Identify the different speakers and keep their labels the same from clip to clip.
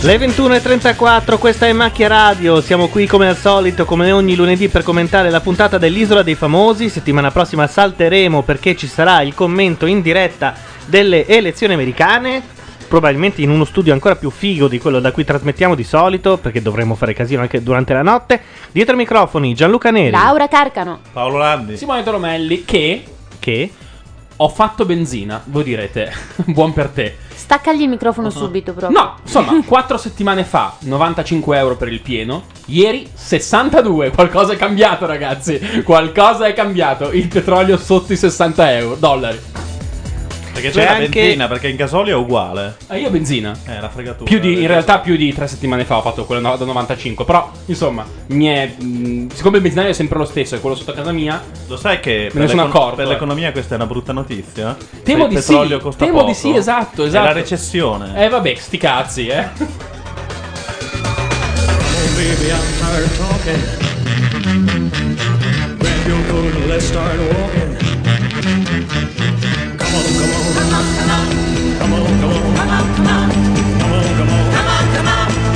Speaker 1: Le 21.34, questa è Macchia Radio, siamo qui come al solito, come ogni lunedì per commentare la puntata dell'Isola dei Famosi, settimana prossima salteremo perché ci sarà il commento in diretta delle elezioni americane, probabilmente in uno studio ancora più figo di quello da cui trasmettiamo di solito, perché dovremo fare casino anche durante la notte. Dietro i microfoni Gianluca Neri,
Speaker 2: Laura Carcano.
Speaker 1: Paolo Landi,
Speaker 3: Simone Toromelli che
Speaker 1: che
Speaker 3: ho fatto benzina, voi direte, buon per te.
Speaker 2: Staccagli il
Speaker 1: Uh-huh.
Speaker 2: microfono subito proprio.
Speaker 3: No, insomma, 4 settimane fa 95 euro per il pieno, ieri 62, qualcosa è cambiato ragazzi, qualcosa è cambiato, il petrolio sotto i 60 euro, dollari.
Speaker 4: Perché
Speaker 3: C'è
Speaker 4: c'è la
Speaker 3: anche-
Speaker 4: benzina, perché in gasolio è uguale.
Speaker 3: Ah, io benzina.
Speaker 4: Eh, la fregatura.
Speaker 3: Più di, in
Speaker 4: perché-
Speaker 3: realtà più di 3 settimane fa ho fatto quello no- da 95, però insomma, mm, mi è, mh, siccome il benzinaio è sempre lo stesso, è quello sotto casa mia,
Speaker 4: Lo sai che
Speaker 3: Me ne
Speaker 4: per,
Speaker 3: sono
Speaker 4: l'econ-
Speaker 3: accorto,
Speaker 4: per
Speaker 3: eh.
Speaker 4: l'economia questa è una brutta notizia?
Speaker 3: Temo
Speaker 4: Se
Speaker 3: di
Speaker 4: il petrolio
Speaker 3: sì,
Speaker 4: costa
Speaker 3: temo
Speaker 4: poco,
Speaker 3: di sì, esatto,
Speaker 4: è
Speaker 3: esatto.
Speaker 4: la recessione.
Speaker 3: eh vabbè, sti cazzi, eh.
Speaker 5: Baby, I'm tired of talking. Grab your coat and let's start walking. Come on, come on. Come on, come on. Come on, come on.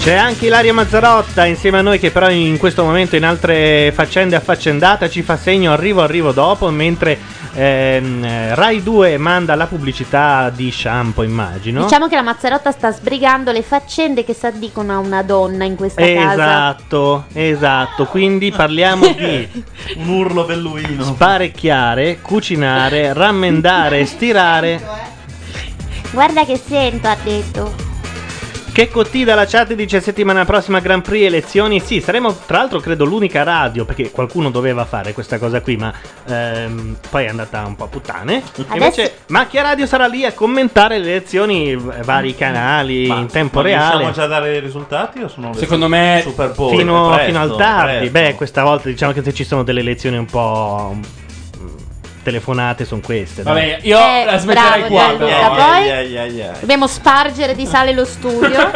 Speaker 1: C'è anche Ilaria Mazzarotta insieme a noi che però in questo momento in altre faccende affaccendata ci fa segno arrivo arrivo dopo mentre ehm, eh, Rai 2 manda la pubblicità di shampoo immagino.
Speaker 2: Diciamo che la Mazzarotta sta sbrigando le faccende che s'addicono a una donna in questa casa.
Speaker 1: Esatto, esatto, quindi parliamo di
Speaker 3: Eh.
Speaker 4: Un urlo belluino.
Speaker 1: sparecchiare, cucinare, rammendare, stirare.
Speaker 2: Guarda che sento, ha detto.
Speaker 1: Che Cotti dalla chat dice settimana prossima Grand Prix elezioni. Sì, saremo tra l'altro credo l'unica radio perché qualcuno doveva fare questa cosa qui, ma ehm, poi è andata un po' a puttane. Invece Macchia Radio sarà lì a commentare le elezioni, v- vari canali in tempo
Speaker 4: Ma
Speaker 1: reale.
Speaker 4: Riusciamo già a dare i risultati o sono le
Speaker 3: Secondo me
Speaker 4: Super Bowl?
Speaker 1: Fino,
Speaker 4: Presto,
Speaker 1: fino al tardi.
Speaker 4: presto.
Speaker 1: Beh, questa volta diciamo che se ci sono delle elezioni un po' mm, telefonate sono queste. dai.
Speaker 3: Vabbè, io
Speaker 2: Eh,
Speaker 3: la smetterei
Speaker 2: bravo,
Speaker 3: qua,
Speaker 2: Gianluca,
Speaker 3: però. eh.
Speaker 2: poi-
Speaker 4: Ai, ai, ai, ai.
Speaker 2: Dobbiamo spargere di sale lo studio.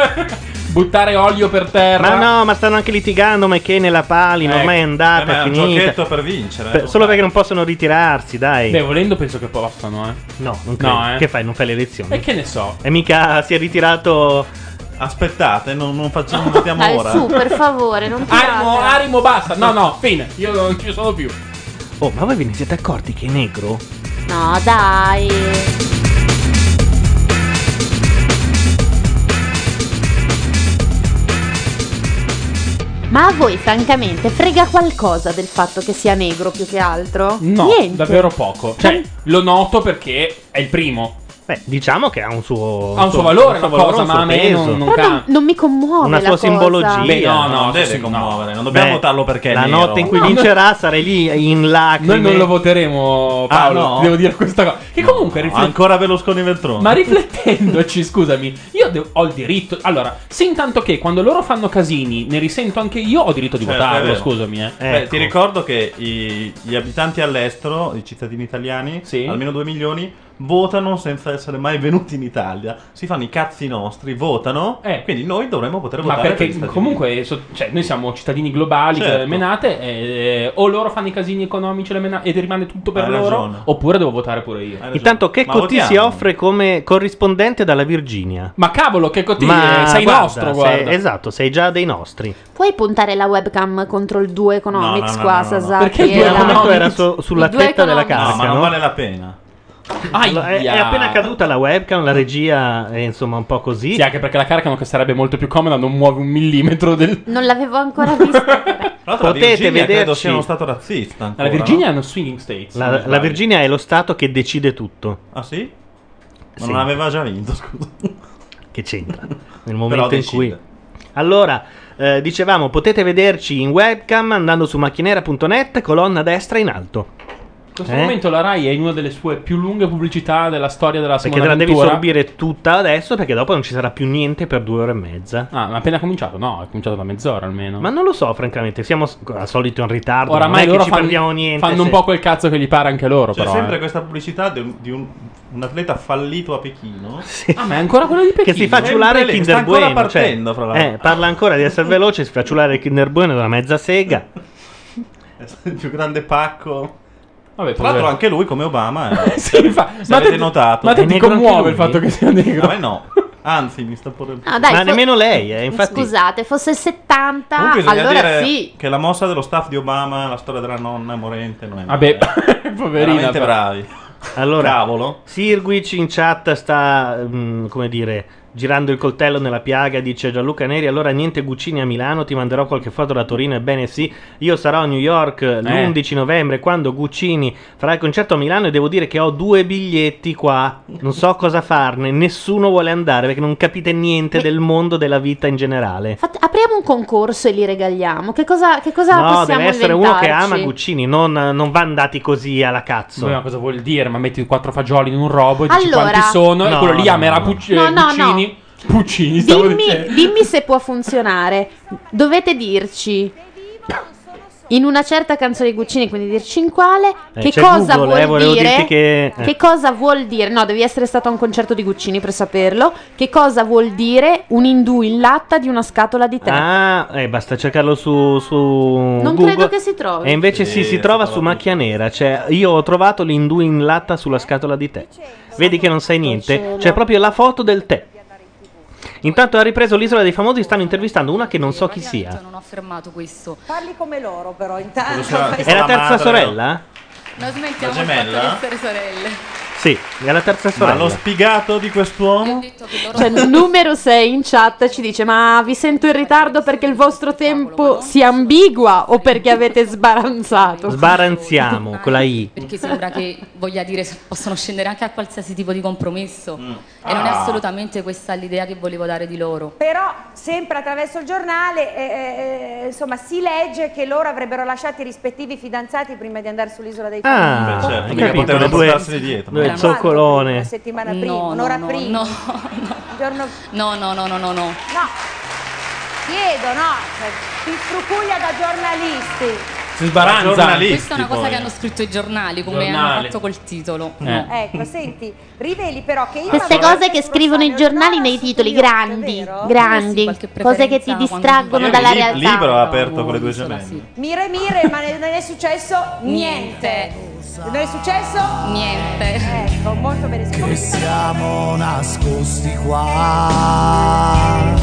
Speaker 3: Buttare olio per terra.
Speaker 1: Ma no, ma stanno anche litigando McKenna e la Palina,
Speaker 3: Ecco.
Speaker 1: ormai è
Speaker 4: Eh, ma
Speaker 1: andata,
Speaker 4: è
Speaker 1: è
Speaker 4: un
Speaker 1: finita.
Speaker 4: giochetto per vincere. eh.
Speaker 1: Per- solo perché non possono ritirarsi, dai.
Speaker 3: eh, Beh, volendo penso che possano, eh.
Speaker 1: no, non credo.
Speaker 3: no, eh.
Speaker 1: Che fai? Non fai le elezioni?
Speaker 3: E che ne so.
Speaker 1: E mica si è ritirato.
Speaker 4: Aspettate, non, non facciamo, votiamo
Speaker 2: Dai,
Speaker 4: ora.
Speaker 2: su, per favore, non tirate.
Speaker 3: Arimo, Arimo, basta. No, no, fine. Io non ci sono più.
Speaker 1: Oh, ma voi ve ne siete accorti che è negro?
Speaker 2: No, dai. Ma a voi, francamente, frega qualcosa del fatto che sia negro più che altro?
Speaker 3: No,
Speaker 2: Niente.
Speaker 3: davvero poco. Cioè, lo noto perché è il primo.
Speaker 1: Beh, diciamo che ha un suo.
Speaker 3: Ha un suo valore, una cosa,
Speaker 1: un suo
Speaker 3: ma a me
Speaker 1: peso.
Speaker 3: non, non
Speaker 2: Però non,
Speaker 3: cambia.
Speaker 2: non mi commuove
Speaker 1: Una
Speaker 2: la
Speaker 1: sua
Speaker 2: cosa.
Speaker 1: simbologia.
Speaker 3: Beh, no,
Speaker 4: No,
Speaker 3: no,
Speaker 4: non deve
Speaker 3: sì,
Speaker 4: commuovere, non
Speaker 1: Beh,
Speaker 4: dobbiamo votarlo perché è
Speaker 1: La
Speaker 4: nero.
Speaker 1: notte in cui
Speaker 3: No,
Speaker 1: vincerà sarei lì in lacrime.
Speaker 3: Noi non lo voteremo,
Speaker 4: Ah,
Speaker 3: Paolo.
Speaker 4: no?
Speaker 3: Devo dire questa cosa. Che comunque
Speaker 4: No,
Speaker 3: riflet-
Speaker 4: ancora Berlusconi Veltroni.
Speaker 3: Ma riflettendoci, scusami, io de- ho il diritto. Allora, se intanto che quando loro fanno casini ne risento anche io, ho diritto di
Speaker 4: Certo, è
Speaker 3: votarlo.
Speaker 4: vero.
Speaker 3: Scusami, eh.
Speaker 4: Beh,
Speaker 1: Ecco.
Speaker 4: ti ricordo che i- gli abitanti all'estero, i cittadini italiani,
Speaker 3: Sì.
Speaker 4: almeno 2 milioni, votano senza essere mai venuti in Italia. Si fanno i cazzi nostri, votano,
Speaker 3: Eh.
Speaker 4: quindi noi dovremmo poter
Speaker 3: Ma
Speaker 4: votare. per gli
Speaker 3: perché
Speaker 4: Stati
Speaker 3: comunque so- cioè, noi siamo cittadini globali
Speaker 4: Certo.
Speaker 3: con le menate, eh, o loro fanno i casini economici le mena- e rimane tutto per
Speaker 4: Hai
Speaker 3: loro,
Speaker 4: ragione.
Speaker 3: oppure devo votare pure io.
Speaker 4: Uniti. Hai
Speaker 1: Intanto, che
Speaker 4: Ma
Speaker 1: Cotti si
Speaker 4: votiamo.
Speaker 1: offre come corrispondente dalla Virginia.
Speaker 3: Ma cavolo, che cotì, eh, sei
Speaker 1: guarda,
Speaker 3: nostro,
Speaker 1: sei-
Speaker 3: guarda.
Speaker 1: esatto, sei già dei nostri.
Speaker 2: Puoi puntare la webcam contro il 2 Economics
Speaker 4: No, no, no,
Speaker 2: qua,
Speaker 4: no, no, no.
Speaker 2: Sasaki?
Speaker 3: Perché il
Speaker 1: Il
Speaker 3: due
Speaker 2: e la-
Speaker 3: Economics?
Speaker 1: momento era su- sulla
Speaker 2: I due
Speaker 1: tetta della
Speaker 2: economici.
Speaker 1: carca.
Speaker 4: No, ma non vale la pena.
Speaker 3: Aia.
Speaker 1: È, è appena caduta la webcam, la regia è insomma un po' così.
Speaker 3: Sì, anche perché la caricano che sarebbe molto più comoda, non muove un millimetro del...
Speaker 2: Non l'avevo ancora vista.
Speaker 4: Tra l'altro,
Speaker 1: Potete
Speaker 4: la Virginia credo
Speaker 1: vederci-
Speaker 4: sia uno stato razzista. ancora,
Speaker 3: La Virginia
Speaker 4: no?
Speaker 3: è uno swinging state. se
Speaker 1: La-
Speaker 3: non
Speaker 1: la,
Speaker 3: sbaglio.
Speaker 1: Virginia è lo stato che decide tutto.
Speaker 4: Ah sì? Ma
Speaker 1: Sì.
Speaker 4: non aveva già vinto, scusa.
Speaker 1: Che c'entra? Nel
Speaker 4: Però
Speaker 1: momento in
Speaker 4: decide.
Speaker 1: cui. Allora, eh, dicevamo, potete vederci in webcam andando su macchinera.net, colonna destra in alto.
Speaker 3: questo momento la Rai è in una delle sue più lunghe pubblicità della storia della
Speaker 1: Perché
Speaker 3: Simona
Speaker 1: te la devi
Speaker 3: Ventura.
Speaker 1: sorbire tutta adesso perché dopo non ci sarà più niente per due ore e mezza.
Speaker 3: Ah, ma appena cominciato? No, è cominciato da mezz'ora almeno.
Speaker 1: Ma non lo so, francamente, siamo s- al solito in ritardo. non è
Speaker 3: Oramai
Speaker 1: che
Speaker 3: loro
Speaker 1: ci
Speaker 3: fanno,
Speaker 1: perdiamo niente.
Speaker 3: fanno un
Speaker 1: se-
Speaker 3: po' quel cazzo che gli pare anche loro,
Speaker 4: C'è
Speaker 3: però.
Speaker 4: sempre
Speaker 3: eh.
Speaker 4: questa pubblicità di un, di un- un atleta fallito a Pechino.
Speaker 3: Ah, ma è ancora quello di Pechino. eh?
Speaker 1: Che si fa ciulare il
Speaker 4: lei,
Speaker 1: Kinder
Speaker 4: sta ancora
Speaker 1: Bueno. cioè,
Speaker 4: partendo, fra l'altro.
Speaker 1: eh, parla ancora di essere veloce, si fa ciulare il Kinder Bueno da una mezza sega.
Speaker 4: È stato il più grande pacco.
Speaker 3: Vabbè,
Speaker 4: Tra l'altro anche lui, come Obama, è...
Speaker 3: Sì, fa-
Speaker 4: se
Speaker 3: ma
Speaker 4: avete
Speaker 3: te-
Speaker 4: notato.
Speaker 3: Ma te
Speaker 1: È
Speaker 3: ti
Speaker 1: negro anche
Speaker 3: commuove
Speaker 1: lui?
Speaker 3: il fatto che sia negro.
Speaker 4: A me no. Anzi, mi sta pure...
Speaker 6: No, dai,
Speaker 1: Ma
Speaker 6: fo-
Speaker 1: nemmeno lei, eh, infatti.
Speaker 6: Scusate, fosse 70,
Speaker 4: Comunque bisogna
Speaker 6: allora
Speaker 4: dire
Speaker 6: sì.
Speaker 4: che la mossa dello staff di Obama, la storia della nonna morente, non è
Speaker 3: Vabbè,
Speaker 4: male. eh.
Speaker 3: poverina.
Speaker 4: veramente
Speaker 3: però.
Speaker 4: bravi.
Speaker 1: Allora,
Speaker 4: Cavolo.
Speaker 1: Sirguic in chat sta, mm, come dire, girando il coltello nella piaga, dice Gianluca Neri, allora niente Guccini a Milano, ti manderò qualche foto da Torino, ebbene sì, io sarò a New York l'11 novembre quando Guccini farà il concerto a Milano e devo dire che ho due biglietti qua, non so cosa farne, nessuno vuole andare perché non capite niente del mondo della vita in generale.
Speaker 6: Fate- apriamo un concorso e li regaliamo. Che cosa, che cosa
Speaker 1: No,
Speaker 6: possiamo
Speaker 1: deve essere uno
Speaker 6: inventarci?
Speaker 1: che ama Guccini, non, non va andati così alla cazzo.
Speaker 3: Vabbè, ma cosa vuol dire? Ma metti quattro fagioli in un robo e dici
Speaker 6: Allora-
Speaker 3: quanti sono
Speaker 1: No,
Speaker 3: e quello lì
Speaker 1: no,
Speaker 3: amerà
Speaker 1: no.
Speaker 3: Puc-
Speaker 6: No,
Speaker 3: eh,
Speaker 6: no,
Speaker 3: Puccini. Puccini, stavo
Speaker 6: Dimmi,
Speaker 3: dicendo.
Speaker 6: dimmi se può funzionare. Dovete dirci in una certa canzone di Guccini, quindi dirci in quale,
Speaker 1: Eh,
Speaker 6: che
Speaker 1: c'è
Speaker 6: cosa
Speaker 1: Google, eh,
Speaker 6: vuol
Speaker 1: volevo
Speaker 6: dire.
Speaker 1: dirti che- eh.
Speaker 6: che cosa vuol dire? No, devi essere stato a un concerto di Guccini per saperlo. Che cosa vuol dire un indù in latta di una scatola di tè?
Speaker 1: Ah, eh, basta cercarlo su, su
Speaker 6: non
Speaker 1: Google.
Speaker 6: credo che si trovi.
Speaker 1: E invece sì,
Speaker 4: Sì,
Speaker 1: si
Speaker 4: si
Speaker 1: trova
Speaker 4: trova
Speaker 1: su
Speaker 4: tutto.
Speaker 1: macchia nera. Cioè, io ho trovato l'indù in latta
Speaker 6: Eh,
Speaker 1: sulla scatola di tè. Vedi che non sai niente?
Speaker 6: cielo.
Speaker 1: C'è proprio la foto del tè. Intanto ha ripreso l'isola dei famosi, stanno intervistando una che non so chi sia.
Speaker 7: Non ho fermato questo.
Speaker 8: Parli come loro, però
Speaker 4: Cosa
Speaker 8: intanto.
Speaker 4: sarà?
Speaker 1: È la
Speaker 4: La
Speaker 1: terza
Speaker 4: madre,
Speaker 1: sorella?
Speaker 7: Non smettiamo
Speaker 4: La
Speaker 7: il fatto di
Speaker 4: gemella?
Speaker 7: essere sorelle.
Speaker 1: Sì, è la terza
Speaker 4: Ma lo
Speaker 1: sorella.
Speaker 4: spiegato di quest'uomo?
Speaker 6: Cioè, numero 6 in chat ci dice: Ma vi sento in ritardo perché il vostro tempo si ambigua o perché avete sbaranzato?
Speaker 1: Sbaranziamo con la I.
Speaker 7: Perché sembra che voglia dire s- possono scendere anche a qualsiasi tipo di compromesso. E non è
Speaker 4: Ah.
Speaker 7: assolutamente questa l'idea che volevo dare di loro.
Speaker 8: Però sempre attraverso il giornale eh, eh, insomma, si legge che loro avrebbero lasciato i rispettivi fidanzati prima di andare sull'isola dei
Speaker 1: Ah,
Speaker 4: Beh, certo,
Speaker 1: hai
Speaker 4: mica
Speaker 1: capito,
Speaker 4: potevano
Speaker 1: le due-
Speaker 4: portarseli dietro.
Speaker 1: due
Speaker 8: Quanto? Una
Speaker 1: zoccolone.
Speaker 8: settimana prima,
Speaker 7: No,
Speaker 8: un'ora
Speaker 7: no, no,
Speaker 8: prima.
Speaker 7: no,
Speaker 8: Il giorno-
Speaker 7: no, no, no, no, no, no.
Speaker 8: no. Chiedo, no. Cioè, ti frucuglia da giornalisti.
Speaker 3: Si sbaranza.
Speaker 4: Giornalisti,
Speaker 7: Questa è una cosa
Speaker 4: poi.
Speaker 7: che hanno scritto i giornali, come hanno
Speaker 3: Giornali.
Speaker 7: fatto col titolo.
Speaker 3: Eh.
Speaker 7: No.
Speaker 8: Ecco, senti, riveli però che io
Speaker 6: Queste
Speaker 8: avevo
Speaker 6: cose che
Speaker 8: sempre
Speaker 6: scrivono i
Speaker 8: spontaneo-
Speaker 6: giornali
Speaker 8: No,
Speaker 6: nei
Speaker 8: sì,
Speaker 6: titoli
Speaker 8: io,
Speaker 6: grandi,
Speaker 8: vero?
Speaker 6: grandi,
Speaker 7: Sì, qualche
Speaker 6: cose che ti
Speaker 7: preferenza
Speaker 6: distraggono
Speaker 7: quando-
Speaker 6: dalla
Speaker 4: Io li- libro
Speaker 6: realtà.
Speaker 4: ha aperto con le due
Speaker 7: Isola, sì.
Speaker 4: gemelle.
Speaker 8: Mire, mire, ma ne- non è successo niente. Non è successo?
Speaker 7: Niente.
Speaker 8: Ecco, molto bene. Come si fa-
Speaker 5: siamo nascosti qua,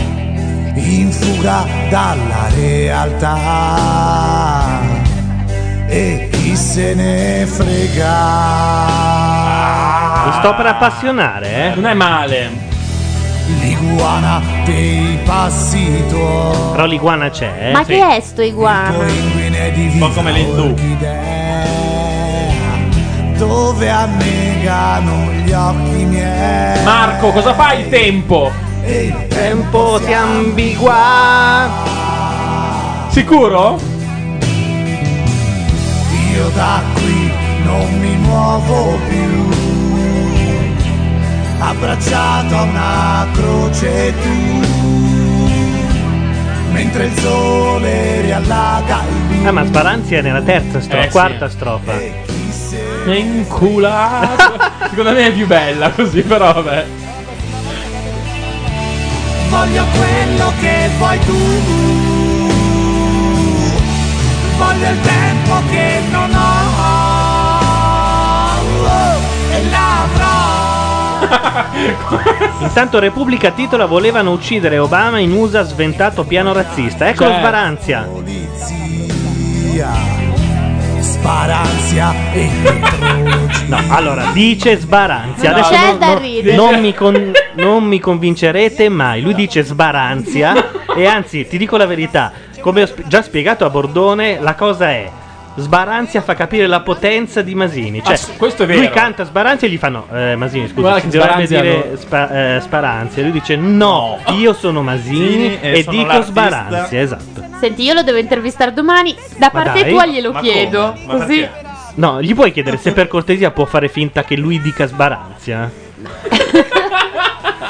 Speaker 5: in fuga dalla realtà. E chi se ne frega?
Speaker 1: Mi sto per appassionare, eh.
Speaker 3: Non è male.
Speaker 5: L'iguana dei passi tuoi.
Speaker 1: Però l'iguana c'è, eh.
Speaker 6: Ma
Speaker 1: Sì.
Speaker 6: che è sto iguana?
Speaker 5: Pinguine di
Speaker 4: po'
Speaker 5: viva
Speaker 4: come l'Hindù.
Speaker 5: orchidea, Dove annegano gli occhi miei.
Speaker 3: Marco, cosa fai il tempo?
Speaker 5: E il
Speaker 1: Tempo si ambigua.
Speaker 3: Sicuro?
Speaker 5: Io da qui non mi muovo più, abbracciato a una croce tu, mentre il sole riallaga il blu.
Speaker 1: Ah, ma Sbaranzia è nella terza strofa,
Speaker 3: Eh, sì.
Speaker 1: quarta strofa.
Speaker 5: E chi se
Speaker 3: È inculato. Ah, Secondo me è più bella così, però vabbè.
Speaker 5: voglio quello che vuoi tu, voglio il tempo che non ho e l'avrò.
Speaker 1: Intanto Repubblica titola volevano uccidere Obama in USA sventato piano razzista. Ecco Eccolo
Speaker 3: Certo.
Speaker 1: Sbaranzia.
Speaker 5: polizia sparanzia e
Speaker 1: No, allora dice Sbaranzia.
Speaker 3: No,
Speaker 1: Adesso
Speaker 6: C'è
Speaker 1: non,
Speaker 6: da
Speaker 1: non-
Speaker 6: ridere.
Speaker 1: non mi con- non mi convincerete mai. Lui dice Sbaranzia. e anzi, ti dico la verità: come ho sp- già spiegato a Bordone, la cosa è. Sbaranzia fa capire la potenza di Masini. Cioè,
Speaker 3: Ass- Ah, questo è vero.
Speaker 1: Lui canta Sbaranzia e gli fa no. eh, Masini, scusa,
Speaker 3: Guarda
Speaker 1: si
Speaker 3: che
Speaker 1: dovrebbe
Speaker 3: Sbaranzia
Speaker 1: dire
Speaker 3: lo-
Speaker 1: spa- eh, Sparanzia. Lui dice no, io sono Masini
Speaker 4: Masini
Speaker 1: e,
Speaker 4: e sono
Speaker 1: dico
Speaker 4: l'artista.
Speaker 1: Sbaranzia. Esatto.
Speaker 6: Senti, io lo devo intervistare domani. Da
Speaker 1: Ma
Speaker 6: parte
Speaker 1: dai.
Speaker 6: tua glielo
Speaker 4: Ma
Speaker 6: chiedo.
Speaker 4: come? Ma
Speaker 6: Così
Speaker 4: perché?
Speaker 1: No, gli puoi chiedere se per cortesia può fare finta che lui dica sbaranzia.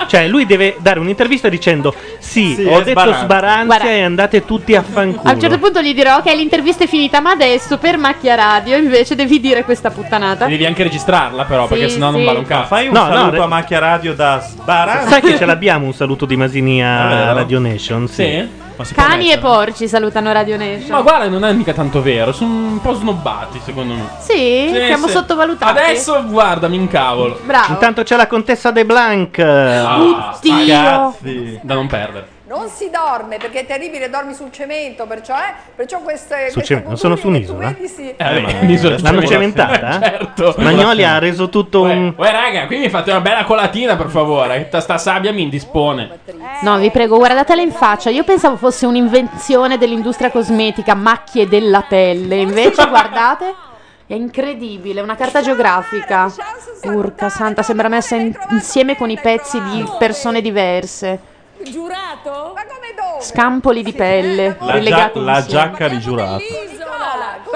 Speaker 1: cioè, lui deve dare un'intervista dicendo: Sì,
Speaker 4: Sì,
Speaker 1: ho
Speaker 4: è
Speaker 1: detto
Speaker 4: sbaranzia."
Speaker 1: sbaranzia,
Speaker 6: Guarda.
Speaker 1: e andate tutti a fanculo.
Speaker 6: A un certo punto gli dirò che l'intervista è finita, ma adesso per macchia radio invece devi dire questa puttanata.
Speaker 3: Devi anche registrarla, però, perché
Speaker 6: Sì,
Speaker 3: sennò non
Speaker 6: sì.
Speaker 3: vale un cazzo.
Speaker 4: Fai un
Speaker 1: No, no,
Speaker 4: saluto
Speaker 1: re-
Speaker 4: a macchia radio da Sbarà.
Speaker 1: Sai che ce l'abbiamo un saluto di Masini a
Speaker 4: Davvero?
Speaker 1: Radio Nation? Sì.
Speaker 4: Ma si può
Speaker 6: Cani e
Speaker 4: mettere?
Speaker 6: porci salutano Radio Nation.
Speaker 3: Ma guarda, non è mica tanto vero, sono un po' snobbati, secondo me.
Speaker 6: Sì,
Speaker 3: Sì,
Speaker 6: siamo
Speaker 3: sì.
Speaker 6: sottovalutati.
Speaker 3: Adesso guarda, mi incavolo.
Speaker 6: Bravo.
Speaker 1: Intanto c'è la contessa De Blanc.
Speaker 3: Ah,
Speaker 6: Oddio.
Speaker 4: Cazzi.
Speaker 3: Da non perdere.
Speaker 9: Non si dorme perché è terribile, dormi sul cemento, perciò, eh, perciò queste,
Speaker 1: Sul
Speaker 9: queste
Speaker 1: cemento, non
Speaker 9: culture
Speaker 1: sono su
Speaker 9: che tu
Speaker 1: un'isola?
Speaker 9: vedi
Speaker 3: Eh,
Speaker 9: si-
Speaker 4: ma-
Speaker 3: beh, l'isola
Speaker 4: L'hanno
Speaker 1: L'hanno
Speaker 3: c'è.
Speaker 1: cementata?
Speaker 3: Eh, certo.
Speaker 1: Magnoli ha reso tutto
Speaker 3: Uè,
Speaker 1: un.
Speaker 3: uè, raga, qui mi fate una bella colatina, per favore. che ta- Sta sabbia mi indispone.
Speaker 6: No, vi prego, guardatela in faccia. Io pensavo fosse un'invenzione dell'industria cosmetica, macchie della pelle. Invece, guardate, è incredibile, è una carta geografica. Urca santa, sembra messa in- insieme con i pezzi di persone diverse.
Speaker 9: Giurato? Ma come dove?
Speaker 6: Scampoli di pelle,
Speaker 4: La, gia-
Speaker 6: rilegati
Speaker 4: la
Speaker 6: insieme.
Speaker 4: giacca di giurato.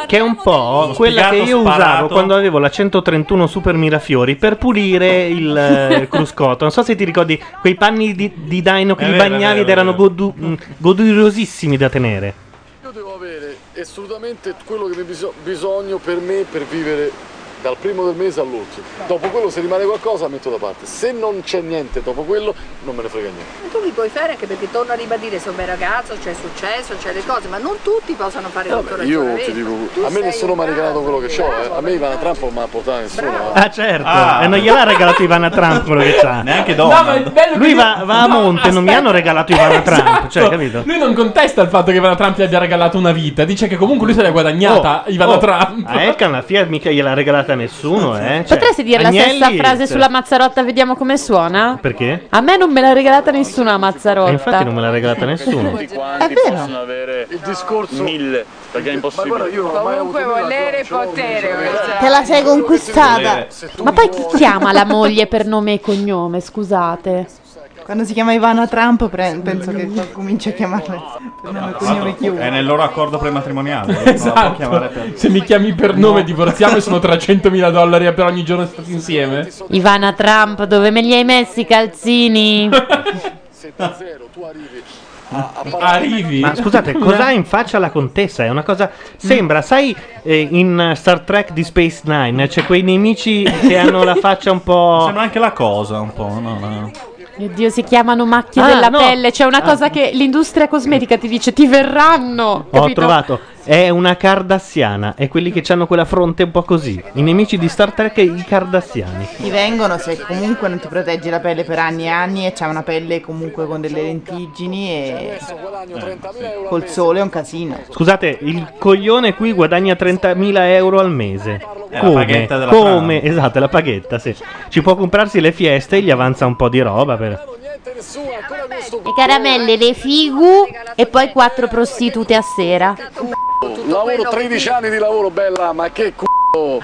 Speaker 1: Che è un po' quella che
Speaker 4: spiegato
Speaker 1: io
Speaker 4: sparato.
Speaker 1: usavo quando avevo la 131 Super Mirafiori per pulire il eh, cruscotto. Non so se ti ricordi quei panni di, di dino,
Speaker 4: È
Speaker 1: quelli
Speaker 4: vero, è
Speaker 1: bagnali
Speaker 4: vero,
Speaker 1: ed erano
Speaker 4: è vero.
Speaker 1: godu- mh, godurosissimi da tenere.
Speaker 10: Io devo avere assolutamente quello che mi biso- bisogno per me per vivere dal primo del mese all'ultimo. Dopo quello se rimane qualcosa metto da parte. Se non c'è niente dopo quello non me ne frega niente.
Speaker 9: Tu li puoi fare anche perché torno a ribadire, sono bel ragazzo, c'è successo, c'è le cose, ma non tutti possono fare tutto
Speaker 10: Vabbè, io ti dico, a me nessuno mi ha regalato quello che ho, eh. a me Ivana Trump non mi ha portato nessuno. eh.
Speaker 1: Ah, certo,
Speaker 4: Ah.
Speaker 1: e non gliel'ha regalato Ivana Trump quello che c'ha.
Speaker 4: Neanche
Speaker 3: No, ma è
Speaker 4: Donald.
Speaker 3: bello
Speaker 1: Lui
Speaker 3: che-
Speaker 1: va, va a
Speaker 3: No,
Speaker 1: monte, non mi
Speaker 3: aspetta.
Speaker 1: hanno regalato Ivana Trump. Cioè,
Speaker 3: Esatto.
Speaker 1: capito?
Speaker 3: Lui non contesta il fatto che Ivana Trump gli abbia regalato una vita, dice che comunque lui se l'ha guadagnata
Speaker 1: Oh,
Speaker 3: Ivana
Speaker 1: oh,
Speaker 3: Trump.
Speaker 1: A Elkan la Fiat mica gliel'ha regalata nessuno, eh. Cioè,
Speaker 6: Potresti dire la
Speaker 1: Agnelli- cioè.
Speaker 6: stessa frase sulla Mazzarotta, vediamo come suona?
Speaker 1: Perché?
Speaker 6: A me non me l'ha regalata nessuna la
Speaker 1: Eh,
Speaker 6: Mazzarotta.
Speaker 1: infatti non me l'ha regalata nessuno.
Speaker 3: eh,
Speaker 6: È vero.
Speaker 10: avere il discorso mille perché è impossibile. Ma guarda, io non ho mai avuto nulla, cioè, ho bisogno di-
Speaker 6: Te la sei conquistata.
Speaker 10: Se tu
Speaker 6: Ma poi chi
Speaker 10: vuoi-
Speaker 6: chiama la moglie per nome e cognome? Scusate.
Speaker 11: Quando si chiama Ivana Trump, pre- penso che comincia a chiamarla per nome e cognome
Speaker 4: È
Speaker 11: chiunque.
Speaker 4: nel loro accordo prematrimoniale. non la può chiamare
Speaker 3: Esatto.
Speaker 4: per-
Speaker 3: Se mi chiami per nome, divorziamo e sono 300.000 dollari per ogni giorno stati insieme.
Speaker 6: Ivana Trump, dove me li hai messi i calzini?
Speaker 10: Se da zero tu arrivi a, a
Speaker 3: Arrivi.
Speaker 1: Ma scusate, cos'ha in faccia la contessa? È una cosa. Sembra, sai, eh, in Star Trek di Space Nine c'è quei nemici che hanno la faccia un po'.
Speaker 4: Sembra anche la cosa un po', no? no.
Speaker 6: Mio Dio, si chiamano macchie
Speaker 1: Ah,
Speaker 6: della
Speaker 1: no.
Speaker 6: pelle. C'è una
Speaker 1: Ah.
Speaker 6: cosa che l'industria cosmetica ti dice, ti verranno.
Speaker 1: Ho
Speaker 6: capito?
Speaker 1: trovato, è una cardassiana. È quelli che hanno quella fronte un po' così. I nemici di Star Trek e i cardassiani.
Speaker 11: Ti vengono se comunque non ti proteggi la pelle per anni e anni e c'è una pelle comunque con delle lentigini e
Speaker 10: adesso guadagno 30.000 euro al
Speaker 11: col
Speaker 10: mese.
Speaker 11: sole è un casino.
Speaker 1: Scusate, il coglione qui guadagna 30.000 euro al mese.
Speaker 4: È la
Speaker 1: Come?
Speaker 4: paghetta della
Speaker 1: Come?
Speaker 4: Trump.
Speaker 1: Esatto, è la paghetta, sì. Ci può comprarsi le fieste e gli avanza un po' di roba per...
Speaker 10: Niente, nessuno, ancora questo eh.
Speaker 6: Le caramelle, le figu e poi quattro prostitute a sera.
Speaker 10: c***o. Lavoro 13 anni di lavoro, bella, ma che c***o.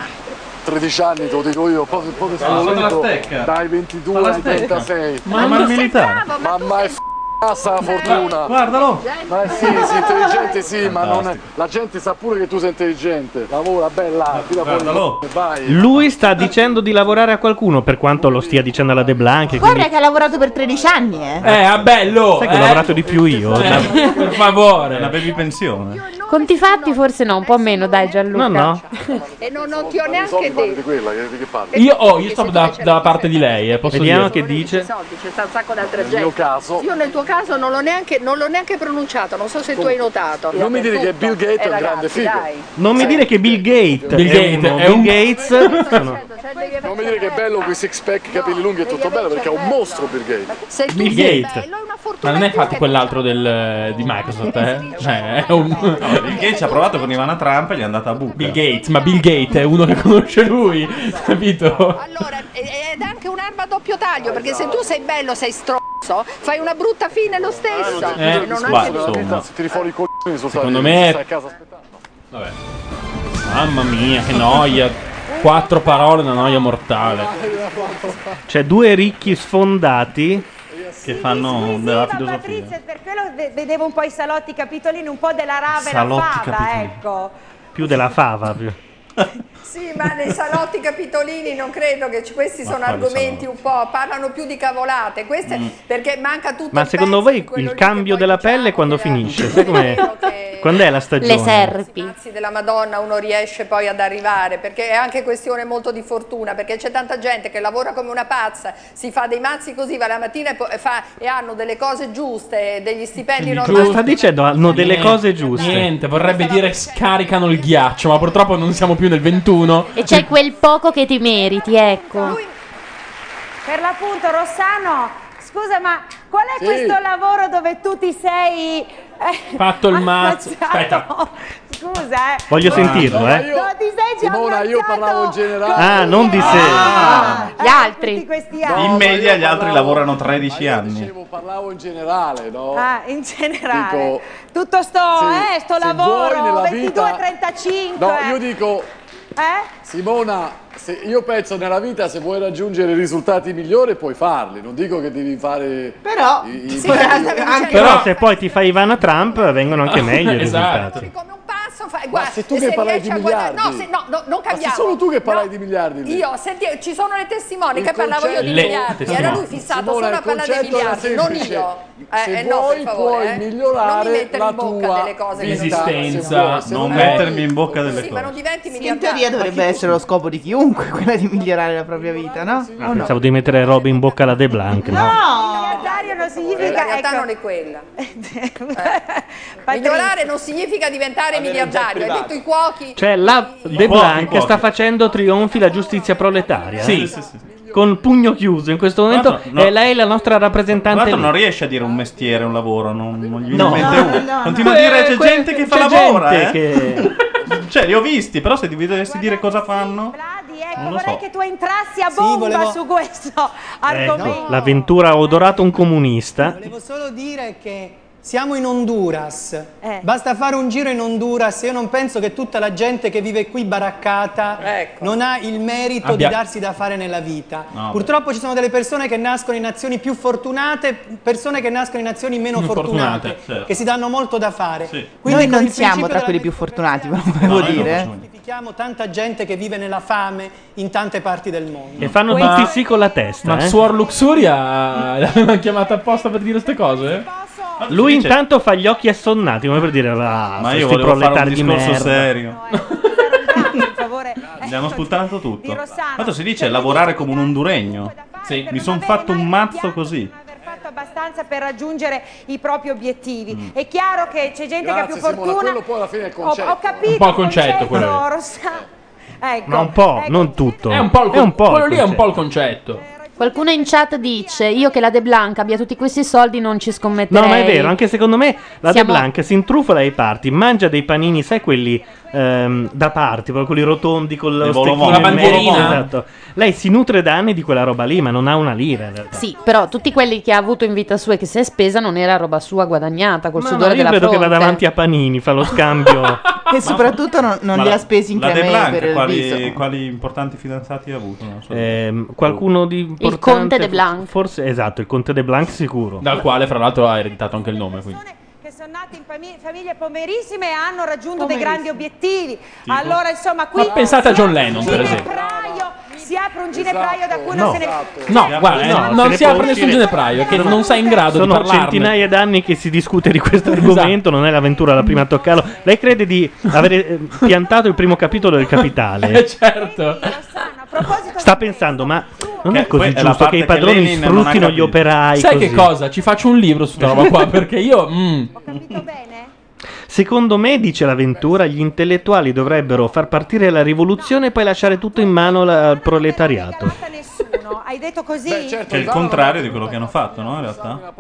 Speaker 10: 13 anni, te lo dico io, poi, poi che sono
Speaker 4: sono
Speaker 10: lento,
Speaker 4: la stecca.
Speaker 10: dai 22 ai 36.
Speaker 4: Ma, ma il militare.
Speaker 10: Mamma è f***assa la fortuna.
Speaker 4: Guardalo.
Speaker 10: Ma sì, sì, intelligente sì, ma non è... La gente sa pure che tu sei intelligente. Lavora, bella, tira fuori
Speaker 4: Guardalo.
Speaker 10: c***o, vai.
Speaker 1: Lui sta dicendo di lavorare a qualcuno, per quanto lo stia dicendo alla De Blanc. e Quindi...
Speaker 11: Guarda che ha lavorato per 13 anni, eh.
Speaker 3: Eh, ah, bello!
Speaker 1: Sai che ho lavorato di più io?
Speaker 3: per
Speaker 4: È una
Speaker 3: favore.
Speaker 4: baby pensione.
Speaker 6: Conti fatti forse no, un po' meno, dai
Speaker 1: No,
Speaker 6: Gianluca.
Speaker 1: no.
Speaker 9: E non, non ti ho
Speaker 10: Guarda, i soldi
Speaker 9: neanche
Speaker 10: vanno di
Speaker 9: detto.
Speaker 10: quella, eh. che- di che parli?
Speaker 3: Io, oh, io sto da- dalla parte di lei, eh, posso
Speaker 1: Vediamo
Speaker 3: dire.
Speaker 1: che dice.
Speaker 9: I soldi, c'è sta un sacco di altre
Speaker 10: Nel mio
Speaker 9: gente.
Speaker 10: caso...
Speaker 9: Io nel tuo caso non l'ho neanche, non l'ho neanche pronunciato, non so se tu hai notato.
Speaker 10: Non mi dire che Bill Gates è
Speaker 9: Eh,
Speaker 10: un grande
Speaker 9: ragazzi,
Speaker 10: figo.
Speaker 9: dai.
Speaker 1: Non mi dire che Bill Gates
Speaker 3: Bill
Speaker 1: è
Speaker 3: Gates
Speaker 1: uno-
Speaker 3: è un-
Speaker 1: Bill Gates... sono-
Speaker 9: Cioè, devi avere
Speaker 10: Non mi dire che è bello quei six pack, capelli lunghi e tutto bello perché è un mostro Bill Gates.
Speaker 9: Se tu
Speaker 3: Bill
Speaker 9: sei
Speaker 3: Gates.
Speaker 9: bello, è una fortuna
Speaker 3: Ma non è
Speaker 9: in più
Speaker 3: fatto
Speaker 9: che
Speaker 3: quell'altro
Speaker 9: non
Speaker 3: del, eh, di Microsoft, eh? Cioè, è un...
Speaker 4: Bill Gates ci ha provato con Ivana Trump e gli è andata a buca.
Speaker 3: Bill Gates, ma Bill Gates è uno che conosce lui, capito?
Speaker 9: Allora, e- ed è anche un'arma a doppio taglio, perché se tu sei bello, sei strozzo, fai una brutta fine lo stesso.
Speaker 3: Eh,
Speaker 9: non
Speaker 10: Scusa,
Speaker 4: guarda,
Speaker 9: anche
Speaker 4: insomma.
Speaker 10: che cazzo, tiri fuori i coglioni sono
Speaker 3: Secondo
Speaker 10: stati-
Speaker 3: me-
Speaker 10: stai a casa aspettando.
Speaker 3: Vabbè. Mamma mia, che noia. Quattro parole, una noia mortale.
Speaker 1: C'è due ricchi sfondati.
Speaker 4: Che fanno
Speaker 8: Sì,
Speaker 4: della
Speaker 8: ma
Speaker 4: filosofia.
Speaker 8: Patrizia, per quello ve- vedevo un po' i salotti capitolini, un po' della rava e la
Speaker 4: Salotti
Speaker 8: fava,
Speaker 4: capitolini.
Speaker 8: ecco.
Speaker 1: Più della fava. più.
Speaker 9: Sì, ma nei salotti capitolini non credo che ci- questi
Speaker 1: Ma
Speaker 9: sono
Speaker 1: quali
Speaker 9: argomenti un po', parlano più di cavolate, queste
Speaker 1: Mm.
Speaker 9: perché manca tutto
Speaker 1: Ma
Speaker 9: il
Speaker 1: secondo voi il cambio della
Speaker 8: diciamo
Speaker 1: pelle quando finisce? Sai com'è? Quando è la stagione?
Speaker 9: pezzi della Madonna uno riesce poi ad arrivare, perché è anche questione molto di fortuna, perché c'è tanta gente che lavora come una pazza, si fa dei mazzi così, va la mattina e, po- e fa- e hanno delle cose giuste, degli stipendi
Speaker 1: Cosa sta
Speaker 9: normali.
Speaker 1: dicendo? Hanno delle
Speaker 3: Niente,
Speaker 1: cose giuste.
Speaker 3: Niente, vorrebbe dire scaricano il ghiaccio, ma purtroppo non siamo più nel 21.
Speaker 6: E c'è quel poco che ti meriti, ecco.
Speaker 8: Per l'appunto, Rossano, scusa, ma qual è
Speaker 3: Sì.
Speaker 8: questo lavoro dove tu ti sei eh,
Speaker 3: Fatto il mazzo.
Speaker 8: ammazzato?
Speaker 3: Aspetta.
Speaker 8: Scusa, eh.
Speaker 1: Voglio sentirlo, eh.
Speaker 8: No, ti sei già
Speaker 10: Ah, Simona, io parlavo in generale.
Speaker 1: Ah, non di sé.
Speaker 8: gli altri. ah, Questi anni.
Speaker 4: Ah, In media gli altri lavorano 13 anni.
Speaker 10: Parlavo in generale, no?
Speaker 8: Ah, in generale.
Speaker 10: Dico-
Speaker 8: Tutto sto,
Speaker 10: Se-
Speaker 8: eh, sto
Speaker 10: se vuoi
Speaker 8: lavoro,
Speaker 10: nella
Speaker 8: 22,
Speaker 10: vita-
Speaker 8: 35.
Speaker 10: No, io dico. Simona, se io penso nella vita se vuoi raggiungere risultati migliori puoi farli, non dico che devi fare
Speaker 11: Però-
Speaker 10: i- i-
Speaker 11: Sì,
Speaker 10: i-
Speaker 11: anche-
Speaker 1: Però se poi ti fai Ivana Trump vengono anche meglio i
Speaker 10: Esatto.
Speaker 1: risultati.
Speaker 9: Passo, fa- guarda,
Speaker 10: se tu
Speaker 9: e
Speaker 10: che parlavi
Speaker 9: riesci
Speaker 10: di
Speaker 9: a guardare-
Speaker 10: miliardi.
Speaker 9: No, se- no, no, non
Speaker 10: Ma sei
Speaker 9: cambiamo.
Speaker 10: solo tu che parlai di miliardi. lì.
Speaker 9: Io, senti, ci sono le testimoni
Speaker 10: Il
Speaker 9: che parlavo io di
Speaker 10: concetto- Le
Speaker 9: miliardi,
Speaker 10: testimoni.
Speaker 9: era lui fissato
Speaker 10: Simona,
Speaker 9: solo a
Speaker 10: il
Speaker 9: parlare di
Speaker 10: concetto era
Speaker 9: miliardi, non
Speaker 10: semplice.
Speaker 9: io. Eh,
Speaker 10: Se
Speaker 9: eh, no,
Speaker 10: vuoi,
Speaker 9: per favore,
Speaker 10: puoi
Speaker 9: eh.
Speaker 10: migliorare
Speaker 9: non mi mettere
Speaker 10: la
Speaker 9: in bocca
Speaker 10: tua
Speaker 9: delle cose che non sai.
Speaker 4: Esistenza,
Speaker 10: Se
Speaker 4: non
Speaker 10: vuoi-
Speaker 4: mettermi in bocca delle
Speaker 9: Sì, ma non
Speaker 4: cose.
Speaker 9: diventi
Speaker 11: In
Speaker 9: miliardario.
Speaker 11: teoria dovrebbe essere lo scopo di chiunque, quella di migliorare la propria vita, no?
Speaker 1: Ah, pensavo di mettere roba in bocca alla De Blanc. no?
Speaker 8: Miliardario non
Speaker 9: La
Speaker 8: significa.
Speaker 9: Eh, realtà
Speaker 8: ecco,
Speaker 9: non è quella. Eh. Migliorare non significa diventare miliardario, hai
Speaker 1: privato.
Speaker 9: detto i cuochi.
Speaker 1: Cioè la De Blanc sta facendo trionfi la giustizia proletaria.
Speaker 4: Sì,
Speaker 1: eh?
Speaker 4: sì, sì,
Speaker 1: Con pugno chiuso in questo momento.
Speaker 4: Tra l'altro, no.
Speaker 1: È lei la nostra
Speaker 4: Tra
Speaker 1: rappresentante.
Speaker 4: l'altro non
Speaker 1: lì.
Speaker 4: riesce a dire un mestiere, un lavoro, non, non gli viene
Speaker 1: No.
Speaker 4: in mente
Speaker 1: No,
Speaker 4: uno.
Speaker 1: no, no.
Speaker 4: Continua a dire c'è
Speaker 1: Que-
Speaker 4: gente che fa
Speaker 1: c'è
Speaker 4: lavoro, eh.
Speaker 1: gente
Speaker 4: cioè, li ho visti, però se devi- dovessi dire cosa fanno...
Speaker 8: ecco,
Speaker 4: Non lo
Speaker 8: vorrei
Speaker 4: so.
Speaker 8: che tu entrassi a bomba
Speaker 12: volevo-
Speaker 8: su
Speaker 11: Eh,
Speaker 8: questo argomento.
Speaker 1: Ecco, l'avventura ha odorato un comunista.
Speaker 12: Volevo solo dire che siamo in Honduras.
Speaker 11: Eh.
Speaker 12: Basta fare un giro in Honduras. Io non penso che tutta la gente che vive qui baraccata
Speaker 11: Ecco.
Speaker 12: non ha il merito
Speaker 3: Abbia-
Speaker 12: di darsi da fare nella vita.
Speaker 3: No,
Speaker 12: Purtroppo ci sono delle persone che nascono in nazioni più fortunate, persone che nascono in nazioni meno
Speaker 11: Meno
Speaker 12: fortunate,
Speaker 11: fortunate, certo.
Speaker 12: che si danno molto da fare.
Speaker 11: Noi
Speaker 12: con
Speaker 11: non
Speaker 12: il
Speaker 11: siamo
Speaker 12: principio
Speaker 11: tra
Speaker 12: della
Speaker 11: quelli più fortunati, volevo dire.
Speaker 12: Identifichiamo tanta gente che vive nella fame in tante parti del mondo.
Speaker 1: E fanno
Speaker 12: Questa-
Speaker 1: tutti sì con la
Speaker 3: Ma
Speaker 1: testa. eh.
Speaker 3: Suor Luxuria l'avevano chiamata apposta per dire queste cose?
Speaker 1: Lui
Speaker 3: Dice-
Speaker 1: intanto fa gli occhi assonnati, come per dire, ah,
Speaker 4: Ma
Speaker 1: questi
Speaker 4: io volevo fare un
Speaker 1: proletari di
Speaker 4: discorso
Speaker 1: merda.
Speaker 4: serio.
Speaker 8: Per favore,
Speaker 4: Gli
Speaker 9: ecco,
Speaker 4: hanno spultanato tutto.
Speaker 8: Rossano.
Speaker 4: Tanto si
Speaker 9: Cioè,
Speaker 4: dice lavorare come un honduregno. Mi sono fatto un mazzo così.
Speaker 8: fatto abbastanza per raggiungere i propri obiettivi. È chiaro che c'è gente che ha
Speaker 10: Mm.
Speaker 8: più
Speaker 10: Grazie, Simona,
Speaker 8: fortuna.
Speaker 10: quello poi alla fine è il
Speaker 8: Ho-
Speaker 10: concetto.
Speaker 8: Ho, capito.
Speaker 1: Un po' il concetto, quello lì.
Speaker 8: Rossano. Ecco.
Speaker 1: Ma un po', non tutto.
Speaker 3: È un po' il con- quello lì è un po' il concetto.
Speaker 6: Qualcuno in chat dice: Io che la De Blanca abbia tutti questi soldi non ci scommetterei.
Speaker 1: No, ma è vero, anche secondo me la
Speaker 6: Siamo-
Speaker 1: De Blanc si intrufola ai parti, mangia dei panini, sai quelli ehm, da parti, proprio quelli rotondi con lo
Speaker 4: Il volo
Speaker 1: stecchino
Speaker 4: volo. La
Speaker 1: in mezzo,
Speaker 4: bandierina.
Speaker 1: esatto. Lei si nutre da anni di quella roba lì, ma non ha una lira in realtà.
Speaker 6: Sì, però tutti quelli che ha avuto in vita sua e che si è spesa non era roba sua guadagnata col
Speaker 1: Ma no,
Speaker 6: sudore
Speaker 1: io
Speaker 6: della
Speaker 1: credo che
Speaker 6: fronte.
Speaker 1: vada avanti a panini, fa lo scambio.
Speaker 11: E soprattutto non, non
Speaker 1: Ma
Speaker 11: li
Speaker 1: la-
Speaker 11: ha spesi in
Speaker 4: La De
Speaker 11: creme
Speaker 4: Blanc,
Speaker 11: per il
Speaker 4: quali,
Speaker 11: viso.
Speaker 4: quali importanti fidanzati ha avuto? Non so.
Speaker 1: Ehm, qualcuno di importante,
Speaker 11: conte de Blanc.
Speaker 1: Forse, esatto, il conte de Blanc sicuro.
Speaker 3: Dal quale, fra l'altro, ha ereditato anche il nome. Quindi.
Speaker 8: che sono nati in fami- famiglie pomerissime e hanno raggiunto dei
Speaker 3: Pomerissime.
Speaker 8: grandi obiettivi. Allora, insomma, qui
Speaker 3: Ma pensate a John Lennon, per esempio.
Speaker 8: si apre un
Speaker 10: Esatto.
Speaker 8: ginepraio da cui non
Speaker 3: No.
Speaker 8: se ne
Speaker 3: No, guarda, no, non si apre nessun ginepraio che non sei in grado
Speaker 1: Sono
Speaker 3: di parlarne. Esatto.
Speaker 1: centinaia d'anni che si discute di questo argomento, non è l'avventura la prima a toccarlo. Lei crede di avere eh, piantato il primo capitolo del Capitale?
Speaker 3: Eh, certo.
Speaker 1: Sta pensando, ma non è
Speaker 3: Che poi
Speaker 1: così
Speaker 3: è la
Speaker 1: giusto che
Speaker 3: parte
Speaker 1: i
Speaker 3: che
Speaker 1: padroni
Speaker 3: Lenin non ha
Speaker 1: sfruttino gli
Speaker 3: capito.
Speaker 1: operai
Speaker 3: Sai
Speaker 1: così?
Speaker 3: che cosa? Ci faccio un libro su questa roba qua perché io... mm.
Speaker 1: Secondo me, dice l'avventura, gli intellettuali dovrebbero far partire la rivoluzione e poi lasciare tutto in mano la- al proletariato.
Speaker 8: nessuno. Hai detto così?
Speaker 10: certo,
Speaker 4: Che è
Speaker 10: esatto.
Speaker 4: il contrario di quello che hanno fatto, no? In realtà.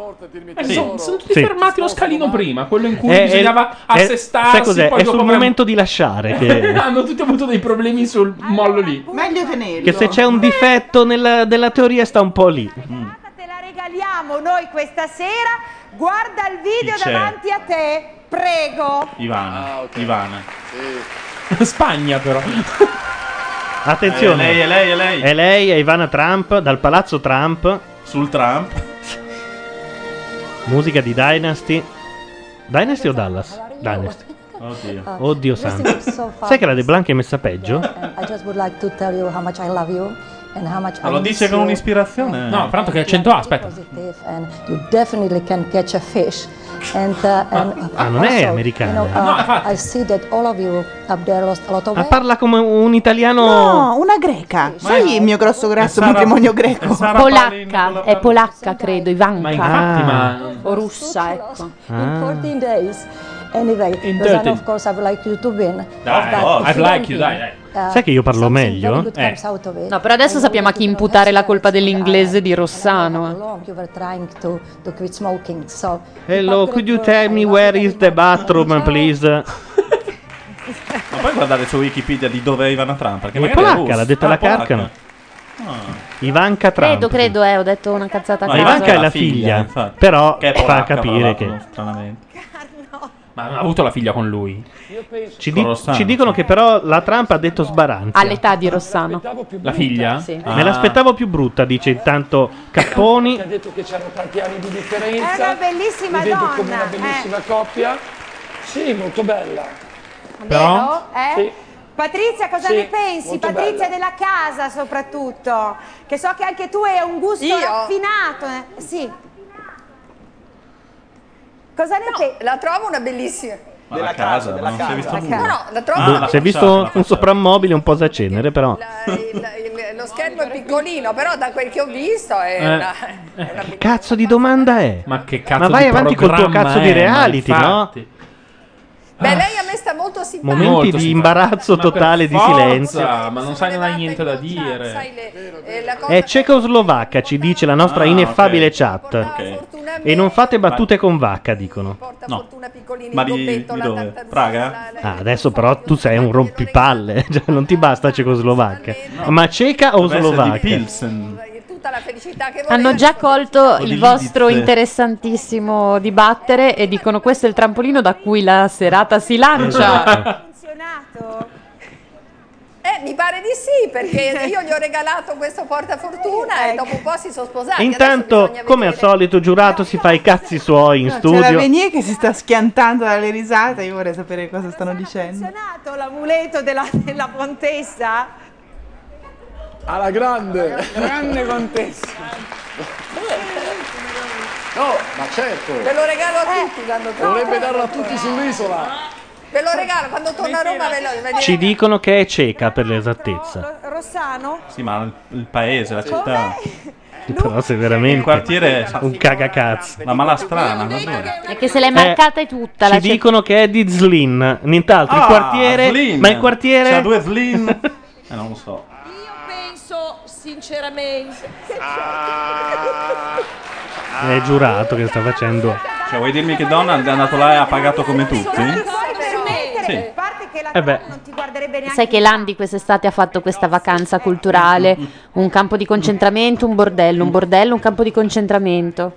Speaker 3: Eh, si Sono, sono tutti
Speaker 1: Sì.
Speaker 3: fermati lo scalino prima, quello in cui
Speaker 1: È- è-
Speaker 3: bisognava
Speaker 1: è-
Speaker 3: assestarsi.
Speaker 1: sai cos'è?
Speaker 3: poi
Speaker 1: È
Speaker 3: dopo
Speaker 1: sul
Speaker 3: avrà-
Speaker 1: momento di lasciare che...
Speaker 3: Hanno tutti avuto dei problemi sul mollo lì.
Speaker 11: Meglio tenerlo.
Speaker 1: Che se c'è un difetto nella, della teoria sta un po' lì.
Speaker 4: Mm,
Speaker 8: Te la regaliamo noi questa sera. Guarda il video
Speaker 4: Chi c'è?
Speaker 8: davanti a te, prego.
Speaker 4: Ivana. Ivana.
Speaker 3: Spagna però.
Speaker 1: Attenzione.
Speaker 4: Eh, lei, è lei, è lei.
Speaker 1: È lei, è Ivana Trump, dal palazzo Trump.
Speaker 4: Sul Trump.
Speaker 1: Musica di Dynasty. Dynasty o Dallas? Dynasty. Oddio,
Speaker 13: Uh,
Speaker 1: Oddio
Speaker 13: this
Speaker 1: santo.
Speaker 13: is so far-
Speaker 1: Sai che la De Blanca è messa peggio?
Speaker 13: And I just would like to tell you how much I love you and how much
Speaker 4: Ma
Speaker 13: I
Speaker 4: lo
Speaker 13: miss
Speaker 4: dice con
Speaker 13: you.
Speaker 4: un'ispirazione.
Speaker 3: No, pronto che accento ha, aspetta.
Speaker 13: Positive and you definitely can catch a fish. And, uh, and
Speaker 1: Ah, non è
Speaker 13: also,
Speaker 1: americana.
Speaker 13: you know, uh, I see that all of you up there lost a lot of
Speaker 1: Ah,
Speaker 13: weight.
Speaker 1: parla come un italiano.
Speaker 11: No, una greca. Sai il mio grosso grasso matrimonio greco?
Speaker 6: polacca, è polacca credo, Ivanka.
Speaker 11: infatti,
Speaker 3: ma-
Speaker 6: O russa, ecco.
Speaker 11: Ah.
Speaker 13: In 14 days. Anyway,
Speaker 3: In
Speaker 13: Rosanna,
Speaker 3: 13.
Speaker 13: of course I would like you to win.
Speaker 4: Eh,
Speaker 13: But
Speaker 4: oh,
Speaker 13: if
Speaker 1: I'd
Speaker 13: you
Speaker 1: like
Speaker 13: don't
Speaker 1: oh, you,
Speaker 13: win, uh,
Speaker 1: Sai che io Eh. parlo meglio?
Speaker 13: good comes out of it.
Speaker 6: No, però adesso sappiamo a chi imputare la colpa dell'inglese di Rossano. eh.
Speaker 13: long you were trying to, to quit smoking. So
Speaker 1: Hello, could you tell me where is the bathroom, please?
Speaker 4: Ma puoi guardare su Wikipedia di dove è Ivana Trump? Perché
Speaker 1: È
Speaker 4: magari
Speaker 1: polacca,
Speaker 4: russa.
Speaker 1: l'ha detta
Speaker 4: Ah,
Speaker 1: la
Speaker 4: polacca.
Speaker 1: Carcano. Ivanka Ah, Trump.
Speaker 6: Credo, credo, eh, ho detto una cazzata a
Speaker 1: No,
Speaker 6: caso.
Speaker 14: Cioè,
Speaker 1: Ivanka è la figlia,
Speaker 4: infatti.
Speaker 1: però
Speaker 4: Che è
Speaker 1: fa
Speaker 4: polacca,
Speaker 1: capire
Speaker 4: tra l'altro,
Speaker 1: che.
Speaker 3: Ma non ha avuto la figlia con lui.
Speaker 1: Ci, di- ci dicono che però la Trump ha detto sbaranza.
Speaker 6: All'età di Rossano.
Speaker 1: La figlia?
Speaker 6: Sì.
Speaker 3: Ah.
Speaker 1: Me l'aspettavo più brutta, dice intanto Capponi.
Speaker 15: ha detto che c'erano tanti anni di
Speaker 8: È
Speaker 15: differenza.
Speaker 8: una bellissima
Speaker 15: Mi vedo
Speaker 8: donna.
Speaker 15: come una bellissima coppia. Sì, molto bella.
Speaker 8: eh.
Speaker 15: Però?
Speaker 8: Vero? Eh?
Speaker 15: Sì.
Speaker 8: Patrizia, cosa
Speaker 15: Sì,
Speaker 8: ne pensi?
Speaker 15: molto
Speaker 8: Patrizia
Speaker 15: bella.
Speaker 8: della casa soprattutto, che so che anche tu hai un gusto
Speaker 9: Io?
Speaker 8: raffinato. eh. Sì. Cosa ne pensi?
Speaker 9: La trovo una bellissima.
Speaker 4: Ma la casa, ma non si è visto
Speaker 9: La
Speaker 4: nulla.
Speaker 9: casa. No, no, la trovo
Speaker 1: Ah,
Speaker 9: una
Speaker 1: si è visto un soprammobile un po' da cenere, però.
Speaker 9: il- il- lo schermo è piccolino, però da quel che ho visto è
Speaker 1: Eh.
Speaker 9: una...
Speaker 1: Che cazzo di domanda è?
Speaker 3: Ma che cazzo
Speaker 1: Ma vai
Speaker 3: di
Speaker 1: avanti col tuo
Speaker 3: programma
Speaker 1: cazzo
Speaker 3: è?
Speaker 1: di
Speaker 3: Ma
Speaker 1: reality, no?
Speaker 3: infatti.
Speaker 9: Beh, lei a me sta molto simpatica.
Speaker 1: Momenti di imbarazzo
Speaker 3: Ma per
Speaker 1: totale, di
Speaker 3: forza,
Speaker 1: silenzio.
Speaker 3: Ma non sai, non hai niente da dire.
Speaker 9: eh,
Speaker 1: È cecoslovacca, ci dice la nostra
Speaker 3: Ah,
Speaker 1: ineffabile
Speaker 3: ok.
Speaker 1: chat. E non fate battute con vacca, dicono.
Speaker 9: No.
Speaker 1: Ma di, dove? Praga? Ah, adesso però tu sei un rompipalle, cioè non ti basta cecoslovacca. Ma ceca o
Speaker 4: Dovrebbe essere di
Speaker 1: slovacca?
Speaker 9: Tutta
Speaker 1: Eh.
Speaker 9: la felicità che
Speaker 6: Hanno già colto
Speaker 1: di
Speaker 6: il vostro
Speaker 1: Lidl.
Speaker 6: interessantissimo dibattere e dicono questo è il trampolino da cui la serata si
Speaker 3: Ah,
Speaker 6: lancia.
Speaker 1: Esatto.
Speaker 9: Eh, mi pare di sì, perché io gli ho regalato questo portafortuna e dopo un po' si sono sposati.
Speaker 1: Intanto, come al solito, giurato si fa i cazzi suoi in
Speaker 11: No, C'è la
Speaker 1: studio.
Speaker 11: Venier che si sta schiantando dalle risate. Io vorrei sapere cosa stanno dicendo.
Speaker 8: Nato l'amuleto della, della contessa?
Speaker 15: Alla grande. grande contessa.
Speaker 10: No, ma certo.
Speaker 9: Ve lo regalo a tutti quando torno.
Speaker 10: Dovrebbe darlo a tutti sull'isola.
Speaker 9: Ve lo regalo quando torno a Roma, ve lo ve lo-
Speaker 1: Ci dicono che è cieca per l'esattezza.
Speaker 8: Rossano?
Speaker 4: Sì, ma il, il paese, la
Speaker 8: Come?
Speaker 4: città.
Speaker 1: Però se veramente
Speaker 4: Il quartiere è
Speaker 1: un cagacazzo.
Speaker 4: La malastrana, davvero.
Speaker 6: È che se l'è
Speaker 1: Eh,
Speaker 6: mancata è tutta la cioè,
Speaker 1: Ci dicono che è di Zlin, nient'altro. il
Speaker 4: Ah,
Speaker 1: quartiere,
Speaker 4: Zlin.
Speaker 1: ma il quartiere
Speaker 4: C'ha due Zlin. Eh, non lo so.
Speaker 7: Penso sinceramente.
Speaker 8: certo.
Speaker 1: È giurato che sta facendo.
Speaker 4: Cioè, vuoi dirmi che Donald è andato là e ha pagato come tutti? Sì.
Speaker 1: Eh beh,
Speaker 6: Sai che Landi quest'estate ha fatto questa vacanza culturale, un campo di concentramento, un bordello, un bordello, un campo di concentramento.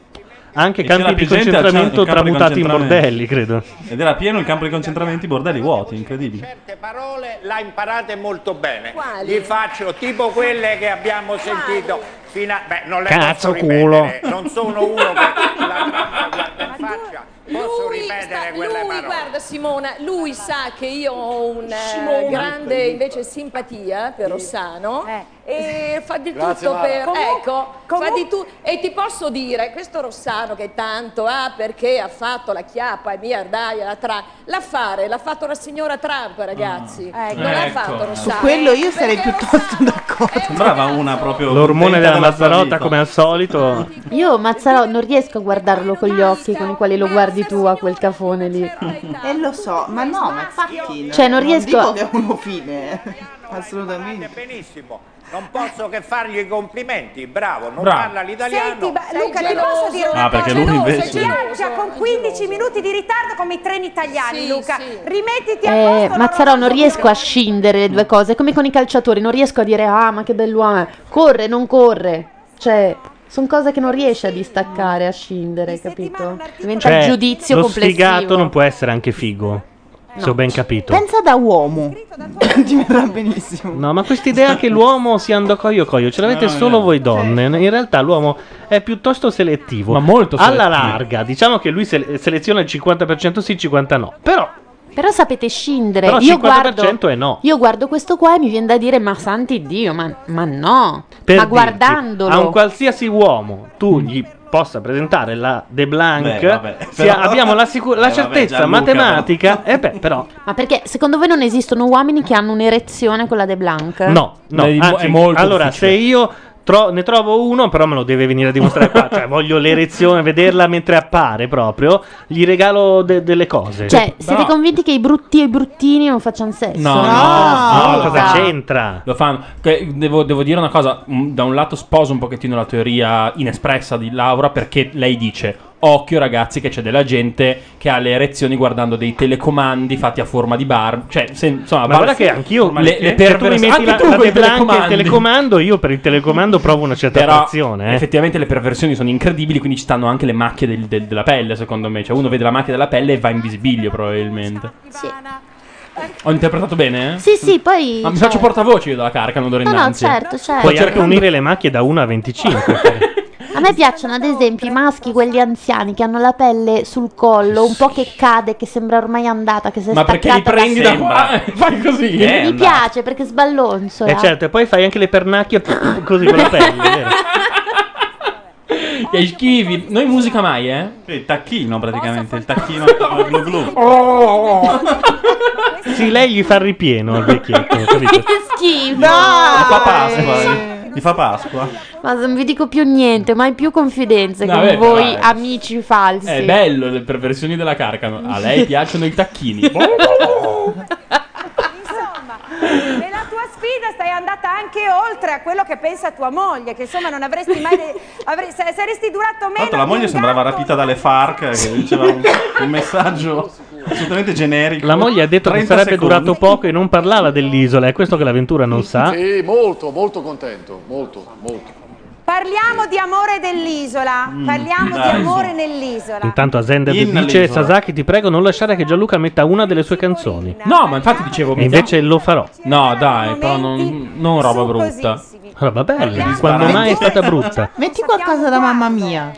Speaker 1: anche
Speaker 4: E c'era
Speaker 1: campi
Speaker 4: più
Speaker 1: di
Speaker 4: gente al
Speaker 1: concentramento
Speaker 4: campo di
Speaker 1: tramutati in
Speaker 4: concentramento.
Speaker 1: bordelli, credo.
Speaker 4: Ed era pieno il campo di concentramento, i bordelli vuoti, incredibile.
Speaker 16: parole la imparate molto bene. Gli faccio tipo quelle che abbiamo sentito fino a... Beh, non le
Speaker 1: Cazzo,
Speaker 16: posso ripetere,
Speaker 1: culo.
Speaker 16: Non sono uno che la tratta guarda in faccia. Posso ripetere quelle
Speaker 7: Lui,
Speaker 16: parole.
Speaker 7: guarda Simona, lui sa che io ho una
Speaker 16: Simona.
Speaker 7: grande invece simpatia per Rossano e fa di
Speaker 16: Grazie,
Speaker 7: tutto
Speaker 16: Mara.
Speaker 7: per...
Speaker 16: Comu-
Speaker 7: ecco, fa di tu- e ti posso dire, questo Rossano che tanto ha perché ha fatto la chiappa e miliardaia, la tra... L'affare l'ha fatto la signora Trump, ragazzi. Non l'ha
Speaker 4: Ecco.
Speaker 7: fatto
Speaker 11: Su
Speaker 7: Rossano.
Speaker 11: quello io sarei
Speaker 7: Perché
Speaker 11: piuttosto d'accordo.
Speaker 4: Sembrava una proprio.
Speaker 1: L'ormone
Speaker 4: contenta
Speaker 1: della
Speaker 4: della sua
Speaker 1: Mazzarota,
Speaker 4: vita.
Speaker 1: come al solito.
Speaker 6: Io, Mazzarò, non riesco a guardarlo con gli occhi con i quali lo guardi tu a quel cafone lì.
Speaker 11: E Eh, lo so, ma no, ma infatti.
Speaker 6: Cioè, non riesco
Speaker 11: dico
Speaker 6: a-
Speaker 11: che è uno fine. Assolutamente.
Speaker 16: Benissimo. Non posso che fargli i complimenti. Bravo, non
Speaker 4: Bravo.
Speaker 16: parla l'italiano.
Speaker 8: Senti, ba- Luca, ti
Speaker 16: geloso.
Speaker 8: posso dire una
Speaker 4: Ah, perché
Speaker 8: cosa?
Speaker 4: lui invece-
Speaker 8: Ci viaggia con 15 minuti di ritardo come i treni italiani, Luca. Rimettiti a
Speaker 6: Eh,
Speaker 8: posto.
Speaker 6: Mazzarò, non riesco a scindere le due cose, è come con i calciatori, non riesco a dire ah ma che bell'uomo è, corre, non corre, cioè sono cose che non riesci a distaccare, a scindere, capito? Diventa il
Speaker 1: Cioè,
Speaker 6: giudizio
Speaker 1: lo
Speaker 6: complessivo.
Speaker 1: sfigato non può essere anche figo. Se ho ben capito.
Speaker 11: Pensa da uomo. Diventerà benissimo.
Speaker 1: No, ma quest'idea che l'uomo sia andocoio coio, ce l'avete
Speaker 11: No, no,
Speaker 1: solo
Speaker 11: no.
Speaker 1: voi donne. In realtà l'uomo è piuttosto selettivo. Ma molto Alla larga, diciamo che lui sele- seleziona il 50% sì, il 50% no. Però
Speaker 6: Però sapete scindere.
Speaker 1: Però il
Speaker 6: io
Speaker 1: 50%
Speaker 6: guardo,
Speaker 1: è no.
Speaker 6: Io guardo questo qua e mi viene da dire: Ma santi Dio, ma, ma no.
Speaker 1: Per
Speaker 6: ma
Speaker 1: dirti,
Speaker 6: guardandolo.
Speaker 1: a un qualsiasi uomo tu gli possa presentare la De Blanc,
Speaker 4: Mm. Beh, vabbè,
Speaker 1: sia-
Speaker 4: però-
Speaker 1: abbiamo la, sicu- la
Speaker 4: Eh, vabbè,
Speaker 1: certezza
Speaker 4: Gianluca,
Speaker 1: matematica, eh beh, però
Speaker 6: Ma perché secondo voi non esistono uomini che hanno un'erezione con la De Blanc?
Speaker 1: no, no,
Speaker 3: È di-
Speaker 1: anzi,
Speaker 3: è molto
Speaker 1: allora
Speaker 3: difficile.
Speaker 1: se io tro- ne trovo uno, però me lo deve venire a dimostrare qua, cioè voglio l'erezione, vederla mentre appare proprio, gli regalo de- delle cose.
Speaker 6: Cioè, siete convinti che i brutti e i bruttini non facciano sesso? Ah.
Speaker 3: No, no,
Speaker 1: no, cosa c'entra?
Speaker 3: Lo fanno. Che- Devo, devo dire una cosa: mh, da un lato sposo un pochettino la teoria inespressa di Laura, perché lei dice: Occhio, ragazzi, che c'è della gente che ha le erezioni guardando dei telecomandi fatti a forma di bar. Cioè, se- insomma,
Speaker 1: Ma
Speaker 3: bar-
Speaker 1: guarda che anch'io
Speaker 3: le, le
Speaker 1: se tu mi
Speaker 3: pervers-
Speaker 1: metti
Speaker 3: anche
Speaker 1: la,
Speaker 3: tu
Speaker 1: la
Speaker 3: con i
Speaker 1: De Blanc e il
Speaker 3: telecomandi.
Speaker 1: telecomando, io per il telecomando provo una certa
Speaker 3: Però
Speaker 1: attrazione. eh.
Speaker 3: effettivamente le perversioni sono incredibili, quindi ci stanno anche le macchie del- del- della pelle, secondo me. Cioè, uno vede la macchia della pelle e va in visibilio, probabilmente.
Speaker 6: Sì.
Speaker 3: Ho interpretato bene? eh?
Speaker 6: Sì, sì, poi.
Speaker 3: Ma mi
Speaker 6: cioè-
Speaker 3: faccio portavoce io dalla carca, non d'ora
Speaker 6: No, no,
Speaker 3: innanzi.
Speaker 6: certo, certo.
Speaker 1: Puoi anche
Speaker 6: cercando-
Speaker 1: unire le macchie da 1 a 25.
Speaker 6: A me piacciono ad esempio i maschi, quelli anziani che hanno la pelle sul collo, un po' che cade, che sembra ormai andata, che si è
Speaker 1: Ma
Speaker 6: staccata.
Speaker 1: perché li prendi da qua
Speaker 3: e fai così?
Speaker 14: Eh,
Speaker 6: Mi piace perché sballonzola.
Speaker 1: E certo, e poi fai anche le pernacchie così con la pelle. vero?
Speaker 3: Che schivi. Noi musica mai, eh?
Speaker 4: Il tacchino praticamente, il tacchino glu glu.
Speaker 1: Sì, lei gli fa il ripieno al vecchietto. capito?
Speaker 6: Che schifo!
Speaker 4: Gli fa Pasqua. eh. Gli fa Pasqua.
Speaker 6: Ma non vi dico più niente, mai più confidenze
Speaker 3: No,
Speaker 6: con
Speaker 3: vabbè,
Speaker 6: voi
Speaker 3: dai.
Speaker 6: amici falsi.
Speaker 3: È bello le perversioni della carcano. A lei piacciono i tacchini.
Speaker 6: Boh,
Speaker 8: Nella tua sfida stai andata anche oltre a quello che pensa tua moglie, che insomma non avresti mai. de- avre- se- saresti durato
Speaker 4: Tra l'altro
Speaker 8: meno.
Speaker 4: la moglie sembrava rapita dalle FARC eh, che diceva un, un messaggio assolutamente generico.
Speaker 1: La moglie ha detto che
Speaker 4: 30
Speaker 1: sarebbe
Speaker 4: secondi.
Speaker 1: durato poco e non parlava dell'isola. È questo che l'avventura non sa.
Speaker 10: Sì, molto, molto contento, molto, molto.
Speaker 8: Parliamo di amore dell'isola.
Speaker 4: Mm.
Speaker 8: Parliamo di
Speaker 1: dai,
Speaker 8: amore nell'isola.
Speaker 1: Intanto Asender
Speaker 3: In
Speaker 1: dice:
Speaker 3: l'isola.
Speaker 1: Sasaki, ti prego, non lasciare che Gianluca metta una delle sue canzoni.
Speaker 3: No, ma infatti dicevo.
Speaker 1: E invece lo farò.
Speaker 3: No, dai, però non, non roba brutta.
Speaker 1: Roba bella, di quando mai è stata brutta.
Speaker 11: Metti qualcosa da mamma mia.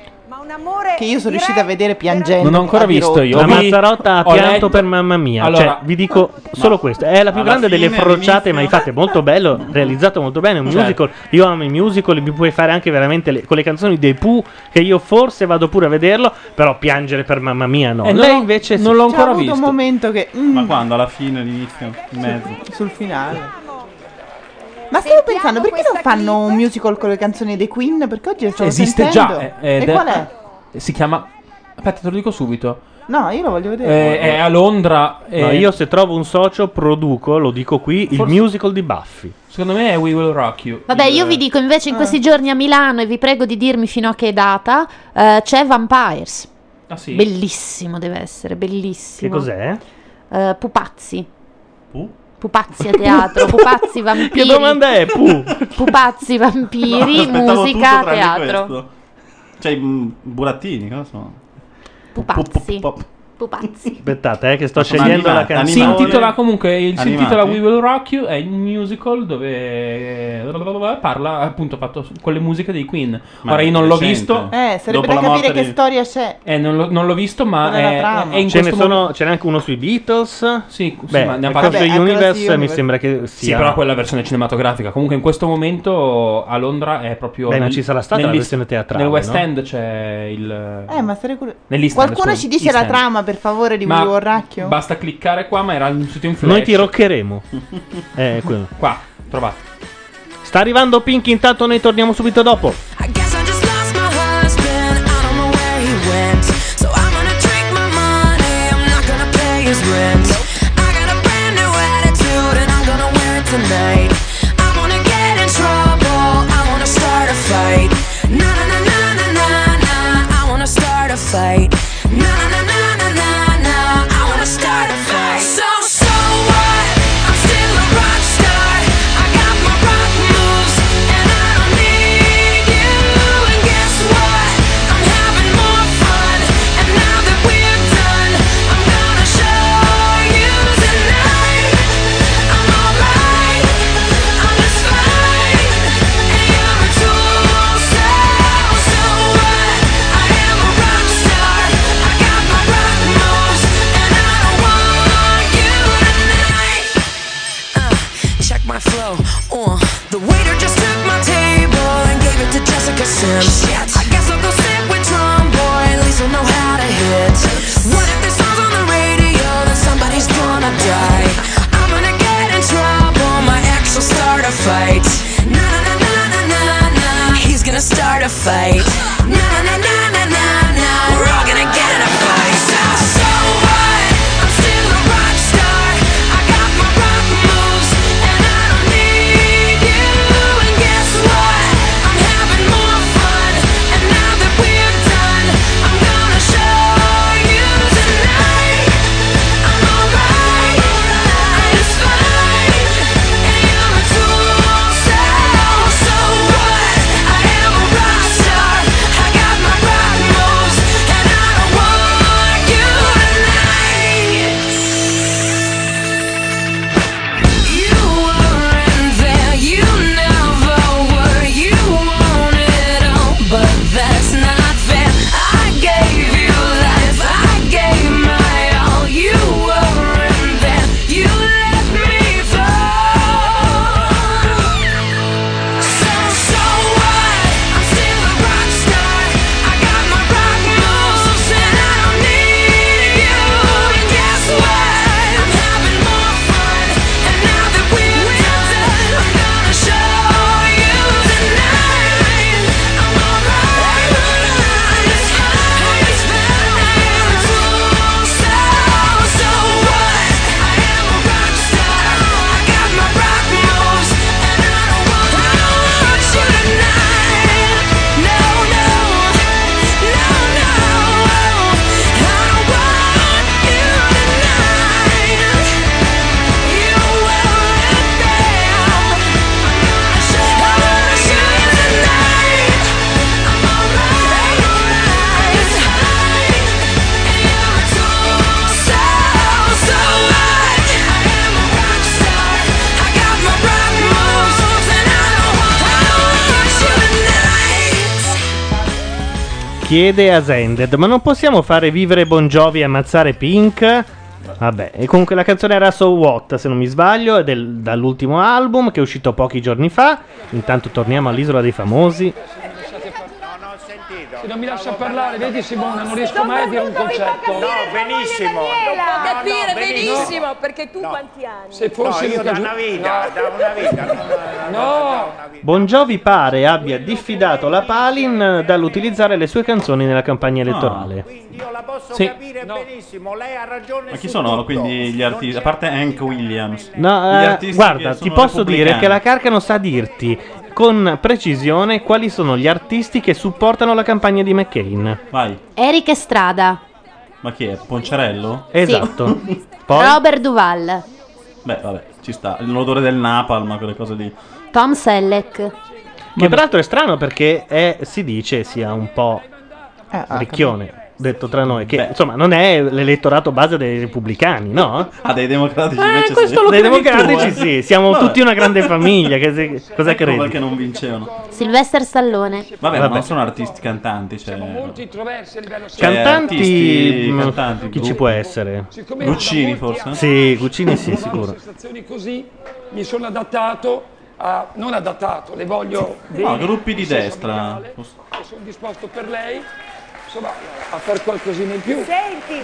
Speaker 11: Che io sono riuscita a vedere piangendo.
Speaker 1: Non ho ancora
Speaker 11: a dirotto.
Speaker 1: visto io. La Mazzarotta ha
Speaker 11: ho
Speaker 1: pianto
Speaker 11: letto-
Speaker 1: per mamma mia.
Speaker 3: Allora-
Speaker 1: cioè, vi dico solo questo. È la più
Speaker 3: Alla
Speaker 1: grande delle
Speaker 3: fine,
Speaker 1: frociate mai fatte. Molto bello, realizzato molto bene. Un
Speaker 3: Certo.
Speaker 1: musical. Io amo i musical. Mi puoi fare anche veramente le- con le canzoni dei Pooh. Che io forse vado pure a vederlo. Però piangere per mamma mia no.
Speaker 3: Eh,
Speaker 1: lei
Speaker 3: no,
Speaker 1: invece
Speaker 3: non l'ho
Speaker 11: C'è avuto un momento che. mm,
Speaker 4: Ma quando? Alla fine, all'inizio, in mezzo.
Speaker 11: Sul finale. Ma stavo pensando, perché non fanno un musical con le canzoni dei Queen? Perché oggi le stavo
Speaker 3: Esiste
Speaker 11: sentendo.
Speaker 3: già. eh, ed
Speaker 11: e
Speaker 3: è-
Speaker 11: qual è?
Speaker 3: Si chiama. Aspetta, te lo dico subito.
Speaker 11: No, io lo voglio
Speaker 3: Eh,
Speaker 11: vedere.
Speaker 3: è a Londra. eh,
Speaker 1: No, io se trovo un socio produco, lo dico qui, il
Speaker 3: Forse-
Speaker 1: musical di Buffy.
Speaker 3: Secondo me è We Will Rock You.
Speaker 6: Vabbè,
Speaker 3: Il-
Speaker 6: io vi dico invece in
Speaker 1: Ah.
Speaker 6: questi giorni a Milano, e vi prego di dirmi fino a che data, eh, c'è Vampires.
Speaker 3: Ah, sì?
Speaker 6: Bellissimo deve essere, bellissimo.
Speaker 1: Che cos'è?
Speaker 6: Eh, pupazzi.
Speaker 4: Pu?
Speaker 6: Pupazzi a teatro, pupazzi vampiri.
Speaker 1: Che domanda è, Pu?
Speaker 6: Pupazzi
Speaker 4: No,
Speaker 6: vampiri,
Speaker 4: aspettavo
Speaker 6: musica,
Speaker 4: tutto tranne
Speaker 6: teatro.
Speaker 4: questo. Cioè, i burattini, cosa sono?
Speaker 6: Pupazzi. Pupazzi.
Speaker 1: Aspettate, eh, che sto
Speaker 4: sono
Speaker 1: scegliendo
Speaker 4: animati,
Speaker 1: la
Speaker 3: Si
Speaker 1: canzone.
Speaker 3: intitola comunque il, si
Speaker 1: Animati.
Speaker 3: intitola We Will Rock You. È il musical dove eh, parla appunto fatto su- con le musiche dei Queen.
Speaker 4: Ma
Speaker 3: Ora
Speaker 4: è
Speaker 3: io non l'ho
Speaker 4: recente.
Speaker 3: visto.
Speaker 11: Eh, sarebbe da capire che storia c'è.
Speaker 3: Eh, non, l'ho, non l'ho visto, ma
Speaker 11: Qual è la
Speaker 3: è,
Speaker 11: trama?
Speaker 3: è in
Speaker 1: Ce ne
Speaker 3: questo
Speaker 1: sono, ce n'è anche uno sui Beatles.
Speaker 3: Sì,
Speaker 1: Beh,
Speaker 3: ma ne ha
Speaker 1: Across
Speaker 3: parlato-
Speaker 1: the
Speaker 3: Vabbè,
Speaker 1: Universe,
Speaker 3: Across the
Speaker 1: mi
Speaker 3: Universe.
Speaker 1: sembra che sia.
Speaker 3: Sì, però quella versione cinematografica. Comunque in questo momento a Londra è proprio.
Speaker 1: Beh, ma
Speaker 3: nel-
Speaker 1: ci sarà stata la
Speaker 3: nell'East-
Speaker 1: versione teatrale,
Speaker 3: Nel West
Speaker 1: no?
Speaker 3: End c'è il.
Speaker 11: Eh, ma sarei curioso.
Speaker 3: Nell'East End,
Speaker 11: Qualcuno
Speaker 3: scusa,
Speaker 11: ci dice
Speaker 3: East
Speaker 11: la
Speaker 3: End.
Speaker 11: trama, per favore, di
Speaker 3: Ma
Speaker 11: Willy Racchio?
Speaker 3: Basta cliccare qua, ma era in tutto in flash.
Speaker 1: Noi ti roccheremo. Eh, quello.
Speaker 3: Qua, trovate.
Speaker 1: Sta arrivando Pink, intanto noi torniamo subito dopo.
Speaker 5: Guess I just lost my husband. I don't know where he went. So I'm gonna drink my money. I'm not gonna pay his rent. I got a brand new attitude and I'm gonna wear it tonight. I wanna get in trouble. I wanna start a fight. Na na na na na na na. I wanna start a fight. Na na na na na na na. I wanna start a fight. So so what? I'm still a rock star. I got my rock moves and I don't need you. And guess what? I'm having more fun. And now that we're done, I'm gonna show you Uh, fight. Na na na na na na na. He's gonna start a fight. Na na na na na na. We're all gonna get in a fight. So, so what? I'm still a rock star. I got my rock moves, and I don't need you. And guess what? I'm having more fun. And now that we're done, I'm gonna show you tonight. I'm alright. I just fight. And you're a tool, so, so what? I am a rock star. I got my rock moves, and I don't want you tonight. You weren't there, you never were, you want it all, but that's not fair. I gave you life, I gave my all, you weren't there, you let me fall. So so what? I'm still a rock star. I got my rock moves, and I don't need you. And guess what? I'm having more fun. And now that we're done, I'm gonna show you tonight. I'm alright. I just fight. I'm a fool. So so what? I am a rock star. I got my rock moves, and I don't want I don't want you tonight. No no no no. I don't want you tonight.
Speaker 1: Chiede a Zended, ma non possiamo fare vivere Bon Jovi e ammazzare Pink? Vabbè, e comunque la canzone era So What, se non mi sbaglio, è del- dall'ultimo album che è uscito pochi giorni fa. Intanto torniamo all'isola dei famosi.
Speaker 15: Se non mi lascia parlare, vedi Simone, non riesco mai a dire un concetto.
Speaker 16: No, benissimo.
Speaker 7: può capire
Speaker 16: benissimo.
Speaker 7: benissimo perché tu quanti anni?
Speaker 15: Se
Speaker 16: No,
Speaker 15: fossi
Speaker 16: io
Speaker 15: Luca
Speaker 16: da
Speaker 15: Giu-
Speaker 16: una vita,
Speaker 15: No.
Speaker 16: da una vita.
Speaker 15: No,
Speaker 1: Bon Jovi pare abbia diffidato la Palin eh, dall'utilizzare le sue canzoni nella campagna elettorale.
Speaker 16: Posso
Speaker 1: Sì.
Speaker 16: capire benissimo, lei ha ragione.
Speaker 4: Ma chi sono quindi gli artisti? A parte Hank Williams.
Speaker 1: No,
Speaker 4: Gli
Speaker 1: eh,
Speaker 4: artisti
Speaker 1: guarda,
Speaker 4: che
Speaker 1: ti
Speaker 4: sono
Speaker 1: posso dire
Speaker 4: repubblicani.
Speaker 1: che la Carcano sa dirti con precisione quali sono gli artisti che supportano la campagna di McCain.
Speaker 4: Vai,
Speaker 6: Eric Estrada,
Speaker 4: ma chi è? Poncerello?
Speaker 1: Esatto. Poi?
Speaker 6: Robert Duval,
Speaker 4: Beh, vabbè, ci sta. L'odore del napalm, quelle cose lì.
Speaker 6: Tom Selleck.
Speaker 1: Che peraltro è strano perché è- si dice sia un po'
Speaker 6: ah,
Speaker 1: ricchione, detto tra noi, che insomma non è l'elettorato base dei repubblicani, no?
Speaker 4: Ah, dei democratici
Speaker 1: invece
Speaker 4: questo sì. lo
Speaker 1: Dei
Speaker 4: credi tu,
Speaker 1: democratici sì,
Speaker 4: eh?
Speaker 1: siamo
Speaker 4: Vabbè.
Speaker 1: tutti una grande famiglia, che se- cosa
Speaker 4: Ecco
Speaker 1: credi?
Speaker 4: perché non vincevano.
Speaker 6: Sylvester Stallone.
Speaker 4: Vabbè, ma
Speaker 1: Vabbè.
Speaker 4: non sono artisti cantanti, cioè...
Speaker 15: molti introversi a livello
Speaker 4: cioè,
Speaker 1: Cantanti,
Speaker 4: artisti,
Speaker 1: mh,
Speaker 4: cantanti,
Speaker 1: chi
Speaker 4: boh.
Speaker 1: ci può essere?
Speaker 15: Siccome io da
Speaker 4: Guccini,
Speaker 15: molti
Speaker 4: forse?
Speaker 15: anni
Speaker 1: Sì, Guccini sì,
Speaker 15: provavo
Speaker 1: sicuro.
Speaker 15: sensazioni così, mi sono adattato a... non adattato, le voglio...
Speaker 4: No,
Speaker 15: bene,
Speaker 4: gruppi di
Speaker 15: nel senso
Speaker 4: destra.
Speaker 15: amicale, e sono disposto per lei, insomma, a fare qualcosina in più.
Speaker 8: Senti,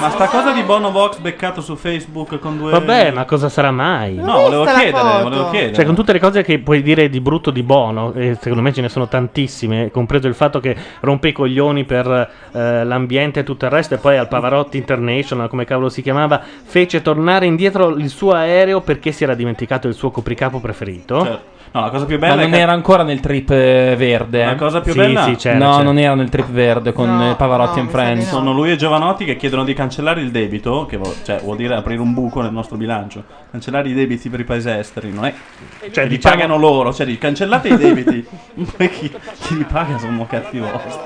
Speaker 4: Ma sta cosa di Bono Vox beccato su Facebook con due...
Speaker 1: Vabbè, ma cosa sarà mai?
Speaker 4: No, volevo chiedere, volevo chiedere.
Speaker 1: Cioè, con tutte le cose che puoi dire di brutto di buono, e secondo me ce ne sono tantissime, compreso il fatto che rompe i coglioni per eh, l'ambiente e tutto il resto, e poi al Pavarotti International, come cavolo si chiamava, fece tornare indietro il suo aereo perché si era dimenticato il suo copricapo preferito.
Speaker 4: Certo. No, la cosa più
Speaker 3: Ma non era ancora nel trip eh, verde.
Speaker 4: La
Speaker 3: eh?
Speaker 4: cosa più Sì, bella- sì, c'era,
Speaker 3: no,
Speaker 4: c'era.
Speaker 3: non era nel trip verde con eh, Pavarotti and Friends.
Speaker 4: Sono lui e Giovanotti che chiedono di cancellare il debito, che vo- cioè, vuol dire aprire un buco nel nostro bilancio. Cancellare i debiti per i paesi esteri, non è. Cioè, li
Speaker 1: diciamo-
Speaker 4: pagano loro, cioè, li- cancellate i debiti. Poi chi, chi li paga sono cazzi vostri.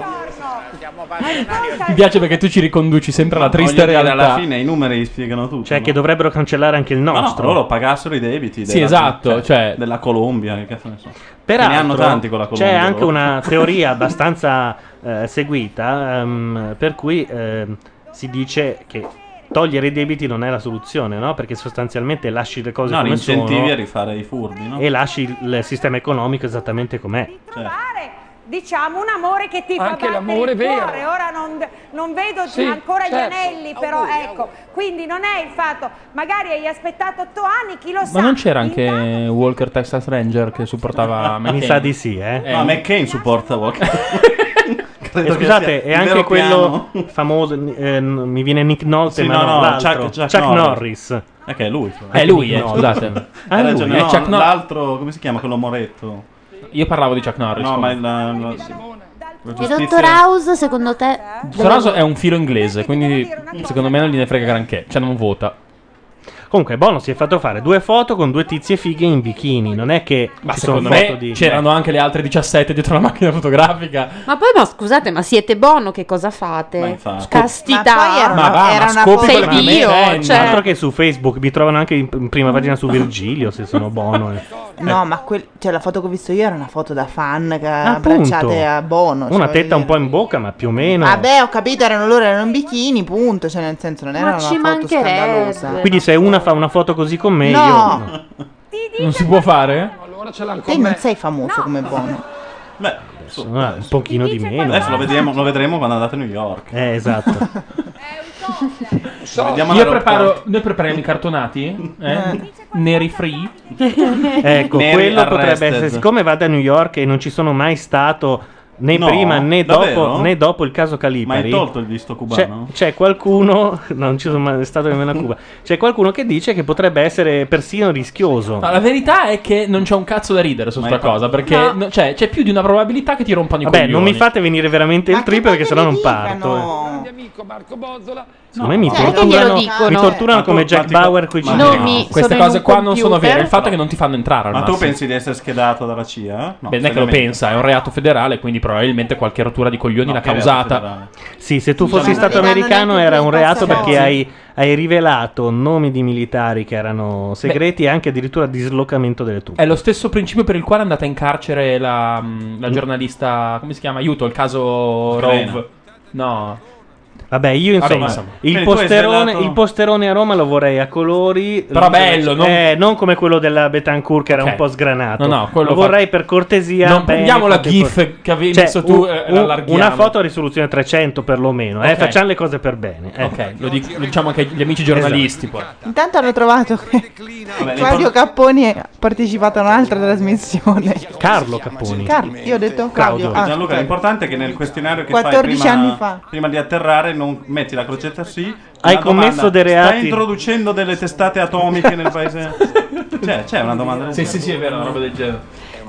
Speaker 3: Mi piace perché tu ci riconduci sempre alla triste
Speaker 4: Voglio dire,
Speaker 3: realtà.
Speaker 4: Alla fine i numeri li spiegano tutto.
Speaker 1: Cioè, che dovrebbero cancellare anche il
Speaker 4: Ma no,
Speaker 1: nostro.
Speaker 4: loro pagassero i debiti.
Speaker 1: Sì, esatto, cioè-
Speaker 4: Della Colombia, che cazzo ne so.
Speaker 1: Peraltro,
Speaker 4: ne hanno tanti con la Colombia. oh.
Speaker 1: c'è anche
Speaker 4: loro.
Speaker 1: una teoria abbastanza eh, seguita, ehm, per cui ehm, si dice che togliere i debiti non è la soluzione, no? Perché sostanzialmente lasci le cose
Speaker 4: No,
Speaker 1: come
Speaker 4: li
Speaker 1: sono
Speaker 4: incentivi a rifare i furbi, no?
Speaker 3: Eh.
Speaker 1: e lasci il sistema economico esattamente com'è.
Speaker 4: Cioè,
Speaker 8: diciamo un amore che ti
Speaker 15: Anche
Speaker 8: fa battere
Speaker 15: l'amore
Speaker 8: il
Speaker 15: vero.
Speaker 8: cuore. Ora non, non vedo
Speaker 15: Sì,
Speaker 8: ancora
Speaker 15: certo.
Speaker 8: gli anelli, però
Speaker 15: Auguri,
Speaker 8: ecco. Quindi non è il fatto, magari hai aspettato otto anni, chi lo sa.
Speaker 3: Ma non c'era anche Walker Texas Ranger che supportava
Speaker 1: Mi sa di sì, eh. No,
Speaker 3: McCain supporta Walker.
Speaker 1: E
Speaker 4: che
Speaker 1: scusate, è
Speaker 4: sia il
Speaker 1: anche
Speaker 4: vero
Speaker 1: quello famoso. eh, n- mi viene Nick Nolte,
Speaker 4: Sì,
Speaker 1: ma
Speaker 4: no, no,
Speaker 1: l'altro.
Speaker 4: Chuck- Chuck
Speaker 1: Norris. Ah,
Speaker 4: Norris.
Speaker 1: Ok, è lui.
Speaker 3: È lui, eh, scusate.
Speaker 4: Hai
Speaker 3: È
Speaker 4: ragione,
Speaker 3: lui, è
Speaker 4: no,
Speaker 3: Chuck Nor-
Speaker 4: l'altro, come si chiama quello moretto?
Speaker 3: Io parlavo di Chuck Norris.
Speaker 4: No, ma
Speaker 3: comunque.
Speaker 4: il... la- la- sì. La
Speaker 6: E
Speaker 4: giustizia-
Speaker 6: Dottor House, secondo te?
Speaker 3: Soroso è un filo inglese, quindi secondo me non gliene frega granché. Cioè, non vota.
Speaker 1: Comunque, Bono si è fatto fare due foto con due tizie fighe in bikini. Non è che
Speaker 3: Ma
Speaker 1: ci sono
Speaker 3: secondo
Speaker 1: foto
Speaker 3: me
Speaker 1: di.
Speaker 3: c'erano anche le altre 17 dietro la macchina fotografica.
Speaker 6: Ma poi, ma scusate, ma siete Bono, che cosa fate?
Speaker 3: Ma infatti.
Speaker 6: Castità.
Speaker 11: Ma poi era Ma una- va, era ma una scopi
Speaker 6: Sei
Speaker 11: quella che
Speaker 6: Dio,
Speaker 11: metti,
Speaker 6: cioè-
Speaker 1: eh, Altro che su Facebook mi trovano anche in, in prima pagina su Virgilio se sono Bono. eh.
Speaker 11: No, ma quel- cioè, la foto che ho visto io era una foto da fan che
Speaker 1: Appunto.
Speaker 11: abbracciate a Bono. cioè,
Speaker 1: Una
Speaker 11: voglio
Speaker 1: tetta un
Speaker 11: dire.
Speaker 1: po' in bocca, ma più o meno.
Speaker 11: Vabbè, ho capito, erano loro, erano in bikini, punto. Cioè, nel senso, non era
Speaker 6: Ma
Speaker 11: una
Speaker 6: ci
Speaker 11: foto
Speaker 6: mancherebbe.
Speaker 11: scandalosa.
Speaker 1: Quindi se una fa una foto così con me,
Speaker 11: No.
Speaker 1: io... Non si può fare?
Speaker 15: Allora ce l'ha
Speaker 11: Te non sei famoso come Bono.
Speaker 4: Beh,
Speaker 1: un pochino di meno.
Speaker 4: Adesso lo, vediamo- lo vedremo quando andate a New York.
Speaker 1: Eh, esatto.
Speaker 4: Vediamo
Speaker 3: Io
Speaker 4: all'aeroporto.
Speaker 3: preparo, noi prepariamo i cartonati, eh?
Speaker 4: Eh.
Speaker 3: neri free.
Speaker 1: Ecco,
Speaker 3: Neri
Speaker 1: quello potrebbe
Speaker 3: arrested.
Speaker 1: essere. Siccome vado a New York e non ci sono mai stato né
Speaker 4: No,
Speaker 1: prima né
Speaker 4: davvero?
Speaker 1: dopo, né dopo il caso Calipari.
Speaker 4: Ma hai tolto il visto cubano?
Speaker 1: C'è, c'è qualcuno. no, non ci sono mai stato nemmeno a Cuba. C'è qualcuno che dice che potrebbe essere persino rischioso.
Speaker 3: No, la verità è che non c'è un cazzo da ridere su
Speaker 1: Ma
Speaker 3: sta
Speaker 1: infatti-
Speaker 3: cosa, perché
Speaker 1: No.
Speaker 3: no, cioè, c'è più di una probabilità che ti rompano i
Speaker 1: Vabbè,
Speaker 3: coglioni.
Speaker 1: non mi fate venire veramente il trip perché sennò non parto. eh.
Speaker 15: grande amico Marco Bozzola.
Speaker 1: Secondo me mi
Speaker 15: No, perché
Speaker 4: cioè,
Speaker 1: torturano,
Speaker 15: glielo dicono?
Speaker 1: mi torturano
Speaker 4: Ma tu-
Speaker 1: come
Speaker 4: ma
Speaker 1: Jack
Speaker 4: ti-
Speaker 1: Bauer con i
Speaker 4: ma-
Speaker 1: cinesi.
Speaker 4: No, mi-
Speaker 3: Queste
Speaker 4: sono in
Speaker 3: cose
Speaker 4: un
Speaker 3: qua non sono
Speaker 4: computer.
Speaker 3: vere, il fatto è che non ti fanno entrare al
Speaker 4: Ma tu
Speaker 3: massimo.
Speaker 4: pensi di essere schedato dalla CIA?
Speaker 3: Beh, non è
Speaker 4: No,
Speaker 3: che lo
Speaker 4: seriamente.
Speaker 3: pensa, è un reato federale, quindi probabilmente qualche rottura di coglioni l'ha
Speaker 4: che reato
Speaker 3: causata.
Speaker 4: federale?
Speaker 1: Sì, se tu fossi
Speaker 3: Scusami.
Speaker 1: stato
Speaker 3: Ma Diciamo, non ti danno
Speaker 1: americano
Speaker 3: neanche
Speaker 1: era
Speaker 3: più
Speaker 1: un
Speaker 3: il
Speaker 1: reato
Speaker 3: passaporto.
Speaker 1: perché hai, hai rivelato nomi di militari che erano segreti e anche addirittura dislocamento delle truppe.
Speaker 3: È lo stesso principio per il quale è andata in carcere la, mh, la giornalista, come si chiama? Aiuto, il caso
Speaker 1: Ucraina.
Speaker 3: Rove. No.
Speaker 1: Vabbè, io
Speaker 3: Vabbè,
Speaker 1: insomma,
Speaker 3: insomma.
Speaker 1: il,
Speaker 3: Quindi tu hai
Speaker 1: posterone,
Speaker 3: svelato-
Speaker 1: il posterone a Roma lo vorrei a colori.
Speaker 3: Però bello, non-
Speaker 1: Eh, non come quello della Betancourt che era
Speaker 3: Ok.
Speaker 1: un po' sgranato.
Speaker 3: No, no, quello
Speaker 1: lo
Speaker 3: fa-
Speaker 1: vorrei per cortesia.
Speaker 3: Non prendiamo la
Speaker 1: fate
Speaker 3: gif
Speaker 1: così.
Speaker 3: che avevi messo tu, eh, la allarghiamo.
Speaker 1: Cioè, Una foto a risoluzione 300 perlomeno. eh,
Speaker 3: Ok.
Speaker 1: facciamo le cose per bene. Esatto. eh.
Speaker 3: Ok, lo, dic- lo diciamo anche agli amici giornalisti poi.
Speaker 11: Intanto Ecco, hanno trovato che Claudio Capponi ha partecipato a un'altra trasmissione.
Speaker 1: Carlo Capponi.
Speaker 11: Carlo, io ho detto Claudio.
Speaker 4: Claudio,
Speaker 11: Ah,
Speaker 4: Gianluca, l'importante è che nel questionario che
Speaker 11: 14
Speaker 4: fai prima,
Speaker 11: anni fa.
Speaker 4: prima di atterrare non metti la crocetta sì.
Speaker 1: Hai
Speaker 4: una
Speaker 1: commesso
Speaker 4: domanda,
Speaker 1: dei reati?"
Speaker 4: Stai introducendo delle testate atomiche nel paese? cioè, c'è una domanda del
Speaker 3: Sì, sì, sì, è vero, una roba del genere.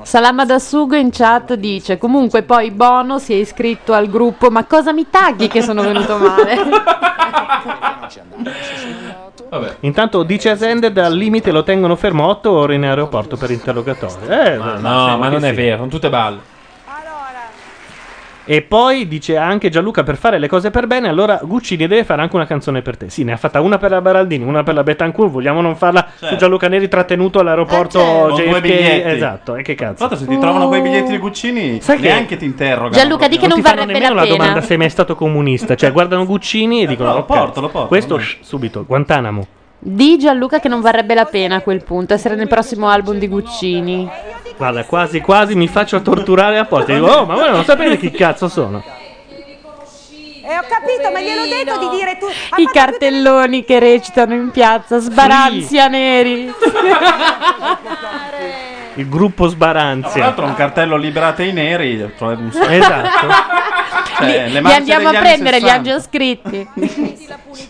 Speaker 6: Salama da Sugo in chat dice: Comunque, poi Bono si è iscritto al gruppo. Ma cosa mi tagli che sono venuto male?
Speaker 1: Intanto dice Ascended al limite lo tengono fermo 8 ore in aeroporto per interrogatorio. Eh,
Speaker 3: Ma
Speaker 1: sembra
Speaker 3: no, ma
Speaker 1: che
Speaker 3: non è
Speaker 1: sì.
Speaker 3: vero, sono tutte balle.
Speaker 1: E poi dice anche Gianluca per fare le cose per bene, allora Guccini deve fare anche una canzone per te. Sì, ne ha fatta una per la Baraldini, una per la Betancourt, vogliamo non farla su Gianluca Neri trattenuto all'aeroporto
Speaker 4: Certo.
Speaker 6: Eh, certo.
Speaker 4: Con due
Speaker 1: JFK.
Speaker 4: biglietti.
Speaker 1: Esatto, e che cazzo.
Speaker 4: Infatti, se ti trovano quei biglietti di Guccini,
Speaker 1: Sai che-
Speaker 4: neanche ti interrogano.
Speaker 6: Gianluca, di che non
Speaker 1: ti fanno
Speaker 6: varrebbe
Speaker 1: nemmeno
Speaker 6: la
Speaker 1: la
Speaker 6: pena.
Speaker 1: domanda se mai è stato comunista, cioè guardano Guccini e dicono "Ok,
Speaker 4: porto, Eh, lo porto,
Speaker 1: Questo
Speaker 4: lo
Speaker 1: shh, subito, Guantanamo.
Speaker 6: Di Gianluca che non varrebbe la pena a quel punto essere nel prossimo album di Guccini.
Speaker 1: Guarda, quasi quasi mi faccio torturare apposta. Dico, oh, ma voi non sapete chi cazzo sono.
Speaker 8: E ho capito, ma gliel'ho detto di dire tu.
Speaker 6: I cartelloni che recitano in piazza, sbaranzia neri.
Speaker 1: Il gruppo
Speaker 4: Tra
Speaker 1: sbaranzia.
Speaker 4: l'altro, un cartello liberate i neri. lo trovi un sacco.
Speaker 1: Esatto.
Speaker 4: Cioè, le
Speaker 6: Li
Speaker 4: marce
Speaker 6: andiamo a
Speaker 4: degli anni
Speaker 6: prendere, li
Speaker 4: 60.
Speaker 6: hanno già scritti.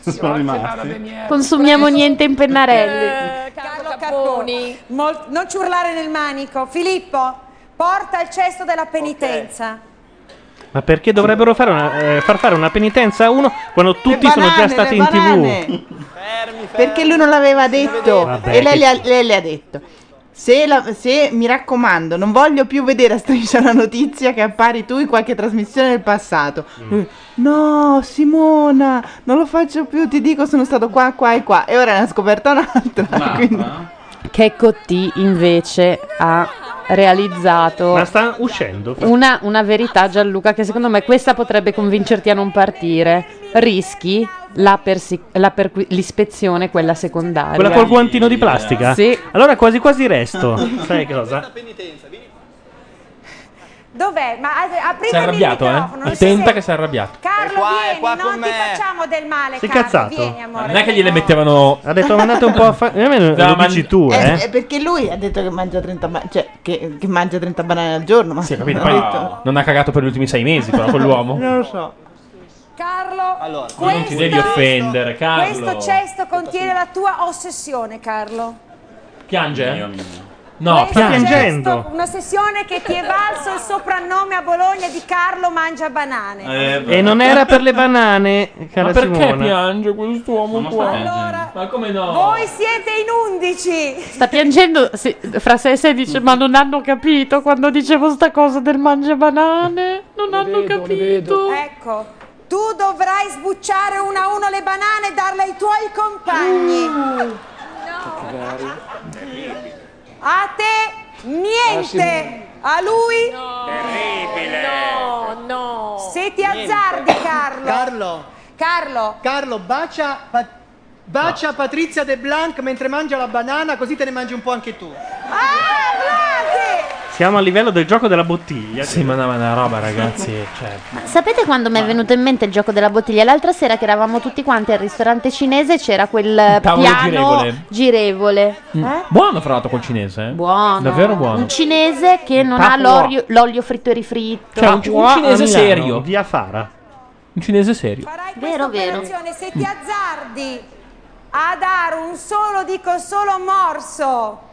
Speaker 4: Sono rimasti.
Speaker 6: Consumiamo niente in
Speaker 4: Eh.
Speaker 5: Eh,
Speaker 6: pennarelli.
Speaker 8: Carlo Capponi. Mol- non ci urlare nel manico. Filippo, porta il cesto della penitenza.
Speaker 1: Ma perché dovrebbero fare una- eh, far fare una penitenza a uno quando tutti sono già
Speaker 11: banane,
Speaker 1: stati
Speaker 11: le
Speaker 1: in tv?
Speaker 11: banane. Perché lui non l'aveva detto
Speaker 1: Vabbè,
Speaker 11: e lei
Speaker 1: che-
Speaker 11: le, ha, lei le ha detto. Se, la- se mi raccomando, non voglio più vedere a striscia la notizia che appari tu in qualche trasmissione del passato.
Speaker 1: Mm.
Speaker 11: Lui, No, Simona, non lo faccio più, ti dico sono stato qua, qua e qua. E ora ne ha scoperta un'altra. quindi-
Speaker 6: Checco T invece ha realizzato
Speaker 1: Ma sta uscendo.
Speaker 6: una, una verità Gianluca che secondo me questa potrebbe convincerti a non partire. Rischi la persi- la perqui- l'ispezione, quella secondaria.
Speaker 1: Quella col guantino di plastica?
Speaker 6: Sì.
Speaker 1: Allora quasi quasi resto. Sai cosa?
Speaker 8: Dov'è? Ma a-
Speaker 3: Si
Speaker 8: aprite
Speaker 3: è
Speaker 8: il
Speaker 3: arrabbiato,
Speaker 8: microfono.
Speaker 3: eh?
Speaker 8: non si
Speaker 3: Attenta
Speaker 8: sente.
Speaker 3: che si è arrabbiato.
Speaker 8: Carlo, vieni, non ti
Speaker 17: me.
Speaker 8: facciamo del male.
Speaker 3: Si è
Speaker 8: Carlo,
Speaker 3: cazzato.
Speaker 8: vieni, amore.
Speaker 3: Non è che gliele mettevano.
Speaker 1: Ha detto mandate un po' a fa- Eh, me lo- lo dici tu,
Speaker 11: Eh,
Speaker 1: eh.
Speaker 11: eh, perché lui ha detto che mangia 30 banane, cioè che, che mangia 30 banane al giorno, ma
Speaker 3: Sì, ho capito.
Speaker 11: non ha
Speaker 3: Poi
Speaker 11: detto-
Speaker 3: non ha cagato per gli ultimi sei mesi, però quell'uomo.
Speaker 11: Non lo so.
Speaker 8: Carlo,
Speaker 3: Tu non ti devi offendere, Carlo.
Speaker 8: questo cesto contiene la tua ossessione, Carlo.
Speaker 3: Piange? No,
Speaker 8: Questo
Speaker 3: piange.
Speaker 8: cesto, Un'ossessione che ti è valso il soprannome a Bologna di Carlo Mangia
Speaker 3: Eh,
Speaker 8: Banane.
Speaker 1: E non era per le banane, cara
Speaker 3: Ma perché
Speaker 1: Simona.
Speaker 3: piange quest'uomo qua?
Speaker 8: Allora,
Speaker 3: Ma come no?
Speaker 8: Voi siete in 11.
Speaker 6: Sta piangendo sì, fra sé e sé dice ma non hanno capito quando dicevo sta cosa del mangia banane.
Speaker 8: Non hanno capito. Ecco, tu dovrai sbucciare una a uno le banane e darle ai tuoi compagni. A te
Speaker 7: Ah,
Speaker 8: niente, a lui
Speaker 7: No, no.
Speaker 8: se ti azzardi, Carlo.
Speaker 12: Carlo.
Speaker 8: Carlo.
Speaker 12: Carlo, bacia, Pa- bacia Patrizia De Blanc mentre mangia la banana, così te ne mangi un po' anche tu.
Speaker 1: Siamo a livello del gioco della bottiglia.
Speaker 3: Sì, ma no, ma è una roba, ragazzi. cioè,
Speaker 6: Sapete quando mi è venuto in mente il gioco della bottiglia? L'altra sera che eravamo tutti quanti al ristorante cinese c'era quel
Speaker 3: tavolo
Speaker 6: piano
Speaker 3: girevole.
Speaker 6: girevole.
Speaker 3: Mm.
Speaker 6: Eh?
Speaker 3: Buono, fra l'altro, col cinese. eh.
Speaker 6: Buono.
Speaker 3: Davvero buono.
Speaker 6: Un cinese che non ha
Speaker 3: Papua.
Speaker 6: l'olio, l'olio fritto e rifritto.
Speaker 3: Cioè, un, un cinese serio.
Speaker 1: Via Fara.
Speaker 3: Un cinese serio.
Speaker 6: Vero, vero.
Speaker 8: Attenzione, se ti azzardi a dare un solo, dico solo morso.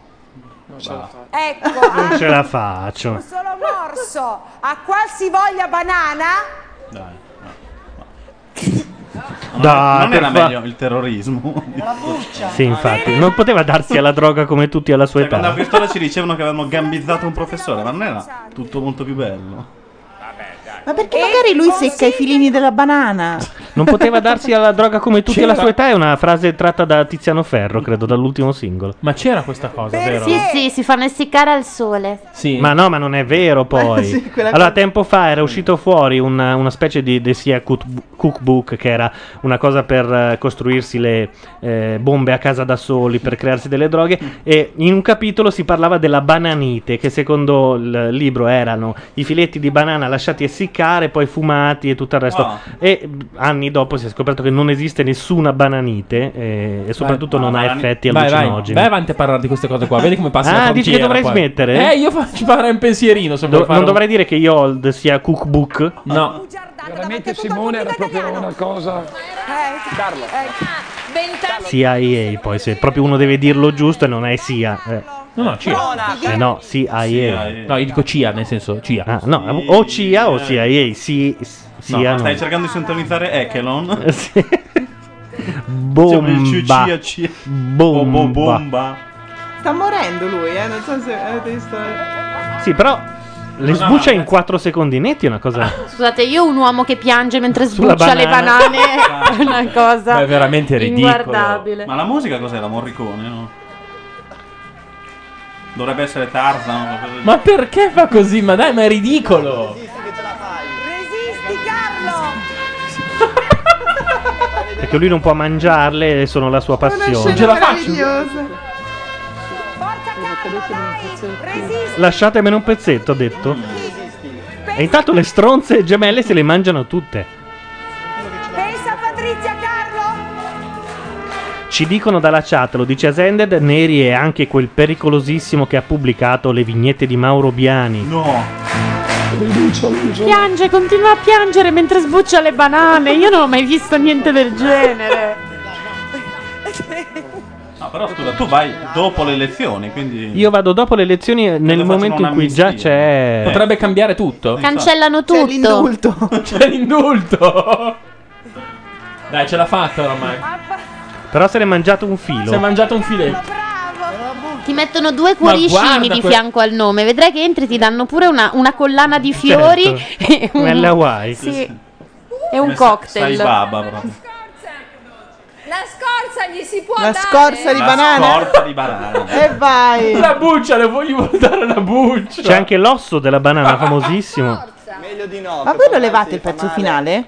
Speaker 8: Ecco, a
Speaker 1: Non ce la faccio.
Speaker 8: un solo morso a qualsivoglia banana.
Speaker 1: Dai,
Speaker 4: non
Speaker 1: per
Speaker 4: era
Speaker 1: fa-
Speaker 4: meglio il terrorismo.
Speaker 1: Sì, infatti, non poteva darsi alla droga come tutti alla
Speaker 3: Cioè,
Speaker 1: sua
Speaker 4: Quando a
Speaker 1: età.
Speaker 4: Pistola ci dicevano che avevano gambizzato un professore, ma non era
Speaker 6: Esatto.
Speaker 4: tutto molto più bello.
Speaker 11: Ma perché magari lui secca i filini della banana?
Speaker 1: Non poteva darsi alla droga come tutti alla
Speaker 11: C'era-
Speaker 1: sua età è una frase tratta da Tiziano Ferro, credo, dall'ultimo singolo.
Speaker 3: Ma c'era questa cosa, vero?
Speaker 6: Sì, sì, si fanno essiccare al sole.
Speaker 1: Ma no, ma non è vero poi.
Speaker 6: sì, quella
Speaker 1: allora,
Speaker 6: cosa-
Speaker 1: tempo fa era uscito fuori una, una specie di Desia cook- Cookbook, che era una cosa per eh, costruirsi le eh, bombe a casa da soli, per crearsi delle droghe. E in un capitolo si parlava della bananite, che secondo il libro erano i filetti di banana lasciati essiccare, poi fumati e tutto il resto.
Speaker 4: Ah.
Speaker 1: E mh, anni dopo si è scoperto che non esiste nessuna bananite eh, e soprattutto non ha effetti
Speaker 3: vai, vai,
Speaker 1: allucinogeni.
Speaker 3: vai avanti a parlare di queste cose qua. Vedi come passa la
Speaker 1: Ah, dici che
Speaker 3: crociera
Speaker 1: dovrei
Speaker 3: poi.
Speaker 1: smettere?
Speaker 3: Eh, io fa- ci farei un pensierino se
Speaker 1: Do-
Speaker 3: vuoi fare
Speaker 1: non
Speaker 3: un-
Speaker 1: dovrei dire che Yold sia cookbook?
Speaker 3: No.
Speaker 15: Veramente Simone era proprio una cosa... Carlo.
Speaker 7: Vent'anni
Speaker 1: CIA poi, se proprio uno deve dirlo giusto e non è SIA. Eh.
Speaker 3: No, no, CIA.
Speaker 1: Eh no, CIA.
Speaker 3: No, io dico CIA, nel senso CIA.
Speaker 1: Ah, no, o CIA o CIA, sì, s-
Speaker 4: No,
Speaker 1: CIA no. Eh,
Speaker 4: stai cercando di sintonizzare Echelon.
Speaker 1: Bomba.
Speaker 4: Cioè, il CIA.
Speaker 1: Bomba.
Speaker 4: Oh, bomba.
Speaker 11: Sta morendo lui, eh, non so se avete visto.
Speaker 1: Sì, però le sbuccia
Speaker 3: eh.
Speaker 1: in 4 secondi netti è una cosa...
Speaker 6: Scusate, io un uomo che piange mentre
Speaker 1: Sulla
Speaker 6: sbuccia le
Speaker 1: banana.
Speaker 6: banane è una cosa
Speaker 4: Ma è veramente ridicolo.
Speaker 6: inguardabile.
Speaker 4: Ma la musica cos'era? Morricone, no? Dovrebbe essere Tarzan. qualcosa del
Speaker 3: Ma perché fa così? Ma dai, ma è ridicolo.
Speaker 8: Resisti, Carlo!
Speaker 1: Perché lui non può mangiarle e sono la sua
Speaker 3: Non
Speaker 1: passione.
Speaker 3: ce la faccio.
Speaker 1: Lasciatemene un pezzetto, ha detto. E intanto le stronze gemelle se le mangiano tutte.
Speaker 8: Pensa a Patrizia, Carlo!
Speaker 1: Ci dicono dalla chat, lo dice Asended, Neri è anche quel pericolosissimo che ha pubblicato le vignette di Mauro Biani.
Speaker 4: No.
Speaker 6: Piange, continua a piangere mentre sbuccia le banane. Io non ho mai visto niente del genere.
Speaker 4: No, però scusa, tu vai dopo le lezioni, quindi...
Speaker 1: Io vado dopo le lezioni eh, nel momento in cui già c'è...
Speaker 3: Potrebbe cambiare tutto.
Speaker 6: Cancellano tutto.
Speaker 3: C'è l'indulto. Dai, ce l'ha fatta oramai.
Speaker 1: Però se ne è mangiato un filo.
Speaker 3: Si è mangiato un filetto.
Speaker 6: Ti mettono due
Speaker 3: Ma
Speaker 6: cuoricini
Speaker 3: guarda
Speaker 6: di
Speaker 3: que-
Speaker 6: fianco al nome. Vedrai che entri ti danno pure una, una collana di
Speaker 3: Certo.
Speaker 6: fiori. e un-
Speaker 1: Come alle Hawaii.
Speaker 6: Sì. E un
Speaker 1: Come sa-
Speaker 6: cocktail.
Speaker 1: sai baba.
Speaker 9: La scorza gli si può
Speaker 11: La
Speaker 9: dare.
Speaker 11: scorza di banana.
Speaker 4: Porta di banana.
Speaker 11: E vai.
Speaker 3: La buccia, le voglio dare la buccia.
Speaker 1: C'è anche l'osso della banana, famosissimo.
Speaker 11: Ma voi lo levate il pezzo finale?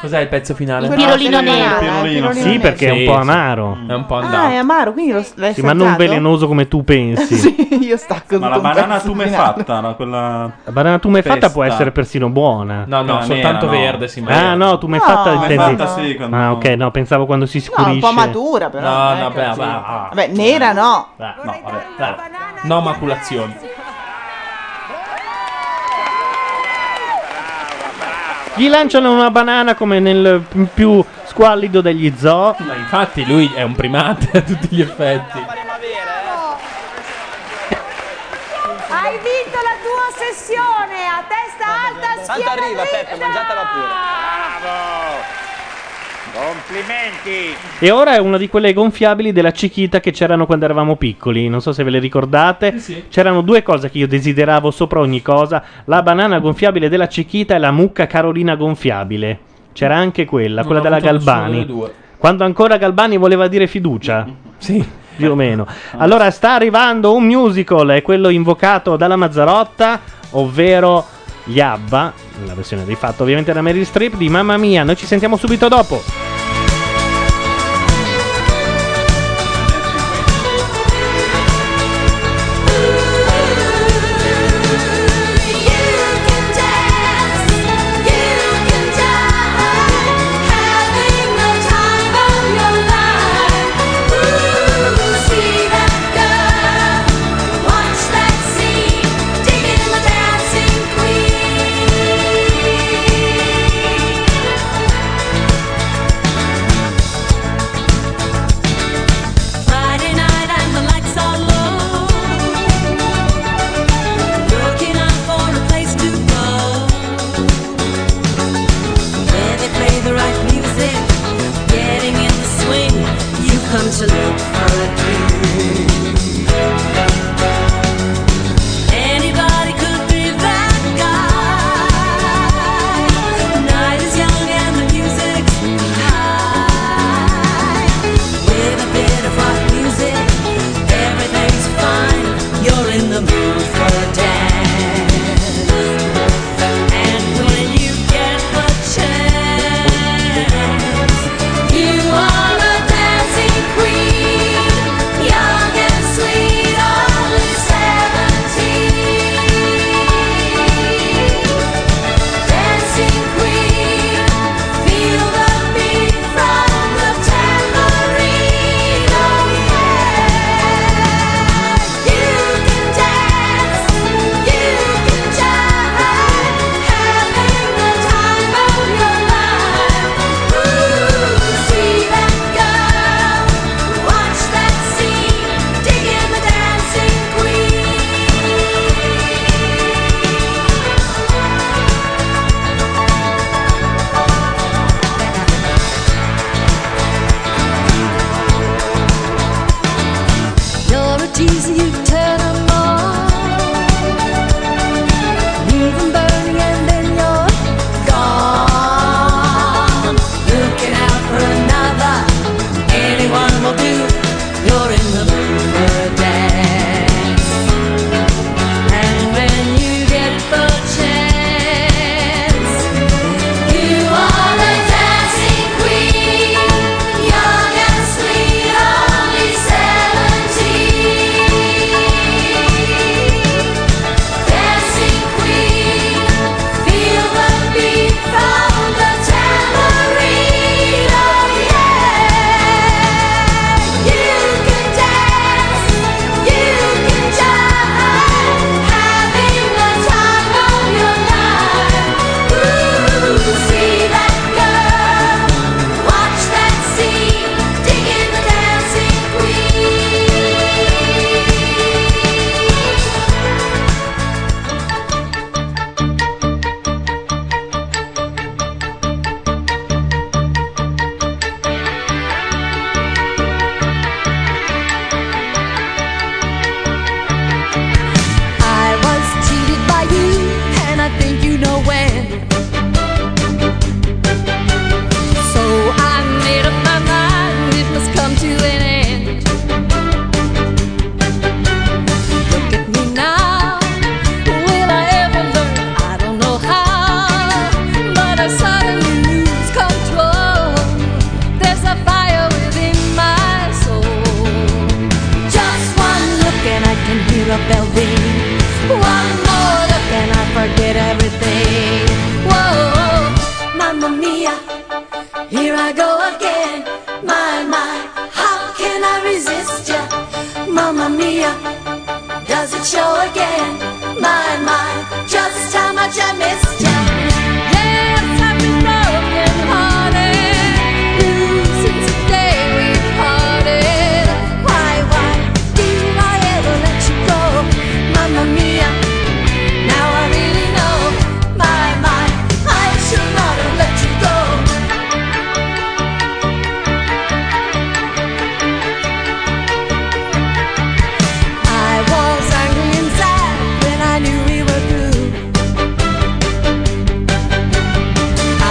Speaker 3: Cos'è il pezzo finale?
Speaker 11: Cioè, Il pirolino nero.
Speaker 1: pirolino. Sì, perché è un po' amaro.
Speaker 3: È un po'
Speaker 11: Ah, è amaro, quindi lo, l'hai
Speaker 1: Sì, ma non
Speaker 11: assaggiato?
Speaker 1: velenoso come tu pensi.
Speaker 11: Sì, io stacco
Speaker 4: Ma la
Speaker 11: tutto un
Speaker 4: banana
Speaker 11: pezzo di
Speaker 4: tumefatta, no? quella...
Speaker 1: La banana tumefatta può
Speaker 4: Festa.
Speaker 1: essere persino buona.
Speaker 3: No, no,
Speaker 4: Nera,
Speaker 3: soltanto
Speaker 4: no.
Speaker 3: verde si mangia.
Speaker 1: Ah, no, tumefatta
Speaker 11: No,
Speaker 1: intendi.
Speaker 11: tumefatta sì, quando-
Speaker 1: Ah, ok, no, pensavo quando si
Speaker 11: No,
Speaker 1: scurisce.
Speaker 11: un po' matura però.
Speaker 3: No,
Speaker 11: eh,
Speaker 3: no, beh,
Speaker 11: così.
Speaker 3: va, va.
Speaker 11: Vabbè, nera no.
Speaker 3: Ah, no, vabbè, dai. no maculazioni.
Speaker 1: Gli lanciano una banana come nel più squallido degli zoo.
Speaker 3: Ma infatti lui è un primate a tutti gli effetti.
Speaker 4: eh.
Speaker 8: Hai vinto la tua sessione a testa alta, schiena
Speaker 17: arriva,
Speaker 8: dritta.
Speaker 17: Peppe, mangiatela
Speaker 16: Bravo! Complimenti!
Speaker 1: E ora è una di quelle gonfiabili della Cichita che c'erano quando eravamo piccoli. Non so se ve le ricordate. C'erano due cose che io desideravo sopra ogni cosa: la banana gonfiabile della Cichita e la mucca Carolina gonfiabile. C'era anche quella,
Speaker 3: Non
Speaker 1: quella
Speaker 3: ho
Speaker 1: della
Speaker 3: avuto nessuna
Speaker 1: Galbani.
Speaker 3: delle due.
Speaker 1: Quando ancora Galbani voleva dire fiducia. Sì. Più o meno. Allora sta arrivando un musical, è quello invocato dalla Mazzarotta, ovvero gli Abba, la versione di fatto ovviamente da Meryl Streep di Mamma Mia. Noi ci sentiamo subito dopo.
Speaker 5: Queen. Oh, oh, bell ring. One more look and I forget everything. Whoa, mamma mia, here I go again. My, my, how can I resist ya? Mamma mia, does it show again? My, my, just how much I missed ya. Yes, I've been broken hearted. Blue since the day we parted. Why, why did I ever let you go? Mamma mia, now I really know. My, my, I should not have let you go. I was angry and sad when I knew we were through.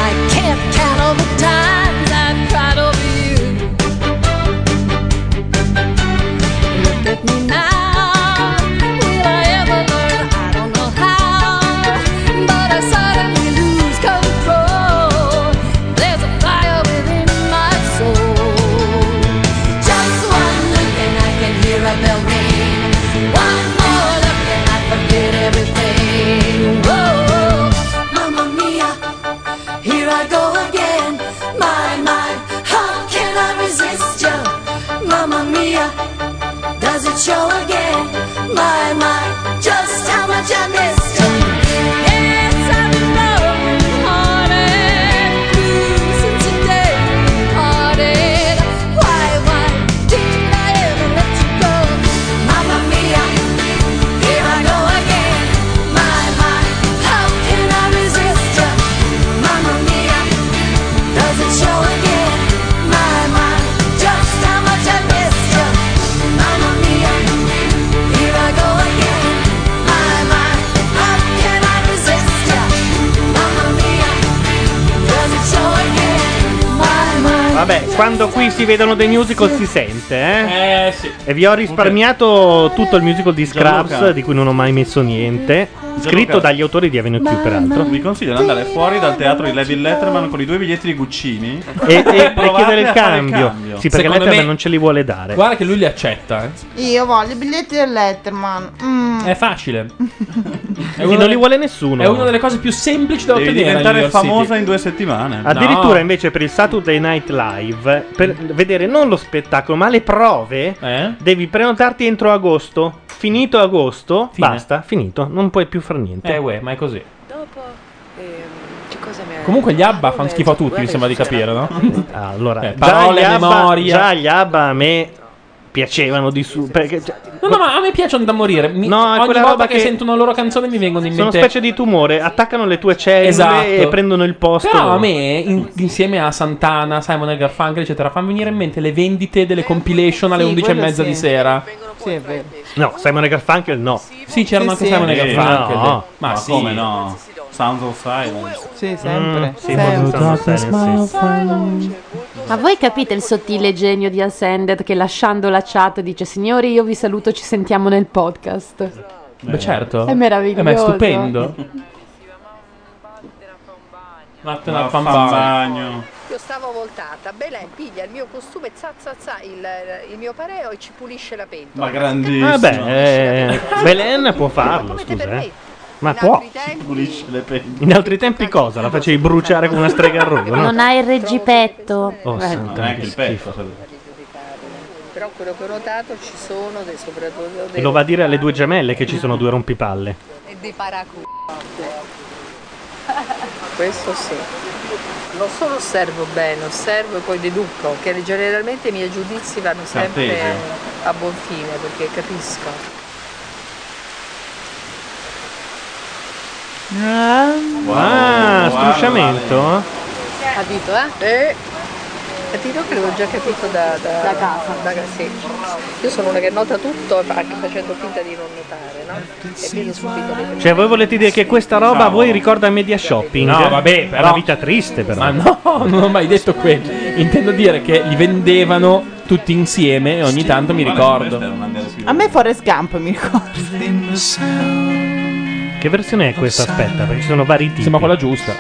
Speaker 5: I can't count all the times I've cried over you. Look at me now. Will I ever learn? I don't know how, but I suddenly lose control. There's a fire within my soul. Just one look and I can hear a bell ring. One more look and I forget everything. Whoa, Mamma Mia, here I go again. My, my, how can I resist you? Mamma Mia, does it show again? My, my, just how much I missed you. Yes, I've been brokenhearted, blue since the day we parted. Why, why did I ever let you go? Mamma mia, here I go again. My, my, how can I resist you? Mamma mia, does it show again? My, my, just how much I missed you. Mamma mia, here I go again. My, my, how can I resist you? Mamma mia, does it show again? My, my.
Speaker 1: Vabbè, quando qui si vedono dei musical si sente, eh?
Speaker 3: Eh, sì.
Speaker 1: E vi ho risparmiato tutto il musical di Scraps,
Speaker 4: Gianluca.
Speaker 1: di cui non ho mai messo niente. Scritto dagli autori di Avenu più, peraltro.
Speaker 4: Vi consiglio di andare fuori dal teatro di Levi Letterman con i due biglietti di Guccini
Speaker 1: E, e- e
Speaker 4: provate
Speaker 1: chiedere il
Speaker 4: a fare
Speaker 1: cambio. Sì, perché
Speaker 3: Secondo
Speaker 1: Letterman
Speaker 3: me-
Speaker 1: non ce li vuole dare.
Speaker 3: Guarda che lui li accetta. eh.
Speaker 11: Io voglio i biglietti del Letterman. Mm.
Speaker 3: È facile.
Speaker 1: Sì, non li vuole nessuno.
Speaker 3: È una delle cose più semplici da
Speaker 4: Devi
Speaker 3: ottenere. a
Speaker 4: diventare
Speaker 3: New York
Speaker 4: famosa
Speaker 3: City.
Speaker 4: in due settimane.
Speaker 1: Addirittura invece per il Saturday Night Live, per vedere non lo spettacolo ma le prove,
Speaker 3: Eh?
Speaker 1: devi prenotarti entro agosto. Finito agosto,
Speaker 3: Fine.
Speaker 1: basta, finito, non puoi più fare niente.
Speaker 3: Eh, uè, ma è così.
Speaker 5: ehm, Che cosa mi Ah,
Speaker 3: Comunque gli Abba fanno schifo a tutti, mi sembra di capire, no?
Speaker 1: allora,
Speaker 3: Eh, parole,
Speaker 1: già gli ABBA-
Speaker 3: memoria.
Speaker 1: Già gli ABBA a me piacevano di su. Perché, cioè,
Speaker 3: No, no, ma a me piacciono da morire. Mi-
Speaker 1: No, è
Speaker 3: ogni
Speaker 1: quella
Speaker 3: volta
Speaker 1: roba
Speaker 3: che,
Speaker 1: che-
Speaker 3: sento una loro canzone mi vengono in
Speaker 1: sono
Speaker 3: mente.
Speaker 1: specie di tumore, attaccano le tue cellule
Speaker 3: Esatto.
Speaker 1: e prendono il posto.
Speaker 3: Però a me, in- insieme a Santana, Simon e Garfunkel, eccetera, fanno venire in mente le vendite delle compilation alle
Speaker 1: Eh, Sì,
Speaker 3: 11 e
Speaker 1: quello
Speaker 3: mezza
Speaker 1: sì.
Speaker 3: di sera.
Speaker 11: Sì, è vero.
Speaker 1: No, Simon e Garfunkel no.
Speaker 3: Sì, c'erano anche Simon e
Speaker 4: Eh,
Speaker 3: Garfunkel.
Speaker 4: no.
Speaker 3: Ma,
Speaker 4: Ma
Speaker 3: sì.
Speaker 4: come no? Sounds of Silence.
Speaker 11: Sì, sempre.
Speaker 1: Mm, sì, Sounds of Silence,
Speaker 6: Ma voi capite il sottile genio di Ascended che lasciando la chat dice signori io vi saluto, ci sentiamo nel podcast.
Speaker 3: Beh, certo.
Speaker 6: È meraviglioso.
Speaker 3: Eh, ma è stupendo. Vattene al
Speaker 4: Ma fan
Speaker 3: bagno.
Speaker 4: bagno.
Speaker 18: Io stavo voltata, Belen piglia il mio costume, za za za, il, il mio pareo e ci pulisce la pentola.
Speaker 4: Ma grandissimo.
Speaker 1: Vabbè, eh, Belen può farlo, scusa. eh. Ma può.
Speaker 4: Pulisce le penne.
Speaker 1: In altri tempi cosa? La facevi bruciare come una strega a Roma, no?
Speaker 6: Non ha il reggipetto.
Speaker 1: Oh,
Speaker 6: Eh.
Speaker 1: santa,
Speaker 4: Neanche
Speaker 1: che
Speaker 4: il petto.
Speaker 1: schifo.
Speaker 18: Però quello che ho notato ci sono dei soprattutto
Speaker 1: E lo va a dire alle due gemelle che ci sono due rompipalle.
Speaker 18: e dei paracu. Questo sì. Non solo osservo bene, osservo e poi deduco che generalmente i miei giudizi vanno sempre
Speaker 4: Cartesio.
Speaker 18: a buon fine perché capisco.
Speaker 1: ah,
Speaker 18: wow,
Speaker 1: strusciamento? eh?
Speaker 17: Cioè-
Speaker 18: Ha dito, eh? E ti dico che l'avevo già capito da, da, casa. sì. Io sono una che nota tutto anche facendo finta di non notare, no? E vedo subito le
Speaker 1: Cioè, voi volete dire che questa roba a voi ricorda media shopping?
Speaker 3: No, vabbè,
Speaker 1: Una
Speaker 3: però-
Speaker 1: vita triste, però.
Speaker 3: Ma no, non ho mai detto quello. Intendo dire che li vendevano tutti insieme e ogni tanto mi ricordo.
Speaker 11: A me Forrest Gump mi ricorda.
Speaker 1: Che versione è questa? Aspetta, perché ci sono vari tipi. Sembra
Speaker 3: quella giusta.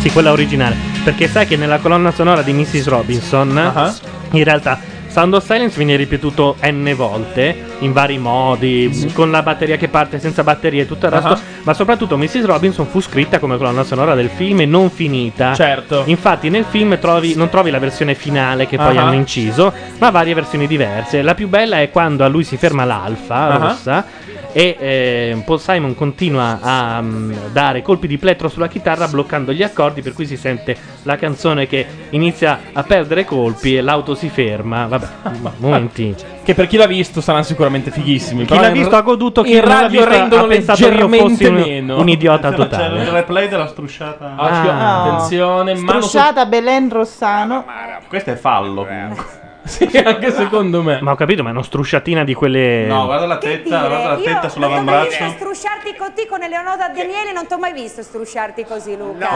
Speaker 1: Sì, quella originale. Perché sai che nella colonna sonora di Mrs. Robinson, in realtà Sound of Silence viene ripetuto n volte, in vari modi, con la batteria che parte, senza batteria e tutto il resto.
Speaker 3: Ah.
Speaker 1: Ma soprattutto Mrs. Robinson fu scritta come colonna sonora del film e non finita.
Speaker 3: Certo.
Speaker 1: Infatti nel film trovi- non trovi la versione finale che poi
Speaker 3: Ah.
Speaker 1: hanno inciso, ma varie versioni diverse. La più bella è quando a lui si ferma l'alfa
Speaker 3: Ah.
Speaker 1: rossa e eh, Paul Simon continua a mm, dare colpi di plettro sulla chitarra bloccando gli accordi per cui si sente la canzone che inizia a perdere colpi e l'auto si ferma. Vabbè, ma momenti.
Speaker 3: Che per chi l'ha visto saranno sicuramente fighissimi.
Speaker 1: Chi l'ha visto ha goduto, chi
Speaker 3: in
Speaker 1: non l'ha
Speaker 3: radio
Speaker 1: visto ha-
Speaker 3: rendono
Speaker 1: ha pensato io fossi
Speaker 3: leggermente
Speaker 1: un-
Speaker 3: meno.
Speaker 1: un idiota
Speaker 4: C'è il replay della strusciata.
Speaker 3: Ah, sì, Ah. attenzione, mano su-
Speaker 11: Strusciata Belen Rossano.
Speaker 4: Ah, Questo è fallo comunque.
Speaker 3: Sì, anche secondo me.
Speaker 1: Ma ho capito, ma è una strusciatina di quelle.
Speaker 4: No, guarda la tetta, guarda la tetta
Speaker 8: Io
Speaker 4: sull'avambraccio.
Speaker 8: strusciarti con te con Eleonora Daniele non ti ho mai visto strusciarti così, Luca.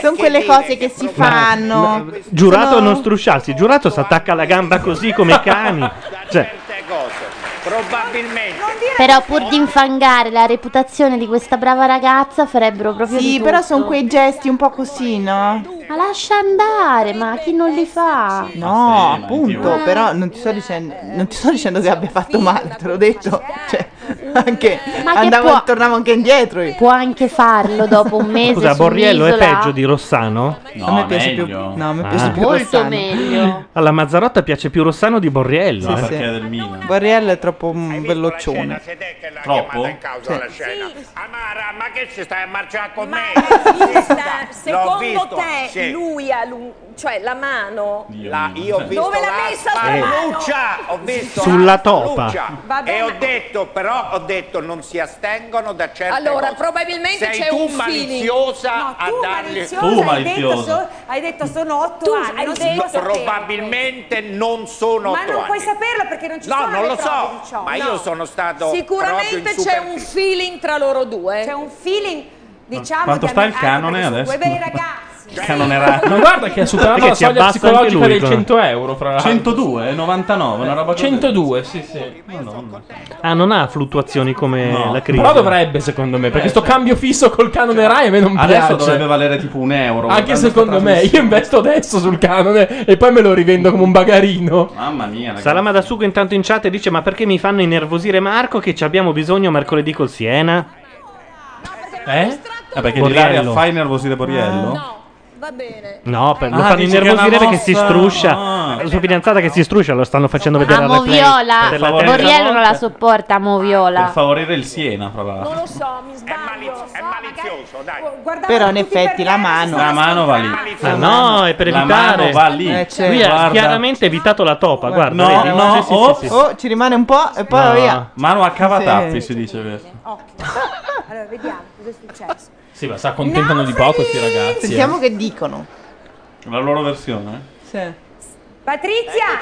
Speaker 11: Sono quelle cose che si fanno.
Speaker 1: Giurato a
Speaker 11: Sono-
Speaker 1: non strusciarsi, giurato si attacca alla gamba così come i cani. Cioè,
Speaker 16: Certe cose, probabilmente.
Speaker 6: Però pur di infangare la reputazione di questa brava ragazza farebbero proprio di
Speaker 11: Sì,
Speaker 6: tutto.
Speaker 11: però sono quei gesti un po' così, no?
Speaker 6: Ma lascia andare, ma chi non li fa?
Speaker 11: No, appunto, però non ti, sto dicendo, non ti sto dicendo che abbia fatto male, te l'ho detto. Cioè, anche
Speaker 6: Ma che
Speaker 11: andavo,
Speaker 6: può-
Speaker 11: tornavo anche indietro. io.
Speaker 6: Può anche farlo dopo un mese
Speaker 1: scusa,
Speaker 6: su
Speaker 1: Borriello è
Speaker 6: Esatto, un'isola.
Speaker 1: peggio di Rossano?
Speaker 4: No, A me piace meglio. Ah. più- no, a me
Speaker 6: piace più Molto Rossano. meglio.
Speaker 1: Alla Mazzarotta piace più Rossano di Borriello.
Speaker 4: Sì,
Speaker 1: eh.
Speaker 4: perché è del Milan.
Speaker 11: Borriello è troppo un velloccione.
Speaker 4: Troppo?
Speaker 16: causa la scena. Amara, ma che ci stai a marciare con me?
Speaker 7: Vista, secondo
Speaker 16: visto,
Speaker 7: te
Speaker 16: sì.
Speaker 7: lui ha lu- cioè la mano
Speaker 16: La- io ho
Speaker 7: Dove
Speaker 10: cioè.
Speaker 16: visto
Speaker 7: l'ha messa sta
Speaker 16: l'aspa
Speaker 7: mano?
Speaker 16: Luccia, ho visto
Speaker 1: Sulla
Speaker 16: l'aspa
Speaker 1: topa.
Speaker 16: Luccia.
Speaker 7: Va bene.
Speaker 16: e ho detto però ho detto non si astengono da certe
Speaker 7: Allora,
Speaker 16: cose.
Speaker 7: probabilmente
Speaker 16: Sei
Speaker 7: c'è
Speaker 16: tu
Speaker 7: un
Speaker 16: maliziosa a
Speaker 8: Tu
Speaker 16: dargli
Speaker 8: maliziosa, hai, detto so- hai detto sono otto anni, non si può sapere.
Speaker 16: probabilmente non sono
Speaker 8: Ma
Speaker 16: otto
Speaker 8: non
Speaker 16: anni.
Speaker 8: puoi saperlo perché non ci
Speaker 16: No,
Speaker 8: sono
Speaker 16: non
Speaker 8: le diciamo.
Speaker 16: lo
Speaker 8: prove
Speaker 16: so,
Speaker 8: di ciò.
Speaker 16: ma io sono stato
Speaker 7: Sicuramente
Speaker 16: proprio in
Speaker 7: c'è
Speaker 16: super-
Speaker 7: un feeling tra loro due. C'è
Speaker 8: un feeling, diciamo.
Speaker 4: Quanto sta il canone adesso? Canonerà.
Speaker 3: Ma guarda che ha superato
Speaker 4: Perché
Speaker 3: la
Speaker 4: si
Speaker 3: soglia
Speaker 4: abbassa
Speaker 3: psicologica
Speaker 4: anche lui,
Speaker 3: del
Speaker 4: però.
Speaker 3: 100 euro. Fra l'altro.
Speaker 4: 102, 99, una roba così.
Speaker 3: 102, sì, sì.
Speaker 1: Ah, non ha fluttuazioni come la crisi.
Speaker 3: Eh, Però dovrebbe, secondo me, perché sto cambio fisso col canone Rai a me non
Speaker 4: Eh, certo. Cioè, Adesso
Speaker 3: piace.
Speaker 4: dovrebbe valere tipo un euro.
Speaker 3: Anche
Speaker 4: guardando
Speaker 3: secondo
Speaker 4: sta
Speaker 3: me, io
Speaker 4: trasmissione.
Speaker 3: investo adesso sul canone e poi me lo rivendo come un bagarino.
Speaker 4: Mamma mia, ragazzi.
Speaker 1: Salama da Sugo intanto in chat dice: Ma perché mi fanno innervosire Marco? Che ci abbiamo bisogno mercoledì col Siena?
Speaker 4: Eh? Ah, perché
Speaker 1: Borriello.
Speaker 4: l'Ilaria fa innervosire Borriello?
Speaker 1: No, per- lo
Speaker 4: Ah,
Speaker 1: fanno
Speaker 4: dici che è una
Speaker 1: innervosire perché
Speaker 4: mossa. Ah.
Speaker 1: si struscia. La sua fidanzata che si struscia lo stanno facendo vedere alla
Speaker 6: Amo
Speaker 1: replay.
Speaker 6: Viola,
Speaker 1: della terza
Speaker 6: Borriello non la
Speaker 1: volta.
Speaker 6: sopporta, amo
Speaker 4: Eh. Per
Speaker 6: Viola.
Speaker 4: favorire il Siena, fra l'altro.
Speaker 7: lo so, mi sbaglio.
Speaker 16: È malizioso, dai.
Speaker 11: Però in effetti la mano...
Speaker 4: La mano va lì.
Speaker 1: Ah, no, è per
Speaker 4: La
Speaker 1: evitare.
Speaker 4: mano va lì.
Speaker 11: Eh, certo.
Speaker 1: Lui ha
Speaker 4: Guarda.
Speaker 1: chiaramente evitato la topa. Guarda,
Speaker 4: No,
Speaker 1: vedi?
Speaker 4: no,
Speaker 1: Sì, sì,
Speaker 4: oh,
Speaker 1: sì, sì.
Speaker 11: Oh, ci rimane un po' e poi
Speaker 1: No.
Speaker 11: via.
Speaker 4: Mano a cavatappi
Speaker 11: Sì.
Speaker 4: si dice questo.
Speaker 8: Allora, vediamo cosa è successo.
Speaker 3: Sì, ma si accontentano di poco questi ragazzi. eh.
Speaker 4: eh.
Speaker 11: Sentiamo che dicono.
Speaker 4: La loro versione.
Speaker 8: Patrizia!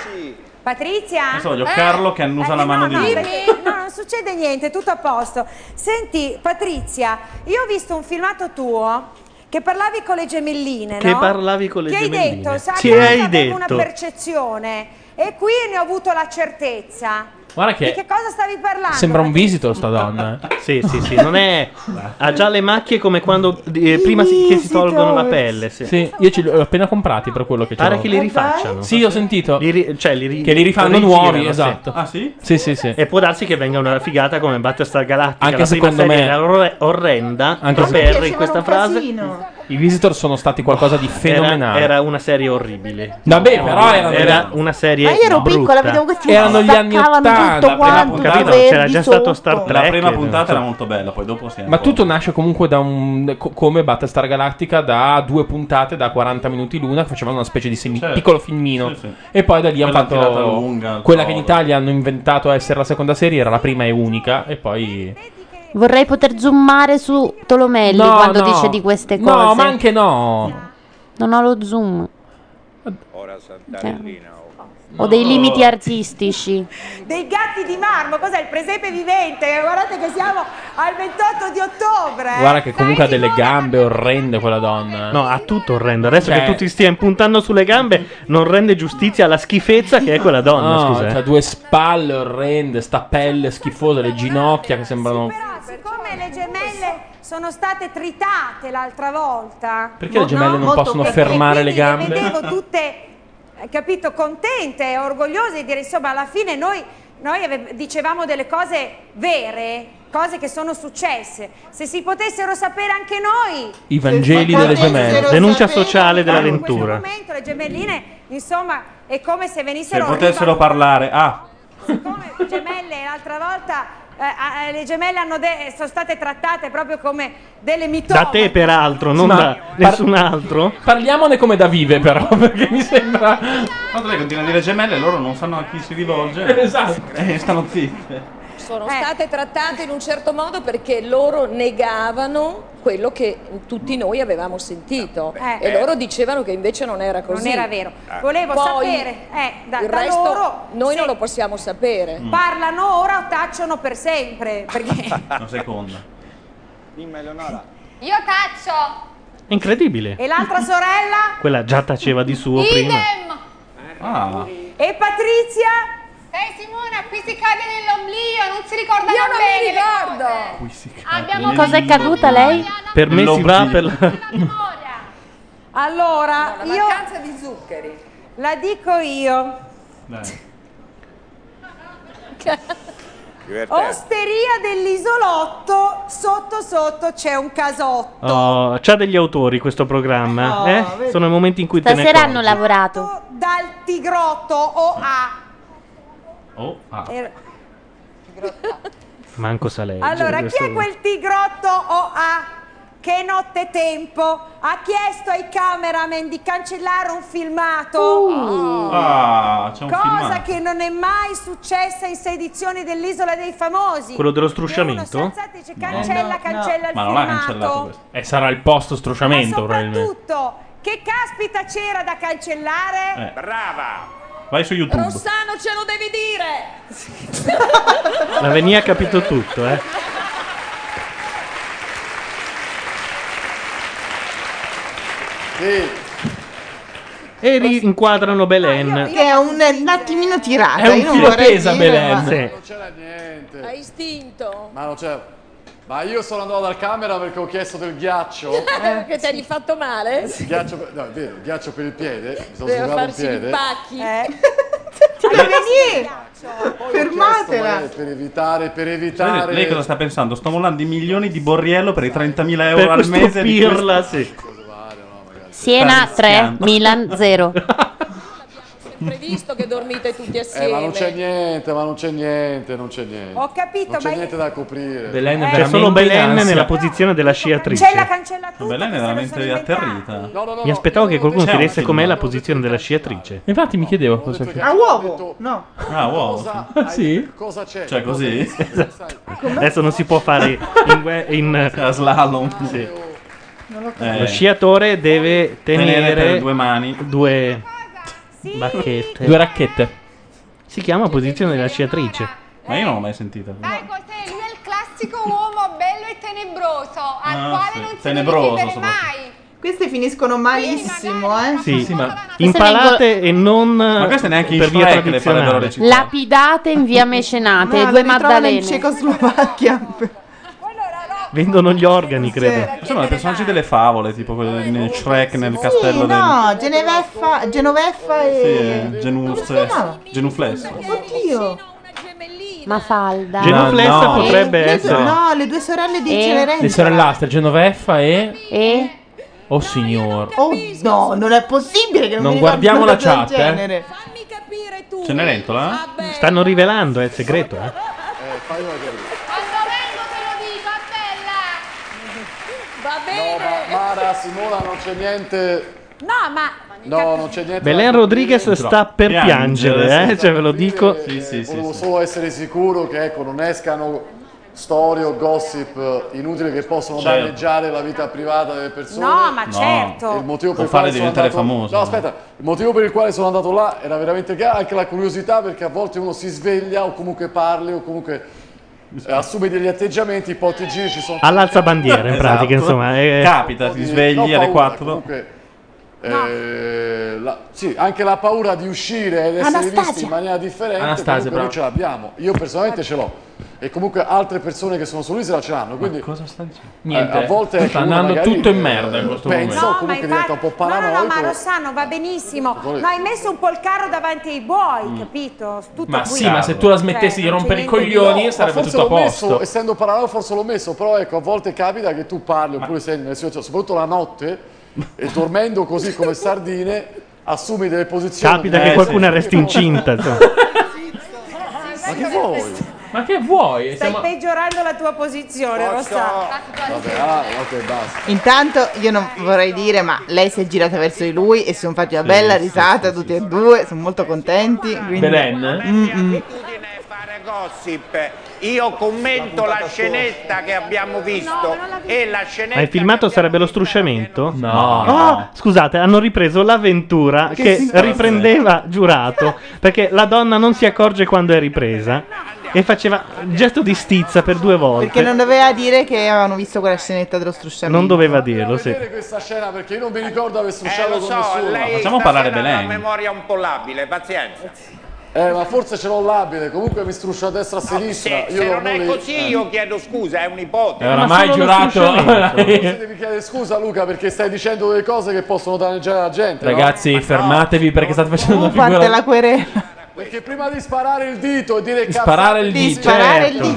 Speaker 8: Patrizia! Eh?
Speaker 4: Adesso voglio Carlo che annusa la mano di
Speaker 8: no,
Speaker 4: lui.
Speaker 8: perché- no, non succede niente, tutto a posto. Senti, Patrizia, io ho visto un filmato tuo che parlavi con le gemelline,
Speaker 1: Che
Speaker 8: no?
Speaker 1: parlavi con le
Speaker 8: Che
Speaker 1: gemelline.
Speaker 8: hai detto, sai,
Speaker 1: Ci
Speaker 8: io
Speaker 1: hai
Speaker 8: avevo una
Speaker 1: detto.
Speaker 8: percezione e qui ne ho avuto la certezza.
Speaker 3: Guarda
Speaker 8: Di
Speaker 3: che
Speaker 8: che cosa stavi parlando?
Speaker 3: sembra un visito sta donna. eh.
Speaker 1: Sì, sì, sì, non è. Ha già le macchie come quando. eh, prima si- che si tolgono la pelle. Sì.
Speaker 3: Sì, io ce li ho appena comprati per quello che c'è.
Speaker 1: Pare
Speaker 11: Eh,
Speaker 1: che li rifacciano.
Speaker 3: Sì, ho sentito.
Speaker 1: cioè, li ri-
Speaker 3: Che li rifanno
Speaker 1: rigirano,
Speaker 3: nuovi,
Speaker 1: sì.
Speaker 3: esatto.
Speaker 4: Ah, sì?
Speaker 3: Sì, sì, sì.
Speaker 1: E può darsi che venga una figata come Battlestar Galactica.
Speaker 3: Anche
Speaker 1: la prima
Speaker 3: secondo
Speaker 1: serie
Speaker 3: me-
Speaker 1: era orre- orrenda.
Speaker 3: Anche
Speaker 1: Anche
Speaker 3: se-
Speaker 1: per in questa frase.
Speaker 3: I Visitor sono stati qualcosa di
Speaker 1: Era,
Speaker 3: fenomenale.
Speaker 1: era una serie orribile.
Speaker 3: Vabbè, però erano-
Speaker 1: era una serie.
Speaker 6: Ma io ero
Speaker 1: brutta.
Speaker 6: piccola, vedevo questi
Speaker 3: Erano gli anni
Speaker 6: staccavano
Speaker 3: Ottanta,
Speaker 6: tutto
Speaker 1: puntata.
Speaker 6: quanto, tutto
Speaker 1: Capito? C'era
Speaker 6: verdi
Speaker 1: già stato
Speaker 6: sotto.
Speaker 1: Star Trek.
Speaker 4: La prima
Speaker 1: che-
Speaker 4: puntata era molto bella, poi dopo si è un
Speaker 3: Ma
Speaker 4: po'-
Speaker 3: tutto nasce comunque da un. co- come Battlestar Galactica, da due puntate da 40 minuti l'una, che facevano una specie di semi-
Speaker 4: Certo.
Speaker 3: piccolo filmino.
Speaker 4: Sì, sì.
Speaker 3: E poi da lì hanno
Speaker 4: Quella tirata
Speaker 3: fatto.
Speaker 4: lunga, il
Speaker 3: quella che in
Speaker 4: cover.
Speaker 3: Italia hanno inventato essere la seconda serie, era la prima e unica. E poi.
Speaker 6: Vorrei poter zoomare su Tolomelli
Speaker 3: No,
Speaker 6: quando
Speaker 3: no.
Speaker 6: dice di queste
Speaker 3: No,
Speaker 6: cose.
Speaker 3: ma anche no.
Speaker 6: Non ho lo zoom.
Speaker 16: Ora Santarellina.
Speaker 6: Ho dei limiti artistici.
Speaker 8: Dei gatti di marmo, cos'è il presepe vivente? Guardate che siamo al 28 di ottobre.
Speaker 3: Guarda che comunque ha delle gambe oh, orrende quella donna. eh.
Speaker 1: No, ha tutto orrendo. Adesso
Speaker 3: Cioè-
Speaker 1: che tu ti stia impuntando sulle gambe, non rende giustizia alla schifezza che è quella donna.
Speaker 3: No,
Speaker 1: scusa. eh.
Speaker 3: c'ha due spalle orrende, sta pelle schifosa, le ginocchia che sembrano.
Speaker 8: Però siccome le gemelle sono state tritate l'altra volta,
Speaker 3: Perché le gemelle non
Speaker 8: molto
Speaker 3: possono
Speaker 8: perché-
Speaker 3: fermare le
Speaker 8: quindi
Speaker 3: gambe?
Speaker 8: vedevo tutte eh, capito, contente, orgogliosa di dire insomma alla fine noi, noi ave- dicevamo delle cose vere, cose che sono successe. Se si potessero sapere anche noi,
Speaker 3: I Vangeli delle gemelle.
Speaker 1: Denuncia sociale della
Speaker 3: Ventura.
Speaker 8: momento, le gemelline, insomma, è come se
Speaker 4: Se
Speaker 8: venissero
Speaker 4: potessero parlare, ah,
Speaker 8: le gemelle l'altra volta. eh, ah, eh, le gemelle hanno de- sono state trattate proprio come delle
Speaker 1: Da
Speaker 8: mitopoli.
Speaker 1: te, peraltro, non
Speaker 3: Ma-
Speaker 1: da nessun altro.
Speaker 3: Parliamone come da vive, però, perché mi sembra.
Speaker 4: Tanto lei continua a dire gemelle, eh, loro non sanno a chi si rivolge.
Speaker 3: Esatto.
Speaker 4: E stanno zitte.
Speaker 7: Sono
Speaker 8: Eh.
Speaker 7: state trattate in un certo modo perché loro negavano quello che tutti noi avevamo sentito
Speaker 16: Ah,
Speaker 8: beh.
Speaker 7: e
Speaker 16: Eh.
Speaker 7: loro dicevano che invece non era così. Ah.
Speaker 8: Non era vero. Volevo
Speaker 7: Poi,
Speaker 8: sapere, eh, da,
Speaker 7: il
Speaker 8: da
Speaker 7: resto
Speaker 8: loro
Speaker 7: noi non lo possiamo sapere.
Speaker 10: Mm.
Speaker 7: Ah.
Speaker 8: parlano ora o tacciono per sempre. Perché
Speaker 3: cioè,
Speaker 4: Una seconda.
Speaker 16: Dimmi Eleonora.
Speaker 8: io taccio
Speaker 1: È incredibile.
Speaker 8: e l'altra sorella
Speaker 1: Quella già taceva di suo prima.
Speaker 17: Idem!
Speaker 1: Ah.
Speaker 8: e Patrizia.
Speaker 17: Sei Simona, qui si cade nell'oblio, non si ricorda
Speaker 9: Io non mi
Speaker 17: bene.
Speaker 9: ricordo.
Speaker 17: Abbiamo
Speaker 1: Cosa è
Speaker 6: caduta lei?
Speaker 1: Per me si va per la...
Speaker 8: Allora,
Speaker 9: la
Speaker 8: io
Speaker 9: mancanza di zuccheri.
Speaker 8: la dico io.
Speaker 1: Cioè.
Speaker 8: Osteria dell'isolotto, sotto sotto c'è un casotto.
Speaker 1: Oh, c'ha degli autori questo programma.
Speaker 8: Oh,
Speaker 1: eh?
Speaker 8: vedi.
Speaker 1: Sono i momenti in cui te ne
Speaker 6: Stasera
Speaker 1: accorgi.
Speaker 6: hanno lavorato.
Speaker 8: Dal tigrotto o a. Er,
Speaker 1: Oh, ah,
Speaker 8: Era-
Speaker 1: manco sa lei.
Speaker 8: Allora, chi è
Speaker 1: Questo-
Speaker 8: quel tigrotto o a che nottetempo ha chiesto ai cameraman di cancellare un filmato?
Speaker 1: Uh.
Speaker 4: Ah, c'è un
Speaker 8: Cosa
Speaker 4: filmato.
Speaker 8: che non è mai successa in sei edizioni dell'Isola dei Famosi.
Speaker 1: Quello dello strusciamento?
Speaker 8: Dice cancella, cancella il
Speaker 3: Ma non l'ha
Speaker 8: filmato.
Speaker 3: cancellato questo. Eh, sarà il post strusciamento, probabilmente.
Speaker 8: Tutto. Che caspita c'era da cancellare?
Speaker 3: Eh.
Speaker 16: Brava!
Speaker 4: Vai su YouTube.
Speaker 7: Rossano ce lo devi dire!
Speaker 1: La Venia ha capito tutto, eh. E
Speaker 8: Ah,
Speaker 1: rinquadrano Belen.
Speaker 11: Che è un, un attimino tirata.
Speaker 1: È un
Speaker 11: io non
Speaker 1: filo
Speaker 11: vorrei
Speaker 1: tesa,
Speaker 11: dire,
Speaker 1: Belen.
Speaker 11: ma-
Speaker 1: Sì.
Speaker 10: Non c'era niente.
Speaker 7: Hai istinto?
Speaker 10: Ma non c'era. Ma io sono andato dal camera perché ho chiesto del ghiaccio.
Speaker 8: Eh,
Speaker 7: che ti hai fatto male?
Speaker 10: Ghiaccio per, no, è vero, ghiaccio per il piede. Mi sono
Speaker 7: Deve
Speaker 10: suddato il
Speaker 7: farsi
Speaker 10: piede.
Speaker 7: i pacchi.
Speaker 10: Fermatela! Per evitare, per evitare.
Speaker 4: Lei, lei cosa sta pensando? Sto mollando i milioni di Borriello per i 30.000 euro
Speaker 1: Per
Speaker 4: al
Speaker 1: questo
Speaker 4: mese di
Speaker 1: pirla,
Speaker 4: questo-
Speaker 6: Siena 3,
Speaker 4: Stanno.
Speaker 6: Milan 0.
Speaker 7: Previsto che dormite tutti assieme.
Speaker 10: Eh, ma non c'è niente, ma non c'è niente, non c'è niente.
Speaker 8: Ho capito,
Speaker 10: non c'è
Speaker 8: ma Eh,
Speaker 10: niente da coprire.
Speaker 1: Belen C'è solo Belen nella posizione della
Speaker 8: C'è la
Speaker 1: sciatrice.
Speaker 8: cancella tutto.
Speaker 4: Belen è veramente atterrita.
Speaker 1: Mi aspettavo che qualcuno
Speaker 4: C'è un
Speaker 1: chiedesse
Speaker 4: film.
Speaker 1: com'è la posizione della sciatrice.
Speaker 3: Infatti mi chiedevo cosa
Speaker 11: A Ah, uovo? No.
Speaker 4: Ah, wow.
Speaker 3: Sì.
Speaker 10: Cosa c'è?
Speaker 4: Cioè, così?
Speaker 1: Adesso non si può fare in, gue- in-
Speaker 4: slalom.
Speaker 1: Sì.
Speaker 4: Eh.
Speaker 1: Lo sciatore deve tenere,
Speaker 4: Tenere per due mani.
Speaker 1: due bacchette.
Speaker 3: Due racchette.
Speaker 1: Si chiama posizione della sciatrice.
Speaker 4: Ma io non l'ho mai sentita.
Speaker 17: Sai cos'è? Lui è il classico uomo bello e tenebroso, al
Speaker 4: Ah,
Speaker 17: quale
Speaker 4: sì.
Speaker 17: non si
Speaker 4: Tenebroso,
Speaker 17: deve chiedere
Speaker 4: soprattutto.
Speaker 17: mai.
Speaker 11: Queste finiscono malissimo, eh.
Speaker 1: Sì,
Speaker 4: ma
Speaker 1: impalate e non Ma
Speaker 4: queste neanche in
Speaker 1: per via
Speaker 4: Shrek le
Speaker 1: tradizionale.
Speaker 4: farebbero recitare.
Speaker 6: Lapidate in via
Speaker 11: No,
Speaker 6: Mecenate,
Speaker 11: le
Speaker 6: due
Speaker 11: ritrovano in
Speaker 6: Maddalene.
Speaker 11: Cecoslovacchia.
Speaker 1: Vendono gli organi, credo.
Speaker 4: Sono i personaggi delle favole, tipo quelli nel Shrek, nel
Speaker 11: Sì,
Speaker 4: castello del...
Speaker 11: no, Geneveffa,
Speaker 10: Eh,
Speaker 11: Genoveffa e...
Speaker 4: Sì, eh, Genuflesso. Genuflesso.
Speaker 11: Oddio.
Speaker 6: Ma falda.
Speaker 3: Genuflessa
Speaker 4: No, no.
Speaker 3: potrebbe
Speaker 11: Le due-
Speaker 3: essere.
Speaker 11: No, le due sorelle di
Speaker 6: Eh?
Speaker 11: Cenerentola.
Speaker 3: Le sorellastre Genoveffa e.
Speaker 6: E?
Speaker 3: Oh signor.
Speaker 11: Oh no, non è possibile che non,
Speaker 3: Non
Speaker 11: mi ricordi
Speaker 3: guardiamo
Speaker 11: una
Speaker 3: la
Speaker 11: cosa del
Speaker 3: chat, eh.
Speaker 11: genere.
Speaker 4: Cenerentola?
Speaker 1: Stanno rivelando, è il segreto, eh.
Speaker 7: Va
Speaker 10: No, ma
Speaker 7: bene.
Speaker 10: Mara, Simona, non c'è niente.
Speaker 8: No, ma
Speaker 10: No, non c'è niente.
Speaker 1: Belen Rodriguez sta per
Speaker 4: Piangere,
Speaker 1: piangere, eh,
Speaker 4: sì.
Speaker 1: cioè ve lo dico.
Speaker 4: Sì, sì, sì.
Speaker 10: Volevo solo essere sicuro che ecco, non escano storie o gossip inutili che possono
Speaker 4: Certo.
Speaker 10: danneggiare la vita privata delle persone.
Speaker 8: No, ma No. certo.
Speaker 10: E Il motivo per
Speaker 4: O
Speaker 10: il quale
Speaker 4: farle
Speaker 10: sono
Speaker 4: diventare
Speaker 10: andato...
Speaker 4: famose.
Speaker 10: No, aspetta, il motivo per il quale sono andato là era veramente chiaro, anche la curiosità perché a volte uno si sveglia o comunque parli o comunque eh, assume degli atteggiamenti, poi ti giri ci sono...
Speaker 1: All'alza bandiera, in
Speaker 4: Esatto.
Speaker 1: pratica, insomma. eh.
Speaker 4: Capita, ti
Speaker 10: No,
Speaker 4: svegli
Speaker 10: paura,
Speaker 4: alle 4.
Speaker 10: comunque, eh, la- sì, anche la paura di uscire ed essere
Speaker 11: Anastasia.
Speaker 10: visti in maniera differente,
Speaker 3: Anastasia,
Speaker 10: comunque noi
Speaker 3: bravo.
Speaker 10: ce l'abbiamo. Io personalmente ce l'ho. E comunque altre persone che sono sull'isola ce l'hanno. Quindi cosa sta dicendo?
Speaker 3: Niente,
Speaker 10: a volte
Speaker 3: sta
Speaker 10: ecco, uno
Speaker 3: andando
Speaker 10: magari,
Speaker 3: tutto in
Speaker 10: eh,
Speaker 3: merda in questo
Speaker 10: pensa,
Speaker 3: momento.
Speaker 10: o
Speaker 3: No, ma
Speaker 10: comunque diventa
Speaker 8: infatti-
Speaker 10: un po'
Speaker 8: No, no,
Speaker 10: paranoico.
Speaker 8: no, ma Rossano va benissimo, ma hai messo un po' il carro davanti ai buoi, capito? Tutto
Speaker 3: Mm. Ma
Speaker 8: qui.
Speaker 3: sì, ma se tu la smettesti di
Speaker 8: Cioè, non c'è
Speaker 3: rompere i
Speaker 8: niente di-
Speaker 3: coglioni
Speaker 10: ma
Speaker 3: sarebbe
Speaker 10: forse
Speaker 3: tutto a
Speaker 10: l'ho messo,
Speaker 3: posto.
Speaker 10: essendo paranoico forse l'ho messo, però ecco, a volte capita che tu parli oppure sei nelle situazioni, soprattutto la notte, e dormendo così come sardine, assumi delle posizioni.
Speaker 1: Capita
Speaker 3: Eh,
Speaker 1: che qualcuno resti incinta. insomma.
Speaker 10: Ma che vuoi?
Speaker 3: Ma che vuoi?
Speaker 8: Stai
Speaker 3: Siamo-
Speaker 8: peggiorando la tua posizione, Rossano.
Speaker 10: ok, basta.
Speaker 11: Intanto io non vorrei dire, ma lei si è girata verso di lui e si sono fatti una bella risata tutti e due, sono molto contenti. Quindi... Mm,
Speaker 3: Belen?
Speaker 11: Mm-mm.
Speaker 16: Gossip, io commento la, scenetta che abbiamo visto e la scenetta
Speaker 1: Ma il filmato sarebbe lo strusciamento?
Speaker 3: No.
Speaker 1: Ah, scusate, hanno ripreso
Speaker 16: Ma
Speaker 1: l'avventura
Speaker 16: che
Speaker 1: che,
Speaker 16: sigla
Speaker 1: riprendeva giurato perché la donna non si accorge quando è ripresa e faceva gesto di stizza per due volte.
Speaker 11: Perché non doveva dire che avevano visto quella scenetta dello strusciamento.
Speaker 1: Non doveva dirlo, sì.
Speaker 10: Vedere questa scena perché io non mi ricordo aver strusciato
Speaker 16: Eh, lo
Speaker 10: con
Speaker 16: so,
Speaker 10: nessuno.
Speaker 16: lei stasera ha una memoria un po' labile, pazienza.
Speaker 10: Eh, ma forse ce l'ho labile, comunque mi struscio a destra e a sinistra.
Speaker 16: Se,
Speaker 10: io
Speaker 16: se non
Speaker 10: dormo
Speaker 16: è
Speaker 10: lì.
Speaker 16: così
Speaker 10: Eh.
Speaker 16: io chiedo scusa, è
Speaker 3: Eh,
Speaker 16: un'ipotesi.
Speaker 10: Forse devi chiedere scusa Luca perché stai dicendo delle cose che possono danneggiare la gente. no?
Speaker 3: Ragazzi, fermatevi perché state facendo una figura.
Speaker 11: querela.
Speaker 10: Perché prima di sparare il dito e dire cazzate,
Speaker 3: Sparare il dito, certo.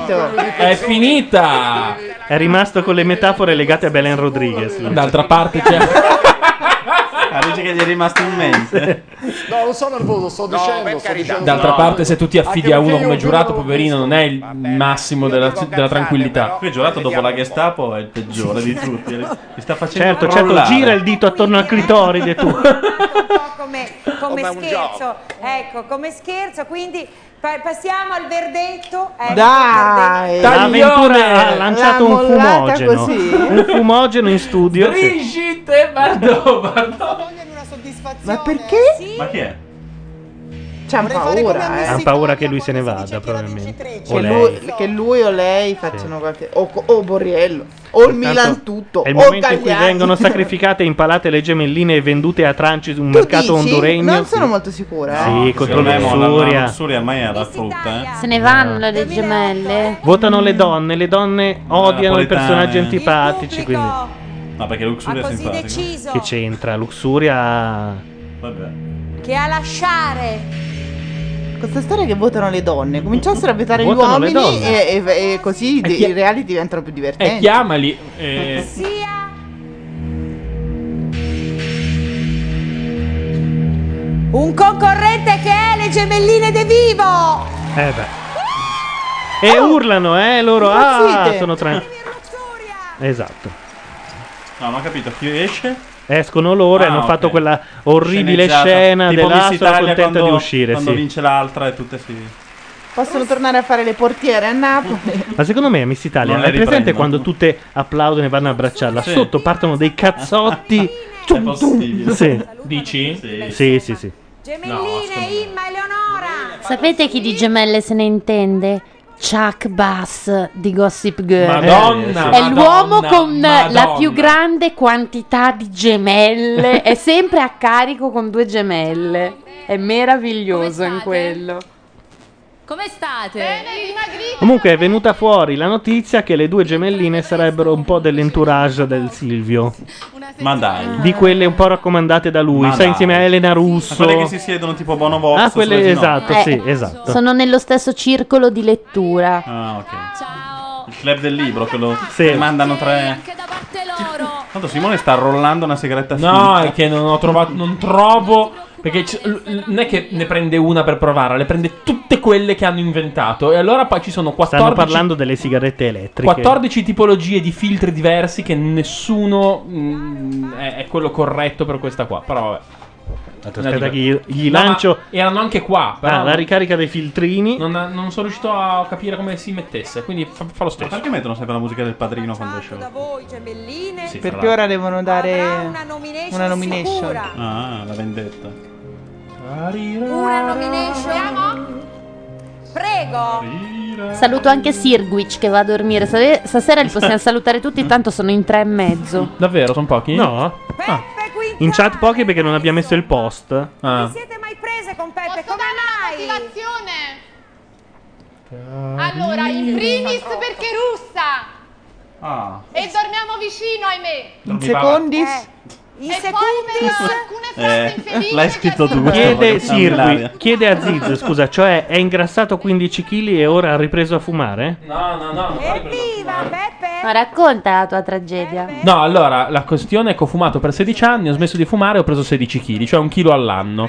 Speaker 3: È finita.
Speaker 1: È rimasto con le metafore legate a Belen Rodriguez.
Speaker 3: D'altra parte c'è
Speaker 1: dice che gli è rimasto in mente.
Speaker 10: No, non sono nervoso, sto dicendo. sto dicendo-
Speaker 3: D'altra
Speaker 10: no.
Speaker 3: parte, se tu ti affidi a uno
Speaker 10: perché io
Speaker 3: come
Speaker 10: prima
Speaker 3: giurato,
Speaker 10: non l'ho
Speaker 3: poverino, non è il massimo della, della tranquillità. Eh,
Speaker 4: Qui giurato dopo la Gestapo è il peggiore di tutti. eh. Mi sta facendo
Speaker 1: Certo, certo,
Speaker 4: crollare.
Speaker 1: gira il dito attorno al clitoride tu.
Speaker 10: ah.
Speaker 8: come, come scherzo, ecco, come scherzo, quindi pa- passiamo al verdetto. Ecco,
Speaker 11: Dai!
Speaker 1: L'avventura ha lanciato
Speaker 11: L'ha
Speaker 1: un
Speaker 11: mollata
Speaker 1: fumogeno.
Speaker 11: così.
Speaker 1: Un fumogeno in studio. sì.
Speaker 3: Brigitte Bardot,
Speaker 11: Ma perché?
Speaker 4: Ma chi è?
Speaker 11: C'hanno paura, eh.
Speaker 1: Ha paura che lui se ne vada, probabilmente. O
Speaker 11: Che
Speaker 1: lei.
Speaker 11: lui, che lui o lei facciano qualche. O, o Borriello. O il Milan tutto.
Speaker 1: È il
Speaker 11: o
Speaker 1: momento in cui
Speaker 11: Gagliani.
Speaker 1: vengono sacrificate e impalate le gemelline e vendute a tranci su un mercato
Speaker 11: Dici?
Speaker 1: honduregno.
Speaker 11: Non sono molto sicura, eh.
Speaker 1: Sì, contro
Speaker 4: secondo me
Speaker 1: l'Uxuria.
Speaker 4: mo- la- La Luxuria ormai è alla frutta. eh.
Speaker 6: Se ne vanno le
Speaker 11: eh.
Speaker 6: gemelle.
Speaker 1: Votano le donne, le donne odiano i
Speaker 4: napoletane.
Speaker 1: personaggi antipatici, quindi
Speaker 4: eh. No, perché Luxuria è
Speaker 8: così
Speaker 4: simpatica.
Speaker 8: deciso.
Speaker 1: che c'entra? Luxuria
Speaker 8: Che a lasciare.
Speaker 11: Questa storia che votano le donne, cominciassero a votare gli
Speaker 3: Votano le
Speaker 11: uomini
Speaker 3: donne.
Speaker 11: e, e- e così
Speaker 3: E
Speaker 11: de-
Speaker 3: chi-
Speaker 11: i reali diventano più divertenti.
Speaker 3: E chiamali. eh,
Speaker 8: Un concorrente che è le gemelline De Vivo.
Speaker 1: Eh beh. E
Speaker 8: Oh!
Speaker 1: urlano, eh, loro. Ah,
Speaker 4: Impazzite.
Speaker 1: sono tranquilli. Esatto.
Speaker 4: No, non ho capito. Chi esce?
Speaker 1: Escono loro e
Speaker 4: Ah,
Speaker 1: hanno
Speaker 4: ok.
Speaker 1: fatto quella orribile
Speaker 4: Sceneggiata.
Speaker 1: scena
Speaker 4: Tipo
Speaker 1: della
Speaker 4: Miss
Speaker 1: sono
Speaker 4: Italia
Speaker 1: contenta
Speaker 4: quando-
Speaker 1: di uscire,
Speaker 4: Quando
Speaker 1: sì.
Speaker 4: vince l'altra e tutte si...
Speaker 11: Possono tornare a fare le portiere a Napoli.
Speaker 1: Ma secondo me Miss Italia
Speaker 4: Non
Speaker 1: è
Speaker 4: le
Speaker 1: presente
Speaker 4: riprendono.
Speaker 1: quando tutte applaudono e vanno a abbracciarla.
Speaker 4: Sì.
Speaker 1: Sotto partono dei cazzotti. Tum, tum. Sì.
Speaker 3: Dici?
Speaker 1: Sì, sì, sì.
Speaker 6: Sapete chi di gemelle se ne intende? Chuck Bass di Gossip Girl.
Speaker 3: Madonna,
Speaker 6: È
Speaker 3: Madonna,
Speaker 6: l'uomo con la
Speaker 3: Madonna.
Speaker 6: più grande quantità di gemelle. È sempre a carico con due gemelle. È meraviglioso in quello.
Speaker 19: Come state?
Speaker 1: Comunque è venuta fuori la notizia che le due gemelline sarebbero un po' dell'entourage del Silvio.
Speaker 4: Ma dai.
Speaker 1: Di quelle un po' raccomandate da lui,
Speaker 4: Ma
Speaker 1: sai,
Speaker 4: dai.
Speaker 1: insieme a Elena
Speaker 4: Ma
Speaker 1: Russo.
Speaker 4: quelle che si siedono tipo Bono Vox
Speaker 1: Ah,
Speaker 4: sulle
Speaker 1: quelle
Speaker 4: ginocchia.
Speaker 1: esatto, sì, esatto.
Speaker 6: Eh, Sono nello stesso circolo di lettura.
Speaker 4: Ah, ok. Il club del libro, quello che mandano tre. Tanto Simone sta rollando una sigaretta
Speaker 3: No, è che non ho trovato. Non trovo. Perché c- l- l- non è che ne prende una per provare, le prende tutte quelle che hanno inventato. E allora poi ci sono 14,
Speaker 1: Stanno parlando delle sigarette elettriche.
Speaker 3: 14 tipologie di filtri diversi che nessuno mh, è, è quello corretto per questa qua. Però vabbè.
Speaker 1: aspetta che io- gli
Speaker 3: No, ma
Speaker 1: lancio-
Speaker 3: Erano anche qua. Però
Speaker 1: Ah, la ricarica dei filtrini.
Speaker 3: Non, non sono riuscito a capire come si mettesse. Quindi fa, fa lo stesso.
Speaker 4: perché mettono sempre la musica del padrino quando esce? Da
Speaker 8: voi, gemelline.
Speaker 4: Sì,
Speaker 11: Perché ora devono dare una
Speaker 8: nomination.
Speaker 11: nomination.
Speaker 4: Ah, la vendetta.
Speaker 8: Una nomination. Prego.
Speaker 6: Saluto anche Sirguich che va a dormire. Sare- Stasera li possiamo salutare tutti, tanto sono in tre e mezzo.
Speaker 3: Davvero, sono pochi?
Speaker 1: No. Ah. In chat pochi perché non abbia messo il post.
Speaker 3: Ah.
Speaker 8: Siete mai prese con Peppe? Come mai?
Speaker 17: Allora, in primis perché russa
Speaker 4: Ah.
Speaker 17: e dormiamo vicino, ahimè.
Speaker 4: In secondis?
Speaker 17: Eh, In e poi però alcune frasi infelici.
Speaker 4: Eh, l'hai scritto tu.
Speaker 1: Chiede,
Speaker 4: questo, voglio farmi
Speaker 1: Sirwi,
Speaker 4: l'aria.
Speaker 1: chiede a Ziz, scusa, cioè è ingrassato 15 kg e ora ha ripreso a fumare?
Speaker 3: No, no, no.
Speaker 6: Ma racconta la tua tragedia.
Speaker 3: No, allora, la questione è che ho fumato per 16 anni, ho smesso di fumare e ho preso 16 kg, cioè un chilo all'anno.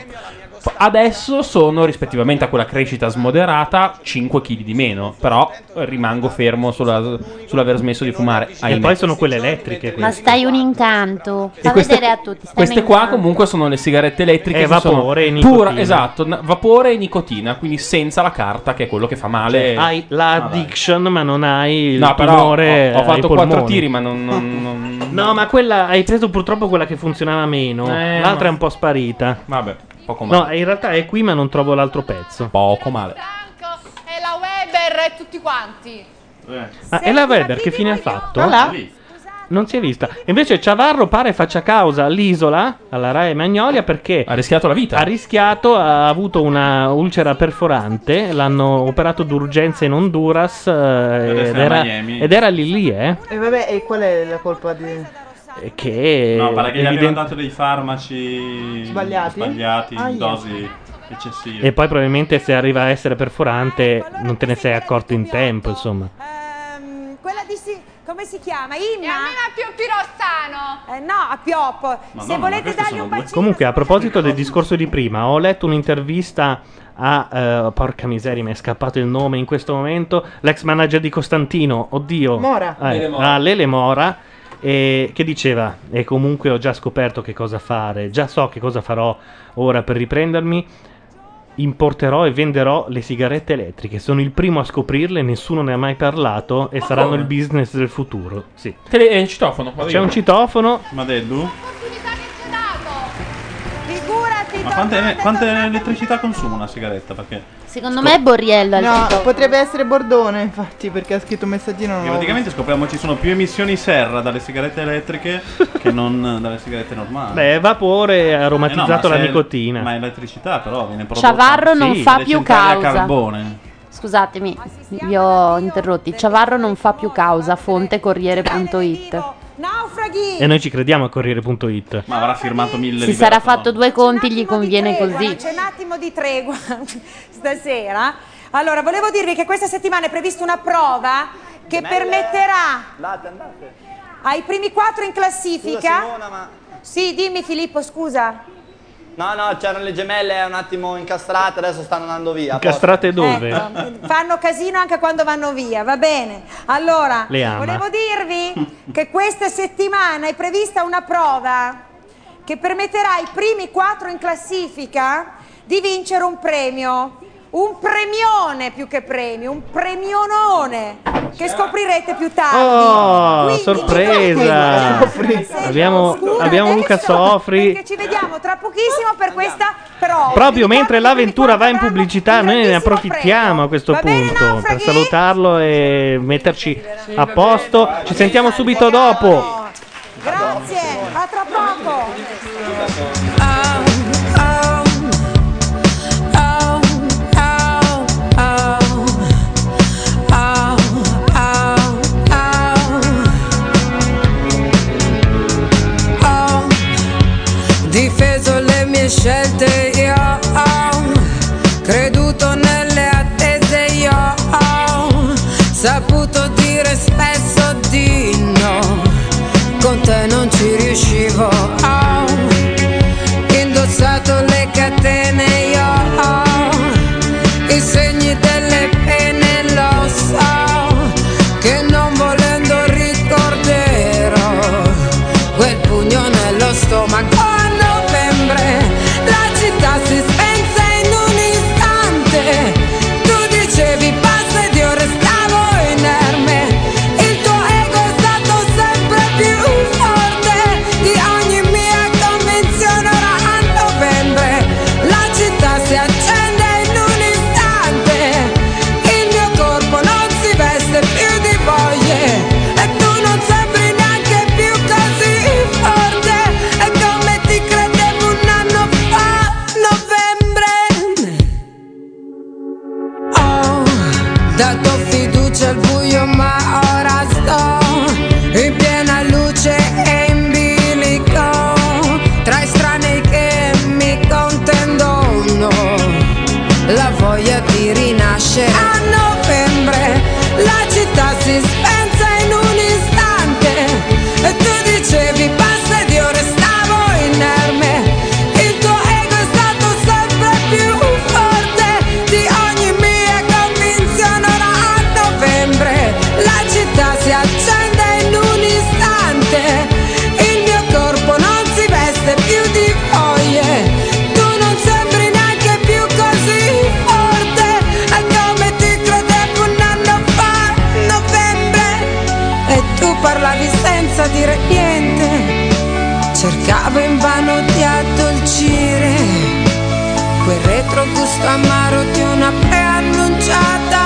Speaker 3: F- Adesso sono, rispettivamente a quella crescita smoderata, 5 kg di meno, però rimango fermo sulla- sull'aver smesso di fumare.
Speaker 1: E poi sono quelle elettriche.
Speaker 6: Ma stai un incanto. Fa
Speaker 3: queste-
Speaker 6: vedere a tutti. Stai
Speaker 3: Queste
Speaker 6: un
Speaker 3: qua
Speaker 6: incanto.
Speaker 3: comunque sono le sigarette elettriche.
Speaker 1: E
Speaker 3: che sono
Speaker 1: Eh, vapore e nicotina.
Speaker 3: Pura, esatto, n- vapore e nicotina, quindi senza la carta che è quello che fa male. Ah,
Speaker 1: Cioè, hai la addiction, ma non hai il
Speaker 3: No, però
Speaker 1: tumore.
Speaker 3: ho, ho
Speaker 1: ai
Speaker 3: fatto
Speaker 1: polmoni.
Speaker 3: 4 tiri, ma non- non- non,
Speaker 1: No, ma quella hai preso purtroppo quella che funzionava meno.
Speaker 3: Eh,
Speaker 1: L'altra
Speaker 3: ma-
Speaker 1: è un po' sparita.
Speaker 3: Vabbè, poco
Speaker 1: male. No, in realtà è qui, ma non trovo l'altro pezzo.
Speaker 3: Poco male.
Speaker 17: E la Weber e tutti quanti.
Speaker 5: Eh.
Speaker 1: Ma Ah, e la Weber che fine ha fatto?
Speaker 17: Ah, là.
Speaker 1: Non si è vista. Invece Ciavarro pare faccia causa all'isola, alla Rae Magnolia, perché
Speaker 3: ha rischiato la vita.
Speaker 1: Ha rischiato, ha avuto una ulcera perforante, l'hanno operato d'urgenza in Honduras eh,
Speaker 4: è
Speaker 1: ed
Speaker 4: a
Speaker 1: era,
Speaker 4: Miami.
Speaker 1: ed era lì lì, eh,
Speaker 11: E vabbè, e qual è la colpa di...
Speaker 1: che
Speaker 4: No, pare che gli abbiano
Speaker 1: evidente-
Speaker 4: dato dei farmaci
Speaker 11: Sbagliati?
Speaker 4: sbagliati,
Speaker 11: Ah,
Speaker 4: in
Speaker 11: yeah.
Speaker 4: dosi eccessive.
Speaker 1: E poi probabilmente se arriva a essere perforante non te ne sei accorto in tempo, insomma.
Speaker 8: Ehm, Quella di si- come si chiama? Inna? E a me
Speaker 17: più pirostano.
Speaker 8: Eh, no, a Pioppo.
Speaker 1: no,
Speaker 8: Se
Speaker 1: ma
Speaker 8: volete
Speaker 1: queste
Speaker 8: dargli un bacino.
Speaker 1: Comunque, a proposito del discorso di prima, ho letto un'intervista a eh, porca miseria, mi è scappato il nome in questo momento. L'ex manager di Costantino, oddio,
Speaker 11: Mora.
Speaker 1: Eh,
Speaker 11: Lele Mora.
Speaker 1: a Lele Mora. eh, che diceva, e comunque ho già scoperto che cosa fare, già so che cosa farò ora per riprendermi. Importerò e venderò le sigarette elettriche. Sono il primo a scoprirle, nessuno ne ha mai parlato e
Speaker 3: Ma
Speaker 1: saranno
Speaker 3: come?
Speaker 1: il business del futuro. Sì.
Speaker 3: Tele- eh, citofono, vado
Speaker 1: C'è
Speaker 3: io.
Speaker 1: un citofono.
Speaker 4: Madellu?
Speaker 8: Figurati,
Speaker 4: Ma quante, quante elettricità consuma una sigaretta? Perché
Speaker 6: Secondo me è Borriello al
Speaker 11: No,
Speaker 6: citofono.
Speaker 11: potrebbe essere Bordone, infatti, perché ha scritto un messaggino. Non
Speaker 4: perché praticamente scopriamo ci sono più emissioni serra dalle sigarette elettriche che non dalle sigarette normali.
Speaker 1: Beh, vapore ha
Speaker 4: Eh no, ma
Speaker 1: aromatizzato la
Speaker 4: se-
Speaker 1: nicotina.
Speaker 4: Ma è elettricità però viene prodotta.
Speaker 6: Ciavarro non
Speaker 4: Sì,
Speaker 6: fa
Speaker 4: le
Speaker 6: più
Speaker 4: centrali a
Speaker 6: causa.
Speaker 4: carbone.
Speaker 6: Scusatemi, vi ho interrotti. Ciavarro non fa più causa. Fonte corriere.it.
Speaker 1: E noi ci crediamo a Corriere.it.
Speaker 4: Ma avrà firmato mille
Speaker 6: Si sarà fatto due conti, gli conviene così.
Speaker 8: C'è un attimo di tregua stasera. Allora, volevo dirvi che questa settimana è prevista una prova che
Speaker 5: eh?
Speaker 8: permetterà ai primi quattro in classifica. Sì, dimmi Filippo, scusa.
Speaker 20: No, no, c'erano le gemelle un attimo incastrate, adesso stanno andando via.
Speaker 1: Incastrate dove?
Speaker 8: Ecco, fanno casino anche quando vanno via, va bene. Allora,
Speaker 1: Le ama.
Speaker 8: volevo dirvi che questa settimana è prevista una prova che permetterà ai primi quattro in classifica di vincere un premio. Un premione più che premio, un premionone che scoprirete più
Speaker 6: Ah,
Speaker 1: Oh,
Speaker 8: tardi.
Speaker 1: sorpresa! Abbiamo, Oh, abbiamo
Speaker 6: eh,
Speaker 1: Luca Sofri.
Speaker 8: Ci vediamo tra pochissimo per questa prova.
Speaker 1: Proprio mentre l'avventura va in pubblicità, noi ne approfittiamo a questo punto per salutarlo e metterci a posto. Ci sentiamo subito dopo.
Speaker 8: Grazie, a tra poco.
Speaker 21: Difeso le mie scelte, io ho creduto nelle attese, io ho saputo dire spesso di no. dato Oh, fiducia al buio ma ora sto in piena luce e in bilico tra estranei che mi contendono la voglia di rinascere a novembre la città si spensa in un istante e tu dicevi basta ed io restavo inerme il tuo ego è stato sempre più forte di ogni mia convinzione. Ora a novembre la città si accende in un istante. Il mio corpo non si veste più di foglie. Tu non sembri neanche più così forte. È come ti credevo un anno fa, novembre. E tu parlavi senza dire niente. Cercavo invano di addolcire quel retrogusto amaro di una preannunciata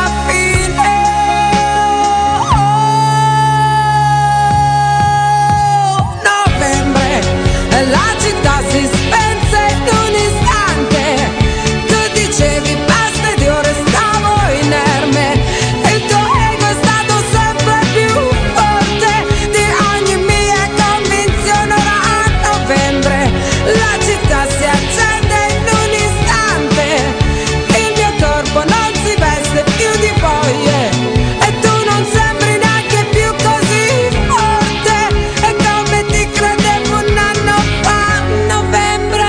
Speaker 21: fine. Novembre, la città si spense in un istante. Tu dicevi basta ed io restavo inerme. E il tuo ego è stato sempre più forte di ogni mia convinzione. Ora a novembre la città si accende in un istante. Il mio corpo non si veste più di foglie. E tu non sembri neanche più così forte. E come ti credevo un anno fa, novembre.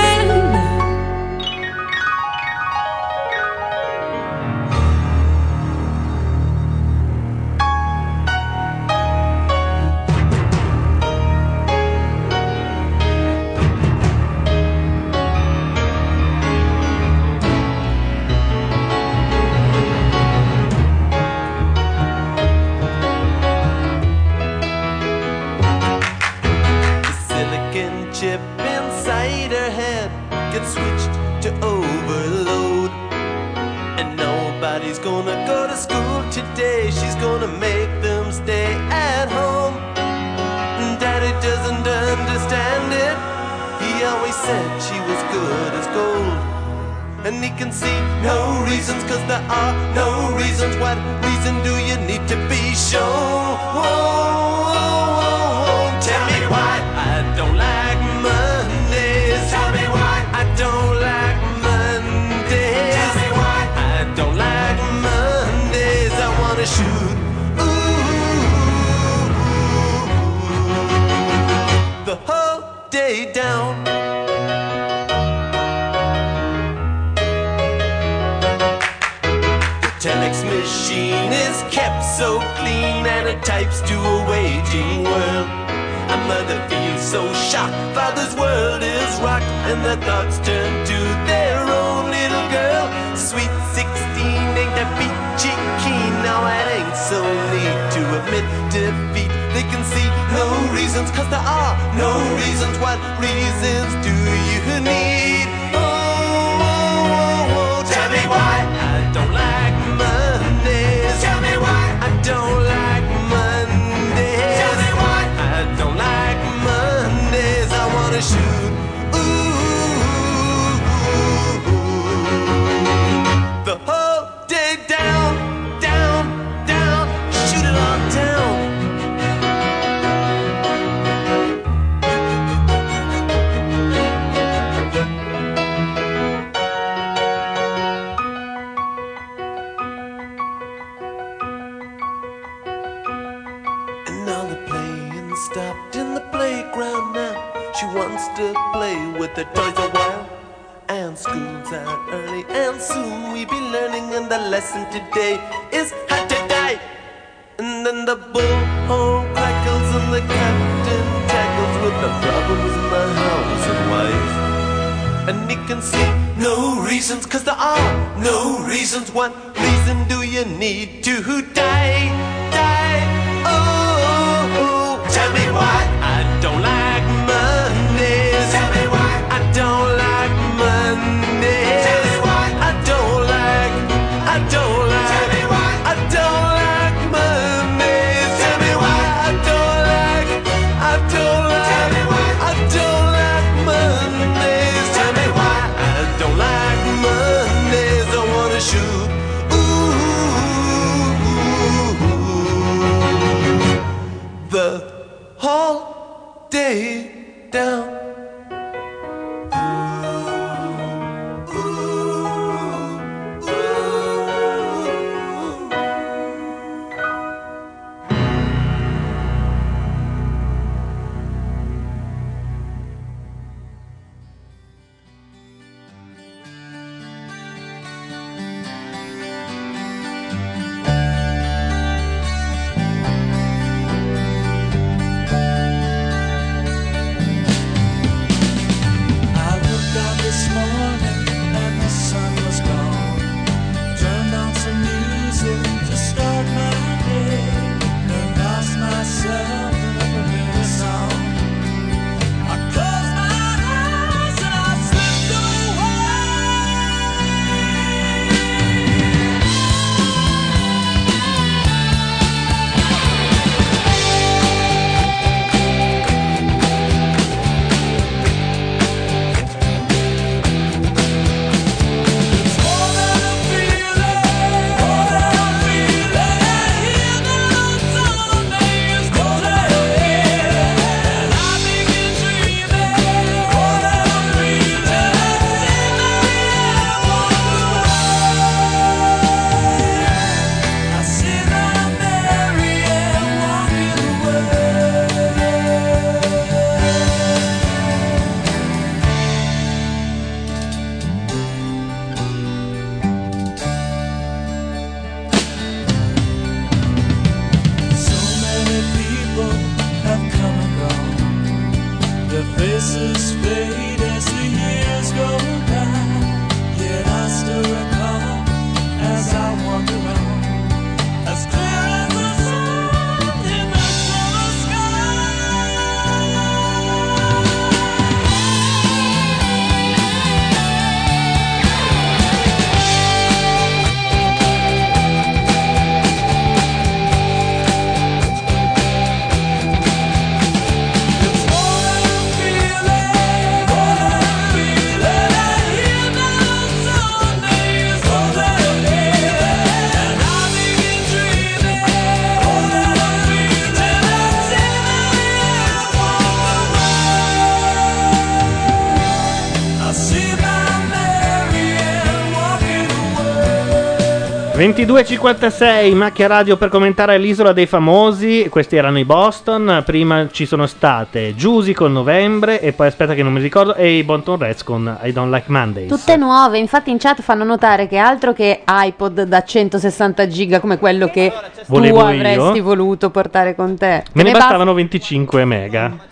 Speaker 22: silicon chip inside her head gets switched to overload. And nobody's gonna go to school today, she's gonna make them stay at home. Daddy doesn't understand it, he always said she was good as gold. And he can see no reasons, cause there are no reasons. What reason do you need to be shown? Tell me why I don't like Mondays. Tell me why I don't like Mondays. Tell me why I
Speaker 11: Eh,
Speaker 22: don't like Mondays. I wanna shoot. Ooh, the whole day down. telex machine is kept so clean and it types to a waging world. A mother feels so shocked, father's world is rocked, and the thoughts turn to their own little girl. Sweet 16 ain't that peachy keen, now it ain't so neat to admit defeat. They can see no reasons, cause there are no reasons. What reasons do you need? Oh, oh, oh, tell me why I don't like Mondays. Tell me why I don't like Mondays. Tell me why I don't like Mondays. I wanna shoot. Ooh, the whole day down, down, down. Shoot it all down. And all the playing stopped in the playground now. She wants to play with the toys a while. And school's out early, and soon we be learning. And the lesson today is how to die. And then the bullhorn crackles, and the captain tackles with the problems in the house and wife. And he can see no reasons, cause there are no reasons. What reason do you need to die? Die. Oh, tell me why I don't like Mondays. Tell me why I don't like Mondays. Tell me why I don't like. I don't like. Tell me why I don't like Mondays. Tell me why I don't like. I don't like. Tell me why I don't like Mondays. Tell me why I don't like Mondays. I wanna shoot. Ooh.
Speaker 1: 22.56 Macchia Radio per commentare l'isola dei famosi. Questi erano i Boston. Prima ci sono state Giusy con novembre. E poi aspetta che non mi ricordo. E i Bonton Reds con I Don't Like Mondays.
Speaker 6: Tutte nuove, infatti in chat fanno notare che altro che iPod da 160 giga come quello che tu
Speaker 1: Volevo io.
Speaker 6: avresti voluto portare con te.
Speaker 1: Me ne
Speaker 6: basta-
Speaker 1: bastavano 25 mega.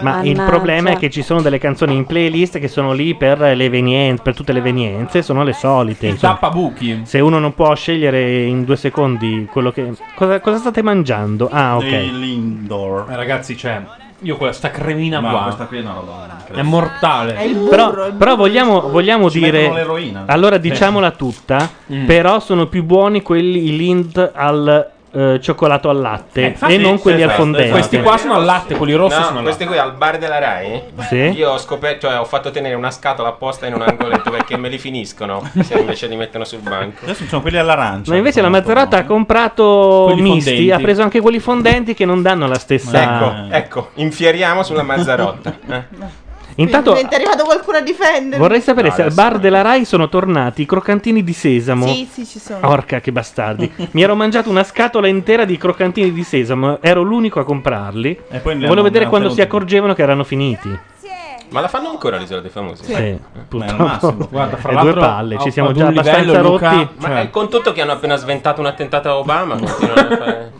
Speaker 1: Ma il
Speaker 6: Mannaggia.
Speaker 1: problema è che ci sono delle canzoni in playlist che sono lì per le evenienze, per tutte le evenienze, sono le solite. insomma.
Speaker 3: Tappabuchi.
Speaker 1: Se uno non può scegliere in due secondi quello che. Cosa, cosa state mangiando? Ah, ok.
Speaker 4: Lindor.
Speaker 3: Ragazzi, cioè, io quella sta cremina
Speaker 4: Ma
Speaker 3: qua.
Speaker 4: questa qui è una roba.
Speaker 3: È mortale.
Speaker 1: Però, però vogliamo, vogliamo
Speaker 4: Ci mettono l'eroina.
Speaker 1: dire. Allora
Speaker 4: Sì.
Speaker 1: diciamola tutta.
Speaker 4: Mm.
Speaker 1: Però sono più buoni quelli i Lind al eh, cioccolato al latte
Speaker 2: Eh, infatti-
Speaker 1: e non quelli al
Speaker 2: esatto,
Speaker 1: fondente.
Speaker 2: esatto. Questi qua sono al
Speaker 3: latte, quelli
Speaker 2: No, questi qui al bar della Rai.
Speaker 1: Sì.
Speaker 2: Io ho scoperto, cioè ho fatto tenere una scatola apposta in un angoletto perché me li finiscono se invece li mettono sul banco.
Speaker 4: Adesso ci sono quelli all'arancia.
Speaker 1: Ma invece la Mazzarata ha comprato
Speaker 2: Quelli
Speaker 1: misti,
Speaker 2: fondenti.
Speaker 1: ha preso anche quelli fondenti che non danno la stessa.
Speaker 3: Ah.
Speaker 2: Ecco, ecco, infieriamo sulla Mazzarotta. eh.
Speaker 1: Intanto
Speaker 11: Finalmente è arrivato qualcuno a difendermi.
Speaker 1: vorrei sapere
Speaker 2: No,
Speaker 1: se al
Speaker 2: Ah, adesso
Speaker 1: bar della Rai sono tornati i croccantini di sesamo.
Speaker 11: Sì, sì, ci sono.
Speaker 1: Porca che bastardi. Mi ero mangiato una scatola intera di croccantini di sesamo, ero l'unico a comprarli.
Speaker 2: E poi ne
Speaker 1: Volevo
Speaker 2: hanno- ne
Speaker 1: vedere
Speaker 2: hanno
Speaker 1: quando si
Speaker 2: tenuti.
Speaker 1: accorgevano che erano finiti.
Speaker 2: Ma la fanno ancora l'isola dei famosi? Eh.
Speaker 1: Sì, purtroppo.
Speaker 3: Guarda, fra
Speaker 1: E due
Speaker 3: l'altro,
Speaker 1: palle,
Speaker 3: a-
Speaker 1: ci siamo
Speaker 3: ad
Speaker 1: già
Speaker 3: un livello,
Speaker 1: abbastanza
Speaker 3: Luca, Cioè.
Speaker 1: rotti.
Speaker 2: Ma eh, con tutto che hanno appena sventato un attentato a Obama, continuano a fare...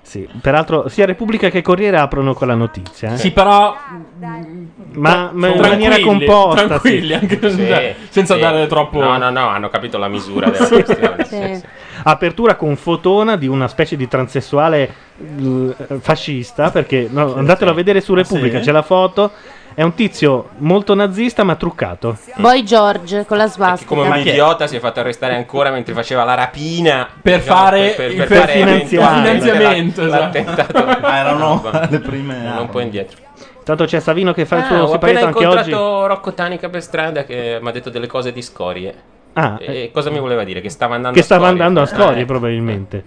Speaker 1: Sì, peraltro sia Repubblica che Corriere aprono con la notizia. eh.
Speaker 3: Sì, però.
Speaker 1: mm, Ma, ma in
Speaker 3: Tranquilli,
Speaker 1: maniera composta.
Speaker 3: tranquilli,
Speaker 1: sì.
Speaker 3: anche senza- senza dare troppo-
Speaker 2: No, no, no, hanno capito la misura della questione. sì, sì.
Speaker 1: Apertura con fotona di una specie di transessuale l- fascista. Perché no, andatelo a vedere su Repubblica,
Speaker 6: sì?
Speaker 1: c'è la foto. È un tizio molto nazista ma truccato.
Speaker 14: Mm.
Speaker 6: Boy George con la svastica.
Speaker 2: Come un idiota si è fatto arrestare ancora mentre faceva la rapina
Speaker 1: Per
Speaker 2: diciamo,
Speaker 1: fare il- per finanziare.
Speaker 2: finanziamento
Speaker 1: Finanziamento, esatto.
Speaker 2: l'attentato.
Speaker 1: Ah, erano le
Speaker 4: prime
Speaker 2: un po' Eh, indietro.
Speaker 1: Tanto c'è Savino che fa il
Speaker 2: Ah,
Speaker 1: suo
Speaker 2: ho appena
Speaker 1: siparietto anche oggi.
Speaker 2: incontrato Rocco Tanica per strada che mi ha detto delle cose di scorie.
Speaker 1: Ah,
Speaker 2: E cosa mi voleva dire? Che stava andando
Speaker 1: che
Speaker 2: a
Speaker 1: stava
Speaker 2: scorie.
Speaker 1: andando a storie
Speaker 2: Eh,
Speaker 1: probabilmente.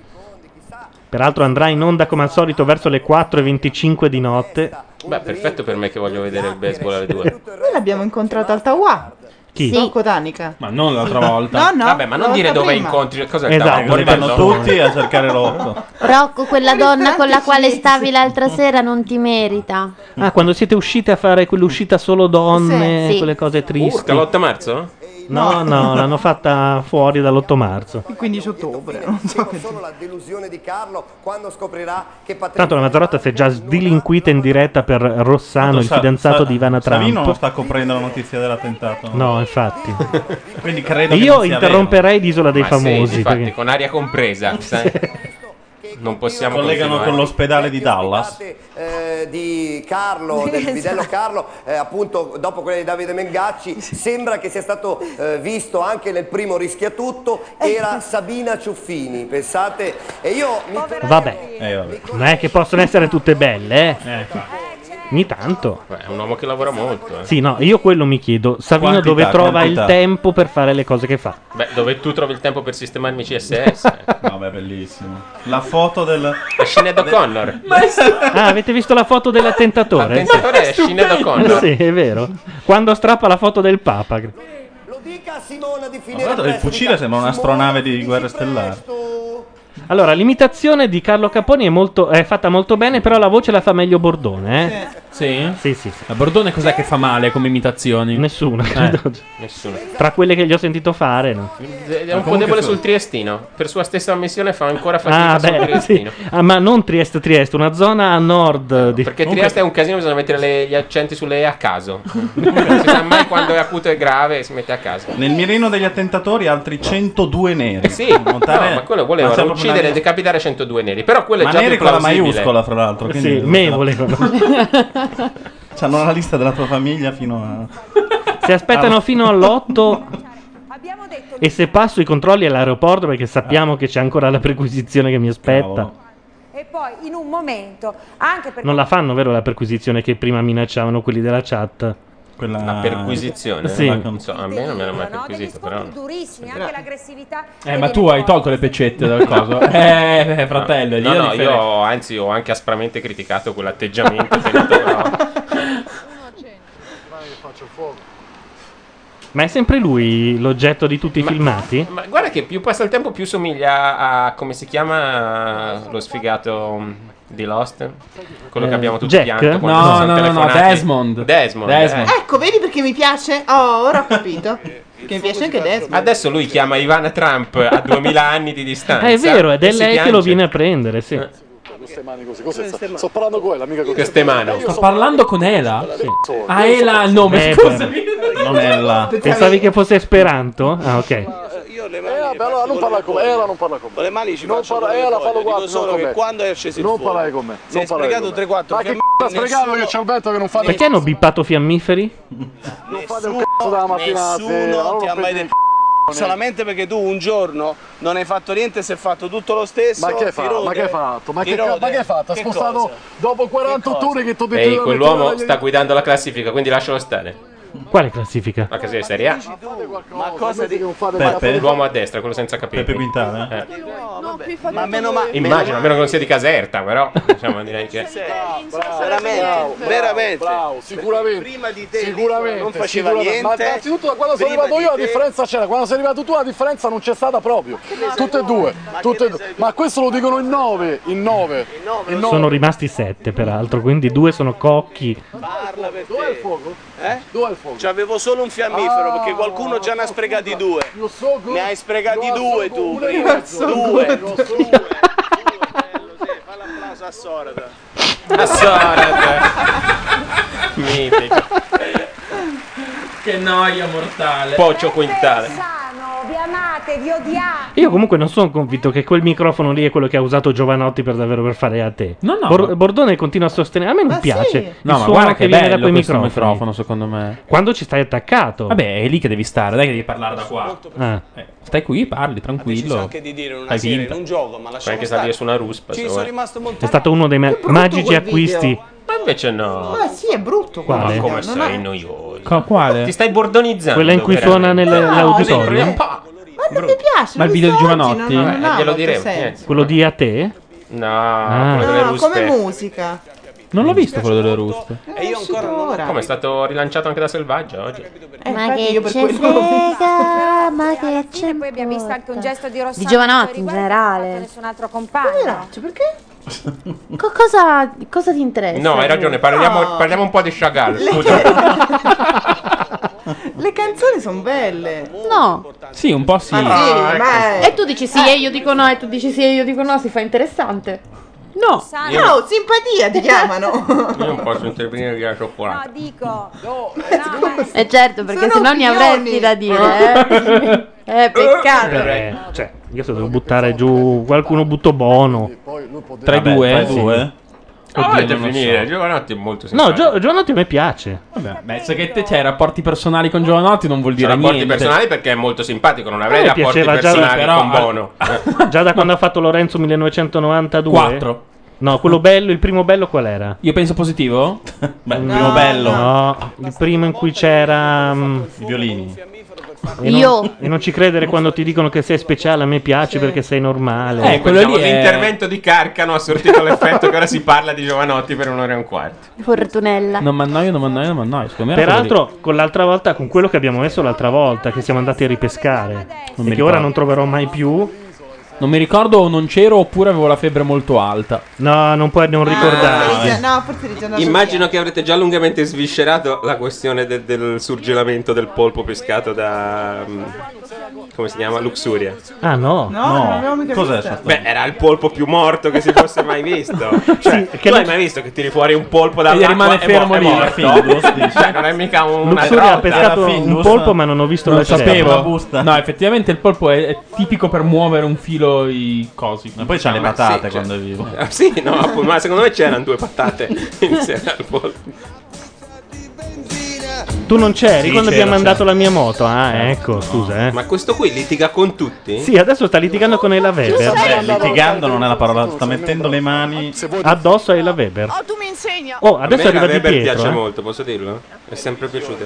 Speaker 1: Peraltro andrà in onda come al solito verso le 4.25 di notte.
Speaker 2: Beh, perfetto per me che voglio vedere il baseball alle due.
Speaker 11: Noi l'abbiamo incontrato al Tawa.
Speaker 1: Chi?
Speaker 11: Sì. Rocco Tanica.
Speaker 3: Ma non l'altra
Speaker 11: volta. No, no,
Speaker 2: Vabbè, ma non
Speaker 11: la
Speaker 2: dire
Speaker 11: volta
Speaker 2: dove
Speaker 11: prima.
Speaker 2: incontri. Cosa
Speaker 4: Esatto,
Speaker 2: cavolo,
Speaker 4: arrivano
Speaker 2: rimandono-
Speaker 4: tutti a cercare Rocco.
Speaker 6: Rocco, quella donna con la quale stavi l'altra sera non ti merita.
Speaker 1: Ah, quando siete uscite a fare quell'uscita solo donne,
Speaker 6: Sì, sì.
Speaker 1: quelle cose tristi.
Speaker 2: Urca, l'8 marzo?
Speaker 1: No, no, l'hanno fatta fuori dall'8 marzo.
Speaker 11: Il 15 ottobre, non so che
Speaker 23: solo la delusione di Carlo quando scoprirà che Patrizia
Speaker 1: Tanto la Mazzarotta si è già sdilinquita in diretta per Rossano,
Speaker 4: Tanto
Speaker 1: il
Speaker 4: Sa-
Speaker 1: fidanzato
Speaker 4: Sa-
Speaker 1: di Ivana
Speaker 4: Savino non
Speaker 1: Trump.
Speaker 4: sta coprendo la notizia dell'attentato.
Speaker 1: No, infatti.
Speaker 4: Quindi credo che
Speaker 1: Io
Speaker 4: non sia
Speaker 1: interromperei l'Isola dei
Speaker 2: Ma sì,
Speaker 1: Famosi.
Speaker 2: difatti,
Speaker 1: perché-
Speaker 2: con aria compresa. sai? Non possiamo
Speaker 4: Collegano
Speaker 2: continuare.
Speaker 4: con l'ospedale di Dallas.
Speaker 23: eh, di Carlo, del
Speaker 4: Esatto.
Speaker 23: bidello Carlo, eh, appunto dopo quella di Davide Mengacci, sembra che sia stato eh, visto anche nel primo Rischiatutto,
Speaker 11: Eh,
Speaker 23: era Sabina Ciuffini, pensate, e io mi
Speaker 1: Vabbè. non è che possono essere tutte belle, eh. Ogni tanto.
Speaker 2: Beh, è un uomo che lavora molto. eh.
Speaker 1: Sì, no, io quello mi chiedo. Savino
Speaker 2: Quantità,
Speaker 1: dove trova
Speaker 2: quantità.
Speaker 1: il tempo per fare le cose che fa?
Speaker 2: Beh, dove tu trovi il tempo per sistemarmi CSS?
Speaker 4: Vabbè, bellissimo. La foto del.
Speaker 2: eh. Sinead O'Connor.
Speaker 1: Ah, avete visto la foto dell'attentatore?
Speaker 2: L'attentatore è
Speaker 1: Sì.
Speaker 2: Sinead O'Connor.
Speaker 1: Sì, è vero. Quando strappa la foto del Papa.
Speaker 4: Ma guarda, il fucile sembra un'astronave di guerra stellare.
Speaker 1: Allora, l'imitazione di Carlo Caponi è, molto, è fatta molto bene, però la voce la fa meglio Bordone, eh?
Speaker 3: Sì?
Speaker 1: Sì, sì.
Speaker 3: La Bordone cos'è che fa male come imitazioni?
Speaker 1: Nessuna, credo.
Speaker 2: Nessuno.
Speaker 1: Tra quelle che gli ho sentito fare, no?
Speaker 2: È
Speaker 3: Ma
Speaker 2: un po'
Speaker 3: comunque
Speaker 2: debole
Speaker 3: sono-
Speaker 2: sul triestino. Per sua stessa ammissione fa ancora fatica
Speaker 1: Ah,
Speaker 2: sul
Speaker 1: beh, sì.
Speaker 2: triestino.
Speaker 1: Ah, ma non Trieste, Trieste, una zona a nord di...
Speaker 2: Perché Trieste è un casino, bisogna mettere le- gli accenti sulle E a caso. non si sa mai quando è acuto e grave, si mette a caso.
Speaker 4: Nel mirino degli attentatori altri 102 neri.
Speaker 2: Eh Sì,
Speaker 4: Montare-
Speaker 2: no, ma quello
Speaker 4: Ma
Speaker 2: voleva
Speaker 4: c'è proprio
Speaker 2: uccidere
Speaker 4: una-
Speaker 2: e decapitare 102 neri. Però quello è
Speaker 4: Ma
Speaker 2: già
Speaker 4: neri
Speaker 2: più
Speaker 4: con la
Speaker 2: plausibile.
Speaker 4: maiuscola, fra l'altro.
Speaker 1: Eh Sì, me volevano.
Speaker 4: C'hanno la lista della tua famiglia fino a. Ah,
Speaker 1: Se aspettano fino all'8 e se passo i controlli all'aeroporto perché
Speaker 2: Eh.
Speaker 1: sappiamo che c'è ancora la perquisizione che mi aspetta.
Speaker 8: E poi in un momento, anche perché
Speaker 1: Non la fanno, vero, la perquisizione che prima minacciavano quelli della chat?
Speaker 2: La perquisizione?
Speaker 1: Sì.
Speaker 2: Non so, a me non mi hanno mai perquisito, però.
Speaker 8: durissimi, anche l'aggressività.
Speaker 3: Eh, ma tu hai tolto le pecette dal coso. eh, eh,
Speaker 2: No,
Speaker 3: fratello, lì la
Speaker 2: no,
Speaker 3: differenza.
Speaker 2: io anzi ho anche aspramente criticato quell'atteggiamento tenuto da-
Speaker 10: Faccio fuoco.
Speaker 1: Ma è sempre lui l'oggetto di tutti i filmati?
Speaker 2: Ma guarda che più passa il tempo più somiglia a come si chiama lo sfigato mm, di Lost? Quello
Speaker 3: Eh,
Speaker 2: che abbiamo tutti
Speaker 3: Jack?
Speaker 2: pianto quando
Speaker 3: No,
Speaker 2: ci sono
Speaker 3: no, no, no,
Speaker 2: telefonati.
Speaker 3: Desmond.
Speaker 2: Desmond.
Speaker 3: Desmond.
Speaker 2: eh.
Speaker 11: Ecco, vedi perché mi piace? Oh, ora ho capito. che mi piace anche Desmond.
Speaker 2: Adesso lui chiama Ivana Trump a 2000 anni di distanza.
Speaker 1: Ah, è vero, ed
Speaker 2: e
Speaker 1: è
Speaker 2: eh. si
Speaker 1: lei che
Speaker 2: piange. Eh.
Speaker 1: lo viene a prendere, sì.
Speaker 10: Queste mani così, cos'è? Sto, sto parlando con l'amica con
Speaker 2: Queste mani.
Speaker 3: Sta parlando con Ela?
Speaker 10: Sì.
Speaker 3: Ah, Ela il nome,
Speaker 1: Eh,
Speaker 3: scusami.
Speaker 1: Non è là. Pensavi che fosse Esperanto? Ah, ok.
Speaker 10: Eh, vabbè, allora non parla con me. Eh, la non parla con me. Le mani ci non parla, eh, la fallo guarda,
Speaker 12: solo
Speaker 10: non con
Speaker 12: che
Speaker 10: me.
Speaker 12: quando è sceso il
Speaker 10: Non
Speaker 12: fuoco,
Speaker 10: parlare con me.
Speaker 12: si
Speaker 10: Non
Speaker 12: è
Speaker 10: parlare
Speaker 12: sprecato 3-4
Speaker 10: con me. Ma che
Speaker 12: fiamme,
Speaker 10: c***o ha sprecato
Speaker 12: nessuno-
Speaker 10: che c'è Alberto che non fa
Speaker 1: Perché hanno bippato fiammiferi?
Speaker 10: Non fate un cazzo dalla mattina alla sera.
Speaker 12: Nessuno ti
Speaker 10: allora
Speaker 12: ha
Speaker 10: non
Speaker 12: mai
Speaker 10: prendete
Speaker 12: detto solamente perché tu un giorno non hai fatto niente, si è fatto tutto lo stesso.
Speaker 10: Ma che hai
Speaker 12: ti
Speaker 10: fatto? Ma
Speaker 12: rode,
Speaker 10: che hai fatto? Ma
Speaker 12: ti
Speaker 10: che, ca-
Speaker 12: rode.
Speaker 10: ma che hai fatto? Ha
Speaker 12: Che
Speaker 10: spostato
Speaker 12: cosa?
Speaker 10: dopo 48 ore che ti ho detto
Speaker 2: Ehi,
Speaker 10: io-
Speaker 2: quell'uomo sta guidando la classifica, quindi lascialo stare.
Speaker 1: Quale classifica?
Speaker 2: La classifica di Serie A.
Speaker 12: Ma cosa di...
Speaker 2: L'uomo a destra, quello senza capire. Peppe Quintana.
Speaker 12: Ma meno male.
Speaker 2: Immagino, a meno che non sia di Caserta, però diciamo direi che
Speaker 12: veramente, veramente.
Speaker 10: bravo, sicuramente. Prima di te sicuramente,
Speaker 12: non faceva
Speaker 10: sicuramente.
Speaker 12: niente.
Speaker 10: Ma innanzitutto da quando sono
Speaker 12: Prima
Speaker 10: arrivato
Speaker 12: di
Speaker 10: io la
Speaker 12: te.
Speaker 10: differenza c'era, quando sei arrivato tu la differenza non c'è stata proprio. Tutte e due, tutte e due. Ma questo lo dicono in nove, in nove. In nove.
Speaker 1: Sono rimasti sette, peraltro, quindi due sono cocchi.
Speaker 12: Parla per te.
Speaker 10: il fuoco?
Speaker 12: Eh?
Speaker 10: Dove è il fuoco? Ah,
Speaker 12: C'avevo solo un fiammifero perché qualcuno già ne ha sprecati due. Ne hai sprecati due tu prima. Due. Fa l'applauso a Sorata.
Speaker 2: A Mitico.
Speaker 3: Che noia mortale.
Speaker 2: Pocio Quintale.
Speaker 8: Sano, vi amate, vi odiate.
Speaker 1: Io comunque non sono convinto che quel microfono lì è quello che ha usato Giovanotti per davvero per fare a te.
Speaker 3: No, no,
Speaker 1: Bor-
Speaker 3: ma-
Speaker 1: Bordone continua a sostenere. A me non piace. il
Speaker 3: No, ma
Speaker 1: suono
Speaker 3: guarda che
Speaker 1: che viene da
Speaker 3: bello
Speaker 1: quei
Speaker 3: questo
Speaker 1: microfoni.
Speaker 3: microfono, secondo me.
Speaker 1: Quando ci stai attaccato.
Speaker 3: Vabbè, è lì che devi stare, dai che devi parlare da qua.
Speaker 1: Ah.
Speaker 3: Eh, stai qui, parli, tranquillo.
Speaker 12: Deciso anche di dire in una
Speaker 3: Hai
Speaker 12: serie,
Speaker 3: vinto.
Speaker 12: in un gioco, ma
Speaker 2: Puoi
Speaker 12: lasciamo
Speaker 2: anche
Speaker 12: stare.
Speaker 2: salire su una ruspa.
Speaker 12: Ci
Speaker 2: se
Speaker 12: sono
Speaker 2: vuoi.
Speaker 12: rimasto molto
Speaker 1: È stato uno dei ma- magici acquisti.
Speaker 2: Ma invece no.
Speaker 11: Ma sì, è brutto
Speaker 1: Quale?
Speaker 2: Ma come
Speaker 11: Non
Speaker 2: sei
Speaker 11: è-
Speaker 2: noioso?
Speaker 3: quale?
Speaker 2: Ti stai bordonizzando.
Speaker 1: Quella in cui suona nel- nell'auditorio?
Speaker 11: Eh, Ma non mi piace.
Speaker 1: Ma il
Speaker 11: l'ho
Speaker 1: video di
Speaker 11: visto oggi,
Speaker 1: Giovanotti?
Speaker 11: non- non
Speaker 2: Eh,
Speaker 11: ha
Speaker 2: glielo
Speaker 11: molto
Speaker 2: diremo,
Speaker 11: senso.
Speaker 2: niente.
Speaker 1: Quello di a te?
Speaker 2: No,
Speaker 1: Ah.
Speaker 2: quello delle
Speaker 11: No,
Speaker 2: ruspe.
Speaker 11: come musica.
Speaker 3: Non l'ho visto quello delle ruspe.
Speaker 11: E io ancora non
Speaker 2: Come è stato rilanciato anche da Selvaggia
Speaker 13: Eh,
Speaker 2: oggi?
Speaker 17: Eh,
Speaker 11: Ma che io per
Speaker 13: c'è
Speaker 11: quello-
Speaker 13: frega, ma che c'è
Speaker 8: Poi abbiamo visto anche un gesto di Rossano.
Speaker 13: Di Giovanotti in
Speaker 8: riguardo, non ha fatto
Speaker 13: generale. Cioè,
Speaker 8: Nessun altro compagno.
Speaker 11: Perché?
Speaker 13: Co- cosa, cosa ti interessa?
Speaker 2: No, hai ragione, parliamo,
Speaker 13: No.
Speaker 2: parliamo un po' di Chagall. Scusa.
Speaker 11: Le canzoni sono belle.
Speaker 13: No.
Speaker 3: Sì, un po' sì.
Speaker 11: Ah, sì, ma
Speaker 6: Eh,
Speaker 13: E tu dici sì e io dico no, e tu dici sì e io dico no, si fa interessante. No.
Speaker 2: Io- Ciao,
Speaker 11: Oh, simpatia ti chiamano.
Speaker 2: Io non posso intervenire via cioccolata.
Speaker 8: Dico.
Speaker 13: E certo, perché
Speaker 11: Sono
Speaker 13: sennò ne
Speaker 11: opinioni.
Speaker 13: avresti da dire, eh. Eh, peccato.
Speaker 1: Eh, cioè, io se devo buttare giù qualcuno butto Bono.
Speaker 3: Tra i
Speaker 1: Vabbè,
Speaker 3: due?
Speaker 1: tra i
Speaker 3: Sì.
Speaker 1: due?
Speaker 2: Ah,
Speaker 3: Oddio,
Speaker 2: dovete
Speaker 3: non lo
Speaker 2: finire,
Speaker 3: so.
Speaker 2: Giovanotti è molto
Speaker 1: No,
Speaker 2: simpatico.
Speaker 1: Gio- Giovanotti a me piace.
Speaker 3: Vabbè, beh, se che te c'hai rapporti personali con Giovanotti non vuol dire
Speaker 2: rapporti
Speaker 3: niente.
Speaker 2: personali perché è molto simpatico, non avrei
Speaker 1: A me
Speaker 2: rapporti
Speaker 1: piaceva già-
Speaker 2: personali
Speaker 1: Sì, però-
Speaker 2: con Bono.
Speaker 1: Già da quando ha fatto Lorenzo 1992?
Speaker 3: Quattro.
Speaker 1: No, quello bello, il primo bello qual era?
Speaker 3: Io penso positivo?
Speaker 1: Beh,
Speaker 3: il primo bello.
Speaker 1: No, il primo in cui c'era. I violini. E non,
Speaker 13: Io.
Speaker 1: e non ci credere quando ti dicono che sei speciale, a me piace perché sei normale.
Speaker 3: Eh,
Speaker 2: Comunque, diciamo, L'intervento di Carcano ha sortito l'effetto che ora si parla di Giovanotti per un'ora e un quarto.
Speaker 13: Fortunella.
Speaker 3: Non mi annoio, non mi annoio, non mi annoio. Secondo me era quello
Speaker 1: Peraltro, con l'altra volta, con quello che abbiamo messo l'altra volta, che siamo andati a ripescare,
Speaker 3: Non
Speaker 1: e
Speaker 3: mi
Speaker 1: che ora
Speaker 3: ricordo.
Speaker 1: non troverò mai più,
Speaker 3: lì. Non mi ricordo o non c'ero oppure avevo la febbre molto alta.
Speaker 1: No, non puoi non
Speaker 11: Forse- No, forse ritornare
Speaker 2: Immagino che avrete già lungamente sviscerato la questione de- del surgelamento del polpo pescato da. mm, come si chiama? Luxuria.
Speaker 1: Ah, no.
Speaker 11: No, non l'abbiamo mica Cos'è vista.
Speaker 2: Beh, era il polpo più morto che si fosse mai visto. Cioè, tu hai mai visto che tiri fuori un polpo
Speaker 3: E gli
Speaker 2: dall'acqua
Speaker 3: rimane
Speaker 2: e mo-
Speaker 3: fermo
Speaker 2: è
Speaker 3: lì.
Speaker 2: morto?
Speaker 3: Findus, dici.
Speaker 2: Cioè, non è mica una
Speaker 1: Luxuria ha
Speaker 2: roba.
Speaker 1: pescato un polpo, ma non ho visto
Speaker 3: Non
Speaker 1: la
Speaker 3: lo
Speaker 1: testa.
Speaker 3: sapevo.
Speaker 1: La busta.
Speaker 3: No, effettivamente il polpo è, è tipico per muovere un filo i cosi. Ma
Speaker 2: poi c'ha le patate quando
Speaker 3: è vivo.
Speaker 2: Ah, Sì, no, appunto, ma secondo me c'erano due patate insieme al polpo.
Speaker 1: Tu non c'eri
Speaker 2: Sì,
Speaker 1: quando
Speaker 2: c'ero,
Speaker 1: abbiamo mandato la mia moto. Ah, ecco, scusa, eh.
Speaker 2: Ma questo qui litiga con tutti?
Speaker 1: Sì, adesso sta litigando con Ella Weber.
Speaker 4: Vabbè, litigando non è la parola, sta mettendo le mani.
Speaker 1: Addosso a Ella Weber.
Speaker 24: Oh, tu mi insegni.
Speaker 1: Oh, adesso
Speaker 2: a me
Speaker 1: arriva
Speaker 2: la
Speaker 1: di
Speaker 2: Weber
Speaker 1: Pietro.
Speaker 2: piace
Speaker 1: eh.
Speaker 2: molto, posso dirlo? Mi è sempre piaciuta.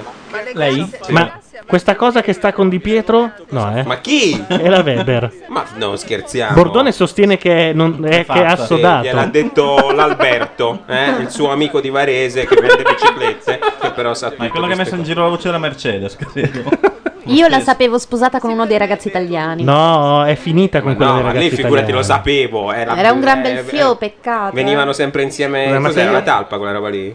Speaker 3: Lei?
Speaker 1: Ma questa cosa che sta con Di Pietro? No, eh.
Speaker 2: Ma chi?
Speaker 1: Ella Weber.
Speaker 2: Ma non scherziamo.
Speaker 1: Bordone sostiene che, è- non- è, che è
Speaker 2: Fatta. Sì, Gliel'ha
Speaker 1: assodato.
Speaker 2: detto l'Alberto, eh, il suo amico di Varese che vende biciclette, che però sa
Speaker 4: Ma è quello che ha messo in giro la voce della Mercedes. credo.
Speaker 14: Io la sapevo sposata con uno dei ragazzi italiani.
Speaker 1: No, è finita con quello
Speaker 2: No,
Speaker 1: dei
Speaker 2: ma
Speaker 1: ragazzi.
Speaker 2: lì figurati,
Speaker 1: italiani.
Speaker 2: lo sapevo. Era,
Speaker 14: Era un gran
Speaker 2: eh,
Speaker 14: bel
Speaker 2: eh,
Speaker 14: fio, peccato. eh.
Speaker 2: Venivano sempre insieme.
Speaker 1: Ma
Speaker 2: Cos'era
Speaker 1: sì.
Speaker 2: la talpa quella roba lì?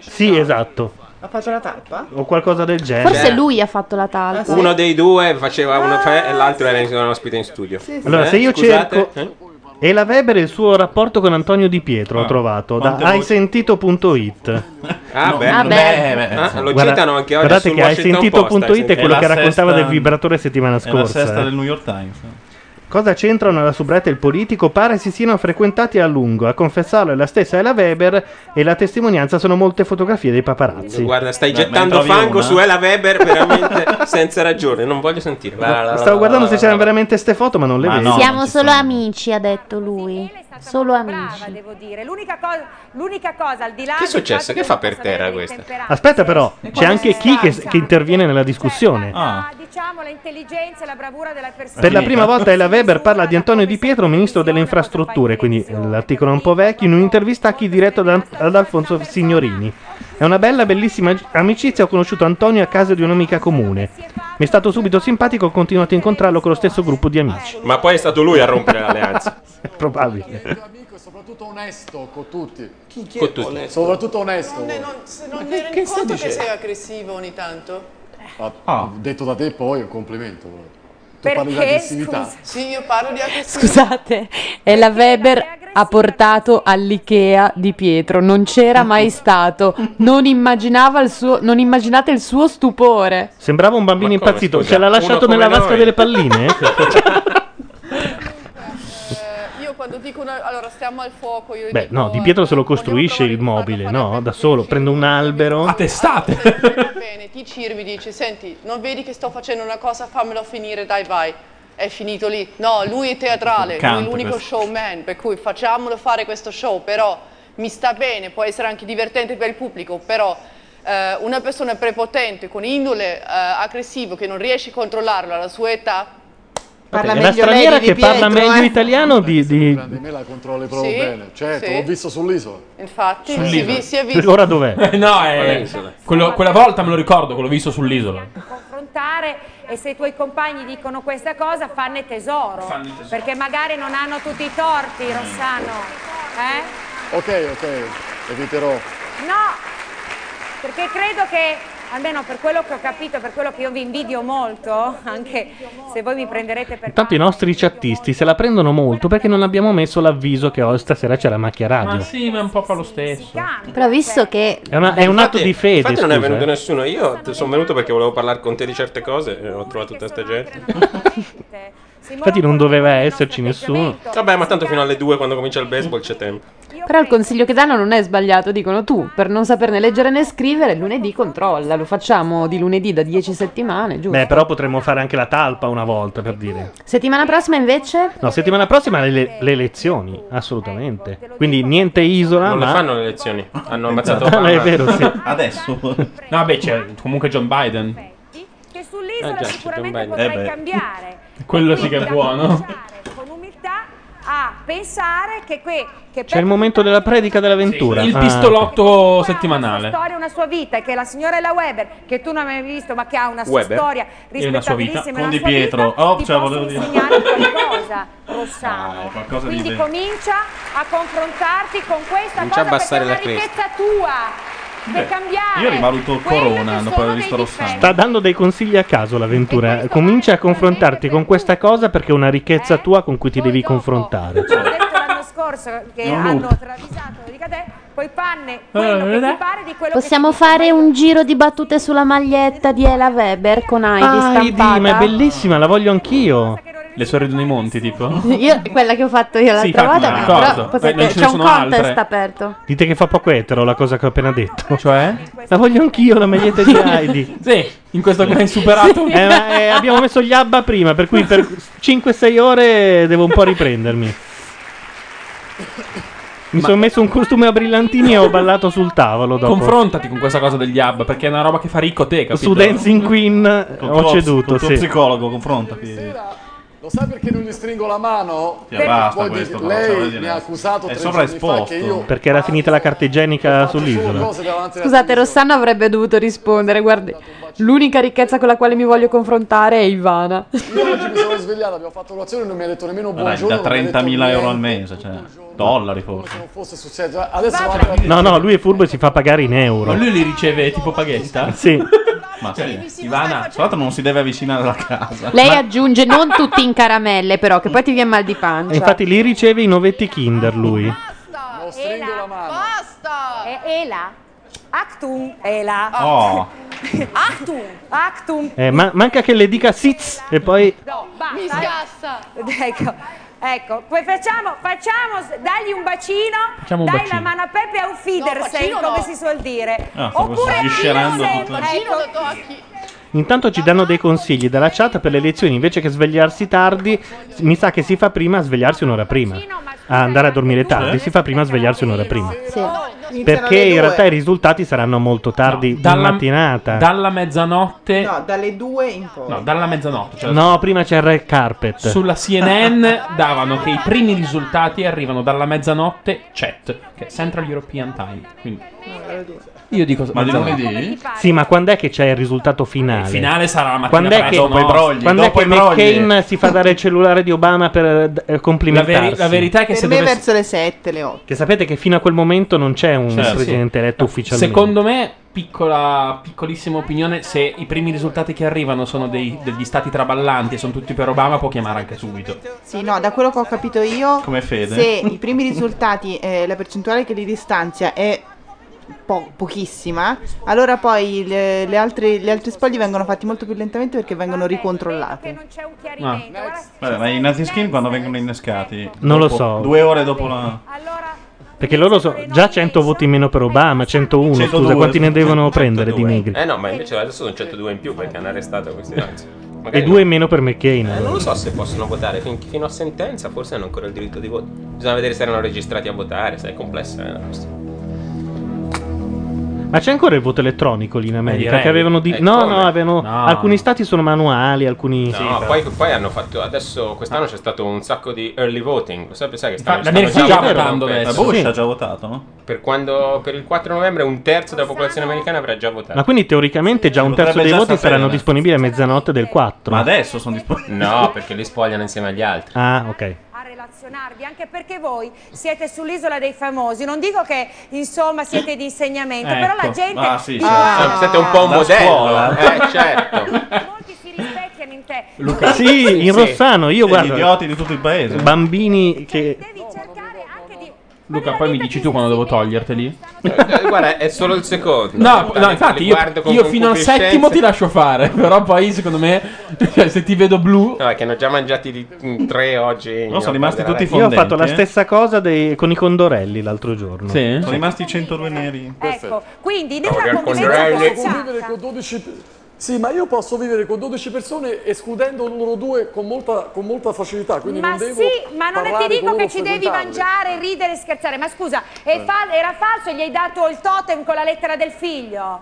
Speaker 1: Sì, esatto.
Speaker 25: Ha fatto la Eh, tappa?
Speaker 1: O qualcosa del genere.
Speaker 14: Forse
Speaker 2: Cioè,
Speaker 14: lui ha fatto la talpa.
Speaker 2: Uno dei due faceva uno fe e l'altro era in- un ospite in studio.
Speaker 14: Ah, Sì, sì.
Speaker 1: Allora,
Speaker 2: Eh,
Speaker 1: se io
Speaker 2: scusate,
Speaker 1: cerco.
Speaker 2: eh?
Speaker 1: E la Weber e il suo rapporto con Antonio Di
Speaker 2: Ah.
Speaker 1: Pietro ho trovato da
Speaker 2: Quante voci?
Speaker 1: haisentito.it.
Speaker 2: Ah, beh,
Speaker 1: Ah, beh.
Speaker 2: Ah, lo
Speaker 1: Guarda-
Speaker 2: citano anche oggi.
Speaker 1: guardate
Speaker 2: sul Washington Post, eh,
Speaker 1: che
Speaker 2: hai
Speaker 1: haisentito.it è
Speaker 2: sentito?
Speaker 1: quello
Speaker 4: È
Speaker 1: che
Speaker 4: la
Speaker 1: raccontava
Speaker 4: sesta-
Speaker 1: del vibratore settimana
Speaker 4: È la
Speaker 1: scorsa.
Speaker 4: sesta
Speaker 1: eh.
Speaker 4: del New York Times.
Speaker 1: Cosa c'entrano la subretta e il politico? Pare si siano frequentati a lungo. A confessarlo è la stessa Ella Weber e la testimonianza sono molte fotografie dei paparazzi.
Speaker 2: Guarda, stai
Speaker 1: Beh,
Speaker 2: gettando
Speaker 1: ne trovi
Speaker 2: fango
Speaker 1: una?
Speaker 2: su Ella Weber veramente senza ragione. Non voglio sentirla.
Speaker 1: Stavo guardando se c'erano veramente ste foto, ma non le
Speaker 2: Ma
Speaker 1: vedo.
Speaker 2: no,
Speaker 14: Siamo solo amici, ha detto lui. Solo amici.
Speaker 8: devo dire. L'unica, co- l'unica cosa al di là
Speaker 2: Che è
Speaker 8: del
Speaker 2: successo?
Speaker 8: fatto
Speaker 2: Che fa per terra questa?
Speaker 1: Aspetta, però, c'è anche chi che, che interviene nella discussione.
Speaker 2: Ah.
Speaker 8: che, diciamo l'intelligenza e la bravura della persona
Speaker 1: Ah. Per la prima volta Ella Weber parla di Antonio Di Pietro, ministro delle infrastrutture, quindi eh, l'articolo è un po' vecchio, in un'intervista a chi diretto da- ad Alfonso Signorini. È una bella, bellissima gi- amicizia, ho conosciuto Antonio a casa di un'amica comune. Mi è stato subito simpatico, ho continuato a incontrarlo con lo stesso gruppo di amici.
Speaker 2: Ma poi è stato lui a rompere l'alleanza.
Speaker 1: È probabile.
Speaker 10: Amico e soprattutto onesto con tutti.
Speaker 2: Con tutti.
Speaker 10: Soprattutto onesto.
Speaker 17: Non, non, se non ne rendi
Speaker 10: che stai
Speaker 17: conto che
Speaker 10: dicendo?
Speaker 17: sei aggressivo ogni tanto?
Speaker 10: Ah, Detto da te poi è un complimento. però. Tu parli di
Speaker 17: Perché?
Speaker 10: aggressività.
Speaker 17: Scusa. Sì, io parlo di aggressività.
Speaker 6: Scusate, e la Weber ha portato all'Ikea di Pietro, non c'era mai stato, non, immaginava il suo, non immaginate il suo stupore.
Speaker 1: Sembrava un bambino
Speaker 6: come,
Speaker 1: impazzito,
Speaker 6: scusa?
Speaker 1: ce l'ha
Speaker 6: Uno
Speaker 1: lasciato
Speaker 6: come
Speaker 1: nella
Speaker 6: noi.
Speaker 1: vasca delle palline?
Speaker 17: Eh, Io quando dico una- allora stiamo al fuoco, io
Speaker 1: Beh,
Speaker 17: dico
Speaker 1: no, Di Pietro se lo costruisce il mobile, no? Da solo, prende un albero. A testate!
Speaker 17: bene, ti cirmi, dici, senti, non vedi che sto facendo una cosa, fammelo finire, dai vai. È finito lì. No, lui è teatrale, lui
Speaker 1: Canta
Speaker 17: è l'unico
Speaker 1: questo.
Speaker 17: showman, per cui facciamolo fare questo show, però mi sta bene, può essere anche divertente per il pubblico, però eh, una persona prepotente, con indole eh, aggressivo, che non riesce a controllarlo alla sua età,
Speaker 1: È
Speaker 10: meglio
Speaker 1: la straniera
Speaker 10: lei di
Speaker 1: che
Speaker 10: Pietro,
Speaker 1: parla meglio
Speaker 10: eh.
Speaker 1: italiano di- di,
Speaker 10: Di me la controlli proprio
Speaker 17: Sì,
Speaker 10: bene. Certo,
Speaker 17: sì.
Speaker 10: l'ho visto sull'isola.
Speaker 17: infatti,
Speaker 10: Sul
Speaker 17: si,
Speaker 10: libro.
Speaker 17: vi- si è visto.
Speaker 1: Ora dov'è?
Speaker 3: Eh, no, è-
Speaker 10: Valenza.
Speaker 3: quello- quella volta me lo ricordo, che l'ho visto sull'isola.
Speaker 8: confrontare e se i tuoi compagni dicono questa cosa fanne tesoro, perché magari non hanno tutti i torti, Rossano. Eh?
Speaker 10: Ok, ok, eviterò.
Speaker 8: No, perché credo che, almeno per quello che ho capito, per quello che io vi invidio molto, anche se voi mi prenderete per...
Speaker 1: Tanto i nostri chattisti se la prendono molto perché non abbiamo messo l'avviso che oh, stasera c'è la macchia
Speaker 3: Ma
Speaker 1: radio.
Speaker 3: Ah, sì, ma è un po' fa lo stesso.
Speaker 14: Però visto che
Speaker 1: È, una- è un atto di fede.
Speaker 2: Infatti, non è
Speaker 1: scusa,
Speaker 2: venuto
Speaker 1: eh.
Speaker 2: nessuno. Io t- sono venuto perché volevo parlare con te di certe cose e ho trovato tutta sta gente.
Speaker 1: Infatti non doveva esserci nessuno.
Speaker 2: Vabbè, ma tanto fino alle 2 quando comincia il baseball c'è tempo.
Speaker 6: Però il consiglio che danno non è sbagliato, dicono tu, per non saperne leggere né scrivere, lunedì controlla, lo facciamo di lunedì da 10 settimane, giusto?
Speaker 1: Beh, però potremmo fare anche la talpa una volta per dire.
Speaker 6: Settimana prossima invece?
Speaker 1: No, settimana prossima le, le elezioni, assolutamente. Quindi niente isola,
Speaker 2: Non le
Speaker 1: ma
Speaker 2: fanno le elezioni. Hanno ammazzato
Speaker 1: Ah,
Speaker 2: Obama.
Speaker 1: è vero, sì.
Speaker 3: Adesso. No, beh, c'è comunque John Biden.
Speaker 8: Che sull'isola
Speaker 3: Eh già, c'è
Speaker 8: sicuramente
Speaker 3: John Biden.
Speaker 8: potrai
Speaker 3: Eh beh.
Speaker 8: cambiare.
Speaker 3: Quello sì che è buono.
Speaker 8: Con umiltà a pensare che, que- che
Speaker 1: c'è il momento della predica dell'avventura.
Speaker 3: Il
Speaker 1: Ah.
Speaker 3: pistolotto settimanale.
Speaker 8: storia, una sua vita, e che la signora Ella Weber, che tu non hai mai visto, ma che ha una sua
Speaker 3: Weber.
Speaker 8: storia
Speaker 3: E una sua vita.
Speaker 8: rispettabilissima e
Speaker 3: Con
Speaker 8: una
Speaker 3: Di
Speaker 8: sua
Speaker 3: Pietro.
Speaker 8: vita,
Speaker 3: Oh,
Speaker 8: ti
Speaker 3: cioè,
Speaker 8: possono
Speaker 3: volevo dire. Ah,
Speaker 8: insegnare qualcosa, Rossano.
Speaker 3: qualcosa di
Speaker 8: Quindi
Speaker 3: ben-
Speaker 8: comincia a confrontarti con questa
Speaker 4: Comincia a
Speaker 8: cosa perché è
Speaker 4: abbassare
Speaker 8: una
Speaker 4: la cresta.
Speaker 8: ricchezza tua. Per
Speaker 4: Beh,
Speaker 8: cambiare.
Speaker 4: Io rivaluto Corona dopo aver visto Rossano.
Speaker 1: Sta dando dei consigli a caso l'avventura. Comincia a confrontarti con questa cosa perché è una ricchezza tua con cui ti devi confrontare.
Speaker 8: Ho detto l'anno scorso che
Speaker 1: Non Ah,
Speaker 8: hanno
Speaker 1: loop.
Speaker 8: travisato dica te, poi panne quello che ti pare di quello
Speaker 14: possiamo fare un giro di battute sulla maglietta di Ela Weber con Heidi
Speaker 1: Ah,
Speaker 14: stampata.
Speaker 1: Heidi, ma è bellissima, la voglio anch'io.
Speaker 3: Le sorridono nei monti, tipo.
Speaker 14: Io, quella che ho fatto io l'altra
Speaker 3: Sì, infatti,
Speaker 14: volta,
Speaker 3: me la
Speaker 14: però
Speaker 3: ricordo.
Speaker 14: potete-
Speaker 3: Eh, non ce ne
Speaker 14: c'è un
Speaker 3: sono
Speaker 14: contest
Speaker 3: altre.
Speaker 14: aperto.
Speaker 1: Dite che fa poco etero la cosa che ho appena detto. Cioè? La voglio anch'io la maglietta di Heidi.
Speaker 3: sì, in questo che hai superato.
Speaker 1: Eh, ma, eh, abbiamo messo gli ABBA prima, per cui per 5-6 ore devo un po' riprendermi. Mi sono messo un costume a brillantini e ho ballato sul tavolo dopo.
Speaker 3: Confrontati con questa cosa degli hub, perché è una roba che fa ricco te, capito?
Speaker 1: Su Dancing Queen eh,
Speaker 3: Col
Speaker 1: ho
Speaker 3: tuo-
Speaker 1: ceduto,
Speaker 3: col tuo
Speaker 1: sì.
Speaker 3: psicologo, confrontati.
Speaker 10: Lo sai perché non gli stringo la mano?
Speaker 1: Sì, basta
Speaker 10: Voi
Speaker 1: questo,
Speaker 10: dite-
Speaker 1: però, cioè, voglio
Speaker 10: lei
Speaker 1: dire,
Speaker 10: mi ha accusato
Speaker 1: è
Speaker 10: tre giorni fa che io
Speaker 1: Perché era finita la carta igienica
Speaker 10: solo
Speaker 1: sull'isola.
Speaker 10: cose davanti alla
Speaker 6: Scusate, Rossano avrebbe dovuto rispondere, guardi,
Speaker 15: L'unica ricchezza con la quale mi voglio confrontare è Ivana.
Speaker 10: Io oggi mi sono svegliato, abbiamo fatto colazione e non mi ha detto nemmeno
Speaker 4: Dai,
Speaker 10: buongiorno.
Speaker 4: da
Speaker 10: non mi ha detto
Speaker 4: 30.000 euro al
Speaker 10: niente,
Speaker 4: mese, cioè, dollari forse.
Speaker 10: non fosse successo. Adesso
Speaker 1: Vabbè.
Speaker 10: vado a-
Speaker 1: No, no, lui è furbo e si fa pagare in euro.
Speaker 3: Ma lui li riceve tipo paghetta?
Speaker 1: Sì.
Speaker 4: Ma
Speaker 10: Cioè,
Speaker 4: sì, Ivana, tra l'altro non si deve avvicinare alla casa.
Speaker 6: Lei aggiunge non tutti in caramelle, però, che poi ti viene mal di pancia.
Speaker 1: E infatti lì riceve i novetti Kinder lui.
Speaker 8: Basta! E Ela. Actum. Ela.
Speaker 1: Oh.
Speaker 8: Actum. Actum.
Speaker 1: Eh, ma- manca che le dica Siz e poi
Speaker 8: No, basta. Mi scassa. Ecco. Ecco, poi facciamo, facciamo, dagli un bacino,
Speaker 1: Facciamo un
Speaker 8: dai
Speaker 1: bacino.
Speaker 8: la mano a Pepe a un Fidersen,
Speaker 5: bacino no.
Speaker 8: come si suol dire.
Speaker 1: Ah, stavo
Speaker 8: Oppure
Speaker 1: sviscerando
Speaker 8: Fidersen,
Speaker 1: tutto.
Speaker 5: Bacino
Speaker 8: ecco.
Speaker 1: Intanto ci danno dei consigli dalla chat per le lezioni, invece che svegliarsi tardi, s- mi sa che si fa prima a svegliarsi un'ora prima. A andare a dormire tardi, si fa prima a svegliarsi un'ora prima. Perché in realtà i risultati saranno molto tardi
Speaker 3: dalla-
Speaker 1: dalla mattinata.
Speaker 3: Dalla mezzanotte.
Speaker 11: No, dalle due in poi.
Speaker 3: No, dalla mezzanotte. Cioè
Speaker 1: No, prima c'è il red carpet.
Speaker 3: Sulla CNN davano che i primi risultati arrivano dalla mezzanotte CET, che è Central European Time. Quindi io dico
Speaker 4: Ma di
Speaker 3: mezzanotte.
Speaker 4: lunedì? Certo.
Speaker 1: Sì, ma quando è che c'è il risultato finale?
Speaker 3: Il finale sarà la mattina
Speaker 1: Quando è che,
Speaker 3: presto, no?
Speaker 1: quando è
Speaker 3: Dopo
Speaker 1: che
Speaker 3: i brogli.
Speaker 1: McCain si fa dare il cellulare di Obama per eh, d- eh, complimentarsi?
Speaker 3: La veri- la verità è
Speaker 11: per me verso le 7, le 8.
Speaker 1: Che sapete che fino a quel momento non c'è un
Speaker 3: Certo.
Speaker 1: presidente eletto ufficialmente.
Speaker 3: Secondo me, piccola, piccolissima opinione, se i primi risultati che arrivano sono dei- degli stati traballanti e sono tutti per Obama, può chiamare anche subito.
Speaker 11: Sì, no, da quello che ho capito io,
Speaker 3: Come Fede.
Speaker 11: se i primi risultati, eh, la percentuale che li distanzia è po- pochissima, allora poi le, le altre, gli altri spogli vengono fatti molto più lentamente perché vengono ricontrollati.
Speaker 4: Ah. Vabbè, ma i nazi skin quando vengono innescati?
Speaker 1: Non lo
Speaker 4: Dopo-
Speaker 1: so.
Speaker 4: Due ore dopo la...
Speaker 1: Perché loro so, già 100 voti in meno per Obama, 101, scusa,
Speaker 4: 102,
Speaker 1: quanti ne
Speaker 4: sì,
Speaker 1: devono prendere di Nigri?
Speaker 2: Eh no, ma invece adesso sono 102 in più perché hanno arrestato questi ragazzi.
Speaker 1: E
Speaker 2: Magari
Speaker 1: due in meno per McCain.
Speaker 2: Eh, non
Speaker 1: allora.
Speaker 2: lo so se possono votare fin- fino a sentenza, forse hanno ancora il diritto di voto. Bisogna vedere se erano registrati a votare, se è complessa eh, la questione.
Speaker 1: Ma c'è ancora il voto elettronico lì in America?
Speaker 2: direi.
Speaker 1: Che avevano di...
Speaker 2: Eh,
Speaker 1: No,
Speaker 2: come?
Speaker 1: no, avevano... alcuni stati sono manuali, alcuni...
Speaker 2: No, poi, poi hanno fatto. Adesso quest'anno c'è stato un sacco di early voting. Lo sai, sai che stanno, stanno
Speaker 4: L'America sta
Speaker 2: votando
Speaker 4: votando
Speaker 2: per-
Speaker 4: adesso. Bush ha già votato, no?
Speaker 2: Per, quando, per il 4 novembre un terzo della popolazione americana avrà già votato.
Speaker 1: Ma quindi teoricamente già un
Speaker 2: Potrebbe
Speaker 1: terzo dei
Speaker 2: già
Speaker 1: voti
Speaker 2: sapere.
Speaker 1: saranno disponibili a mezzanotte del 4.
Speaker 2: Ma adesso sono disponibili. No, perché li spogliano insieme agli altri.
Speaker 1: Ah, ok.
Speaker 8: a relazionarvi, anche perché voi siete sull'isola dei famosi. Non dico che insomma siete di insegnamento, però
Speaker 3: Ecco.
Speaker 8: la gente "Ah, vi guarda.
Speaker 2: Siete un po' un
Speaker 4: Da
Speaker 2: modello.
Speaker 4: scuola.
Speaker 2: Eh, certo.
Speaker 8: rispecchiano in te.
Speaker 1: Luca. Sì, in Rossano, io
Speaker 4: Siete
Speaker 1: guardo-
Speaker 4: Gli idioti di tutto il paese.
Speaker 1: Bambini che...
Speaker 3: Luca, poi mi dici tu quando devo toglierteli?
Speaker 2: Eh, Guarda, è solo il secondo.
Speaker 3: No,
Speaker 2: Guarda,
Speaker 3: no, infatti
Speaker 2: li
Speaker 3: io,
Speaker 2: guardo con
Speaker 3: io fino al
Speaker 2: concupiscenza.
Speaker 3: settimo ti lascio fare, però poi secondo me cioè, se ti vedo blu...
Speaker 2: No, è che ne ho già mangiati di- mm, tre oggi.
Speaker 4: No, sono rimasti tutti eh.
Speaker 1: Io ho fatto la stessa cosa dei- con i condorelli l'altro giorno.
Speaker 4: Sì? Sono rimasti 102 neri.
Speaker 8: Ecco, quindi
Speaker 1: Proprio
Speaker 8: nella
Speaker 1: al
Speaker 8: convivenza
Speaker 1: contrario.
Speaker 8: forzata-
Speaker 10: Convivere con 12 pe- Sì, ma io posso vivere con 12 persone escludendo loro due con molta, con molta facilità, quindi
Speaker 8: Ma
Speaker 10: non devo
Speaker 8: sì, ma non ti
Speaker 10: parlare con
Speaker 8: dico
Speaker 10: loro,
Speaker 8: che ci devi
Speaker 10: frequentarli.
Speaker 8: mangiare, ridere e scherzare. Ma scusa, è
Speaker 10: Eh.
Speaker 8: fal- era falso, gli hai dato il totem con la lettera del figlio.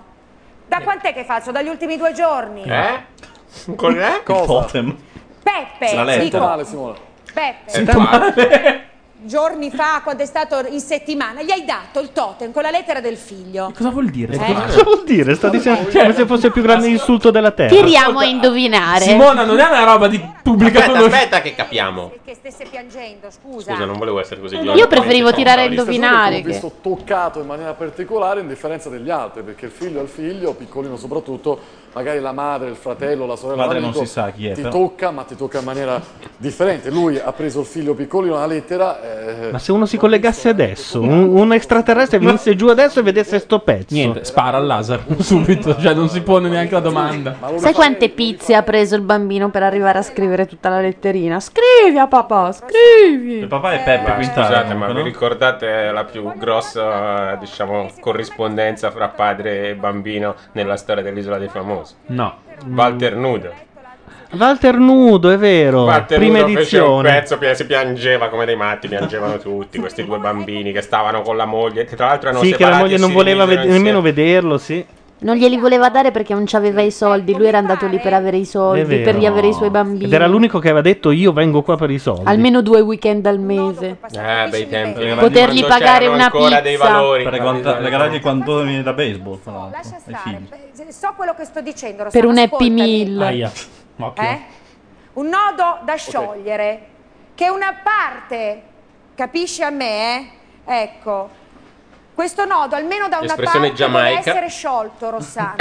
Speaker 8: Da quant'è che è falso? Dagli ultimi due giorni.
Speaker 2: Eh? Con eh?
Speaker 4: Cosa? Totem.
Speaker 8: Peppe,
Speaker 4: La
Speaker 8: dico,
Speaker 4: lettera.
Speaker 8: Peppe.
Speaker 4: Sento male.
Speaker 8: giorni fa, quando è stato in settimana, gli hai dato il totem con la lettera del figlio.
Speaker 3: Cosa vuol dire?
Speaker 8: Eh?
Speaker 1: Cosa vuol dire? Sta
Speaker 2: Cioè,
Speaker 1: dicendo come se fosse il più grande insulto della terra.
Speaker 6: Tiriamo a indovinare.
Speaker 3: Eh, Simona, non è una roba di pubblica
Speaker 2: Aspetta,
Speaker 3: conoscenza.
Speaker 2: aspetta che capiamo.
Speaker 8: Che stesse piangendo, scusa.
Speaker 2: Scusa, non volevo essere così
Speaker 8: Io
Speaker 2: glorioso.
Speaker 6: preferivo tirare a
Speaker 2: Sono
Speaker 6: indovinare.
Speaker 10: Stagione
Speaker 6: Indovinare
Speaker 10: che ho visto toccato in maniera particolare in differenza degli altri, perché il figlio è il figlio, piccolino soprattutto, magari la madre, il fratello, la sorella,
Speaker 4: Madre non
Speaker 10: l'amico,
Speaker 4: si sa chi è,
Speaker 10: ti
Speaker 4: però.
Speaker 10: tocca, ma ti tocca in maniera differente. Lui ha preso il figlio piccolino la lettera. eh,
Speaker 1: Ma se uno si collegasse adesso, un, un extraterrestre venisse giù adesso e vedesse sto pezzo.
Speaker 3: Niente, spara al laser subito, cioè non si pone neanche la domanda.
Speaker 6: Sai quante pizze ha preso il bambino per arrivare a scrivere tutta la letterina? Scrivi a papà, scrivi.
Speaker 4: papà è Peppe,
Speaker 2: Ma
Speaker 4: quindi
Speaker 2: scusate, ma
Speaker 4: no?
Speaker 2: vi ricordate la più grossa, diciamo, corrispondenza fra padre e bambino nella storia dell'isola dei famosi?
Speaker 3: No.
Speaker 4: Mm.
Speaker 2: Walter Nudo.
Speaker 1: Walter Nudo, è vero.
Speaker 2: Walter
Speaker 1: Oh, Prima
Speaker 2: Nudo fece un
Speaker 1: edizione.
Speaker 2: pezzo, pi- si piangeva come dei matti, piangevano tutti, questi due bambini che stavano con la moglie, che tra l'altro erano
Speaker 1: Sì, che la
Speaker 2: separati e
Speaker 1: moglie
Speaker 2: si
Speaker 1: non voleva
Speaker 2: rimisero
Speaker 1: ved-
Speaker 2: insieme.
Speaker 1: nemmeno vederlo, sì.
Speaker 6: Non glieli voleva dare perché non c'aveva i soldi. Lui era andato lì per avere i
Speaker 1: È
Speaker 6: soldi,
Speaker 1: vero.
Speaker 6: per riavere i suoi bambini.
Speaker 1: Ed era l'unico che aveva detto io vengo qua per i soldi.
Speaker 6: Almeno due weekend al mese.
Speaker 2: Eh, bei tempi.
Speaker 6: Potergli
Speaker 2: Quando
Speaker 6: pagare
Speaker 2: c'erano
Speaker 6: una
Speaker 2: ancora dei
Speaker 6: pizza.
Speaker 2: valori.
Speaker 4: Per guarda- regalargli quantoni da baseball, tra l'altro,
Speaker 8: Lascia
Speaker 4: ai figli.
Speaker 8: stare, beh, so quello che sto dicendo.
Speaker 6: Per
Speaker 8: Rossana,
Speaker 6: un happy
Speaker 8: ascoltami.
Speaker 6: meal.
Speaker 8: Eh? Un nodo da sciogliere, che una parte, capisci a me, eh? ecco, questo nodo almeno da una
Speaker 2: L'espressione
Speaker 8: parte
Speaker 2: Giamaica.
Speaker 8: deve essere sciolto, Rossana.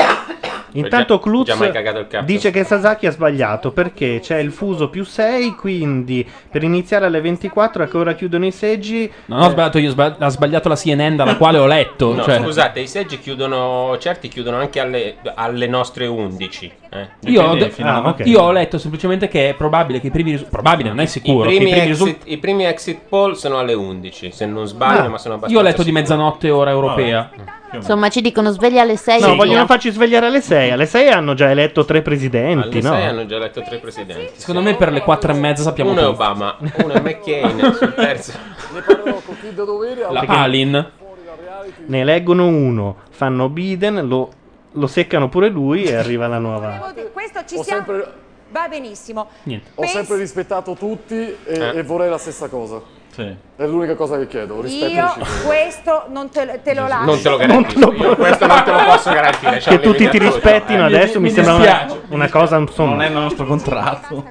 Speaker 1: Intanto
Speaker 2: Già- già mai cagato il
Speaker 1: Klutz
Speaker 2: cazzo.
Speaker 1: dice che Sasaki ha sbagliato perché c'è il fuso più 6, quindi per iniziare alle 24 a che ora chiudono i seggi...
Speaker 3: Non ho sbagliato io, ho sbag- ha sbagliato la CNN dalla quale ho letto.
Speaker 2: No,
Speaker 3: cioè-
Speaker 2: scusate, i seggi chiudono, certi chiudono anche alle, alle nostre 11. eh.
Speaker 3: Io ho,
Speaker 2: Dipende fino a-
Speaker 3: ah, ok. io ho letto semplicemente che è probabile che i primi risultati. Probabile, non è
Speaker 2: I
Speaker 3: sicuro. che
Speaker 2: primi,
Speaker 3: primi risu-
Speaker 2: exit, i primi exit poll sono alle 11, se non sbaglio,
Speaker 3: Ah.
Speaker 2: ma sono abbastanza
Speaker 3: io ho letto di
Speaker 2: sicuro.
Speaker 3: mezzanotte ora europea.
Speaker 6: Insomma, ci dicono sveglia alle 6.
Speaker 1: No, vogliono farci svegliare alle 6. Alle 6 hanno già eletto tre presidenti,
Speaker 2: Alle sei
Speaker 1: no?
Speaker 2: hanno già eletto tre presidenti.
Speaker 3: Secondo me per le quattro e mezza sappiamo
Speaker 2: Uno è
Speaker 3: tutto.
Speaker 2: Obama, uno è McCain, sul terzo.
Speaker 3: La
Speaker 1: Perché-
Speaker 3: Palin.
Speaker 1: Ne eleggono uno, fanno Biden, lo, lo seccano pure lui e arriva la nuova...
Speaker 8: Questo ci siamo... Va benissimo.
Speaker 1: Niente.
Speaker 10: Ho sempre rispettato tutti e,
Speaker 1: Eh.
Speaker 10: e vorrei la stessa cosa. È l'unica cosa che chiedo, rispetto
Speaker 8: Io
Speaker 10: reciproco.
Speaker 8: questo non te, lo- te lo lascio.
Speaker 2: Non te lo garantisco, io questo non te lo posso garantire. c'è
Speaker 1: Che
Speaker 2: un
Speaker 1: tutti ti
Speaker 2: limite assoluto.
Speaker 1: rispettino adesso mi, sembra una, una cosa insomma...
Speaker 4: Non è il nostro contratto.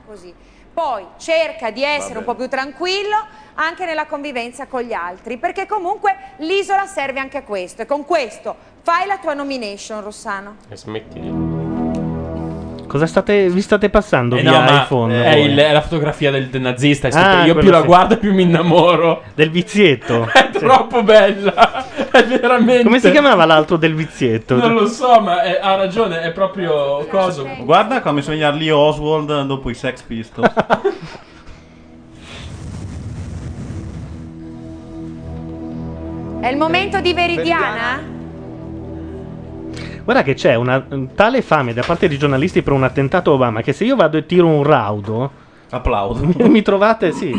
Speaker 8: Poi cerca di essere un po' più tranquillo anche nella convivenza con gli altri, perché comunque l'isola serve anche a questo. E con questo fai la tua nomination, Rossano.
Speaker 2: E smetti.
Speaker 1: Cosa state, vi state passando
Speaker 3: Eh
Speaker 1: via
Speaker 3: no, ma
Speaker 1: iPhone?
Speaker 3: è,
Speaker 1: voi?
Speaker 3: il- è la fotografia del, del nazista. è stupendo.
Speaker 1: Ah,
Speaker 3: io più
Speaker 1: quello
Speaker 3: la
Speaker 1: sì.
Speaker 3: guardo, più mi innamoro.
Speaker 1: Del vizietto.
Speaker 3: È troppo bella. È veramente.
Speaker 1: Come si chiamava l'altro del vizietto?
Speaker 3: Non lo so, ma è- ha ragione. È proprio coso.
Speaker 4: Guarda come sveglia Lee Oswald dopo i Sex Pistols.
Speaker 8: È il momento di Veridiana?
Speaker 1: Guarda che c'è una mm, tale fame da parte di giornalisti per un attentato a Obama che se io vado e tiro un raudo...
Speaker 4: Applaudo.
Speaker 1: Mi trovate, sì.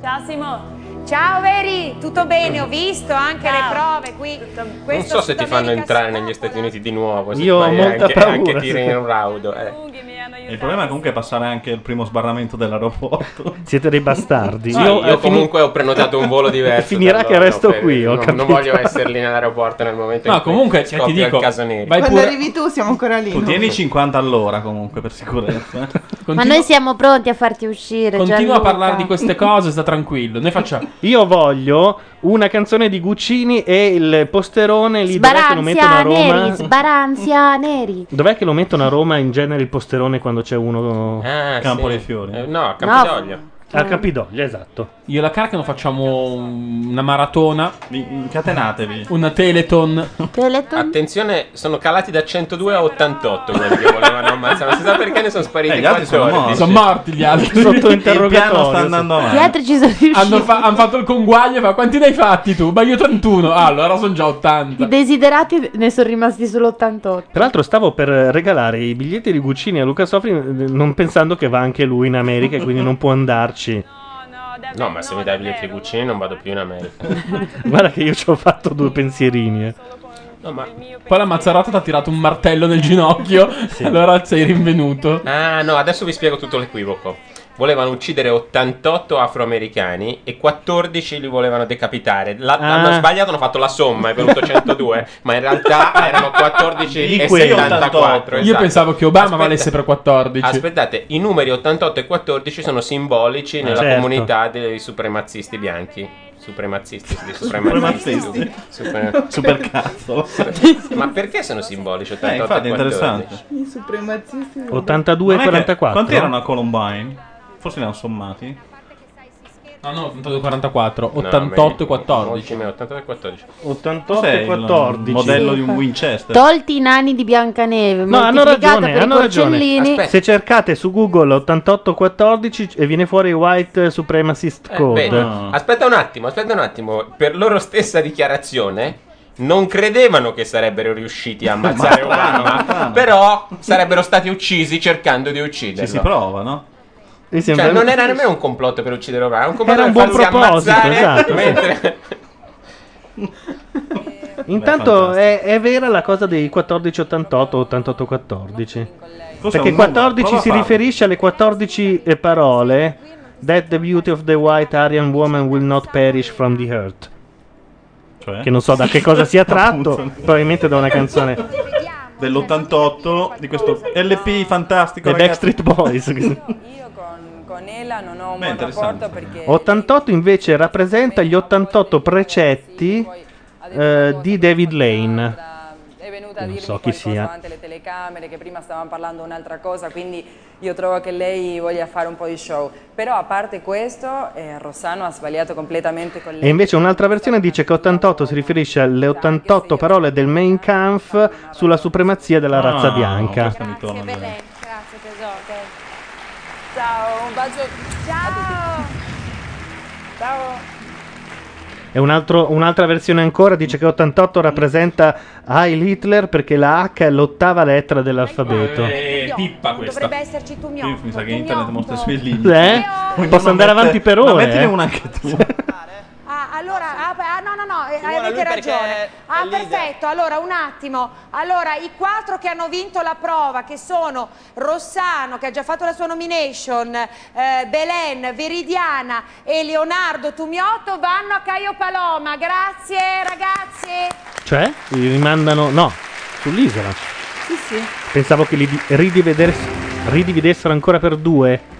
Speaker 8: Ciao Simo. Ciao Veri, tutto bene? Ho visto anche le prove qui.
Speaker 2: Non
Speaker 8: Questo
Speaker 2: so se ti
Speaker 8: Sud
Speaker 2: fanno entrare negli Stati Uniti di nuovo. Se
Speaker 4: Io ho
Speaker 2: fai
Speaker 4: molta
Speaker 2: anche,
Speaker 4: paura,
Speaker 2: anche tiri
Speaker 4: sì.
Speaker 2: in un raudo. eh.
Speaker 4: Il problema è comunque passare anche il primo sbarramento dell'aeroporto.
Speaker 1: Siete dei bastardi.
Speaker 2: Io, io comunque ho prenotato un volo diverso.
Speaker 1: eh, Finirà
Speaker 2: da
Speaker 1: che
Speaker 2: loro,
Speaker 1: resto
Speaker 2: per-
Speaker 1: qui, ho
Speaker 2: non-
Speaker 1: capito.
Speaker 2: Non voglio essere lì nell'aeroporto nel momento
Speaker 3: No,
Speaker 2: in cui
Speaker 3: comunque, cioè, ti
Speaker 2: scoppia
Speaker 3: dico,
Speaker 2: il caso nero.
Speaker 4: vai
Speaker 11: Quando
Speaker 4: pure-
Speaker 11: arrivi tu siamo ancora lì.
Speaker 4: Tu
Speaker 11: no?
Speaker 4: tieni 50 all'ora comunque per sicurezza.
Speaker 6: Ma noi siamo pronti a farti uscire.
Speaker 3: Continua a
Speaker 6: Gianluca.
Speaker 3: parlare di queste cose, sta tranquillo. Noi facciamo.
Speaker 1: Io voglio una canzone di Guccini e il posterone lì dov'è che lo mettono a
Speaker 6: Sbaranzia
Speaker 1: Roma.
Speaker 6: neri, sbaranzia neri.
Speaker 1: Dov'è che lo mettono a Roma in genere il posterone quando c'è uno
Speaker 3: Eh,
Speaker 2: Campo
Speaker 1: dei
Speaker 2: dei
Speaker 1: Fiori?
Speaker 2: Ah, Eh, no, a Campidoglio.
Speaker 1: A Campidoglio, esatto.
Speaker 3: Io e la Carcano facciamo un- una maratona.
Speaker 4: Incatenatevi.
Speaker 3: Una Teleton.
Speaker 2: Attenzione, sono calati da 102 a 88 quelli che volevano ammazzare. Non si sa perché ne sono spariti.
Speaker 3: Eh, gli altri sono
Speaker 2: 14.
Speaker 3: morti. Sono morti gli altri. Sotto
Speaker 2: Il
Speaker 3: interrogatorio.
Speaker 2: piano sta
Speaker 3: andando
Speaker 6: Gli altri ci sono riusciti.
Speaker 3: Hanno, fa- hanno fatto il conguaglio. Ma quanti ne hai fatti tu? Ma io 31. Ah, allora sono già 80.
Speaker 6: I desiderati ne sono rimasti solo 88.
Speaker 1: Tra l'altro stavo per regalare i biglietti di Guccini a Luca Sofri eh, non pensando che va anche lui in America e quindi non può andarci.
Speaker 2: No, ma se mi dai i biglietti di cucini non vado più in America.
Speaker 1: Guarda che io ci ho fatto due pensierini. eh.
Speaker 2: No, ma...
Speaker 3: Poi la Mazzarotta ti ha tirato un martello nel ginocchio. Allora sei rinvenuto.
Speaker 2: Ah, no, adesso vi spiego tutto l'equivoco. Volevano uccidere 88 afroamericani e 14 li volevano decapitare. La-
Speaker 1: Ah.
Speaker 2: Hanno sbagliato, hanno fatto la somma, è venuto 102, ma in realtà erano 14
Speaker 3: Di
Speaker 2: e
Speaker 3: quei
Speaker 2: 74.
Speaker 3: 88. Io
Speaker 2: esatto.
Speaker 3: pensavo che Obama
Speaker 2: Aspetta.
Speaker 3: valesse per 14.
Speaker 2: Aspettate, i numeri 88 e 14 sono simbolici
Speaker 3: Ah,
Speaker 2: nella
Speaker 3: certo.
Speaker 2: comunità dei supremazzisti bianchi. Supremazzisti, sì, supremazzisti.
Speaker 4: Supremazzisti.
Speaker 2: Super-
Speaker 4: Supercazzo.
Speaker 2: Ma perché sono simbolici 88
Speaker 4: Eh, infatti è
Speaker 2: e 14?
Speaker 4: interessante.
Speaker 11: I supremazisti.
Speaker 1: 82
Speaker 4: Non è che-
Speaker 1: 44.
Speaker 4: Quanti erano a Columbine? Forse li hanno sommati.
Speaker 3: No, no, 82, 44, 88 e 14.
Speaker 2: 88 e 14.
Speaker 1: 88
Speaker 4: Cos'è
Speaker 1: e Eh.
Speaker 4: il
Speaker 1: 14.
Speaker 4: modello di un
Speaker 1: Winchester.
Speaker 6: Tolti i nani di Biancaneve.
Speaker 1: No, hanno
Speaker 6: moltiplicata
Speaker 1: ragione,
Speaker 6: per i
Speaker 1: hanno ragione.
Speaker 6: porcellini.
Speaker 1: Se cercate su Google 8814 e viene fuori White Supremacist
Speaker 2: Eh,
Speaker 1: Code. Ah.
Speaker 2: beh, Aspetta un attimo, aspetta un attimo. Per loro stessa dichiarazione, non credevano che sarebbero riusciti a ammazzare Obama, però sarebbero stati uccisi cercando di ucciderlo.
Speaker 4: Ci si prova, no?
Speaker 1: Mi
Speaker 2: Cioè,
Speaker 1: sembra-
Speaker 2: non era nemmeno un complotto per uccidere Obama, era un complotto
Speaker 1: Era un
Speaker 2: per
Speaker 1: buon
Speaker 2: farsi
Speaker 1: proposito,
Speaker 2: ammazzare
Speaker 1: esatto, sì.
Speaker 2: mentre-
Speaker 1: Intanto è, è vera la cosa dei 1488 8814.
Speaker 4: Cos'è
Speaker 1: Perché
Speaker 4: un numero?
Speaker 1: 14
Speaker 4: Prova a
Speaker 1: si
Speaker 4: farlo.
Speaker 1: riferisce alle 14 eh, parole That the beauty of the white Aryan woman will not perish from the earth.
Speaker 4: Cioè?
Speaker 1: Che non so da che cosa sia tratto,
Speaker 4: Appunto.
Speaker 1: probabilmente da una canzone
Speaker 4: dell'88 di questo LP fantastico
Speaker 1: The
Speaker 4: ragazzi.
Speaker 1: Backstreet Boys.
Speaker 18: Con Ela non ho un
Speaker 4: Beh,
Speaker 18: buon
Speaker 4: interessante.
Speaker 18: rapporto perché
Speaker 1: 88 invece rappresenta gli 88 precetti eh, di David Lane.
Speaker 18: è venuta a
Speaker 1: Non
Speaker 18: dirmi
Speaker 1: so chi
Speaker 18: qualcosa
Speaker 1: sia.
Speaker 18: davanti alle telecamere che prima stavano parlando un'altra cosa, quindi io trovo che lei voglia fare un po' di show. Però a parte questo, eh, Rossano ha sbagliato completamente con lei.
Speaker 1: E invece un'altra versione dice che 88 si riferisce alle 88 parole del Mein Kampf sulla supremazia della razza
Speaker 4: Ah,
Speaker 1: bianca.
Speaker 4: questa mi torna bene.
Speaker 18: Grazie tesoro. Ciao, un bacio. Ciao. Ciao.
Speaker 1: E un altro- un'altra versione ancora dice che 88 rappresenta Heil Hitler perché la H è l'ottava lettera dell'alfabeto.
Speaker 4: Eh, pippa questa.
Speaker 17: Dovrebbe esserci tu mio.
Speaker 4: Io mi sa che internet mostra i suoi limiti.
Speaker 1: Eh?
Speaker 4: Ognuno
Speaker 1: Posso andare
Speaker 4: mette-
Speaker 1: avanti per
Speaker 4: Ma
Speaker 1: ore,
Speaker 4: mettine
Speaker 1: eh?
Speaker 4: una anche tu.
Speaker 8: Ah, allora, ah, beh, ah, no, no, no, eh,
Speaker 20: Simona,
Speaker 8: avete
Speaker 20: lui perché
Speaker 8: ragione. Ah,
Speaker 20: è leader.
Speaker 8: perfetto, allora un attimo. Allora, i quattro che hanno vinto la prova, che sono Rossano, che ha già fatto la sua nomination, eh, Belen, Veridiana e Leonardo Tumiotto, vanno a Caio Paloma. Grazie ragazzi.
Speaker 1: Cioè? Li rimandano... no, sull'isola.
Speaker 8: Sì, sì.
Speaker 1: Pensavo che li di- ridiveders- ridividessero ancora per due.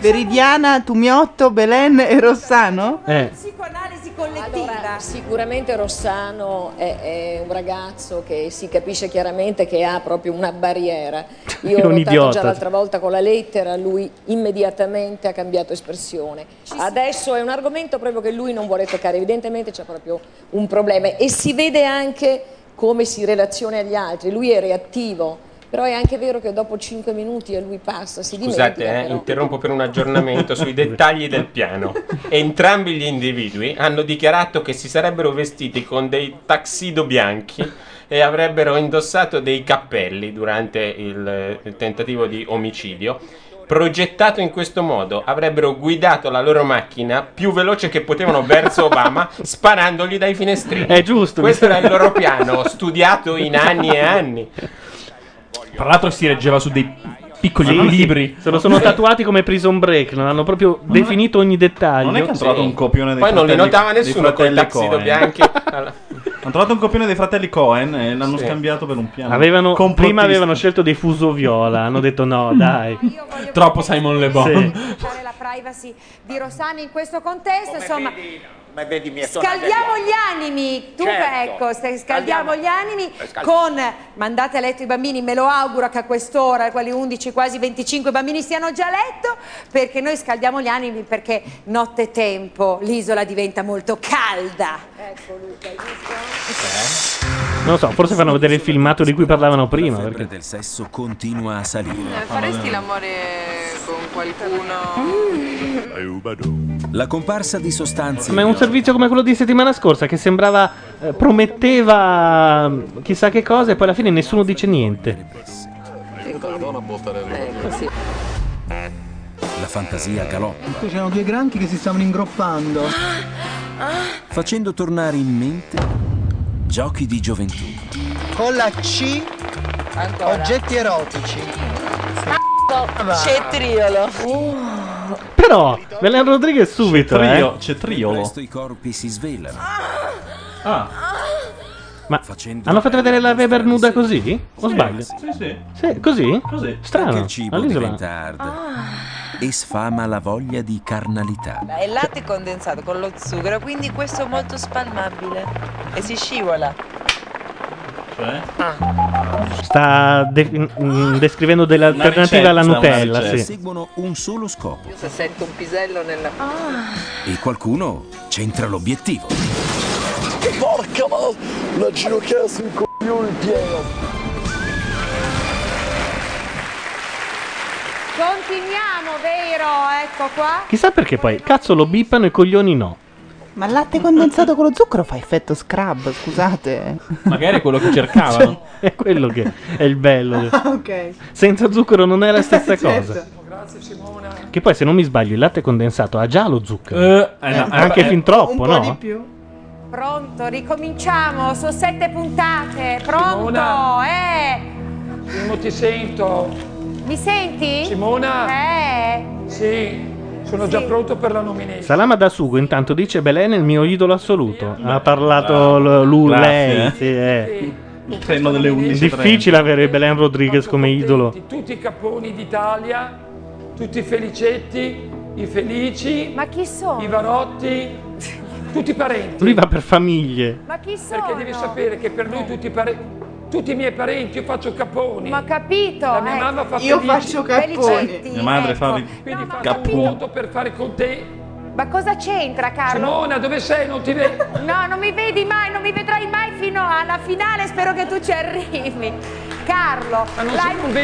Speaker 11: Veridiana, Tumiotto, Belen e Rossano?
Speaker 1: Eh.
Speaker 18: psicoanalisi
Speaker 7: collettiva. sicuramente Rossano è, è un ragazzo che si capisce chiaramente che ha proprio una barriera. Io
Speaker 1: È
Speaker 7: l'ho
Speaker 1: un
Speaker 7: notato
Speaker 1: idiota.
Speaker 7: già l'altra volta con la lettera, lui immediatamente ha cambiato espressione. Adesso è un argomento proprio che lui non vuole toccare, evidentemente c'è proprio un problema e si vede anche come si relaziona agli altri, lui è reattivo. Però è anche vero che dopo 5 minuti a lui passa, si dimentica.
Speaker 2: Scusate, eh, interrompo per un aggiornamento sui dettagli del piano. Entrambi gli individui hanno dichiarato che si sarebbero vestiti con dei taxido bianchi e avrebbero indossato dei cappelli durante il, il tentativo di omicidio. Progettato in questo modo, avrebbero guidato la loro macchina più veloce che potevano verso Obama, sparandogli dai finestrini.
Speaker 1: È giusto.
Speaker 2: Questo era il loro piano, studiato in anni e anni.
Speaker 3: Tra l'altro si reggeva su dei piccoli
Speaker 1: Ah, Sì,
Speaker 3: equilibri.
Speaker 1: Se lo sono tatuati come Prison Break, non hanno proprio definito ogni dettaglio.
Speaker 4: Non è che hanno trovato un copione dei
Speaker 2: Poi non li
Speaker 4: fratelli-
Speaker 2: notava
Speaker 4: dei
Speaker 2: nessuno coi
Speaker 4: fratelli
Speaker 2: taxido
Speaker 4: Coen.
Speaker 2: bianchi.
Speaker 4: Hanno trovato un copione dei fratelli Cohen e l'hanno scambiato per un piano.
Speaker 1: Avevano,
Speaker 4: complottista.
Speaker 1: prima avevano scelto dei fuso viola, hanno detto no, dai.
Speaker 3: Troppo Simon Le Bon.
Speaker 1: Sì.
Speaker 8: Lasciare la privacy di Rossano in questo contesto, insomma.
Speaker 16: Ma vedi, mi è
Speaker 8: Scaldiamo gli animi, tu
Speaker 16: Certo.
Speaker 8: ecco, se scaldiamo
Speaker 16: Scaldiamo.
Speaker 8: gli animi
Speaker 16: Eh, scaldi-
Speaker 8: con mandate a letto i bambini, me lo auguro che a quest'ora, quali 11, quasi 25 bambini siano già a letto, perché noi scaldiamo gli animi perché nottetempo l'isola diventa molto calda. Ecco Luca,
Speaker 1: Non lo so, forse fanno vedere il filmato di cui parlavano prima.
Speaker 9: febbre
Speaker 1: perché-
Speaker 9: del sesso continua a salire.
Speaker 17: Eh, Faresti l'amore con qualcuno?
Speaker 9: La comparsa di sostanze.
Speaker 1: Ma è un servizio come quello di settimana scorsa che sembrava eh, prometteva mm, chissà che cosa e poi alla fine nessuno dice niente.
Speaker 17: Ecco, sì.
Speaker 9: La fantasia galoppa,
Speaker 24: C'erano due granchi che si stavano ingroppando.
Speaker 9: facendo tornare in mente giochi di gioventù.
Speaker 24: Con la C, oggetti erotici.
Speaker 17: Cetriolo.
Speaker 12: Uh.
Speaker 1: Però, Belen Rodriguez subito,
Speaker 9: Cetriolo,
Speaker 1: eh.
Speaker 9: Il resto Cioè, i corpi si svelano.
Speaker 1: Ah. Ma hanno fatto vedere la Weber nuda così? O sbaglio?
Speaker 4: Sì, sì.
Speaker 1: Sì, così?
Speaker 9: Così. Anche
Speaker 1: Strano.
Speaker 9: il cibo
Speaker 1: All'isola.
Speaker 9: diventa hard
Speaker 18: Ah.
Speaker 9: e sfama la voglia di carnalità.
Speaker 17: È latte condensato con lo zucchero, quindi questo è molto spalmabile e si scivola.
Speaker 1: Cioè?
Speaker 18: Ah.
Speaker 1: Sta de- mm, descrivendo dell'alternativa alla Nutella, sì.
Speaker 9: Seguono un solo scopo
Speaker 17: Io se sento un pisello nella...
Speaker 9: e qualcuno c'entra l'obiettivo.
Speaker 10: Porca mal! La ginocchiera si incoglione il pieno!
Speaker 8: Continuiamo, vero? Ecco qua.
Speaker 1: Chissà perché poi, cazzo lo bippano e i coglioni no.
Speaker 11: Ma il latte condensato con lo zucchero fa effetto scrub, scusate.
Speaker 3: Magari è quello che cercavano.
Speaker 1: Cioè, è quello che è il bello.
Speaker 11: ok.
Speaker 1: Senza zucchero non è la stessa
Speaker 11: Certo.
Speaker 1: cosa. Che poi, se non mi sbaglio, il latte condensato ha già lo zucchero.
Speaker 3: eh, no, eh,
Speaker 1: Anche
Speaker 3: eh,
Speaker 1: fin
Speaker 3: un
Speaker 1: troppo,
Speaker 3: po'
Speaker 1: no?
Speaker 3: di
Speaker 8: più. Pronto, ricominciamo, sono sette puntate. Pronto,
Speaker 15: Simona.
Speaker 8: eh?
Speaker 15: Simo, ti sento.
Speaker 8: Mi senti?
Speaker 15: Simona?
Speaker 8: Eh?
Speaker 15: Sì, sono già pronto per la nomination.
Speaker 1: Salama da sugo intanto dice Belen è il mio idolo assoluto. Ha parlato l- lui,
Speaker 4: Grazie,
Speaker 1: lei.
Speaker 4: eh.
Speaker 1: Sì, eh.
Speaker 4: Il treno Cioè, delle 11.
Speaker 1: Difficile avere Belen Rodriguez come idolo.
Speaker 15: Tutti i caponi d'Italia, tutti i felicetti, i felici. Ma chi sono? I varotti, tutti i parenti.
Speaker 1: Lui va per famiglie.
Speaker 8: Ma chi sono?
Speaker 15: Perché devi sapere che per lui tutti i parenti. Tutti i miei parenti, io faccio caponi.
Speaker 8: Ma ho capito.
Speaker 15: La mia
Speaker 8: eh.
Speaker 15: mamma fa
Speaker 8: Io
Speaker 15: felici. Ecco.
Speaker 8: faccio Felicetti,
Speaker 4: Mia madre fa il
Speaker 15: Quindi faccio un
Speaker 4: capo.
Speaker 15: conto per fare con te.
Speaker 8: Ma cosa c'entra, Carlo?
Speaker 15: Simona, dove sei? Non ti vedo.
Speaker 8: No, non mi vedi mai, non mi vedrai mai fino alla finale, spero che tu ci arrivi. Carlo, l'hai-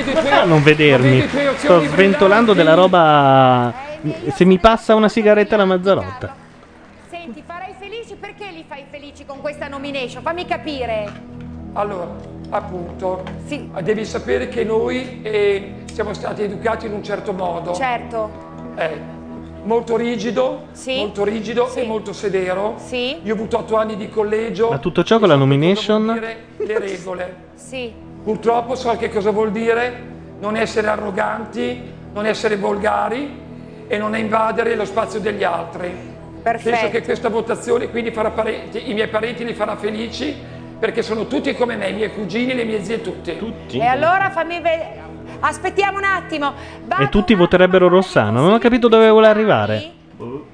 Speaker 1: Fa a non vedermi. Sto sventolando della roba. eh, Se mi passa una sigaretta la Mazzarotta.
Speaker 8: Senti, farai felici perché li fai felici con questa nomination? Fammi capire.
Speaker 15: Allora, appunto, devi sapere che noi eh, siamo stati educati in un certo modo.
Speaker 8: Certo.
Speaker 15: Eh, molto rigido, molto rigido e molto severo. Sì. Io ho avuto otto anni di collegio,
Speaker 1: Ma tutto ciò con la nomination.
Speaker 15: le regole.
Speaker 8: Sì.
Speaker 15: Purtroppo so che cosa vuol dire non essere arroganti, non essere volgari e non invadere lo spazio degli altri. Penso che questa votazione quindi farà parenti, i miei parenti li farà felici perché sono tutti come me, i miei cugini, le mie zie tutte. Tutti.
Speaker 8: E allora fammi vedere. Aspettiamo un attimo.
Speaker 1: E tutti voterebbero Rossano. Non ho capito dove vuole arrivare.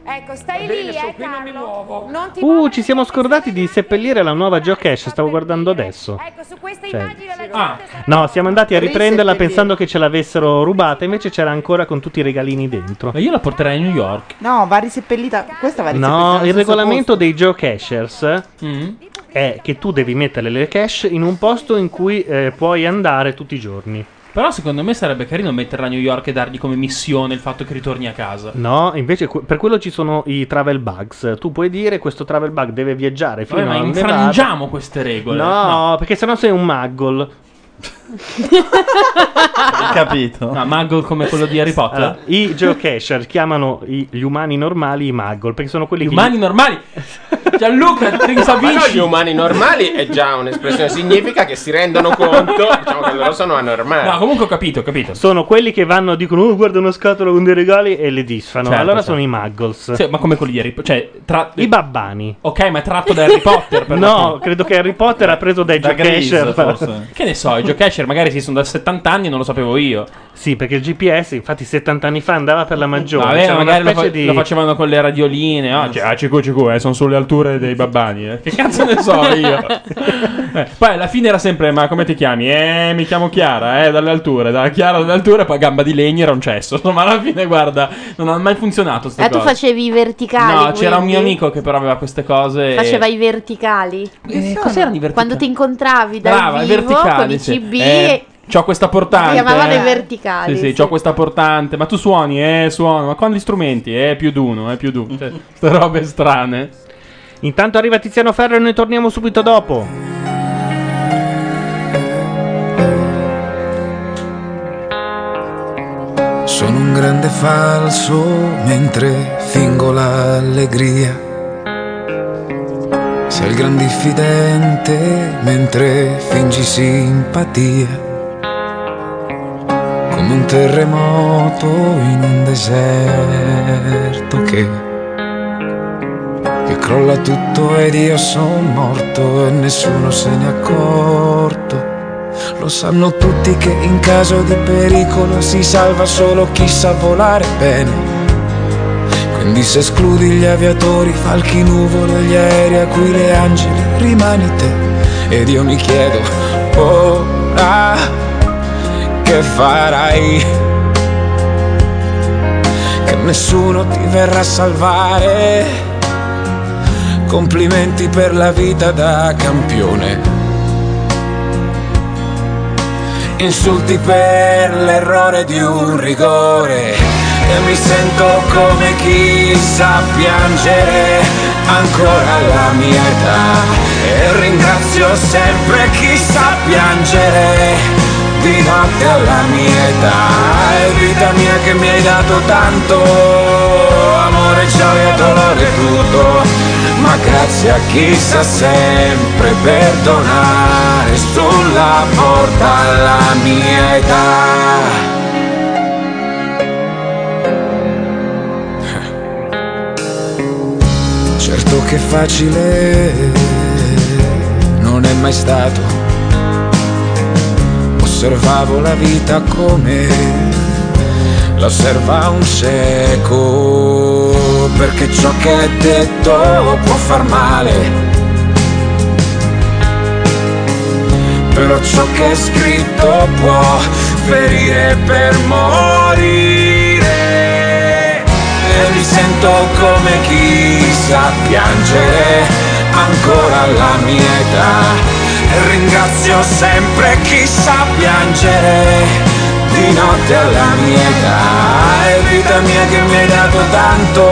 Speaker 8: Ecco, stai lì, eh, Carlo. Non, ti
Speaker 1: Uh, ci siamo scordati di seppellire la nuova geocache. Stavo guardando adesso.
Speaker 8: Ecco, su questa
Speaker 1: Cioè-
Speaker 8: immagine la
Speaker 1: Ah.
Speaker 8: gente
Speaker 1: No, siamo andati a riprenderla
Speaker 8: Riseppellire.
Speaker 1: pensando che ce l'avessero rubata. Invece c'era ancora con tutti i regalini dentro. Ma io la porterai a New York.
Speaker 11: No, va riseppellita. Questa va riseppellita.
Speaker 1: No,
Speaker 11: allo
Speaker 1: il
Speaker 11: stesso
Speaker 1: regolamento dei geocachers è che tu devi mettere le cache in un posto in cui eh, puoi andare tutti i giorni.
Speaker 3: Però secondo me sarebbe carino metterla a New York e dargli come missione il fatto che ritorni a casa.
Speaker 1: No, invece que- per quello ci sono i travel bugs. Tu puoi dire questo travel bug deve viaggiare fino
Speaker 3: Vabbè, ma
Speaker 1: a Nevada.
Speaker 3: infrangiamo queste regole.
Speaker 1: No, perché sennò sei un muggle.
Speaker 3: capito. No, muggle come quello di Harry Potter.
Speaker 1: Allora, I geocacher chiamano i- gli umani normali i muggle perché sono quelli
Speaker 3: Gli umani normali? Gianluca,
Speaker 2: Ma no, gli umani normali è già un'espressione, significa che si rendono conto, diciamo che loro sono anormali.
Speaker 1: No, comunque ho capito, ho capito. Eh. Sono quelli che vanno dicono "Oh, guarda una scatola con dei regali" e le disfano.
Speaker 3: Certo,
Speaker 1: allora
Speaker 3: certo.
Speaker 1: sono i muggles.
Speaker 3: Sì, ma come quelli di Harry Potter? Cioè, tra...
Speaker 1: I babbani.
Speaker 3: Ok, ma è tratto da Harry Potter. Per
Speaker 1: No, credo che Harry Potter ha preso dai geocacher.
Speaker 3: Che ne so, i geocacher magari si sono da 70 anni e non lo sapevo io.
Speaker 1: Sì, perché il GPS, infatti, 70 anni fa andava per la maggiore.
Speaker 3: Vabbè,
Speaker 1: C'era una
Speaker 3: magari lo,
Speaker 1: specie
Speaker 3: fa-
Speaker 1: di-
Speaker 3: lo facevano con le radioline. Ah, cioè, ah, CQ, CQ, eh, sono sulle alture dei babbani. eh. Che cazzo ne so io? Eh, poi alla fine era sempre, ma come ti chiami? Eh, mi chiamo Chiara, eh, dalle alture. Da Chiara dalle alture, poi gamba di legno era un cesso. Ma alla fine, guarda, non ha mai funzionato sta
Speaker 6: Ah, tu
Speaker 3: cosa.
Speaker 6: facevi i verticali.
Speaker 3: No, c'era un
Speaker 6: quindi?
Speaker 3: mio amico che però aveva queste cose. e-
Speaker 6: Faceva i verticali.
Speaker 3: Eh, cos'erano i verticali?
Speaker 6: Quando ti incontravi dal
Speaker 3: Brava, i
Speaker 6: vivo con
Speaker 3: verticali.
Speaker 6: i
Speaker 3: sì.
Speaker 6: CB
Speaker 3: Eh, c'ho questa portante.
Speaker 6: chiamavano
Speaker 3: eh.
Speaker 6: i verticali,
Speaker 3: Sì, sì,
Speaker 6: sì.
Speaker 3: c'ho questa portante. Ma tu suoni? Eh, suono. Ma con gli strumenti? Eh, più d'uno, eh, più d'uno. Cioè, ste robe strane.
Speaker 1: Intanto arriva Tiziano Ferro e noi torniamo subito dopo.
Speaker 19: Sono un grande falso mentre fingo l'allegria. Sei il gran diffidente mentre fingi simpatia. Come un terremoto in un deserto che, che crolla tutto ed io sono morto e nessuno se ne è accorto. Lo sanno tutti che in caso di pericolo si salva solo chi sa volare bene. Quindi se escludi gli aviatori, falchi nuvole, gli aerei a cui le angeli rimani te. Ed io mi chiedo, ora che farai? Che nessuno ti verrà a salvare. Complimenti per la vita da campione. Insulti per l'errore di un rigore e mi sento come chi sa piangere ancora alla mia età e ringrazio sempre chi sa piangere di notte alla mia età e vita mia che mi hai dato tanto amore, gioia, dolore, tutto ma ma grazie a chi sa sempre perdonare sulla porta alla mia età. Certo che facile non è mai stato. Osservavo la vita come la osserva un cieco, perché ciò che è detto può far male. Però ciò che è scritto può ferire per morire. E mi sento come chi sa piangere ancora alla mia età. E ringrazio sempre chi sa piangere di notte alla mia età. È vita mia che mi hai dato tanto,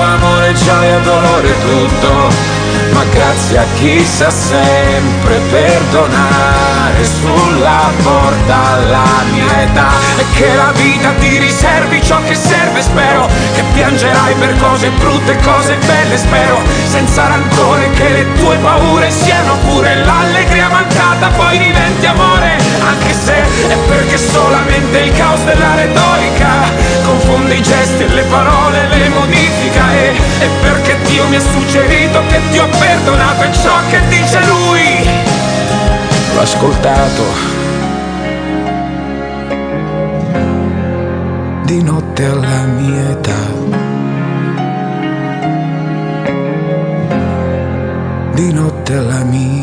Speaker 19: amore, gioia, dolore, tutto. Ma grazie a chi sa sempre perdonare sulla porta alla mia età. E che la vita ti riservi ciò che serve, spero. Che piangerai per cose brutte, e cose belle, spero. Senza rancore che le tue paure siano pure l'allegria mancata, poi diventi amore. Anche se è perché solamente il caos della retorica confonde i gesti e le parole, le modifica. E, e perché Dio mi ha suggerito che ti ho perdonato e ciò che dice lui. L'ho ascoltato. Di notte alla mia età. Di notte alla mia.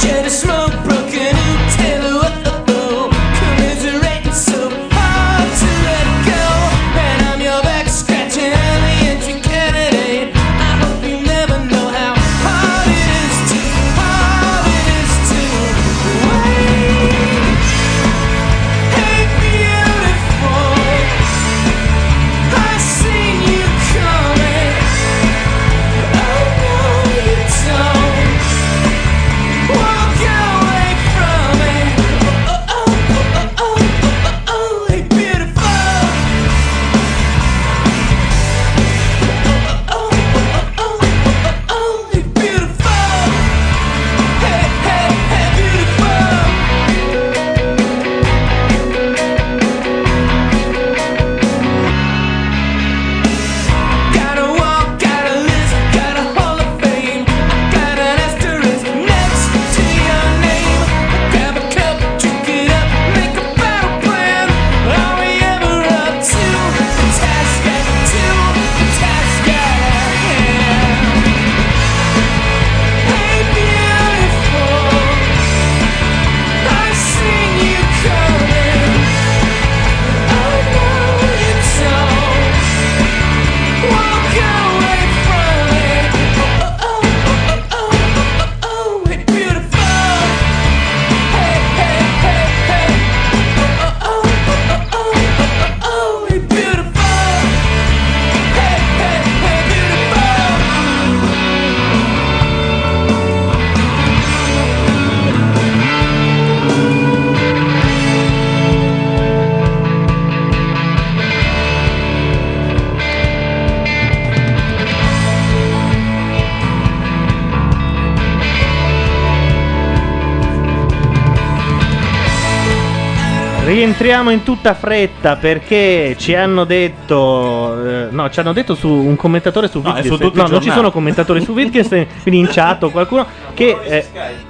Speaker 5: Shed a smoke, broken in, still a woe. Commiserating so hard to let go. And I'm your back scratching every inch you can at it. I hope you never know how hard it is to, hard it is to wait. Hey, beautiful, I seen you coming. Oh no, Oh, you don't. Walk away from it. Oh oh oh oh oh oh oh, beautiful. Oh oh oh oh oh oh, beautiful. Hey hey hey, beautiful. Gotta walk, gotta list, gotta hall of fame. Got an asterisk next to your name. Grab a cup, drink it up, make a battle plan. Are we ever up to the task at to the task at hand? Hey, beautiful, I seen you coming. Oh no, you don't. Walk away from it. Oh oh oh oh oh. Oh, it's beautiful. Hey, hey, hey, hey. Oh, oh, oh, oh, oh, oh, oh, it's beautiful. Hey, hey, hey,
Speaker 1: Rientriamo in tutta fretta perché ci hanno detto. eh, no, ci hanno detto su un commentatore su
Speaker 4: No, è su
Speaker 1: Wittgenstein.
Speaker 4: tutti i
Speaker 1: no, non ci
Speaker 4: giornali.
Speaker 1: sono commentatori su Wittgenstein, quindi in chat o qualcuno. Che, eh,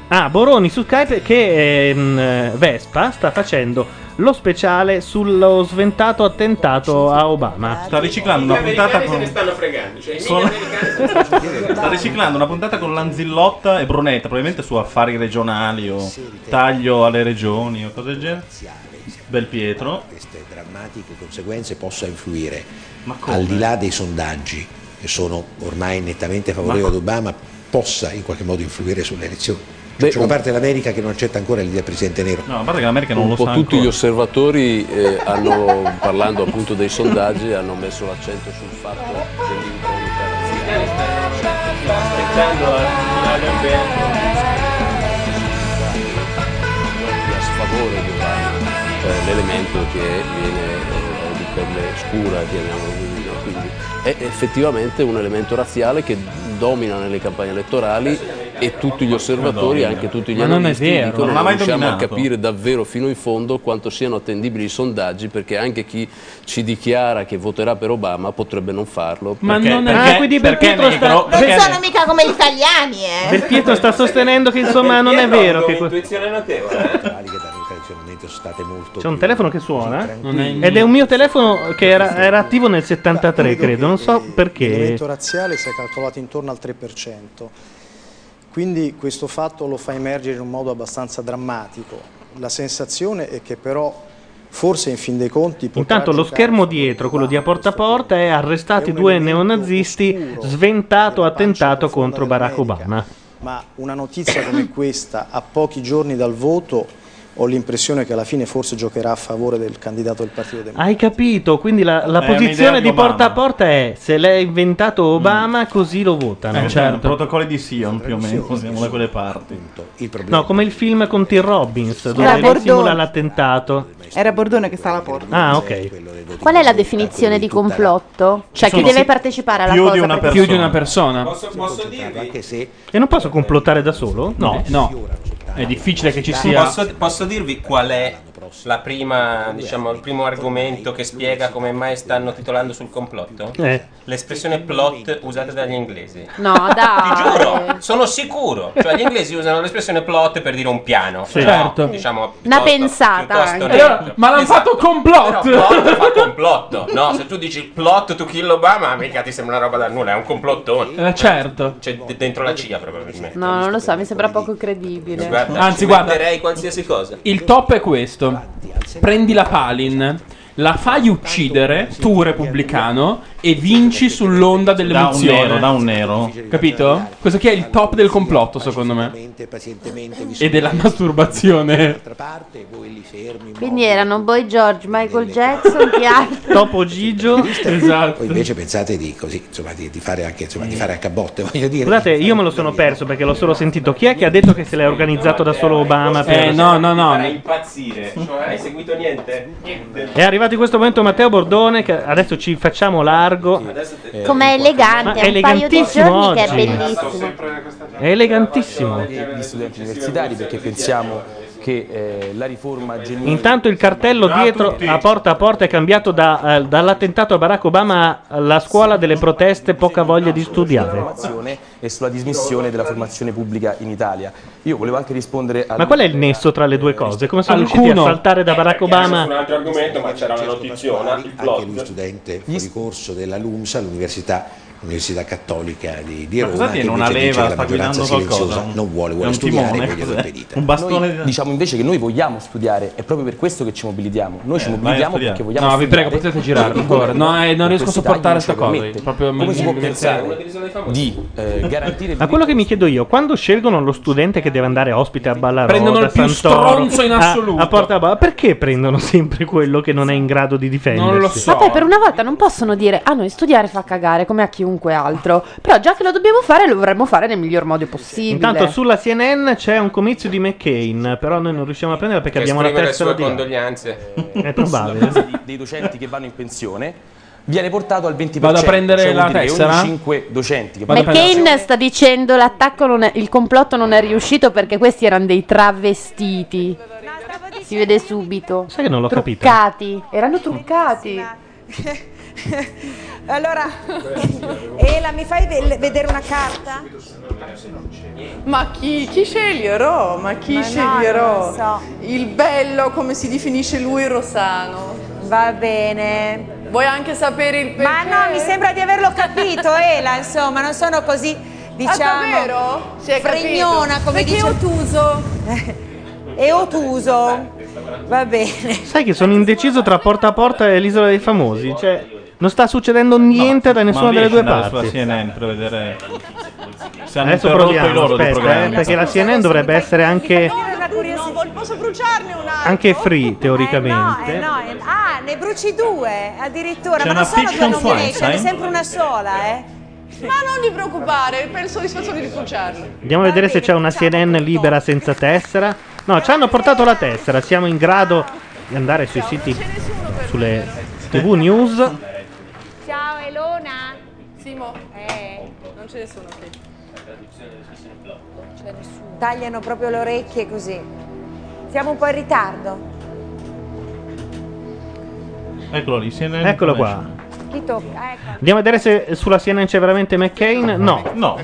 Speaker 1: ah, Boroni su Skype che ehm, eh, Vespa sta facendo lo speciale sullo sventato attentato a Obama.
Speaker 4: Sta riciclando una
Speaker 2: Gli
Speaker 4: puntata
Speaker 2: americani se ne
Speaker 4: con.
Speaker 2: stanno fregando. Cioè, i
Speaker 4: Sono-
Speaker 2: media americani se ne stanno fregando.
Speaker 4: Sta riciclando una puntata con Lanzillotta e Brunetta, probabilmente su affari regionali o taglio alle regioni o cose del genere. Bel Pietro.
Speaker 12: Queste drammatiche conseguenze possa influire
Speaker 4: Ma come?
Speaker 12: al di là dei sondaggi che sono ormai nettamente
Speaker 4: Ma
Speaker 12: favorevoli ad
Speaker 4: co-
Speaker 12: Obama possa in qualche modo influire sulle elezioni. C'è
Speaker 1: oh.
Speaker 12: una parte dell'America che non accetta ancora l'idea del presidente nero.
Speaker 4: No, a parte che l'America non
Speaker 13: un
Speaker 4: lo
Speaker 13: po'
Speaker 4: sa
Speaker 13: tutti
Speaker 4: ancora.
Speaker 13: gli osservatori eh, hanno, parlando appunto dei sondaggi, hanno messo l'accento sul fatto dell'incontro.
Speaker 2: Aspettando la finale
Speaker 13: a sfavore di Obama, eh, l'elemento che viene eh, di pelle scura, chiamiamolo così, no? Quindi è effettivamente un elemento razziale che domina nelle campagne elettorali e tutti gli osservatori,
Speaker 4: domina.
Speaker 13: anche tutti gli
Speaker 4: Ma non è
Speaker 13: analisti,
Speaker 4: vero,
Speaker 13: dicono
Speaker 4: non ha
Speaker 13: non
Speaker 4: mai
Speaker 13: riusciamo a
Speaker 4: dominato.
Speaker 13: capire davvero fino in fondo quanto siano attendibili i sondaggi perché anche chi ci dichiara che voterà per Obama potrebbe non farlo.
Speaker 1: Ma
Speaker 13: perché,
Speaker 1: non è-
Speaker 13: perché,
Speaker 1: Ah, quindi
Speaker 13: perché
Speaker 1: Belpietro sta-
Speaker 13: negro-
Speaker 1: non
Speaker 13: perché
Speaker 1: sono
Speaker 15: mica come gli italiani, eh.
Speaker 1: Del Pietro sta sostenendo che insomma non è vero che que-
Speaker 2: Intuizione notevole. eh.
Speaker 12: Tradizionalmente sono state molto
Speaker 1: c'è un
Speaker 12: più-
Speaker 1: telefono che suona eh?
Speaker 12: Non è il mio.
Speaker 1: ed è un mio telefono che era, era attivo nel 73 credo, non so perché.
Speaker 15: L'elemento razziale si è calcolato intorno al 3%. Quindi questo fatto lo fa emergere in un modo abbastanza drammatico. La sensazione è che però forse in fin dei conti potrà
Speaker 1: Intanto lo
Speaker 15: giocare-
Speaker 1: schermo dietro, quello di a porta a porta, è arrestati due neonazisti sventato attentato contro Barack Obama.
Speaker 15: ma una notizia come questa a pochi giorni dal voto ho l'impressione che alla fine forse giocherà a favore del candidato del Partito Democratico.
Speaker 1: Hai capito? Quindi la, la
Speaker 4: Eh,
Speaker 15: È un'idea
Speaker 1: posizione
Speaker 15: di
Speaker 1: di porta a
Speaker 15: Obama.
Speaker 1: porta è se l'ha inventato Obama così lo votano.
Speaker 4: Mm.
Speaker 1: Certo.
Speaker 4: Eh, Protocolli di Sion più o meno, siamo da quelle parti.
Speaker 1: No, come il film con Tim Robbins,
Speaker 11: Era
Speaker 1: dove lei
Speaker 11: Bordone.
Speaker 1: simula l'attentato.
Speaker 11: Era Bordone che sta alla porta.
Speaker 1: Ah, ok.
Speaker 15: Qual
Speaker 6: è la definizione di complotto? Cioè, chi
Speaker 1: Sono
Speaker 6: deve
Speaker 1: sì-
Speaker 6: partecipare alla cosa? perché-
Speaker 3: Più di una persona.
Speaker 12: Anche se
Speaker 1: E non posso complottare da solo? No.
Speaker 3: Eh, no. È difficile che ci sia.
Speaker 2: Posso, posso dirvi qual è la prima, diciamo, il primo argomento che spiega come mai stanno titolando sul complotto?
Speaker 1: Eh.
Speaker 2: L'espressione plot usata dagli inglesi.
Speaker 6: No, dai.
Speaker 2: Ti giuro, sono sicuro. Cioè, gli inglesi usano l'espressione plot per dire un piano.
Speaker 3: Sì.
Speaker 2: No,
Speaker 3: Certo.
Speaker 2: Diciamo,
Speaker 6: Una
Speaker 2: piuttosto-
Speaker 6: pensata
Speaker 2: piuttosto
Speaker 6: anche.
Speaker 2: netto.
Speaker 3: Ma l'hanno fatto complot!
Speaker 2: Però plot fa complotto. No, se tu dici plot to kill Obama, mica ti sembra una roba da nulla, è un complottone.
Speaker 3: certo.
Speaker 2: C'è d- dentro la CIA probabilmente.
Speaker 6: No, non lo so, mi sembra poco credibile.
Speaker 2: Guarda,
Speaker 3: Anzi,
Speaker 2: ci
Speaker 3: guarda.
Speaker 2: metterei qualsiasi cosa.
Speaker 3: Il top è questo: prendi la Palin, la fai uccidere, tu repubblicano, e vinci sull'onda dell'emozione.
Speaker 4: Da un nero, da un nero.
Speaker 3: Capito? Questo qui è il top del complotto, secondo me. E della masturbazione.
Speaker 6: Quindi erano Boy George, Michael Jackson, chi altro?
Speaker 1: Topo Gigio, esatto.
Speaker 12: Voi invece pensate di così, insomma, di, di fare anche, insomma, di fare anche a botte, voglio dire.
Speaker 1: Scusate, io me lo sono perso perché l'ho solo sentito. Chi è che ha detto che se l'è organizzato da solo Obama? Per...
Speaker 3: Eh, no, no, no.
Speaker 2: Farai impazzire. Cioè, hai seguito niente? Niente.
Speaker 3: Eh,
Speaker 1: È arrivato in questo momento Matteo Bordone, che adesso ci facciamo largo.
Speaker 15: Com'è
Speaker 1: Eh, Ma
Speaker 15: elegante,
Speaker 1: è elegantissimo oggi. È elegantissimo.
Speaker 21: Gli studenti universitari perché pensiamo che eh, la riforma genuina
Speaker 1: Intanto il cartello
Speaker 21: Ciao a
Speaker 1: dietro
Speaker 21: tutti.
Speaker 1: a porta a porta è cambiato da, eh, dall'attentato a Barack Obama alla scuola delle proteste, poca voglia di studiare.
Speaker 21: formazione e sulla dismissione della formazione pubblica in Italia. Io volevo anche rispondere al
Speaker 1: Ma qual è il nesso tra le due cose? Come sono riusciti a
Speaker 21: Alcuno.
Speaker 1: saltare da Barack Obama?
Speaker 2: Eh, un altro argomento, ma c'era una notiziona, il
Speaker 12: Anche lui studente fuori corso della LUMSA, l'università, l'università cattolica di, di
Speaker 4: Ma
Speaker 12: Roma,
Speaker 4: cosa tiene?
Speaker 12: che
Speaker 4: Una
Speaker 12: invece dice
Speaker 4: leva?
Speaker 12: che la
Speaker 4: Sta
Speaker 12: maggioranza
Speaker 4: guidando qualcosa?
Speaker 12: silenziosa non vuole, vuole
Speaker 4: È un
Speaker 12: studiare,
Speaker 4: timone,
Speaker 12: e glielo
Speaker 4: cos'è?
Speaker 12: impedite.
Speaker 4: Un bastone
Speaker 21: Noi diciamo invece che noi vogliamo studiare, è proprio per questo che ci mobilitiamo. Noi
Speaker 3: Eh,
Speaker 21: ci
Speaker 3: vai a
Speaker 21: mobilitiamo
Speaker 3: studiare.
Speaker 21: perché vogliamo
Speaker 3: No, vi
Speaker 21: studiare.
Speaker 3: prego, potete girarvi
Speaker 21: E
Speaker 3: ancora. No, eh, non
Speaker 21: con
Speaker 3: riesco a
Speaker 21: questi
Speaker 3: sopportare
Speaker 21: tagli non
Speaker 3: sta
Speaker 21: ce lo
Speaker 3: cosa,
Speaker 21: permette.
Speaker 3: proprio mi-
Speaker 21: Come si può
Speaker 3: mi-
Speaker 21: pensare di eh, garantire il
Speaker 1: Ma quello che mi chiedo io, quando scelgono lo studente che deve andare ospite a Ballarò,
Speaker 3: Prendono
Speaker 1: da
Speaker 3: il più
Speaker 1: Santoro,
Speaker 3: stronzo in
Speaker 1: a-
Speaker 3: assoluto.
Speaker 1: A, Porta Ba- perché prendono sempre quello che non è in grado di difendersi?
Speaker 6: Vabbè, per una volta non possono dire "Ah, a noi studiare fa cagare come a chiunque altro. Però già che lo dobbiamo fare, lo vorremmo fare nel miglior modo possibile.
Speaker 1: Intanto sulla CNN c'è un comizio di McCain, però noi non riusciamo a prenderla perché abbiamo la
Speaker 21: esprimere le
Speaker 1: tessera
Speaker 21: sue
Speaker 1: di là.
Speaker 21: condoglianze.
Speaker 1: È probabile.
Speaker 21: Sulla base di- dei docenti che vanno in pensione viene portato al 20%.
Speaker 3: Vado a prendere
Speaker 21: cioè vuol
Speaker 3: la
Speaker 21: dire che
Speaker 3: tessera.
Speaker 21: Ogni 5 docenti che vanno in pensione.
Speaker 6: McCain sta dicendo l'attacco non è, il complotto non è riuscito perché questi erano dei travestiti. Si vede subito.
Speaker 1: Sai che non l'ho capito.
Speaker 6: Truccati. Erano truccati.
Speaker 8: Allora, Ela, mi fai ve- vedere una carta?
Speaker 5: Ma chi, chi sceglierò? Ma chi
Speaker 8: Ma no,
Speaker 5: sceglierò?
Speaker 8: non lo
Speaker 5: Il bello, come si definisce lui, Rosano.
Speaker 8: Va bene.
Speaker 5: Vuoi anche sapere il perché?
Speaker 8: Ma no, mi sembra di averlo capito, Ela, insomma, non sono così, diciamo...
Speaker 5: Ah, davvero? Si è capito?
Speaker 8: Fregnona, come
Speaker 5: Perché
Speaker 8: dice... otuso. È otuso. Va bene.
Speaker 1: Sai che sono indeciso tra Porta a Porta e l'Isola dei Famosi. Cioè, Non sta succedendo niente da nessuna delle due
Speaker 4: andare
Speaker 1: parti.
Speaker 4: sulla CNN per vedere se hanno
Speaker 1: Adesso
Speaker 4: interrotto i
Speaker 1: proviamo,
Speaker 4: loro dei
Speaker 1: aspetta, eh,
Speaker 4: programmi.
Speaker 1: perché la CNN dovrebbe essere anche,
Speaker 8: No, vol- posso bruciarne una?
Speaker 1: anche free teoricamente.
Speaker 8: Eh, no, eh, ah, ne bruci due addirittura,
Speaker 1: C'è una eh?
Speaker 8: ma non sono due
Speaker 1: fiction
Speaker 8: nomination,
Speaker 1: file, sai?
Speaker 8: è sempre una sola, eh.
Speaker 5: Ma non ti preoccupare, per soddisfazione di bruciarlo.
Speaker 1: Andiamo a vedere se c'è una CNN libera senza tessera. No, ci hanno portato la tessera, siamo in grado di andare sui siti, sulle TV news.
Speaker 5: Ciao Elona. Simo. Eh, non c'è nessuno qui.
Speaker 8: C'è nessuno. Tagliano proprio le orecchie così. Siamo un po' in ritardo.
Speaker 4: Eccolo lì, CNN.
Speaker 1: Eccolo qua.
Speaker 8: Chi tocca? Ecco.
Speaker 1: Andiamo a vedere se sulla CNN c'è veramente McCain. No.
Speaker 4: No.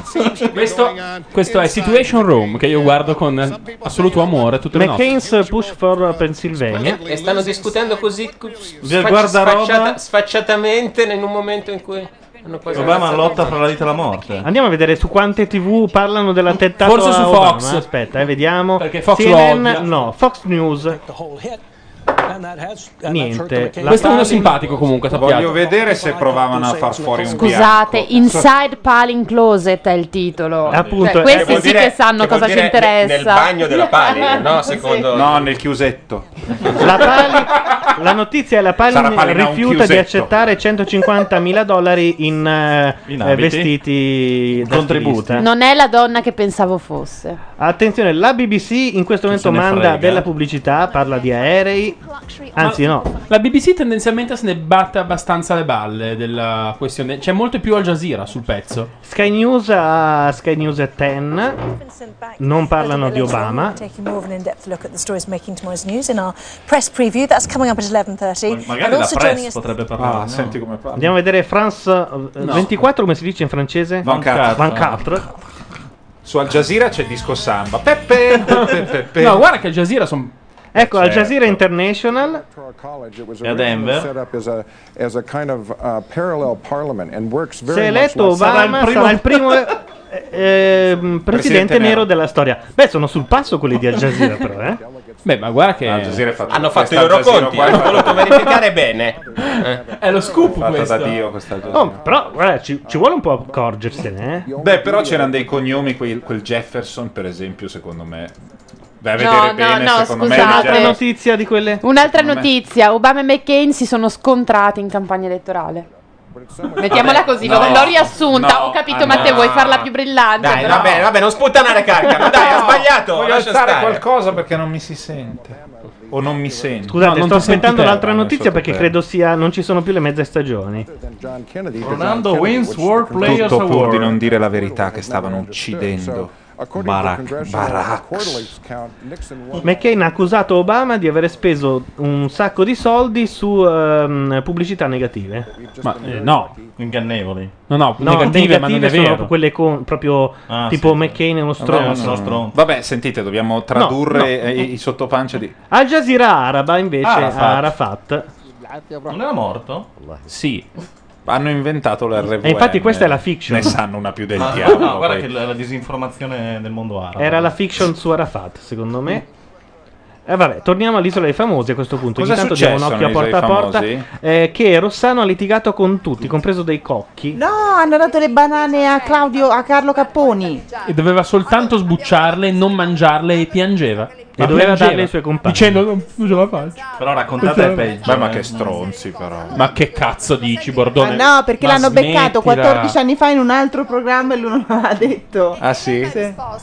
Speaker 3: questo, questo è Situation Room che io guardo con assoluto amore tutte le notti.
Speaker 1: McCain's push for Pennsylvania.
Speaker 2: E stanno discutendo così cu-
Speaker 1: Del
Speaker 2: sfac-
Speaker 1: guardaroba?
Speaker 2: sfacciata- sfacciatamente in un momento in cui hanno quasi ammazzato-
Speaker 4: fra la vita e la morte.
Speaker 1: Andiamo a vedere su quante TV parlano dell'attentato
Speaker 3: Forse su
Speaker 1: a Obama.
Speaker 3: Fox.
Speaker 1: Aspetta, eh, vediamo. Perché
Speaker 3: Fox lo odia.
Speaker 1: no, Fox News. Niente. La
Speaker 3: Questo è uno
Speaker 1: Palin-
Speaker 3: simpatico comunque,
Speaker 18: Voglio
Speaker 3: sappiate.
Speaker 18: vedere se provavano a far fuori un
Speaker 6: Scusate,
Speaker 18: bianco.
Speaker 6: Inside Palin Closet è il titolo.
Speaker 18: Appunto,
Speaker 6: Cioè,
Speaker 18: eh,
Speaker 6: questi
Speaker 18: vuol
Speaker 6: sì
Speaker 18: dire-
Speaker 6: che sanno
Speaker 18: che vuol
Speaker 6: cosa ci
Speaker 18: dire
Speaker 6: interessa.
Speaker 18: nel bagno
Speaker 2: della Palin, no? Secondo-
Speaker 18: No, nel chiusetto.
Speaker 1: La notizia è la
Speaker 18: Sarà
Speaker 1: Palin,
Speaker 18: Palin ha un
Speaker 1: rifiuta di
Speaker 18: chiusetto.
Speaker 1: accettare 150 mila dollari in, eh,
Speaker 4: In
Speaker 1: eh,
Speaker 4: abiti?
Speaker 1: vestiti da
Speaker 4: Contributi.
Speaker 1: stilista.
Speaker 6: Non è la donna che pensavo fosse.
Speaker 1: Attenzione, la BBC in questo momento
Speaker 3: se ne
Speaker 1: manda
Speaker 3: frega.
Speaker 1: della pubblicità, parla di aerei. Anzi, no.
Speaker 3: La BBC tendenzialmente se ne batte abbastanza le balle della questione. C'è molto più Al Jazeera sul pezzo.
Speaker 1: Sky News ha Sky News at 10. Non parlano di Obama.
Speaker 7: Taking more of an in-depth look at the stories making tomorrow's news in our press preview. That's coming up at 11.30.
Speaker 4: Magari
Speaker 7: And
Speaker 4: la
Speaker 7: also joining
Speaker 4: press
Speaker 7: us
Speaker 4: potrebbe parlare.
Speaker 18: Ah,
Speaker 4: no?
Speaker 18: senti come parla.
Speaker 1: Andiamo a vedere France eh,
Speaker 18: No.
Speaker 1: 24, come si dice in francese?
Speaker 18: 24.
Speaker 1: 24.
Speaker 18: Su Al Jazeera c'è disco samba. Peppe, peppe, peppe.
Speaker 3: No, guarda che Al Jazeera sono.
Speaker 1: Ecco, Al
Speaker 18: Certo.
Speaker 1: Jazeera International.
Speaker 18: E a Denver?
Speaker 20: Set up as a, as a kind of uh, parallel parliament and works
Speaker 1: Se è
Speaker 20: very much
Speaker 1: eletto
Speaker 20: like
Speaker 1: Obama sarà il primo, eh, eh, ehm, presidente, nero.
Speaker 20: nero.
Speaker 1: della storia. Beh, sono sul passo quelli di Al Jazeera, però, eh.
Speaker 3: Beh, ma guarda
Speaker 18: Ah,
Speaker 3: che.
Speaker 2: Hanno fatto i loro conti, hanno voluto verificare bene. Eh?
Speaker 3: È lo scoop
Speaker 18: Fatta
Speaker 3: questo.
Speaker 18: da Dio questa
Speaker 1: Oh, però, guarda, ci, ci vuole un po' accorgersene, eh.
Speaker 18: Beh, però c'erano dei cognomi, quel, quel Jefferson, per esempio, secondo me. Vai a
Speaker 6: No,
Speaker 18: vedere
Speaker 6: no,
Speaker 18: bene,
Speaker 6: no,
Speaker 18: secondo
Speaker 6: scusate.
Speaker 18: me. il
Speaker 6: Un'altra notizia.
Speaker 18: Jefferson-
Speaker 1: Notizia di quelle.
Speaker 6: Un'altra
Speaker 18: Secondo me-
Speaker 6: notizia, Obama e McCain si sono scontrati in campagna elettorale. Mettiamola
Speaker 2: Vabbè,
Speaker 6: così,
Speaker 2: no,
Speaker 6: l'ho riassunta,
Speaker 2: no,
Speaker 6: ho capito,
Speaker 2: ah,
Speaker 6: ma te
Speaker 2: no.
Speaker 6: vuoi farla più brillante?
Speaker 2: Dai,
Speaker 6: però-
Speaker 2: vabbè, vabbè, non sputtanare Carcano, dai, ha sbagliato.
Speaker 18: Voglio
Speaker 2: lascia
Speaker 18: alzare
Speaker 2: stare.
Speaker 18: qualcosa perché non mi si sente. O non mi sento.
Speaker 1: Scusate, sto aspettando l'altra notizia perché
Speaker 18: credo
Speaker 1: credo sia. Non ci sono più le mezze stagioni.
Speaker 4: Ronaldo wins World Players
Speaker 18: Tutto pur di
Speaker 4: Award.
Speaker 18: non dire la verità che stavano uccidendo Barack. Barack.
Speaker 1: McCain ha accusato Obama di aver speso un sacco di soldi su ehm, pubblicità negative.
Speaker 3: Ma eh, no.
Speaker 4: Ingannevoli.
Speaker 3: No, no,
Speaker 1: No,
Speaker 3: negative, ma non è
Speaker 1: negative sono
Speaker 3: vero.
Speaker 1: quelle con, proprio
Speaker 18: Ah,
Speaker 1: tipo McCain è uno stronzo.
Speaker 18: Vabbè, sentite, dobbiamo tradurre eh, I, i sottopancia di...
Speaker 1: Al Jazeera araba invece
Speaker 18: Arafat.
Speaker 1: a Arafat.
Speaker 4: Non era morto?
Speaker 3: Sì.
Speaker 18: Hanno inventato l'RVM.
Speaker 1: E infatti questa è la fiction.
Speaker 18: Ne sanno una più del
Speaker 4: Ah,
Speaker 18: diavolo.
Speaker 4: no, guarda
Speaker 18: poi.
Speaker 4: che la, la disinformazione del mondo
Speaker 18: Ah,
Speaker 4: arabo.
Speaker 1: Era la fiction su Arafat, secondo me. E vabbè, torniamo all'isola dei famosi a questo punto.
Speaker 18: Cosa è
Speaker 1: Intanto diamo un
Speaker 18: successo
Speaker 1: occhio a porta
Speaker 18: all'Isola
Speaker 1: a porta.
Speaker 18: dei
Speaker 1: eh, che Rossano ha litigato con tutti, compreso dei cocchi.
Speaker 11: No, hanno dato le banane a Claudio, a Carlo Capponi.
Speaker 3: E doveva soltanto sbucciarle, non mangiarle e piangeva. Ma
Speaker 1: doveva
Speaker 3: piangeva,
Speaker 1: darle ai suoi compagni.
Speaker 3: Dicendo non, non ce la faccio. raccontate
Speaker 4: Però raccontate
Speaker 3: è
Speaker 4: è
Speaker 3: peggio,
Speaker 4: peggio.
Speaker 3: eh.
Speaker 18: stronzi, però.
Speaker 3: Ma che cazzo dici,
Speaker 11: Ma
Speaker 3: Bordone?
Speaker 11: Ah, no, perché
Speaker 3: Ma
Speaker 11: l'hanno beccato
Speaker 3: smettila.
Speaker 11: 14 anni fa in un altro programma e lui non l'aveva detto.
Speaker 18: Ah sì?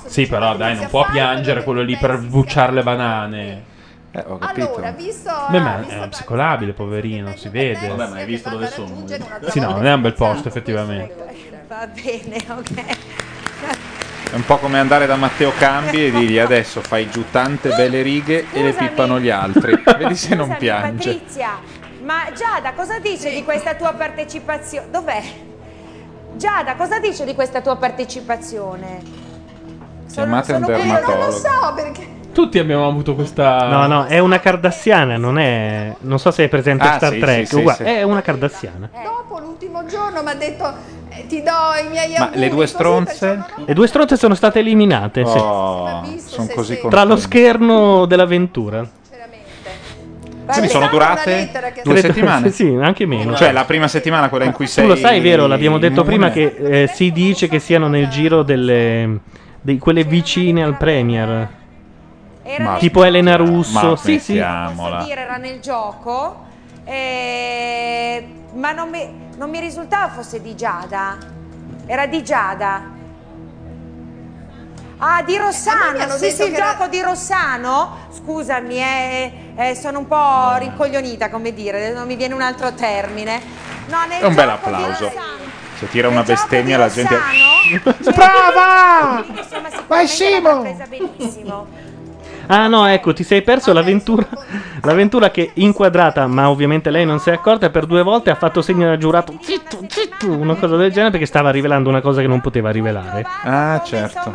Speaker 3: Sì, però dai, non può piangere quello lì per bucciare le banane.
Speaker 18: Eh, ho
Speaker 3: capito.
Speaker 26: visto
Speaker 3: Beh, ma è un psicolabile, poverino, si vede.
Speaker 4: Vabbè, ma hai visto dove sono?
Speaker 3: Sì, no, non è un bel posto, effettivamente.
Speaker 26: Va bene, ok.
Speaker 18: È un po' come andare da Matteo Cambi e dirgli adesso fai giù tante belle righe e le pippano gli altri. Vedi se non
Speaker 8: Scusami,
Speaker 18: piange.
Speaker 8: Patrizia, ma Giada cosa dice di questa tua partecipazione? Dov'è? Giada cosa dice di questa tua partecipazione?
Speaker 18: Chiamate un
Speaker 8: sono curiosa,
Speaker 18: dermatologo.
Speaker 8: non lo so perché.
Speaker 3: Tutti abbiamo avuto questa.
Speaker 1: No, no, è una cardassiana, non è. Non so se è presente
Speaker 3: Ah,
Speaker 1: Star
Speaker 3: sì,
Speaker 1: Trek.
Speaker 3: sì, sì,
Speaker 1: guarda,
Speaker 3: sì.
Speaker 1: È una cardassiana.
Speaker 26: Dopo l'ultimo giorno mi ha detto eh, ti do i miei
Speaker 18: Ma
Speaker 26: auguri.
Speaker 18: le due stronze?
Speaker 1: Le due stronze sono state eliminate. Eh, sì.
Speaker 18: Oh, sono così
Speaker 1: Tra
Speaker 18: contento.
Speaker 1: lo scherno dell'avventura.
Speaker 18: Quindi sono durate due
Speaker 1: Credo-
Speaker 18: settimane.
Speaker 1: Sì, anche meno.
Speaker 18: Cioè la prima settimana, quella in cui sei.
Speaker 1: Tu lo sai, è vero, l'abbiamo detto
Speaker 18: immune.
Speaker 1: prima che eh, si dice che siano nel giro delle di quelle vicine al Premier.
Speaker 8: Ma-
Speaker 1: tipo Elena Russo.
Speaker 18: Ma
Speaker 1: sì, sì.
Speaker 26: Ah.
Speaker 18: smettiamola.
Speaker 8: dire era nel gioco, eh, ma non mi, non mi risultava fosse di Giada. Era di Giada. Ah, di
Speaker 26: A me mi
Speaker 8: Rossano,
Speaker 26: hanno
Speaker 8: sì
Speaker 26: detto
Speaker 8: sì, il
Speaker 26: che era-
Speaker 8: gioco di Rossano, scusami, eh, eh, sono un
Speaker 26: Ah.
Speaker 8: po' rincoglionita come dire, non mi viene un altro termine. No, nel
Speaker 18: È un bel
Speaker 8: gioco di
Speaker 18: applauso. Se tira una bestemmia la gente.
Speaker 8: Brava! Vai Simo! presa benissimo.
Speaker 1: Ah no, ecco, ti sei perso l'avventura. L'avventura che inquadrata, ma ovviamente lei non si è accorta, per due volte ha fatto segno al giurato. Zitto, zitto, una cosa del genere perché stava rivelando una cosa che non poteva rivelare.
Speaker 18: Ah, certo.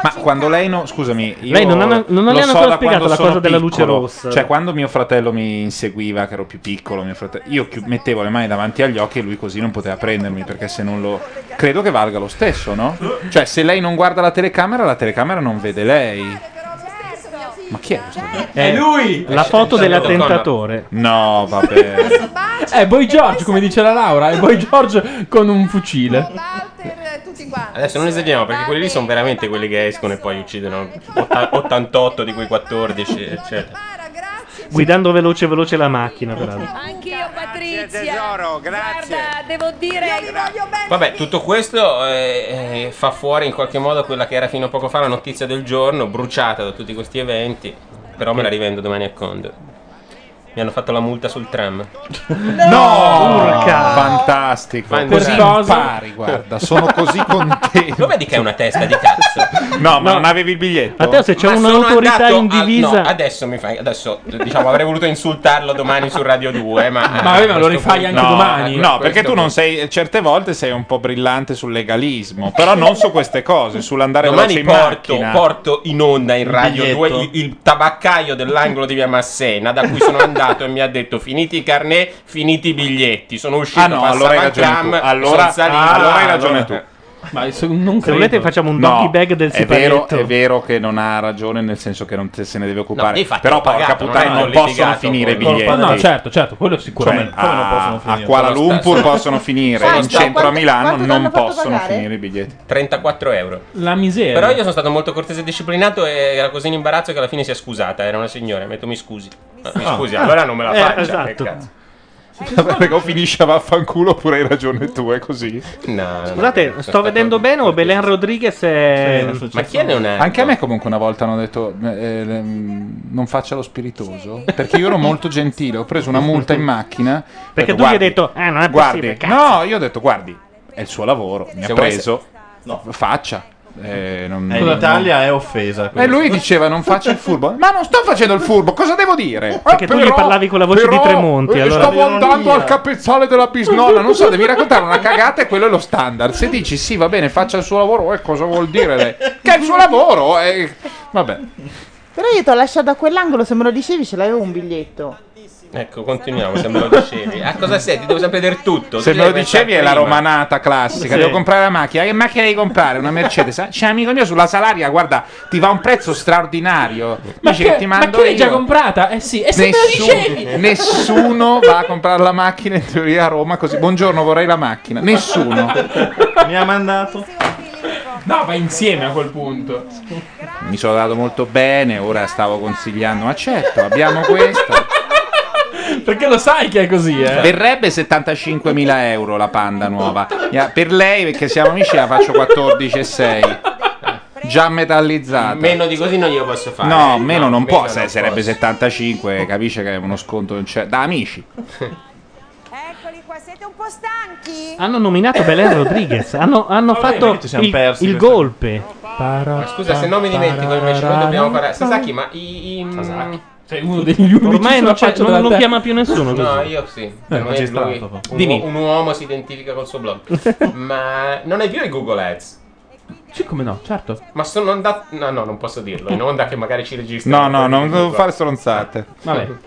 Speaker 18: Ma quando lei no, scusami, io
Speaker 1: Lei non ha- non
Speaker 18: lo
Speaker 1: le hanno
Speaker 18: so
Speaker 1: ancora
Speaker 18: da
Speaker 1: spiegato
Speaker 18: quando
Speaker 1: la
Speaker 18: sono
Speaker 1: cosa della luce
Speaker 18: piccolo.
Speaker 1: rossa.
Speaker 18: Cioè, quando mio fratello mi inseguiva, che ero più piccolo, mio fratello, io chi- mettevo le mani davanti agli occhi e lui così non poteva prendermi perché se non lo credo che valga lo stesso, no? Cioè, se lei non guarda la telecamera, la telecamera non vede lei. Ma chi è? questo?
Speaker 1: È lui! La foto
Speaker 18: Eh,
Speaker 1: dell'attentatore.
Speaker 18: No, vabbè.
Speaker 3: È Eh, Boy George, come dice la Laura, è Boy George con un fucile.
Speaker 2: Adesso non esageriamo perché quelli lì sono veramente quelli che escono e poi uccidono otta- 88 di quei 14, eccetera.
Speaker 1: Guidando veloce veloce la macchina, peraltro.
Speaker 9: Anch'io Patrizia. tesoro, grazie. Guarda, devo dire
Speaker 2: Vabbè, tutto questo eh, eh, fa fuori in qualche modo quella che era fino a poco fa la notizia del giorno, bruciata da tutti questi eventi. Però me la rivendo domani a Condor. Mi hanno fatto la multa sul tram.
Speaker 18: No! Urca! Fantastico. Così impari, guarda, sono così contento.
Speaker 2: Come vedi che è una testa di cazzo?
Speaker 18: No, ma non avevi il biglietto.
Speaker 1: Matteo, se c'è
Speaker 2: Ma sono
Speaker 1: un'autorità
Speaker 2: andato
Speaker 1: in
Speaker 2: a-
Speaker 1: divisa-
Speaker 2: no, adesso mi fai. Adesso diciamo avrei voluto insultarlo domani su Radio 2, ma.
Speaker 18: eh, Ma vabbè, ma lo rifai anche
Speaker 3: domani.
Speaker 18: No, perché tu non sei. Certe volte sei un po' brillante sul legalismo, però non su queste cose, sull'andare
Speaker 2: Domani
Speaker 18: veloce in
Speaker 2: porto,
Speaker 18: macchina.
Speaker 2: porto in onda in
Speaker 18: Il
Speaker 2: radio
Speaker 18: biglietto.
Speaker 2: 2 il, il tabaccaio dell'angolo di via Massena da cui sono andato e mi ha detto finiti i carnet, finiti i biglietti. Sono uscito,
Speaker 18: Ah, no,
Speaker 2: passavo
Speaker 18: allora hai
Speaker 2: al
Speaker 18: ragione
Speaker 2: tram,
Speaker 18: tu. Allora-
Speaker 2: sono salito.
Speaker 18: ah, allora hai ragione
Speaker 2: tu.
Speaker 3: Ma se- non
Speaker 1: Se volete facciamo un
Speaker 18: No,
Speaker 1: doggy bag del
Speaker 18: è vero, eh,
Speaker 1: siparetto.
Speaker 18: è vero che non ha ragione nel senso che non te- se ne deve
Speaker 3: No,
Speaker 18: occupare
Speaker 3: devi fare
Speaker 18: però
Speaker 3: tutto
Speaker 18: porca
Speaker 3: pagato,
Speaker 18: puttana
Speaker 3: non
Speaker 18: non,
Speaker 3: hanno
Speaker 18: possono
Speaker 3: litigato
Speaker 18: finire i
Speaker 3: col- col-
Speaker 18: biglietti
Speaker 3: No, certo, certo, quello sicuramente.
Speaker 18: Cioè,
Speaker 3: Come non
Speaker 18: a,
Speaker 3: possono
Speaker 18: a
Speaker 3: finire? Cioè,
Speaker 18: Kuala Lumpur
Speaker 3: Sono
Speaker 18: possono
Speaker 3: stato-
Speaker 18: finire
Speaker 3: sono
Speaker 18: in
Speaker 3: stato-
Speaker 18: centro a
Speaker 3: quanto-
Speaker 18: Milano
Speaker 3: quanto
Speaker 18: non
Speaker 3: t'hanno fatto
Speaker 18: possono
Speaker 3: pagare?
Speaker 18: finire i biglietti
Speaker 2: 34 euro.
Speaker 3: La miseria.
Speaker 2: Però io sono stato molto cortese e disciplinato e era così in imbarazzo che alla fine si è scusata. Era una signora, mi ha detto mi scusi. Ah, Mi
Speaker 18: Ah.
Speaker 2: scusi, allora non me la
Speaker 18: Eh,
Speaker 2: faccia.
Speaker 18: esatto.
Speaker 2: che cazzo.
Speaker 18: Vabbè, perché o finisce a vaffanculo oppure hai ragione tu è così
Speaker 1: Scusate, sto vedendo bene o Belen Rodriguez
Speaker 4: Eh,
Speaker 1: è...
Speaker 18: Anche a me comunque una volta hanno detto eh, eh, ehm, non faccia lo spiritoso, perché io ero molto gentile, ho preso una multa in macchina.
Speaker 1: Perché
Speaker 18: ho
Speaker 1: tu gli hai
Speaker 18: "Guardi,
Speaker 1: detto, eh, non è
Speaker 18: guardi,
Speaker 1: possibile, cazzo."
Speaker 18: No, io ho detto, guardi, è il suo lavoro, mi
Speaker 4: Se
Speaker 18: ha
Speaker 4: vuoi-
Speaker 18: preso, faccia. Eh, non-
Speaker 4: Eh, L'Italia è offesa.
Speaker 18: E lui diceva non faccia il furbo. Ma non sto facendo il furbo, cosa devo dire? "Eh,
Speaker 1: Perché tu gli
Speaker 18: però-
Speaker 1: parlavi con la voce
Speaker 18: però,
Speaker 1: di Tremonti,
Speaker 18: eh,
Speaker 1: allora-
Speaker 18: Stavo andando
Speaker 1: Ironia.
Speaker 18: al capezzale della bisnonna, non so, devi raccontare una cagata e quello è lo standard. Se dici sì, va bene, faccia il suo lavoro, eh, cosa vuol dire lei? Che è il suo lavoro, eh, vabbè.
Speaker 11: Però io ti ho lasciato a quell'angolo, se me lo dicevi ce l'avevo un biglietto.
Speaker 2: Ecco, continuiamo. Se me lo dicevi, a cosa sei? Ti devo sapere del tutto.
Speaker 18: Se
Speaker 2: Tu
Speaker 18: me lo
Speaker 2: devi
Speaker 18: dicevi è
Speaker 2: pensare
Speaker 18: la
Speaker 2: prima.
Speaker 18: romanata classica.
Speaker 2: Sì.
Speaker 18: Devo comprare la macchina. Che macchina devi comprare? Una Mercedes. Ah, C'è un amico mio sulla salaria, guarda, ti va un prezzo straordinario.
Speaker 3: Ma
Speaker 18: Dice
Speaker 3: che-
Speaker 18: che ti
Speaker 3: ma
Speaker 18: mando
Speaker 3: che l'hai
Speaker 18: io.
Speaker 3: già comprata? Eh sì, e se me lo
Speaker 18: Nessuno-
Speaker 3: dicevi?
Speaker 18: Nessuno va a comprare la macchina in teoria a Roma così. Buongiorno, vorrei la macchina. Nessuno.
Speaker 4: Mi ha mandato.
Speaker 3: No, va insieme a quel punto.
Speaker 18: Mi sono dato molto bene, ora stavo consigliando. Ma certo, abbiamo questo.
Speaker 3: Perché lo sai che è così, eh?
Speaker 18: Verrebbe 75.000 euro la panda nuova. Ya, Per lei, perché siamo amici, la faccio 14,6. Già metallizzata.
Speaker 2: Meno di così non glielo posso fare.
Speaker 18: No,
Speaker 2: Eh,
Speaker 18: meno non può, se-
Speaker 2: non
Speaker 18: sarebbe
Speaker 2: posso.
Speaker 18: 75, capisce che è uno sconto non c'è. Da amici.
Speaker 8: Eccoli qua, siete un po' stanchi?
Speaker 1: Hanno nominato Belen Rodriguez, hanno, hanno fatto
Speaker 2: ci siamo
Speaker 1: il,
Speaker 2: persi
Speaker 1: il
Speaker 2: questa-
Speaker 1: golpe. Ma
Speaker 2: Scusa, se non mi dimentico invece, noi dobbiamo fare. Sasaki, ma i. mm, i-
Speaker 3: Sei uno degli unici
Speaker 1: Ormai
Speaker 3: sulla
Speaker 1: non,
Speaker 3: faccia
Speaker 1: c'è- non-
Speaker 3: della
Speaker 1: non
Speaker 3: terra.
Speaker 1: chiama più nessuno. così.
Speaker 2: No, io
Speaker 18: Eh,
Speaker 2: sì. Per me
Speaker 3: magistrato,
Speaker 2: lui-
Speaker 3: fa.
Speaker 2: un,
Speaker 3: Dimmi.
Speaker 2: uo- un uomo si identifica col suo blog. ma non è vero i Google Ads.
Speaker 3: Sì, come no, certo.
Speaker 2: Ma sono andato. No, no, non posso dirlo. In onda che magari ci registrano.
Speaker 18: No, no, non
Speaker 2: devo
Speaker 18: devo fare stronzate.
Speaker 2: Vabbè.
Speaker 1: no,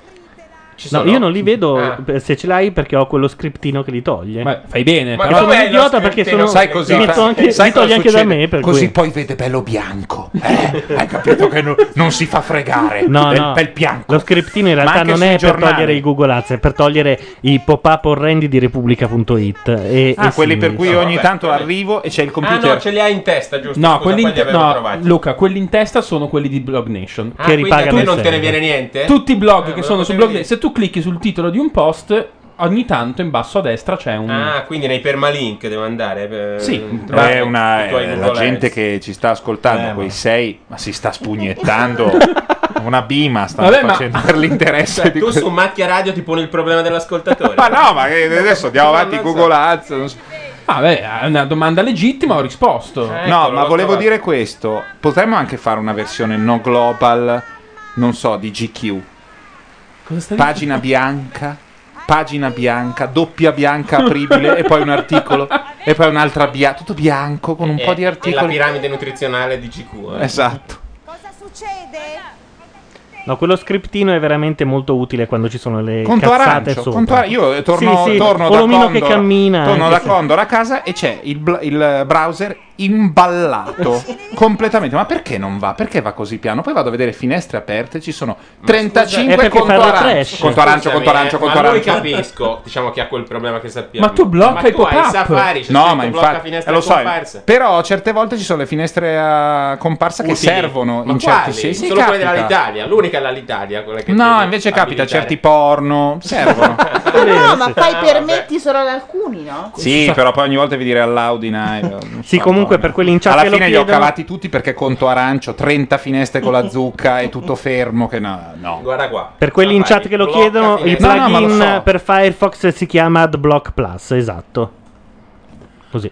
Speaker 3: sono?
Speaker 1: io non li vedo
Speaker 3: Ah.
Speaker 2: Eh.
Speaker 1: per- se ce l'hai perché ho quello scriptino che li toglie.
Speaker 3: Ma fai bene,
Speaker 1: Ma
Speaker 3: però-
Speaker 1: sono un
Speaker 3: Com'è lo
Speaker 1: idiota perché
Speaker 3: scriptino?
Speaker 1: sono.
Speaker 3: Sai così,
Speaker 1: li metto
Speaker 3: fa-
Speaker 1: anche,
Speaker 3: sai
Speaker 1: li togli
Speaker 3: cosa
Speaker 1: anche da
Speaker 3: succede?
Speaker 1: me. Per
Speaker 18: Così
Speaker 1: cui.
Speaker 18: poi vede bello bianco. eh? Hai capito che no- non si fa fregare.
Speaker 1: No,
Speaker 18: bel,
Speaker 1: no.
Speaker 18: bel bianco.
Speaker 1: Lo scriptino in
Speaker 18: Ma
Speaker 1: realtà
Speaker 18: anche
Speaker 1: non
Speaker 18: sui
Speaker 1: è per
Speaker 18: giornali.
Speaker 1: togliere i Google Ads, è per togliere i pop-up orrendi di Repubblica.it. E,
Speaker 18: Ah,
Speaker 1: e
Speaker 18: quelli per
Speaker 1: simili.
Speaker 18: cui ogni
Speaker 2: vabbè,
Speaker 18: tanto arrivo e c'è il
Speaker 2: Ah
Speaker 18: computer.
Speaker 2: no, ce li hai in testa, giusto?
Speaker 3: No,
Speaker 2: Scusa,
Speaker 3: quelli in
Speaker 2: quelli
Speaker 3: te-
Speaker 2: avevo
Speaker 3: no,
Speaker 2: trovati.
Speaker 3: Luca, quelli in testa sono quelli di Blog Nation.
Speaker 2: Ah, quindi a te
Speaker 18: eh.
Speaker 2: non te ne viene niente?
Speaker 3: Tutti i blog
Speaker 2: Ah,
Speaker 3: che
Speaker 2: me lo
Speaker 3: sono su
Speaker 2: potevi
Speaker 3: Blog
Speaker 2: dire.
Speaker 3: Nation. Se tu clicchi sul titolo di un post, ogni tanto in basso a destra c'è un.
Speaker 2: Ah, quindi nei permalink devo andare. per-
Speaker 3: Sì,
Speaker 2: trovare
Speaker 18: è una,
Speaker 2: i tuoi
Speaker 18: eh,
Speaker 2: Google
Speaker 18: la
Speaker 2: Ads. Eh,
Speaker 18: gente che ci sta ascoltando, quei sei, ma si sta spugnettando una bima, stanno
Speaker 2: Vabbè, ma-
Speaker 18: facendo per l'interesse
Speaker 2: Cioè,
Speaker 18: di
Speaker 2: tu
Speaker 18: questo.
Speaker 2: su macchia radio ti poni il problema dell'ascoltatore.
Speaker 18: Ma no, ma che- adesso andiamo
Speaker 2: No,
Speaker 18: avanti
Speaker 2: non so.
Speaker 18: Google Ads. non so.
Speaker 3: Ah, beh, è una domanda legittima, ho risposto.
Speaker 2: Ecco,
Speaker 18: no, ma volevo dire questo, potremmo anche fare una versione no global, non so, di GQ. Pagina bianca, pagina bianca, doppia bianca apribile e poi un articolo e poi un'altra bianca, tutto bianco con un
Speaker 2: Eh,
Speaker 18: po' di
Speaker 2: è La
Speaker 18: articoli.
Speaker 2: piramide nutrizionale di GQ. eh.
Speaker 18: Esatto.
Speaker 1: No, quello scriptino è veramente molto utile quando ci sono le
Speaker 18: Conto
Speaker 1: cazzate
Speaker 18: arancio,
Speaker 1: sopra.
Speaker 18: conto arancio. io eh, torno,
Speaker 1: Sì, sì,
Speaker 18: torno da
Speaker 1: Colomino
Speaker 18: Condor,
Speaker 1: che cammina. eh.
Speaker 18: torno
Speaker 1: anche
Speaker 18: da
Speaker 1: se-
Speaker 18: Condor a casa e c'è il, bl- il browser imballato completamente. Ma perché non va? Perché va così piano? Poi vado a vedere finestre aperte, ci sono 35
Speaker 1: È perché
Speaker 18: conto
Speaker 1: fa la
Speaker 18: arancio,
Speaker 1: trash.
Speaker 18: conto arancio,
Speaker 2: Scusami,
Speaker 18: conto arancio,
Speaker 2: eh,
Speaker 18: conto
Speaker 2: ma noi
Speaker 18: arancio.
Speaker 2: capisco, diciamo che ha quel problema che sappiamo.
Speaker 18: Ma tu blocca
Speaker 2: Ma
Speaker 18: i
Speaker 2: tu hai
Speaker 18: pop-up.
Speaker 2: Safari, c'è
Speaker 18: No,
Speaker 2: scritto
Speaker 18: ma
Speaker 2: blocca
Speaker 18: infatti,
Speaker 2: finestra
Speaker 18: eh, lo so,
Speaker 2: comparsa.
Speaker 18: Però certe volte ci sono le finestre a comparsa che
Speaker 2: Utili.
Speaker 18: servono
Speaker 2: Ma
Speaker 18: in
Speaker 2: quali?
Speaker 18: certi sensi. Sì,
Speaker 2: Solo quelle
Speaker 18: capita.
Speaker 2: dell'Alitalia, l'unica è l'Alitalia, quella che
Speaker 18: No,
Speaker 2: devi
Speaker 18: invece capita
Speaker 2: abilitare.
Speaker 18: certi porno, servono.
Speaker 11: No, ma fai permetti solo ad alcuni, no?
Speaker 18: Sì, però poi ogni volta vi dire all'Audina.
Speaker 1: Sì, comunque per quelli in chat
Speaker 18: Alla
Speaker 1: che lo
Speaker 18: fine li ho
Speaker 1: chiedono-
Speaker 18: cavati tutti perché conto arancio, 30 finestre con la zucca e tutto fermo. Che no, no.
Speaker 2: Guarda qua.
Speaker 1: Per quelli in chat che lo chiedono, il
Speaker 18: No, no, ma
Speaker 1: plugin
Speaker 18: lo so.
Speaker 1: per Firefox si chiama AdBlock Plus, esatto. Così.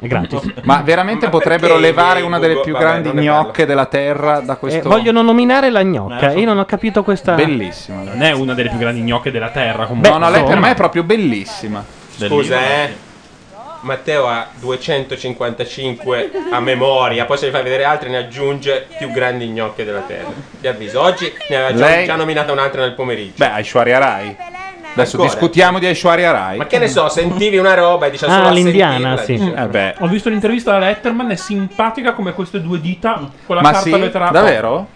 Speaker 1: È gratis. Eh,
Speaker 18: Ma veramente
Speaker 1: Ma
Speaker 18: potrebbero
Speaker 1: perché
Speaker 18: levare
Speaker 1: i
Speaker 18: una
Speaker 1: Google-
Speaker 18: delle più
Speaker 1: vabbè,
Speaker 18: grandi
Speaker 1: non ne
Speaker 18: gnocche della terra da
Speaker 1: Eh,
Speaker 18: questo.
Speaker 1: vogliono nominare la
Speaker 18: Eh,
Speaker 1: gnocca.
Speaker 18: so-
Speaker 1: Io non ho capito questa.
Speaker 18: Bellissima.
Speaker 3: Non è una delle più grandi gnocche della terra, comunque.
Speaker 18: no, no, lei per me è proprio bellissima.
Speaker 2: Scusa, eh. Matteo ha 255 a memoria, poi se ne fai vedere altre ne aggiunge più grandi gnocche della terra. Ti avviso, oggi ne aveva già,
Speaker 18: Lei-
Speaker 2: già nominata un'altra nel pomeriggio.
Speaker 18: Beh, Aishwarya Rai. Adesso
Speaker 2: Ancora?
Speaker 18: discutiamo di Aishwarya Rai.
Speaker 2: Ma che ne so, sentivi una roba e dici
Speaker 1: Ah,
Speaker 18: Ah.
Speaker 2: solo a sentirla, dici.
Speaker 18: Eh beh.
Speaker 3: Ho visto l'intervista alla Letterman, è simpatica come queste due dita con la
Speaker 18: Ma
Speaker 3: carta
Speaker 18: sì?
Speaker 3: lettera-
Speaker 18: Davvero?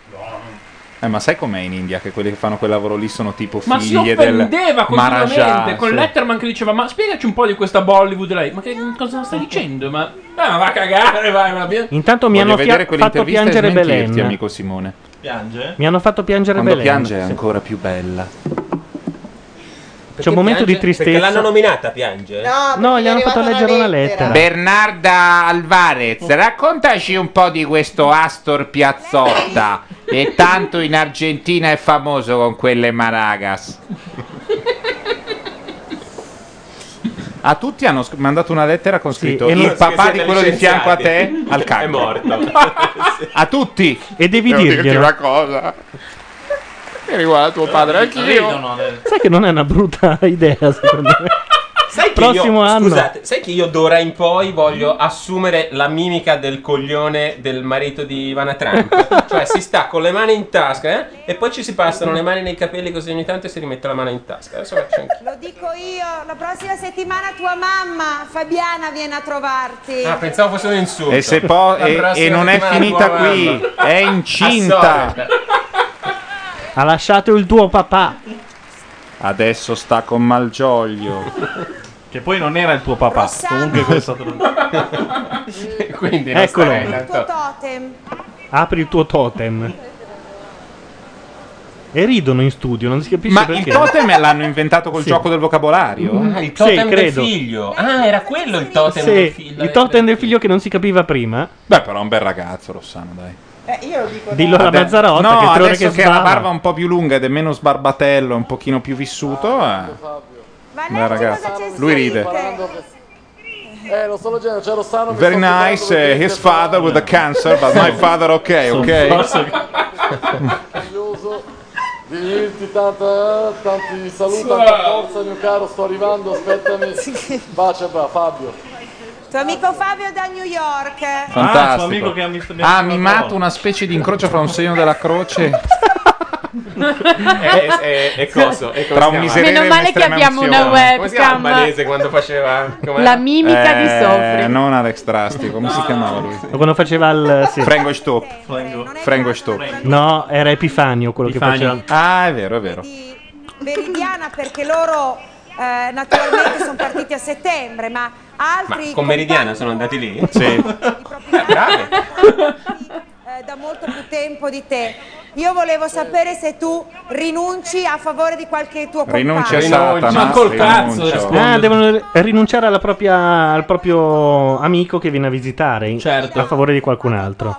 Speaker 18: Eh, ma sai com'è in India che quelli che fanno quel lavoro lì sono tipo
Speaker 3: Ma si
Speaker 18: figlie del
Speaker 3: offendeva continuamente
Speaker 18: Maharaja,
Speaker 3: con
Speaker 18: sì.
Speaker 3: Letterman che diceva "Ma spiegaci un po' di questa Bollywood lei". Ma che cosa stai dicendo? Ma Ah, ma va a cagare, vai, ma via.
Speaker 1: Intanto mi
Speaker 18: Voglio
Speaker 1: hanno fia-
Speaker 18: vedere
Speaker 1: fatto
Speaker 18: quell'intervista e
Speaker 1: piangere
Speaker 18: smentirti,
Speaker 1: Belen.
Speaker 18: amico Simone.
Speaker 4: Piange?
Speaker 1: Mi hanno fatto piangere
Speaker 18: Quando
Speaker 1: Belen.
Speaker 18: piange è
Speaker 1: sì.
Speaker 18: ancora più bella.
Speaker 1: C'è un momento di
Speaker 2: Perché
Speaker 1: tristezza.
Speaker 2: l'hanno nominata, piange.
Speaker 1: No, gli hanno fatto leggere una lettera. Oh.
Speaker 18: Bernarda Alvarez, raccontaci un po' di questo Astor Piazzotta. E tanto in Argentina è famoso con quelle maragas. A tutti hanno sc- mandato una lettera con scritto
Speaker 1: e
Speaker 18: il
Speaker 1: non-
Speaker 18: papà di
Speaker 1: siete
Speaker 18: quello di fianco a te
Speaker 1: licenziati."
Speaker 18: al cacchio.
Speaker 1: È
Speaker 2: morto.
Speaker 18: a tutti.
Speaker 1: E devi
Speaker 18: Devo dirti
Speaker 1: dirglielo.
Speaker 18: una cosa. Che riguarda tuo padre, anch'io.
Speaker 1: Sai che non è una brutta idea, secondo me.
Speaker 2: Sai che
Speaker 1: Prossimo
Speaker 2: io,
Speaker 1: anno.
Speaker 2: Scusate, sai che io d'ora in poi voglio assumere la mimica del coglione del marito di Ivana Trump. cioè si sta con le mani in tasca eh, e poi ci si passano le mani nei capelli così ogni tanto e si rimette la mano in tasca. Adesso faccio anch'io.
Speaker 8: Lo dico Ecco io, la prossima settimana tua mamma Fabiana viene a trovarti.
Speaker 2: Ah, pensavo fosse un insulto.
Speaker 18: E se poi-
Speaker 2: La
Speaker 18: e-
Speaker 2: prossima
Speaker 18: e non è
Speaker 2: settimana
Speaker 18: finita
Speaker 2: tua
Speaker 18: qui,
Speaker 2: mamma.
Speaker 18: è incinta.
Speaker 2: Ah, sorry.
Speaker 1: Ha lasciato il tuo papà.
Speaker 18: Adesso sta con Malgioglio.
Speaker 4: Che poi non era il tuo papà. Comunque questo te lo-
Speaker 2: Quindi
Speaker 4: non
Speaker 1: Eccolo.
Speaker 4: starei tanto-
Speaker 8: Totem.
Speaker 1: Apri il tuo totem. E ridono in studio, non si capisce
Speaker 18: Ma il
Speaker 1: perché.
Speaker 18: totem l'hanno inventato col
Speaker 1: Sì.
Speaker 18: gioco del vocabolario?
Speaker 1: Ah, il totem Sì, del credo.
Speaker 2: figlio. Ah, era quello il totem del
Speaker 1: Sì,
Speaker 2: figlio.
Speaker 1: il totem del figlio che non si capiva prima.
Speaker 18: Beh, però è un bel ragazzo, Rossano, dai.
Speaker 11: Eh, io lo dico.
Speaker 1: Dillo alla
Speaker 18: Vabbè.
Speaker 1: Mazzarotta
Speaker 18: no,
Speaker 1: che tre ore
Speaker 18: adesso
Speaker 1: che
Speaker 18: che ha la
Speaker 1: sbava.
Speaker 18: barba un po' più lunga ed è meno sbarbatello, è un pochino più vissuto. Eh. Beh, ragazzi, lui ride.
Speaker 10: Eh, lo sto leggendo, c'è Rossano.
Speaker 18: Very nice, eh, his father with a cancer, but my father ok,
Speaker 10: Sono
Speaker 18: ok.
Speaker 10: Meraviglioso. Di dirti tanta, tanti saluti,
Speaker 8: Sì.
Speaker 10: tanta forza, mio caro. Sto arrivando, aspettami. Bacia, bra, Fabio.
Speaker 8: Tuo amico Fabio da New
Speaker 18: Ah,
Speaker 8: York.
Speaker 18: Fantastico.
Speaker 4: amico che ha
Speaker 18: ha mimato una specie di incrocio fra un segno della croce
Speaker 4: Eh,
Speaker 2: e, e, e Eh, coso,
Speaker 18: Eh,
Speaker 2: e come
Speaker 18: Tra un
Speaker 2: si chiama?
Speaker 18: miserere
Speaker 6: Meno male che abbiamo una
Speaker 2: Come si chiama il
Speaker 6: webcam.
Speaker 2: malese quando faceva com'era?
Speaker 6: La mimica di Sofri.
Speaker 18: Eh, Non Alex Trasti, come si chiamava lui?
Speaker 1: Quando faceva il. Sì.
Speaker 18: Frango Stop. Frango Stop.
Speaker 1: No, era Epifanio quello che
Speaker 18: Epifanio.
Speaker 1: faceva.
Speaker 18: Ah, è vero, è vero.
Speaker 8: Meridiana perché loro eh, naturalmente sono partiti a settembre, ma
Speaker 2: Ma
Speaker 8: altri
Speaker 2: con Meridiana sono andati lì?
Speaker 18: Sì.
Speaker 8: eh, da molto più tempo di te. Io volevo sapere se tu rinunci a favore di qualche tuo compagno.
Speaker 18: Rinuncia a Satana.
Speaker 1: Ma col
Speaker 18: rinuncia.
Speaker 2: Eh,
Speaker 1: Ah, devono ri- rinunciare alla propria- al proprio amico che viene a visitare in- a favore di qualcun altro.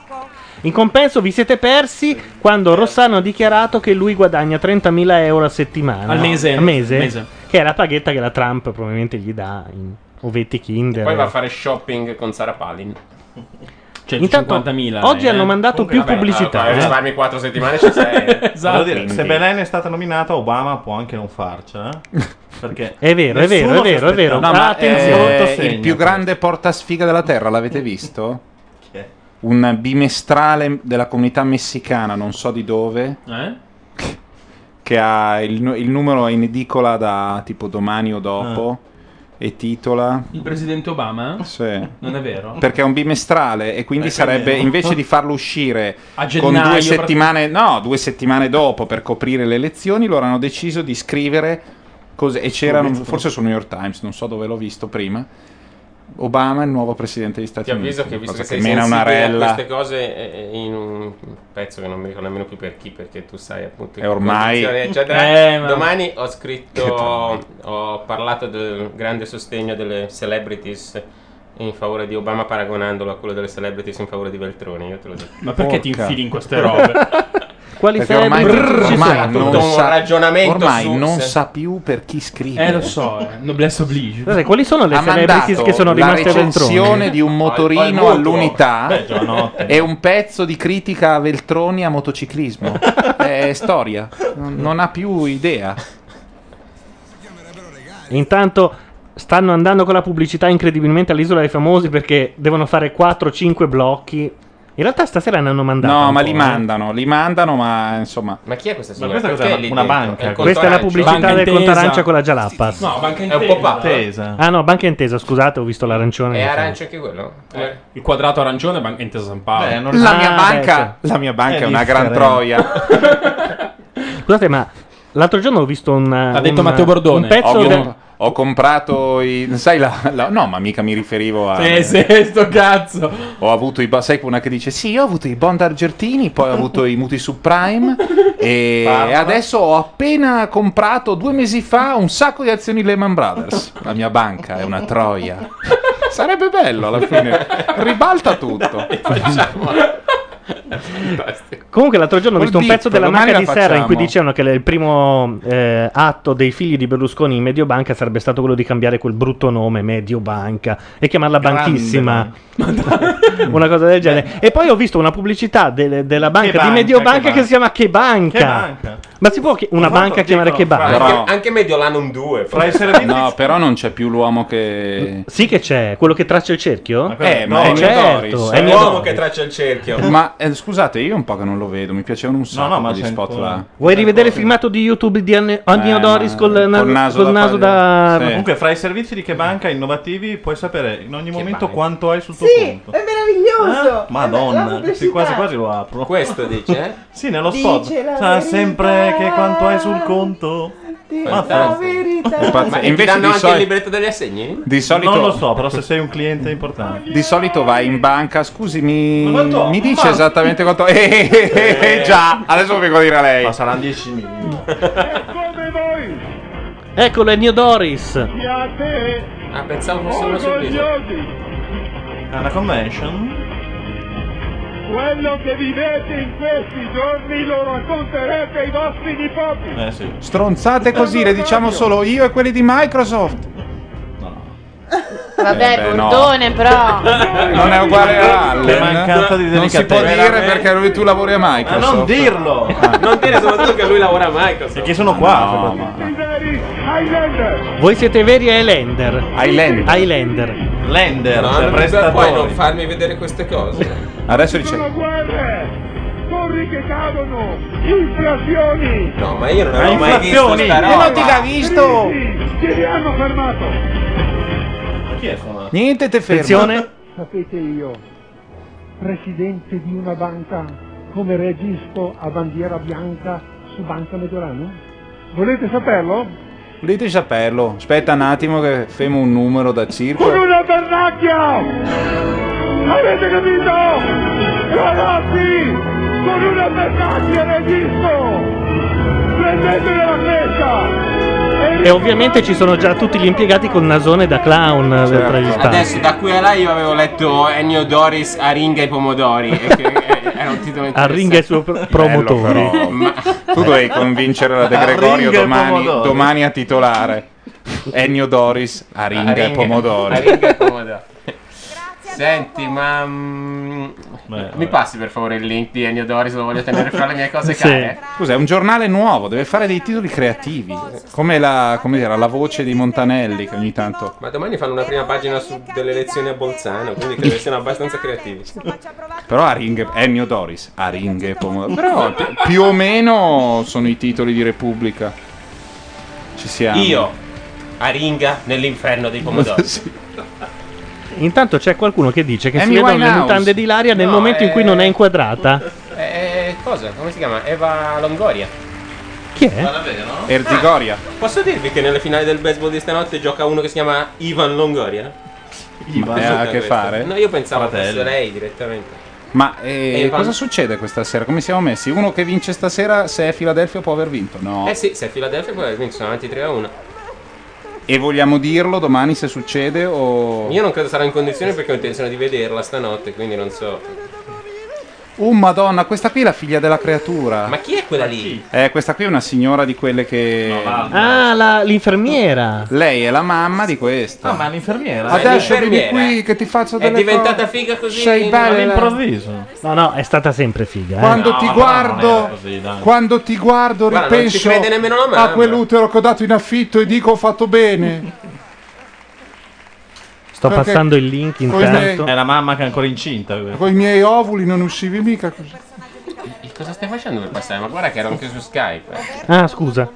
Speaker 1: In compenso vi siete persi quando Rossano ha dichiarato che lui guadagna 30.000 euro a settimana.
Speaker 3: Al mese.
Speaker 1: Al mese?
Speaker 3: Mese.
Speaker 1: Che è la paghetta che la Trump probabilmente gli dà in ovetti Kinder.
Speaker 2: Poi va a fare shopping con Sara Palin.
Speaker 3: Cioè,
Speaker 1: Intanto,
Speaker 3: 50.000
Speaker 1: oggi
Speaker 3: eh.
Speaker 1: hanno mandato
Speaker 3: Comunque,
Speaker 1: più
Speaker 3: vabbè,
Speaker 1: pubblicità. eh.
Speaker 2: vabbè, risparmi quattro settimane ci sei.
Speaker 3: Esatto.
Speaker 4: Volevo dire,
Speaker 1: Quindi.
Speaker 4: se Belen è stata nominata, Obama può anche non farcela. eh? Perché
Speaker 1: È vero, è vero,
Speaker 4: nessuno
Speaker 1: è vero,
Speaker 4: si
Speaker 1: è vero.
Speaker 4: aspettava.
Speaker 1: Ah,
Speaker 4: Eh,
Speaker 18: Eh,
Speaker 4: segno.
Speaker 18: il più grande portasfiga della terra, l'avete visto?
Speaker 4: Chi è?
Speaker 18: Un bimestrale della comunità messicana, non so di dove,
Speaker 3: Eh?
Speaker 18: che ha il, nu- il numero in edicola da tipo domani o dopo
Speaker 2: Ah.
Speaker 18: e titola
Speaker 3: Il presidente Obama?
Speaker 1: Ah,
Speaker 18: Sì.
Speaker 3: Non è vero?
Speaker 18: Perché è un bimestrale e quindi
Speaker 3: Eh,
Speaker 18: sarebbe
Speaker 3: quindi no.
Speaker 18: invece di farlo uscire
Speaker 3: A
Speaker 18: con
Speaker 3: gennaio,
Speaker 18: due settimane, no, due settimane dopo per coprire le elezioni, loro hanno deciso di scrivere cose e c'erano
Speaker 2: Subito.
Speaker 18: forse sul New York Times, non so dove l'ho visto prima. Obama è il nuovo presidente degli Stati
Speaker 2: Ti avviso
Speaker 18: Uniti.
Speaker 2: che visto
Speaker 18: cosa
Speaker 2: che sei
Speaker 18: mena
Speaker 2: sensibile
Speaker 18: una
Speaker 2: a
Speaker 18: rella.
Speaker 2: queste cose eh, in un pezzo che non mi ricordo nemmeno più per chi, perché tu sai appunto
Speaker 18: È ormai-
Speaker 2: in che condizioni, eccetera.
Speaker 18: Eh, ma-
Speaker 2: domani ho scritto ho parlato del grande sostegno delle celebrities in favore di Obama paragonandolo a quello delle celebrities in favore di Veltroni, io te lo dico.
Speaker 3: Ma perché ti Porca. infili in queste robe?
Speaker 1: Quali
Speaker 18: Perché ormai,
Speaker 1: celebrity ci
Speaker 18: ormai
Speaker 1: sono?
Speaker 18: non,
Speaker 1: Tutto un
Speaker 18: sa,
Speaker 1: ragionamento
Speaker 18: ormai
Speaker 1: su-
Speaker 18: non
Speaker 1: se-
Speaker 18: sa più per chi scrive.
Speaker 3: Eh, lo so, eh. Noblesse oblige.
Speaker 1: Guarda, quali sono le
Speaker 18: ha
Speaker 1: celebrities
Speaker 18: mandato
Speaker 1: che sono rimaste a
Speaker 18: la recensione
Speaker 1: Veltroni?
Speaker 18: di un
Speaker 1: Al- al
Speaker 18: motorino
Speaker 1: mutuo.
Speaker 18: all'unità
Speaker 1: Beh, Giovanotti.
Speaker 18: e un pezzo di critica a Veltroni a motociclismo è storia non non ha più idea
Speaker 1: Intanto stanno andando con la pubblicità incredibilmente all'isola dei famosi perché devono fare 4-5 blocchi. In realtà stasera ne hanno mandato.
Speaker 18: no ma
Speaker 1: ancora,
Speaker 18: li
Speaker 1: eh.
Speaker 18: mandano li mandano ma insomma
Speaker 2: ma chi è questa
Speaker 1: signora? questa cos'è? Perché è lì Una dentro? banca? È il Questa è la pubblicità Banca del Intesa. Contarancia con la Jalapas.
Speaker 3: No, Banca
Speaker 2: È un
Speaker 3: Intesa.
Speaker 2: pop-up.
Speaker 1: Ah no, Banca Intesa, scusate, ho visto
Speaker 2: È
Speaker 1: l'arancione.
Speaker 18: Eh,
Speaker 1: Mi fa-
Speaker 2: arancio anche quello? Come-
Speaker 3: Eh, Il quadrato arancione è Banca Intesa San Paolo.
Speaker 18: Beh, non- La mia banca- la mia banca è una gran troia.
Speaker 1: Scusate, ma l'altro giorno ho visto un...
Speaker 18: Ha detto
Speaker 3: Matteo Bordone.
Speaker 1: Un pezzo
Speaker 18: ho,
Speaker 1: del-
Speaker 18: ho comprato i, sai la, la- no ma mica mi riferivo a
Speaker 3: Sì, sì, sto cazzo.
Speaker 18: ho avuto i bo- sai una che dice sì io ho avuto i bond argentini poi ho avuto i mutui subprime e
Speaker 4: Parma.
Speaker 18: adesso ho appena comprato due mesi fa un sacco di azioni Lehman Brothers la mia banca è una troia sarebbe bello alla fine ribalta tutto
Speaker 1: Comunque l'altro giorno ho
Speaker 18: Col
Speaker 1: visto un
Speaker 18: dip,
Speaker 1: pezzo della
Speaker 18: domani
Speaker 1: marca
Speaker 18: la
Speaker 1: di Serra in cui
Speaker 18: facciamo.
Speaker 1: dicevano che il primo eh, atto dei figli di Berlusconi in Mediobanca sarebbe stato quello di cambiare quel brutto nome Mediobanca e chiamarla
Speaker 4: Grande
Speaker 1: Banchissima. una cosa del genere. E poi ho visto una pubblicità del- della banca,
Speaker 2: banca,
Speaker 1: di
Speaker 2: che
Speaker 1: Mediobanca che,
Speaker 2: banca.
Speaker 1: si chiama Che Banca.
Speaker 2: Che banca?
Speaker 1: Ma si può chi- una banca chiamare Che Banca?
Speaker 2: Anche, anche Mediolanum 2.
Speaker 18: no però non c'è più l'uomo che
Speaker 1: Sì che c'è, quello che traccia il cerchio?
Speaker 18: Eh, ma
Speaker 1: Eh,
Speaker 18: è
Speaker 1: certo, è
Speaker 2: È l'uomo
Speaker 1: l'uomo
Speaker 2: che traccia il cerchio.
Speaker 18: ma eh, scusate io un po' che non lo vedo mi piacevano un sacco
Speaker 1: no, ma
Speaker 18: gli
Speaker 1: c'è
Speaker 18: spot
Speaker 1: ancora.
Speaker 18: là
Speaker 1: Vuoi rivedere il filmato di YouTube di Anni
Speaker 18: Eh, ma-
Speaker 1: Odoris col, na-
Speaker 18: col naso
Speaker 1: col
Speaker 18: da
Speaker 1: naso
Speaker 18: paglia.
Speaker 1: da...
Speaker 18: Sì.
Speaker 4: Comunque, fra i servizi di che banca innovativi puoi sapere in ogni momento
Speaker 2: banca?
Speaker 4: quanto hai sul tuo
Speaker 11: Sì,
Speaker 4: conto. Eh?
Speaker 11: è meraviglioso. La
Speaker 4: Madonna,
Speaker 11: pubblicità.
Speaker 4: sì, quasi quasi lo apro.
Speaker 2: Questo dice?
Speaker 4: sì, nello
Speaker 11: Dice
Speaker 4: spot.
Speaker 11: la
Speaker 4: Sa
Speaker 11: verità.
Speaker 4: sempre che quanto hai sul conto.
Speaker 11: la verità.
Speaker 18: Pazzo.
Speaker 2: Ma
Speaker 18: E invece
Speaker 2: invece danno
Speaker 18: di
Speaker 2: anche
Speaker 18: soli-
Speaker 2: il libretto degli assegni?
Speaker 18: Di solito...
Speaker 4: Non lo so, però se sei un cliente importante.
Speaker 18: Di solito vai in banca, scusi, mi,
Speaker 4: quanto ho?
Speaker 18: mi dice
Speaker 4: Ma-
Speaker 18: esattamente quanto... Eh, eh, eh, eh, già, adesso lo vengo a dire a lei. Ma
Speaker 4: saranno 10.000.
Speaker 1: Eccolo, Ennio Doris.
Speaker 2: Ah, pensavo fosse una sorpresa.
Speaker 4: È una convention?
Speaker 22: Quello che vivete in questi giorni lo racconterete ai vostri nipoti.
Speaker 4: Eh sì.
Speaker 18: Stronzate così, le diciamo solo io e quelli di Microsoft.
Speaker 6: Vabbè,
Speaker 18: Eh, beh, no.
Speaker 6: Bordone, però.
Speaker 18: Non è uguale a Allen.
Speaker 4: Che mancanza di
Speaker 18: Non si può
Speaker 4: delicatezza.
Speaker 18: dire perché lui tu lavori a Microsoft. Ah.
Speaker 4: Ma non dirlo!
Speaker 2: non dire soprattutto che lui lavora a Microsoft.
Speaker 4: Perché sono qua.
Speaker 1: Voi siete veri Highlander.
Speaker 18: Highlander.
Speaker 1: Highlander.
Speaker 4: Lender,
Speaker 2: No,
Speaker 4: cioè
Speaker 2: non puoi
Speaker 4: prestatori.
Speaker 2: non farmi vedere queste cose.
Speaker 18: Adesso dice...
Speaker 22: Guerre! torri che cadono, inflazioni.
Speaker 2: No, ma io non avevo mai visto
Speaker 22: inflazioni,
Speaker 2: sta
Speaker 22: io
Speaker 2: roba.
Speaker 22: non ti l'ha visto. Che vi hanno fermato?
Speaker 4: Chi è suonato?
Speaker 18: Niente, te fermo.
Speaker 19: Sapete io, presidente di una banca, come reagisco a bandiera bianca su Banca Mediolanum? Volete saperlo?
Speaker 18: Volete saperlo? Aspetta un attimo che fermo un numero da
Speaker 22: Con
Speaker 18: circa.
Speaker 22: una vernacchia! Avete capito? Ragazzi, con una vernacchia resisto! Prendetele la freccia!
Speaker 1: E ovviamente ci sono già tutti gli impiegati col nasone da clown eh, tra gli spazi.
Speaker 2: Adesso da qui a là io avevo letto Ennio Doris a ringa e pomodori. e che eh, era un titolo
Speaker 1: A ringa i suoi pro- promotori.
Speaker 18: però. Tu dovevi convincere la De Gregorio
Speaker 2: Aringa e
Speaker 18: domani,
Speaker 2: pomodori.
Speaker 18: domani a titolare. Ennio Doris, Aringa e Pomodori.
Speaker 2: Aringa e pomodori. Senti, ma mm, mi passi per favore il link di Ennio Doris, lo voglio tenere fra le mie cose care.
Speaker 18: Cos'è? Un giornale nuovo, deve fare dei titoli creativi. Come la, come era, la voce di Montanelli che ogni tanto.
Speaker 2: Ma domani fanno una prima pagina su delle elezioni a Bolzano, quindi credo siano abbastanza creativi.
Speaker 18: Però Aringa, Ennio Doris, Aringa e Pomodori. Però pi- più o meno sono i titoli di Repubblica. Ci siamo.
Speaker 2: Io, Aringa nell'inferno dei pomodori.
Speaker 1: Intanto c'è qualcuno che dice che si
Speaker 2: Amy
Speaker 1: vedono le
Speaker 2: Winehouse.
Speaker 1: mutande di Ilaria nel
Speaker 2: No,
Speaker 1: momento in cui
Speaker 2: eh.
Speaker 1: non è inquadrata.
Speaker 2: Eh, cosa? Come si chiama? Eva Longoria.
Speaker 1: Chi è?
Speaker 2: no?
Speaker 18: Erzigoria.
Speaker 2: Posso dirvi che nelle finali del baseball di stanotte gioca uno che si chiama Ivan Longoria?
Speaker 18: Ma eh, ha a che
Speaker 2: Questo.
Speaker 18: fare?
Speaker 2: No, io pensavo
Speaker 18: Fratello.
Speaker 2: fosse lei direttamente.
Speaker 18: Ma eh,
Speaker 2: Evan-
Speaker 18: cosa succede questa sera? Come siamo messi? Uno che vince stasera, se è Filadelfia, può aver vinto? No.
Speaker 2: Eh sì, se è Philadelphia poi quindi sono avanti 3 a 1.
Speaker 18: E vogliamo dirlo domani se succede o...
Speaker 2: Io non credo sarò in condizione perché ho intenzione di vederla stanotte, quindi non so.
Speaker 18: Oh madonna, questa qui è la figlia della creatura.
Speaker 2: Ma chi è quella lì?
Speaker 18: Eh, questa qui è una signora di quelle che...
Speaker 1: Ah, la- l'infermiera.
Speaker 18: Lei è la mamma di questa.
Speaker 4: Ah, ma l'infermiera.
Speaker 18: Adesso
Speaker 4: Eh,
Speaker 18: vieni
Speaker 4: l'infermiera.
Speaker 18: qui che ti faccio
Speaker 4: È
Speaker 18: delle
Speaker 4: diventata
Speaker 18: cose.
Speaker 2: figa così,
Speaker 18: Sei bella.
Speaker 1: No, no, è stata sempre figa. eh.
Speaker 18: Quando ti guardo, quando ti guardo
Speaker 1: Guarda, non ci
Speaker 18: ripenso
Speaker 1: crede nemmeno la mamma.
Speaker 18: a quell'utero che ho dato in affitto e dico ho fatto bene.
Speaker 1: Sto
Speaker 18: Perché
Speaker 1: passando il link
Speaker 18: coi miei-
Speaker 1: intanto.
Speaker 4: È la mamma che è ancora incinta.
Speaker 18: Con i miei ovuli non uscivi mica così.
Speaker 2: E cosa stai facendo per passare? Ma guarda che ero anche su Skype. eh.
Speaker 1: Ah, scusa.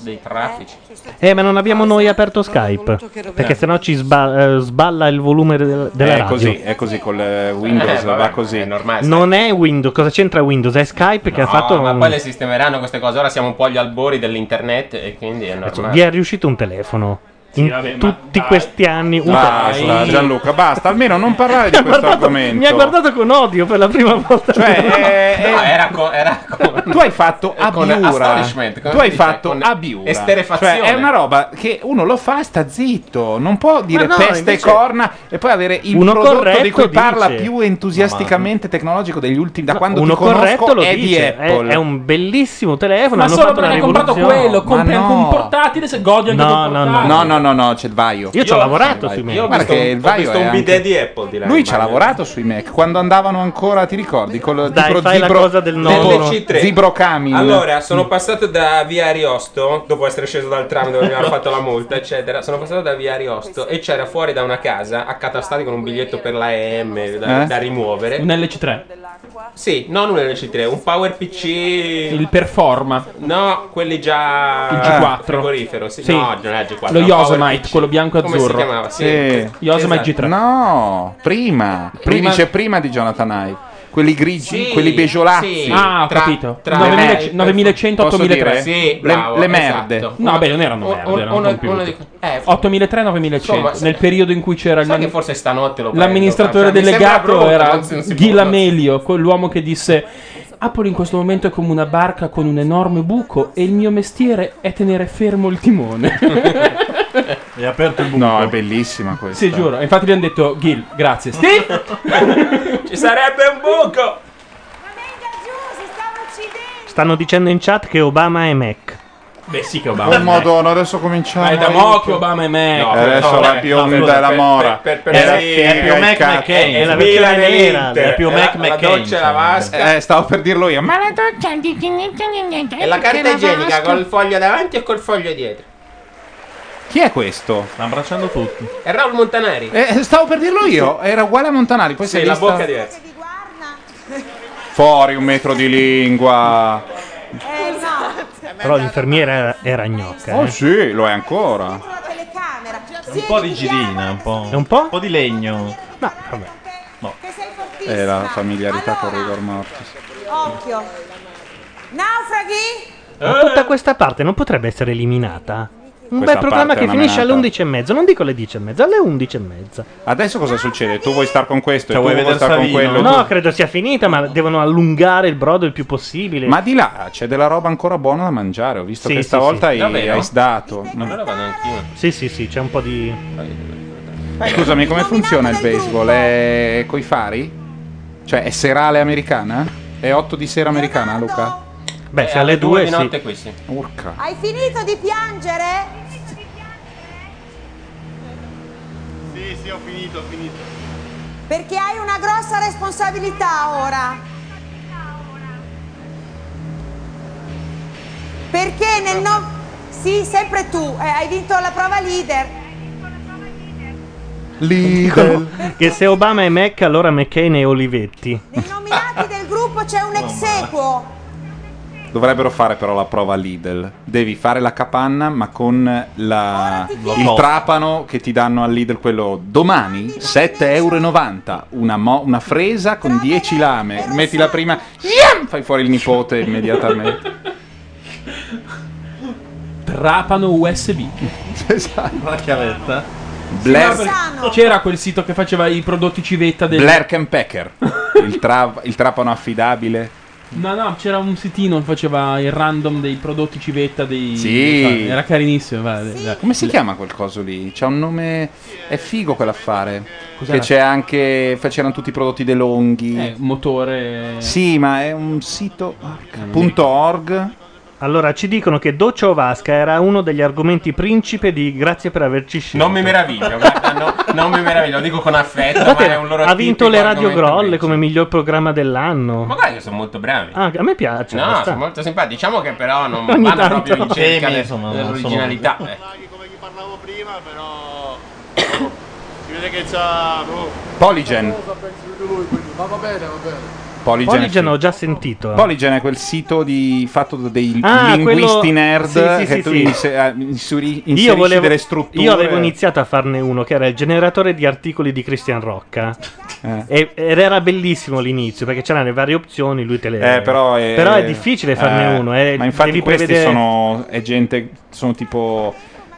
Speaker 2: Dei traffici.
Speaker 1: Eh, ma non
Speaker 3: Ah,
Speaker 1: abbiamo noi aperto Skype. Perché sennò ci sba- eh, sballa il volume del- della
Speaker 18: è
Speaker 1: radio.
Speaker 18: Eh, così, Ah, è così col eh, Windows,
Speaker 2: Eh, vabbè,
Speaker 18: va così. È normale.
Speaker 1: Non è Windows, cosa c'entra Windows? È Skype che ha fatto.
Speaker 2: ma
Speaker 1: un-
Speaker 2: poi le sistemeranno queste cose. Ora siamo un po' agli albori dell'internet e quindi è normale.
Speaker 1: Gli è riuscito un telefono. In
Speaker 2: vabbè, ma
Speaker 1: tutti questi anni un telefono.
Speaker 18: Basta, Gianluca, basta, almeno non parlare di questo argomento.
Speaker 1: Mi ha guardato con odio per la prima volta.
Speaker 2: No, Cioè, eh, era, co- era
Speaker 18: Tu hai fatto
Speaker 2: con
Speaker 18: abiura.
Speaker 2: astonishment, come
Speaker 18: Tu hai
Speaker 2: si dice?
Speaker 18: fatto
Speaker 2: Con
Speaker 18: abiura.
Speaker 2: esterefazione.
Speaker 18: Cioè, è una roba che uno lo fa e sta zitto. Non può dire
Speaker 2: no,
Speaker 18: testa e
Speaker 2: invece-
Speaker 18: corna e poi avere il
Speaker 1: Uno
Speaker 18: prodotto di
Speaker 1: corretto
Speaker 18: cui parla
Speaker 1: dice.
Speaker 18: più entusiasticamente tecnologico degli ultimi. Da quando
Speaker 1: Uno
Speaker 18: ti conosco
Speaker 1: corretto lo
Speaker 18: è
Speaker 1: dice.
Speaker 18: di
Speaker 1: È,
Speaker 18: Apple.
Speaker 1: è un bellissimo telefono.
Speaker 3: Ma
Speaker 1: hanno
Speaker 3: solo
Speaker 1: fatto
Speaker 3: perché
Speaker 1: una
Speaker 3: hai comprato
Speaker 1: rivoluzione.
Speaker 3: quello, compri
Speaker 1: Ma
Speaker 3: anche un
Speaker 1: no.
Speaker 3: portatile, se godi anche
Speaker 1: No,
Speaker 3: tu
Speaker 1: no,
Speaker 3: portatile.
Speaker 18: No, no, no, no, c'è il vaio.
Speaker 1: Io ci ho lavorato sui Mac.
Speaker 18: Io
Speaker 1: Guarda che il
Speaker 2: Ho
Speaker 1: Vaio
Speaker 2: visto
Speaker 1: è
Speaker 2: un
Speaker 1: anche-
Speaker 2: bidet di Apple di là.
Speaker 18: Lui ci ha lavorato sui Mac quando andavano ancora, ti ricordi? Col
Speaker 1: Dai,
Speaker 18: tipo
Speaker 1: fai la
Speaker 18: Zibro-
Speaker 1: cosa del
Speaker 18: tipo
Speaker 1: nonno.
Speaker 18: Zibro Mm. Camin.
Speaker 2: Allora, sono passato da via Ariosto, dopo essere sceso dal tram dove mi avevano fatto la multa, eccetera. Sono passato da via Ariosto e c'era fuori da una casa, accatastati con un biglietto per la EM da,
Speaker 3: Eh?
Speaker 2: da rimuovere.
Speaker 3: Un LC3.
Speaker 2: Sì, non un LC3, un Power PC.
Speaker 3: Il Performa.
Speaker 2: No, quelli già.
Speaker 3: Il G4.
Speaker 2: Frigorifero, sì.
Speaker 3: Sì.
Speaker 2: No, non è il G4.
Speaker 3: Lo
Speaker 2: no, Power
Speaker 3: Yosemite,
Speaker 2: PC.
Speaker 3: quello bianco e
Speaker 2: Come si
Speaker 3: azzurro.
Speaker 2: chiamava? Sì.
Speaker 3: Yosemite
Speaker 18: Esatto.
Speaker 3: G3.
Speaker 18: No, prima.
Speaker 3: Prima-
Speaker 18: Prima dice prima di Jonathan Ive. Quelli grigi,
Speaker 3: Sì,
Speaker 18: quelli beggiolazzi.
Speaker 3: sì. Ah, ho Tra- capito. tra- 9000
Speaker 18: Le-
Speaker 3: 9100,
Speaker 18: posso
Speaker 3: 8300.
Speaker 18: dire?
Speaker 3: Sì, bravo,
Speaker 18: le, le
Speaker 3: esatto.
Speaker 18: merde.
Speaker 3: No, beh, non erano
Speaker 2: O-
Speaker 3: merde,
Speaker 2: o-
Speaker 3: erano
Speaker 2: uno-
Speaker 3: computer.
Speaker 2: uno di- eh,
Speaker 3: 8300-9100,
Speaker 2: Insomma,
Speaker 3: nel periodo in cui c'era il
Speaker 2: Sai
Speaker 3: man-
Speaker 2: che forse stanotte lo prendo,
Speaker 3: l'amministratore
Speaker 2: cioè, mi sembra
Speaker 3: delegato
Speaker 2: brutto,
Speaker 3: era
Speaker 2: forse non si può.
Speaker 3: Gil Amelio, quell'uomo che disse Apple in questo momento è come una barca con un enorme buco e il mio mestiere è tenere fermo il timone.
Speaker 18: È aperto il buco. No, è bellissima questa.
Speaker 3: sì, giuro. Infatti gli hanno detto Gil, grazie. Steve!
Speaker 2: Ci sarebbe un buco!
Speaker 1: Stanno dicendo in chat che Obama è Mac.
Speaker 3: Beh, sì che
Speaker 18: Oh madonna, adesso cominciamo.
Speaker 3: Ma è da mo' che Obama è Mac.
Speaker 18: No, adesso
Speaker 3: no, eh,
Speaker 18: la
Speaker 3: no,
Speaker 18: più
Speaker 3: no, scusa,
Speaker 18: della
Speaker 3: per-
Speaker 18: mora.
Speaker 3: per- per-
Speaker 18: Era
Speaker 3: per-
Speaker 18: figa,
Speaker 3: è più
Speaker 18: il
Speaker 3: Mac
Speaker 18: cazzo.
Speaker 3: McCain. È la
Speaker 2: versione nera, è più Mac McCain,
Speaker 18: la vasca. Eh, stavo per dirlo io. Ma
Speaker 2: E la carta igienica col foglio davanti e col foglio dietro.
Speaker 18: chi è questo?
Speaker 4: Sta abbracciando tutti.
Speaker 2: È Raul Montanari.
Speaker 18: Eh, stavo per dirlo io. Era uguale a Montanari. Poi
Speaker 2: Sì,
Speaker 18: si è
Speaker 2: la
Speaker 18: vista-
Speaker 2: bocca è diversa.
Speaker 18: Fuori un metro di lingua.
Speaker 1: Però l'infermiera era, era gnocca.
Speaker 18: Oh
Speaker 1: eh.
Speaker 18: sì, lo è ancora.
Speaker 4: Un po' rigidina, un po'.
Speaker 1: un po'?
Speaker 4: di legno.
Speaker 1: No, vabbè.
Speaker 18: È la familiarità con rigor mortis.
Speaker 8: Occhio. Naufraghi?
Speaker 1: Ma tutta questa parte non potrebbe essere eliminata? Un
Speaker 18: Questa
Speaker 1: bel programma
Speaker 18: parte è
Speaker 1: che
Speaker 18: una
Speaker 1: finisce alle
Speaker 18: menata.
Speaker 1: 11 e mezza, non dico alle 10 e mezza, alle 11 e mezza.
Speaker 18: Adesso cosa succede? Tu vuoi star con questo
Speaker 1: Cioè,
Speaker 18: e tu
Speaker 1: vuoi
Speaker 18: vuoi
Speaker 1: vedere
Speaker 18: star con
Speaker 1: Savino?
Speaker 18: quello.
Speaker 1: No,
Speaker 18: tu-
Speaker 1: credo sia finita, ma devono allungare il brodo il più possibile.
Speaker 18: Ma di là c'è della roba ancora buona da mangiare. Ho visto
Speaker 1: Sì,
Speaker 18: che
Speaker 1: sì,
Speaker 18: stavolta
Speaker 1: sì.
Speaker 18: hai,
Speaker 1: Davvero?
Speaker 18: hai sdato.
Speaker 1: Sì, sì, sì, c'è un po' di.
Speaker 18: Eh, Scusami, come funziona il baseball? È coi fari? Cioè, è serale americana? È 8 di sera americana, Luca?
Speaker 1: Beh, se alle alle due due
Speaker 2: Eh, di sì. notte qui, sì.
Speaker 18: Urca.
Speaker 8: Hai finito di piangere?
Speaker 4: Sì, sì, ho finito, ho finito.
Speaker 8: Perché hai una grossa responsabilità ora. Perché nel no... Sì, sempre tu, eh, hai vinto la prova leader.
Speaker 1: Dicono Che se Obama è Mac, allora McCain è Olivetti.
Speaker 8: Nominati del gruppo c'è un ex equo.
Speaker 18: Dovrebbero fare però la prova Lidl. Devi fare la capanna, ma con la- il
Speaker 4: chiedo.
Speaker 18: trapano che ti danno al Lidl quello domani 7,90€. Una, mo- una fresa con 10 lame. Metti la prima, yam! fai fuori il nipote immediatamente.
Speaker 3: Trapano USB.
Speaker 18: esatto.
Speaker 4: La chiavetta.
Speaker 18: Blair-
Speaker 3: C'era quel sito che faceva i prodotti civetta del...
Speaker 18: Blair Packer. Il, tra- il trapano affidabile.
Speaker 3: No, no, c'era un sitino che faceva il random dei prodotti civetta dei... cioè,
Speaker 18: Sì.
Speaker 3: Era carinissimo. va- dai.
Speaker 18: Come si chiama quel coso lì? C'ha un nome. È figo quell'affare.
Speaker 3: Cos'era?
Speaker 18: Che c'è anche. C'erano tutti i prodotti DeLonghi.
Speaker 3: Eh, motore.
Speaker 18: Sì, ma è un sito.
Speaker 1: Punto
Speaker 18: org.
Speaker 1: Allora, ci dicono che Doccio Vasca era uno degli argomenti principe di grazie per averci scelto.
Speaker 2: Non mi meraviglio, guarda, no, non mi meraviglio, lo dico con affetto, ma è un loro
Speaker 1: Guardate, ha vinto
Speaker 2: tipico
Speaker 1: le Radio
Speaker 2: argomento
Speaker 1: Grolle come miglior programma dell'anno.
Speaker 2: Ma guarda che sono molto bravi.
Speaker 1: Ah, a me piace.
Speaker 2: no,
Speaker 1: basta.
Speaker 2: sono molto simpatici. Diciamo che però non
Speaker 1: Ogni
Speaker 2: vanno
Speaker 1: tanto.
Speaker 2: proprio in cerca
Speaker 1: Temi,
Speaker 2: del-
Speaker 1: insomma,
Speaker 2: dell'originalità.
Speaker 1: sono-
Speaker 2: eh.
Speaker 10: Si vede che c'ha. boh.
Speaker 18: Polygen.
Speaker 10: Ma va bene, va bene.
Speaker 18: Polygen.
Speaker 1: Polygen ho già sentito.
Speaker 18: Polygen è quel sito di, fatto dai
Speaker 1: Ah,
Speaker 18: linguisti
Speaker 1: quello-
Speaker 18: nerd
Speaker 1: sì, sì,
Speaker 18: che
Speaker 1: sì,
Speaker 18: tu
Speaker 1: sì.
Speaker 18: inse- eh, insuri- inserisci
Speaker 1: Io, volevo-
Speaker 18: delle strutture.
Speaker 1: io avevo iniziato a farne uno che era il generatore di articoli di Christian Rocca.
Speaker 18: Eh.
Speaker 1: E- ed era bellissimo l'inizio perché c'erano le varie opzioni. Lui te le.
Speaker 18: Eh, però, è,
Speaker 1: Però è difficile farne
Speaker 18: eh,
Speaker 1: uno. eh,
Speaker 18: ma infatti
Speaker 1: devi
Speaker 18: questi
Speaker 1: prevedere-
Speaker 18: sono è gente sono tipo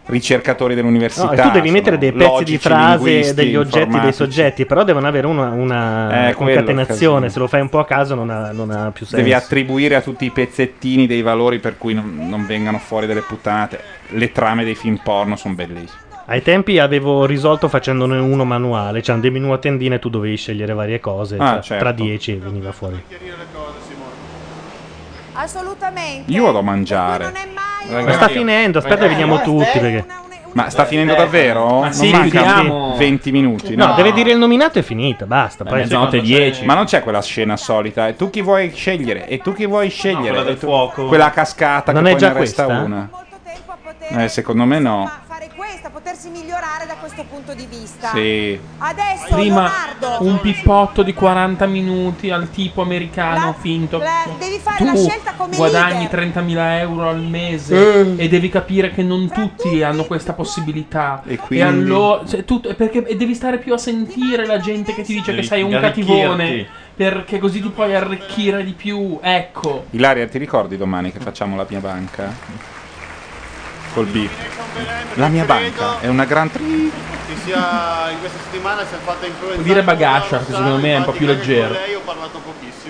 Speaker 18: ricercatori
Speaker 1: No,
Speaker 18: dell'università.
Speaker 1: e tu devi
Speaker 18: sono
Speaker 1: mettere dei pezzi di
Speaker 18: logici,
Speaker 1: frase,
Speaker 18: linguisti,
Speaker 1: degli oggetti, dei
Speaker 18: informatici.
Speaker 1: soggetti, però devono avere una, una
Speaker 18: Eh, quello è il
Speaker 1: concatenazione.
Speaker 18: casino.
Speaker 1: Se lo fai un po' a caso, non ha, non ha più senso.
Speaker 18: Devi attribuire a tutti i pezzettini dei valori per cui non, non vengano fuori delle puttanate. Le trame dei film porno sono bellissime.
Speaker 1: Ai tempi avevo risolto facendone uno manuale, cioè, c'erano dei menu a tendina e tu dovevi scegliere varie cose.
Speaker 18: Ah,
Speaker 1: tra-
Speaker 18: certo.
Speaker 1: Tra 10 veniva fuori.
Speaker 8: Assolutamente.
Speaker 18: Io vado a mangiare.
Speaker 1: Ma sta finendo, aspetta, che veniamo tutti. Perché...
Speaker 18: Ma sta finendo davvero?
Speaker 1: Ma sì,
Speaker 18: non mancano
Speaker 1: chiudiamo.
Speaker 18: 20 minuti.
Speaker 1: No, deve dire il nominato e finita, basta. Poi
Speaker 18: mezzanotte 10. Ma non c'è quella scena solita. E tu chi vuoi scegliere? E tu chi vuoi scegliere?
Speaker 4: quella del
Speaker 18: E tu-
Speaker 4: fuoco.
Speaker 18: Quella cascata
Speaker 1: Non
Speaker 18: che
Speaker 1: è
Speaker 18: poi
Speaker 1: già
Speaker 18: ne resta
Speaker 1: questa?
Speaker 18: una. Eh, secondo me no.
Speaker 8: Fare questa, potersi migliorare da questo punto di vista.
Speaker 18: Sì.
Speaker 8: Adesso
Speaker 3: Prima
Speaker 8: Leonardo,
Speaker 3: un pippotto di 40 minuti al tipo americano finto.
Speaker 8: devi fare
Speaker 3: tu
Speaker 8: la scelta come
Speaker 3: guadagni
Speaker 8: leader.
Speaker 3: 30.000 euro al mese
Speaker 18: Eh.
Speaker 3: e devi capire che non tutti hanno questa possibilità. E,
Speaker 18: quindi?
Speaker 3: allora cioè, tu- perché e devi stare più a sentire la gente che ti dice
Speaker 18: Devi
Speaker 3: che sei un
Speaker 18: arricchirti.
Speaker 3: cattivone. Perché così tu puoi arricchire di più. Ecco.
Speaker 18: Ilaria, ti ricordi domani che facciamo la mia banca? Col B. La mia banca è una gran tri.
Speaker 10: Che sia in questa settimana si è fatta influenza.
Speaker 3: Puoi dire bagascia, che secondo me è un po' più leggero.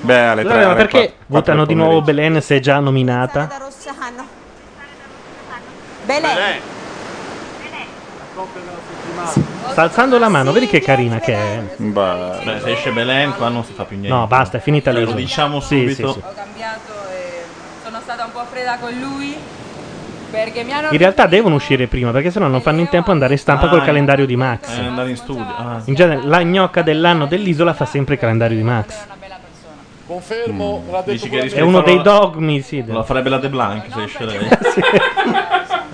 Speaker 18: Beh, alle tre,
Speaker 1: Allora, ma
Speaker 18: alle
Speaker 1: perché
Speaker 18: quattro- quattro
Speaker 1: votano
Speaker 18: del
Speaker 1: di nuovo Belen se è già nominata?
Speaker 8: Rossano. Belen.
Speaker 1: Sta alzando la mano, vedi che carina che è.
Speaker 18: Beh,
Speaker 4: se esce Belen qua non si fa più niente.
Speaker 1: No, basta, è finita
Speaker 4: Lo
Speaker 1: l'isola.
Speaker 4: diciamo
Speaker 1: Sì,
Speaker 4: subito.
Speaker 1: sì, sì.
Speaker 23: cambiato e sono stata un po' fredda con lui perché mi hanno
Speaker 1: In realtà devono uscire prima perché sennò non fanno in tempo ad andare in stampa
Speaker 4: Ah,
Speaker 1: col
Speaker 4: eh.
Speaker 1: calendario di Max.
Speaker 4: Eh, andare in studio. Ah.
Speaker 1: In genere la gnocca dell'anno dell'isola fa sempre il calendario di Max.
Speaker 10: Confermo, l'ha detto
Speaker 4: Dici che
Speaker 10: pure
Speaker 4: rischia
Speaker 1: È
Speaker 4: di
Speaker 1: uno
Speaker 4: farlo-
Speaker 1: dei dogmi, sì. del-
Speaker 4: Lo farebbe la De Blanc se esce lei.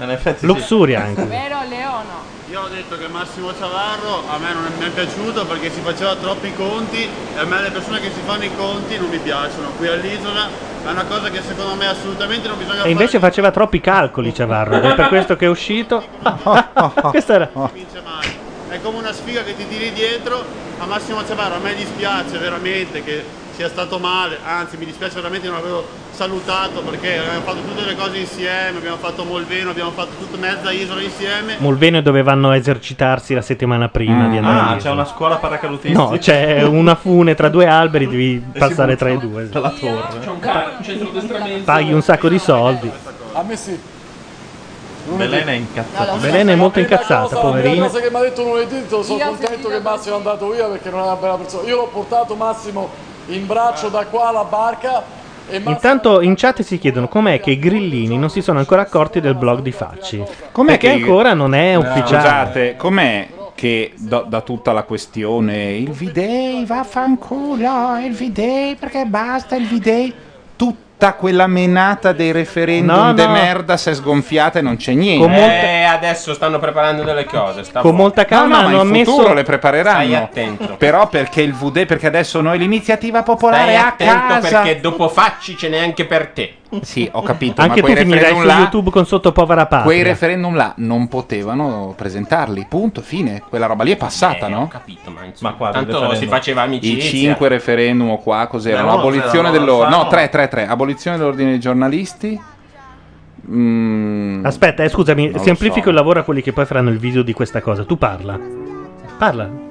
Speaker 4: In effetti sì.
Speaker 1: Luxuria anche.
Speaker 23: vero Leono
Speaker 13: Io ho detto che Massimo Ciavarro a me non mi è piaciuto perché si faceva troppi conti e a me le persone che si fanno i conti non mi piacciono. Qui all'isola è una cosa che secondo me assolutamente non bisogna
Speaker 1: E invece faceva troppi calcoli Ciavarro, ed è per questo che è uscito. Questa era.
Speaker 13: fare. È come una sfiga che ti tiri dietro a Massimo Ciavarro. A me dispiace veramente che sia stato male, anzi mi dispiace veramente che non avevo salutato perché abbiamo fatto tutte le cose insieme, abbiamo fatto Molveno, abbiamo fatto tutta mezza isola insieme.
Speaker 1: Molveno dove vanno a esercitarsi la settimana prima di andare
Speaker 4: Ah,
Speaker 1: lì.
Speaker 4: c'è una scuola paracadutistica.
Speaker 1: No, c'è una fune tra due alberi, devi
Speaker 4: E si
Speaker 1: passare tra
Speaker 4: buttano
Speaker 1: i due.
Speaker 4: Dalla torre.
Speaker 13: C'è un
Speaker 3: ca- un centrodestra mezzo.
Speaker 1: Paghi un sacco di soldi.
Speaker 10: A me sì.
Speaker 4: Belen è incazzata.
Speaker 1: Belen è molto incazzata,
Speaker 10: La
Speaker 1: poverina.
Speaker 10: cosa che mi ha detto lunedì, sono
Speaker 4: Io ho
Speaker 10: contento che Massimo è andato via perché non è una bella persona. Io l'ho portato Massimo in braccio da qua alla barca e Massimo...
Speaker 1: Intanto in chat si chiedono com'è che i grillini non si sono ancora accorti del blog di Facci.
Speaker 18: Com'è
Speaker 1: Perché ancora non è
Speaker 18: Eh, No,
Speaker 1: ufficiale.
Speaker 18: Scusate, com'è che do- da tutta la questione il V-Day vaffanculo, il V-Day perché basta il V-Day tutta quella menata dei referendum
Speaker 1: No,
Speaker 18: de
Speaker 1: no.
Speaker 18: merda si è sgonfiata e non c'è niente.
Speaker 1: Con molta-
Speaker 2: Eh, adesso stanno preparando delle cose. sta
Speaker 1: Con
Speaker 2: buono.
Speaker 1: molta calma
Speaker 18: No, no, ma
Speaker 1: hanno
Speaker 18: in futuro
Speaker 1: ammesso
Speaker 18: le prepareranno.
Speaker 2: Stai attento.
Speaker 18: Però perché il VD, perché adesso noi l'iniziativa popolare
Speaker 2: Stai
Speaker 18: a
Speaker 2: attento
Speaker 18: casa.
Speaker 2: perché dopo facci ce n'è anche per te.
Speaker 18: Sì, ho capito, ma
Speaker 1: anche tu
Speaker 18: quei
Speaker 1: finirai
Speaker 18: referendum
Speaker 1: su
Speaker 18: là
Speaker 1: YouTube con sotto povera
Speaker 4: Ah,
Speaker 1: patria.
Speaker 18: Quei referendum là non potevano presentarli, punto, fine. Quella roba lì è passata, no?
Speaker 2: Eh, Capito, ma insomma.
Speaker 18: Ma qua
Speaker 2: Tanto si faceva amicizia.
Speaker 18: I cinque referendum o qua cos'era?
Speaker 2: Ma no,
Speaker 18: L'abolizione
Speaker 2: c'era, no,
Speaker 18: dell'ordine.
Speaker 2: lo
Speaker 18: No,
Speaker 2: fa,
Speaker 18: 3, 3, 3. Abolizione dell'ordine dei giornalisti. Mm,
Speaker 1: Aspetta, eh, scusami,
Speaker 18: Non lo
Speaker 1: semplifico
Speaker 18: so.
Speaker 1: il lavoro a quelli che poi faranno il video di questa cosa. Tu parla. Parla.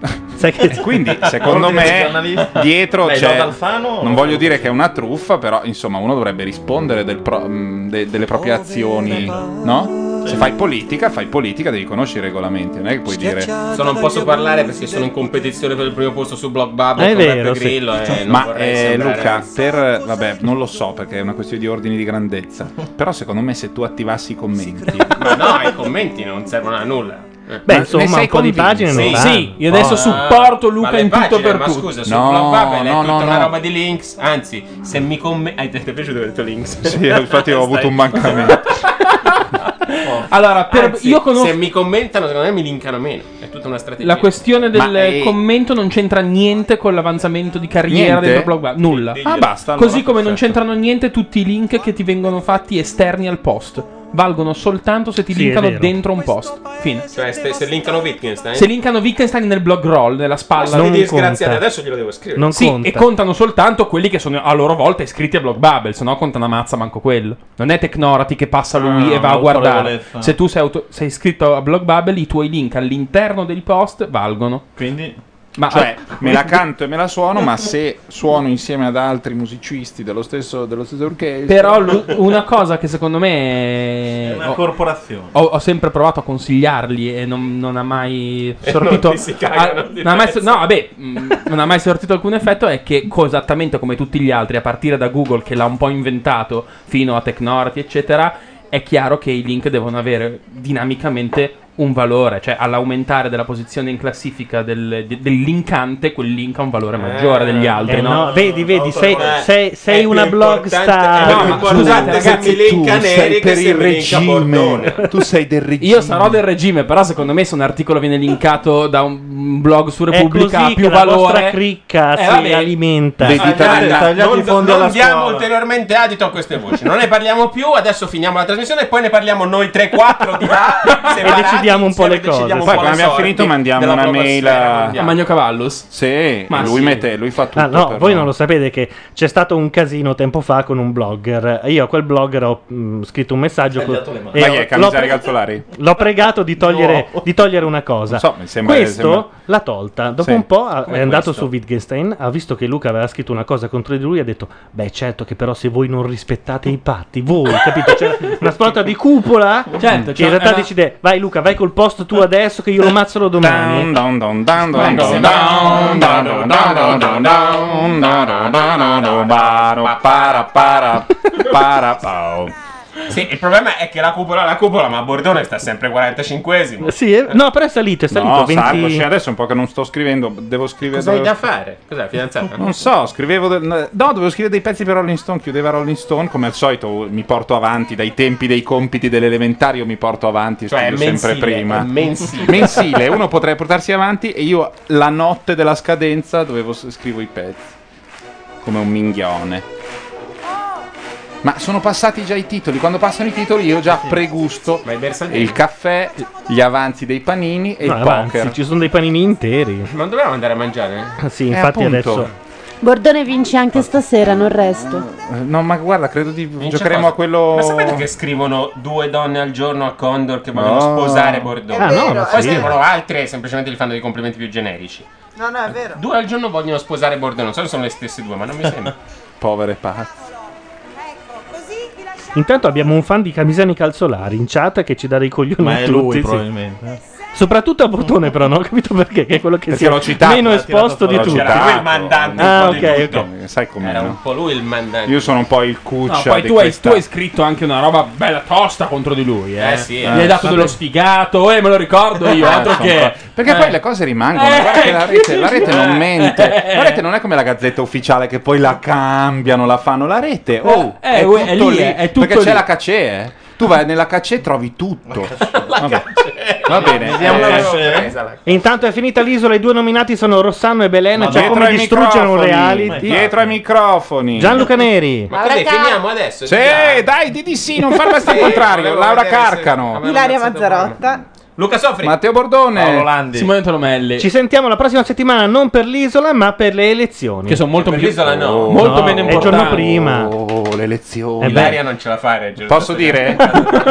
Speaker 1: Sai che...
Speaker 18: E quindi, secondo me, dietro
Speaker 4: Beh,
Speaker 18: c'è.
Speaker 4: Giorgio Alfano-
Speaker 18: Non voglio dire che è una truffa, però insomma, uno dovrebbe rispondere del pro- mh, de- delle proprie azioni, no? Se fai politica, fai politica, devi conoscere i regolamenti, non è che puoi dire.
Speaker 2: So, non posso parlare perché sono in competizione per il primo posto su Blog Bubble
Speaker 18: È
Speaker 2: con
Speaker 18: vero,
Speaker 2: Beppe Grillo. e non
Speaker 18: ma
Speaker 2: vorrei
Speaker 18: eh,
Speaker 2: sembrare-
Speaker 18: Luca, per vabbè, non lo so perché è una questione di ordini di grandezza. Però secondo me se tu attivassi i commenti,
Speaker 2: Ma no, i commenti non servono a nulla. Eh.
Speaker 18: Beh, Ma insomma, ne sei un po' di convinto? pagine non
Speaker 2: sì,
Speaker 18: fanno.
Speaker 2: sì,
Speaker 18: io adesso
Speaker 2: Ah,
Speaker 18: supporto Luca
Speaker 2: ma le
Speaker 18: in tutto
Speaker 2: pagine,
Speaker 18: per
Speaker 2: ma
Speaker 18: tutto.
Speaker 2: scusa, su
Speaker 18: No,
Speaker 2: Blog Bubble
Speaker 18: no,
Speaker 2: è tutta
Speaker 18: no,
Speaker 2: una
Speaker 18: no.
Speaker 2: roba di links. Anzi, se mi commenti. Hai detto piaciuto che ho detto links.
Speaker 18: Sì, eh, infatti ho avuto un
Speaker 2: mancamento.
Speaker 3: allora, per- io conosco-
Speaker 2: se mi commentano, secondo me mi linkano meno. È tutta una strategia.
Speaker 3: La questione del
Speaker 2: Ma, eh,
Speaker 3: commento non c'entra niente con l'avanzamento di carriera
Speaker 2: Niente?
Speaker 3: del blog. Bubble. Nulla.
Speaker 2: Ah, basta, allora,
Speaker 3: Così come non
Speaker 2: perfetto.
Speaker 3: c'entrano niente tutti i link che ti vengono fatti esterni al post. Valgono soltanto se ti
Speaker 2: Sì, è
Speaker 3: linkano
Speaker 2: vero.
Speaker 3: dentro un post. Fine.
Speaker 2: Cioè, se, se linkano Wittgenstein.
Speaker 3: Se linkano Wittgenstein nel blog roll, nella spalla
Speaker 2: Non disgraziate, adesso glielo devo scrivere.
Speaker 3: sì, e contano soltanto quelli che sono a loro volta iscritti a Block Bubble, se no conta una mazza manco quello. Non è Tecnorati che passa lui
Speaker 4: Ah,
Speaker 3: e va a guardare.
Speaker 4: l'autorevolezza.
Speaker 3: Se tu sei, auto- sei iscritto a Block Bubble, i tuoi link all'interno dei post valgono. Quindi ma eh,
Speaker 18: cioè me la canto e me la suono, ma se suono insieme ad altri musicisti dello stesso, dello stesso orchestra,
Speaker 3: Però lu- una cosa che secondo me
Speaker 18: È una
Speaker 4: corporazione.
Speaker 3: Ho, ho sempre provato a consigliarli e non, non ha mai
Speaker 4: E
Speaker 3: sortito.
Speaker 4: non ti si cagano
Speaker 3: ah,
Speaker 4: di
Speaker 3: non ha mai
Speaker 4: mezzo.
Speaker 3: no, vabbè, mh, non ha mai sortito alcun effetto. È che co- esattamente come tutti gli altri, a partire da Google che l'ha un po' inventato fino a Tecnorati, eccetera, è chiaro che i link devono avere dinamicamente un valore, cioè all'aumentare della posizione in classifica del, de- del linkante, quel link ha un valore maggiore degli altri.
Speaker 1: Eh,
Speaker 3: no?
Speaker 1: no, vedi, vedi, sei,
Speaker 18: Eh,
Speaker 1: sei- sei
Speaker 3: è
Speaker 1: una
Speaker 3: più
Speaker 1: blog
Speaker 3: importante-
Speaker 1: star.
Speaker 3: è più No, ma importante scusate, che ragazzi, mi linka
Speaker 18: tu sei per il regime, tu sei del regime.
Speaker 3: Io sarò del regime, però secondo me se un articolo viene linkato da un blog su Repubblica
Speaker 1: così
Speaker 3: ha più
Speaker 1: che la
Speaker 3: valore. Eh,
Speaker 1: vostra cricca si
Speaker 3: vabbè.
Speaker 1: alimenta.
Speaker 2: Tagliate- non, non diamo ulteriormente adito a queste voci. Non ne parliamo più. Adesso finiamo la trasmissione e poi ne parliamo noi 3-4 di là.
Speaker 1: e decidiamo un po' le cose.
Speaker 18: Poi quando abbiamo finito mandiamo una mail a...
Speaker 3: a Magno Cavallus.
Speaker 18: Sì,
Speaker 1: Ma
Speaker 18: lui,
Speaker 1: sì.
Speaker 18: mette, lui fa tutto.
Speaker 1: Ah, no,
Speaker 18: per
Speaker 1: voi
Speaker 18: noi.
Speaker 1: non lo sapete che c'è stato un casino tempo fa con un blogger. Io a quel blogger ho mh, scritto un messaggio.
Speaker 18: Tagliato
Speaker 1: co-
Speaker 18: le mani.
Speaker 1: e
Speaker 18: Ma
Speaker 1: ho-
Speaker 18: chi è, Camizzari
Speaker 1: l'ho
Speaker 18: Calzolari?
Speaker 1: L'ho pregato di togliere, di togliere una cosa.
Speaker 18: Non so, mi sembra-
Speaker 1: questo
Speaker 18: sembra-
Speaker 1: l'ha tolta. Dopo
Speaker 18: Sì.
Speaker 1: un po' ha- è
Speaker 18: Come
Speaker 1: andato
Speaker 18: questo?
Speaker 1: su Wittgenstein. Ha visto che Luca aveva scritto una cosa contro di lui. Ha detto: Beh, certo che però se voi non rispettate i patti, voi capito? C'era una sorta di cupola
Speaker 3: Certo,
Speaker 1: che in
Speaker 3: cioè,
Speaker 1: realtà
Speaker 3: era-
Speaker 1: decide: Vai, Luca, vai col posto tu adesso che io lo mazzolo
Speaker 18: Dun,
Speaker 1: domani.
Speaker 18: dun, dun, dun,
Speaker 1: Ecco.
Speaker 18: dun, dun, dun, dun, dun, dun, dun, dun, dun, dun, dun, dun, baro, para, para, para, pao.
Speaker 2: Sì, il problema è che la cupola, la cupola, ma Bordone sta sempre 45esimo.
Speaker 1: Sì, eh, no, però è salito, è salito.
Speaker 18: No,
Speaker 1: 20...
Speaker 18: Sarco, sì, adesso è un po' che non sto scrivendo, devo scrivere...
Speaker 2: Cosa hai da fare? Cos'è la fidanzata?
Speaker 18: Non so, scrivevo. del- No, dovevo scrivere dei pezzi per Rolling Stone. Chiudeva Rolling Stone. Come al solito, uh, mi porto avanti dai tempi dei compiti dell'elementare. Io mi porto avanti e
Speaker 2: Cioè,
Speaker 18: scrivo
Speaker 2: è mensile,
Speaker 18: sempre prima.
Speaker 2: è mensile.
Speaker 18: Mensile, uno potrebbe portarsi avanti. E io, la notte della scadenza, dovevo s- scrivo i pezzi. Come un minghione. Ma sono passati già i titoli. Quando passano i titoli, io già pregusto il caffè, gli avanzi dei panini e
Speaker 1: No,
Speaker 18: il
Speaker 1: avanzi,
Speaker 18: poker.
Speaker 1: ci sono dei panini interi.
Speaker 2: Ma dovevamo andare a mangiare?
Speaker 1: Ah, Sì, infatti
Speaker 18: appunto.
Speaker 1: adesso.
Speaker 6: Bordone vince anche stasera, non resto.
Speaker 18: Eh, No, ma guarda, credo di giocheremo
Speaker 2: cosa?
Speaker 18: a quello.
Speaker 2: Ma sapete che scrivono due donne al giorno al Condor che vogliono
Speaker 18: No.
Speaker 2: sposare Bordone?
Speaker 18: Ah, no, ma
Speaker 2: Poi
Speaker 18: sì.
Speaker 2: scrivono altre e semplicemente gli fanno dei complimenti più generici.
Speaker 11: No, no, è vero.
Speaker 2: Due al giorno vogliono sposare Bordone, non so se sono le stesse due, ma non mi sembra.
Speaker 18: Povere pazze.
Speaker 1: Intanto abbiamo un fan di Camisani Calzolari in chat che ci dà dei coglioni
Speaker 4: Ma
Speaker 1: a
Speaker 4: è
Speaker 1: tutti.
Speaker 4: lui,
Speaker 1: sì.
Speaker 18: eh.
Speaker 4: probabilmente.
Speaker 1: Soprattutto a Bordone, però, non ho capito perché, che è quello che
Speaker 18: Perché
Speaker 1: si è
Speaker 18: l'ho citato,
Speaker 1: meno
Speaker 18: l'ha
Speaker 1: esposto di
Speaker 18: tirato
Speaker 1: tutti.
Speaker 18: fuori. L'ho citato.
Speaker 1: Ah, ok, ok.
Speaker 18: Eh, Sai com'è?
Speaker 2: Era
Speaker 18: no?
Speaker 2: un po' lui il mandante.
Speaker 18: Io sono un po' il
Speaker 3: No,
Speaker 18: cuccia.
Speaker 3: poi
Speaker 18: di
Speaker 3: tu hai,
Speaker 18: questa-
Speaker 3: tu hai scritto anche una roba bella tosta contro di lui, eh.
Speaker 18: Eh, sì, eh.
Speaker 3: Gli hai dato
Speaker 18: Vabbè.
Speaker 3: dello sfigato, eh, me lo ricordo io,
Speaker 18: Eh,
Speaker 3: altro
Speaker 18: sono
Speaker 3: che... Eh.
Speaker 18: qua. Perché poi le cose rimangono. Guarda che la rete, la rete non mente.
Speaker 3: Eh.
Speaker 18: La rete non è come la gazzetta ufficiale che poi la cambiano, la fanno. La rete, oh,
Speaker 3: Eh,
Speaker 18: è,
Speaker 3: uè,
Speaker 18: tutto
Speaker 3: è lì,
Speaker 18: lì.
Speaker 3: è tutto
Speaker 18: perché c'è
Speaker 3: lì.
Speaker 18: la cacè, eh. Tu vai nella cacè e trovi tutto. Vabbè. Va bene.
Speaker 1: Vediamo
Speaker 18: eh,
Speaker 1: la
Speaker 2: Esatto.
Speaker 1: cacè. E intanto è finita l'isola, i due nominati sono Rossano e Belen.
Speaker 18: Ma
Speaker 1: Già
Speaker 18: eh, dietro
Speaker 1: come
Speaker 18: ai
Speaker 1: distruggere un
Speaker 18: microfoni,
Speaker 1: reality.
Speaker 18: dietro ai microfoni.
Speaker 1: Gianluca Neri.
Speaker 2: Ma cos'è, Eh, finiamo adesso?
Speaker 18: Sì, dai, di di sì, non farla sta al
Speaker 2: Sì,
Speaker 18: contrario.
Speaker 2: volevo
Speaker 18: Laura
Speaker 2: vedere se-
Speaker 18: Carcano.
Speaker 11: Ilaria Mazzarotta.
Speaker 2: Luca Sofri.
Speaker 18: Matteo Bordone.
Speaker 3: Paolo Landi. Simone Tolomelli.
Speaker 1: Ci sentiamo la prossima settimana non per l'isola, ma per le elezioni.
Speaker 3: Che sono molto
Speaker 18: Cioè,
Speaker 1: più Oh.
Speaker 3: più-
Speaker 2: no.
Speaker 3: Molto meno
Speaker 1: il giorno
Speaker 3: importanti.
Speaker 1: prima. Eh
Speaker 18: Oh, le elezioni.
Speaker 2: Ilaria non ce la fa a reggere.
Speaker 18: Posso dire?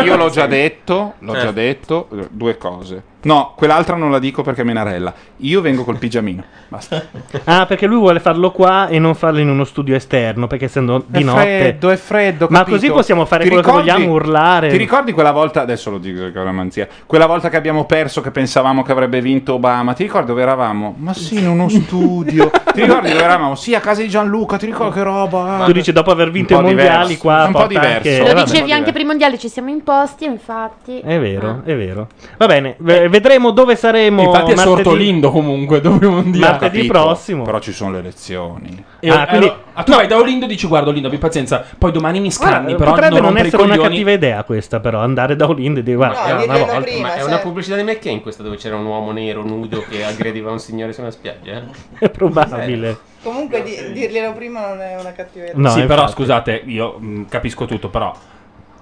Speaker 18: Io l'ho già detto, l'ho
Speaker 2: Eh.
Speaker 18: già detto, eh, due cose. No, quell'altra non la dico perché è menarella. Io vengo col pigiamino. Basta.
Speaker 1: Ah, perché lui vuole farlo qua e non farlo in uno studio esterno, perché essendo di
Speaker 18: È
Speaker 1: notte.
Speaker 18: freddo, è freddo.
Speaker 1: Ma
Speaker 18: capito?
Speaker 1: così possiamo fare
Speaker 18: Ti
Speaker 1: quello
Speaker 18: ricordi-
Speaker 1: che vogliamo, urlare.
Speaker 18: Ti ricordi quella volta, adesso lo dico che è una manzia, quella volta che abbiamo perso che pensavamo che avrebbe vinto Obama, ti ricordi dove eravamo? Ma sì, in uno studio. ti ricordi dove eravamo? Sì, a casa di Gianluca, ti ricordi che roba?
Speaker 1: Tu dici dopo aver vinto i
Speaker 18: Un po'
Speaker 1: mondiali
Speaker 18: diverso.
Speaker 1: qua
Speaker 18: un po'
Speaker 1: porta
Speaker 18: diverso.
Speaker 1: anche-
Speaker 6: Lo
Speaker 1: Eh, vabbè.
Speaker 6: dicevi anche per i mondiali, ci siamo imposti, infatti.
Speaker 1: È
Speaker 18: Ah.
Speaker 1: vero, è vero. Va bene,
Speaker 18: Eh.
Speaker 1: v- vedremo dove saremo.
Speaker 3: Infatti è
Speaker 1: martedì.
Speaker 3: sortolindo comunque, dopo i mondiali.
Speaker 1: Martedì prossimo.
Speaker 18: Però ci sono le elezioni.
Speaker 3: E,
Speaker 1: Ah,
Speaker 3: eh,
Speaker 1: quindi-
Speaker 3: allora- ah, tu vai da Olindo e dici guarda Olindo, abbi pazienza, poi domani mi
Speaker 18: Eh,
Speaker 3: scanni,
Speaker 1: Guarda,
Speaker 3: però
Speaker 1: potrebbe non,
Speaker 3: rompere i
Speaker 1: essere una
Speaker 3: coglioni. Eh,
Speaker 1: cattiva idea questa, però, andare da Olindo e dire guarda,
Speaker 2: Ma è
Speaker 1: no,
Speaker 2: una
Speaker 1: una
Speaker 2: volta-
Speaker 1: volta-
Speaker 2: ma è
Speaker 1: cioè-
Speaker 2: una pubblicità di McCain questa dove c'era un uomo nero nudo che aggrediva un signore su una spiaggia? eh?
Speaker 1: è probabile.
Speaker 11: Comunque di- dirglielo prima non è una cattiveria.
Speaker 1: No,
Speaker 3: sì, però
Speaker 1: infatti.
Speaker 3: scusate, io mh, capisco tutto, però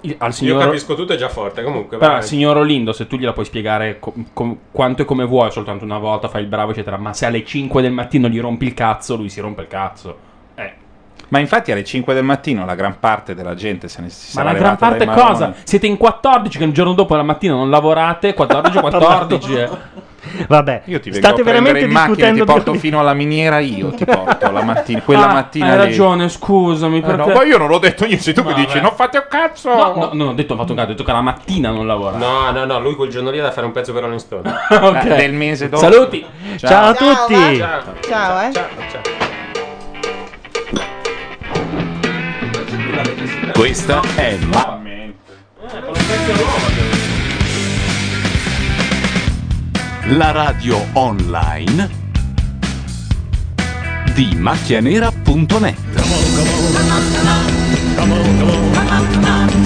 Speaker 3: il- al
Speaker 2: Eh, Io
Speaker 3: signor
Speaker 2: capisco tutto, è già forte
Speaker 18: Ah,
Speaker 2: comunque.
Speaker 3: Però,
Speaker 2: vai.
Speaker 3: signor Olindo, se tu gliela puoi spiegare co- com- quanto e come vuoi, soltanto una volta, fai il bravo, eccetera. Ma se alle 5 del mattino gli rompi il cazzo, lui si rompe il cazzo. Eh.
Speaker 18: Ma infatti alle 5 del mattino la gran parte della gente se ne si
Speaker 3: Ma
Speaker 18: sarà
Speaker 3: la gran
Speaker 18: levata dai
Speaker 3: parte
Speaker 18: marroni.
Speaker 3: cosa? Siete in 14 che il giorno dopo la mattina non lavorate, 14 14. eh.
Speaker 1: Vabbè,
Speaker 18: Io ti vengo
Speaker 1: state
Speaker 18: a prendere
Speaker 1: veramente
Speaker 18: in macchina,
Speaker 1: discutendo
Speaker 18: ti
Speaker 1: di
Speaker 18: porto
Speaker 1: Olindo.
Speaker 18: fino alla miniera io, ti porto la mattina, quella
Speaker 3: Ah,
Speaker 18: mattina
Speaker 3: Hai
Speaker 18: lì.
Speaker 3: ragione, scusami,
Speaker 18: Eh
Speaker 3: perché
Speaker 18: no, ma io non l'ho detto io, sei tu che dici, non fate un cazzo.
Speaker 3: No, no, non ho detto ho fatto un cazzo, ho detto che la mattina non lavora.
Speaker 2: No, no, no, lui quel giorno lì ha da fare un pezzo per Rolling Stone.
Speaker 3: Ok.
Speaker 18: Eh, del mese dopo.
Speaker 3: Saluti.
Speaker 18: Ciao.
Speaker 1: Ciao a tutti.
Speaker 2: Ciao.
Speaker 11: Ciao, eh.
Speaker 15: Questa
Speaker 18: Eh,
Speaker 15: è la La radio online di macchianera.net.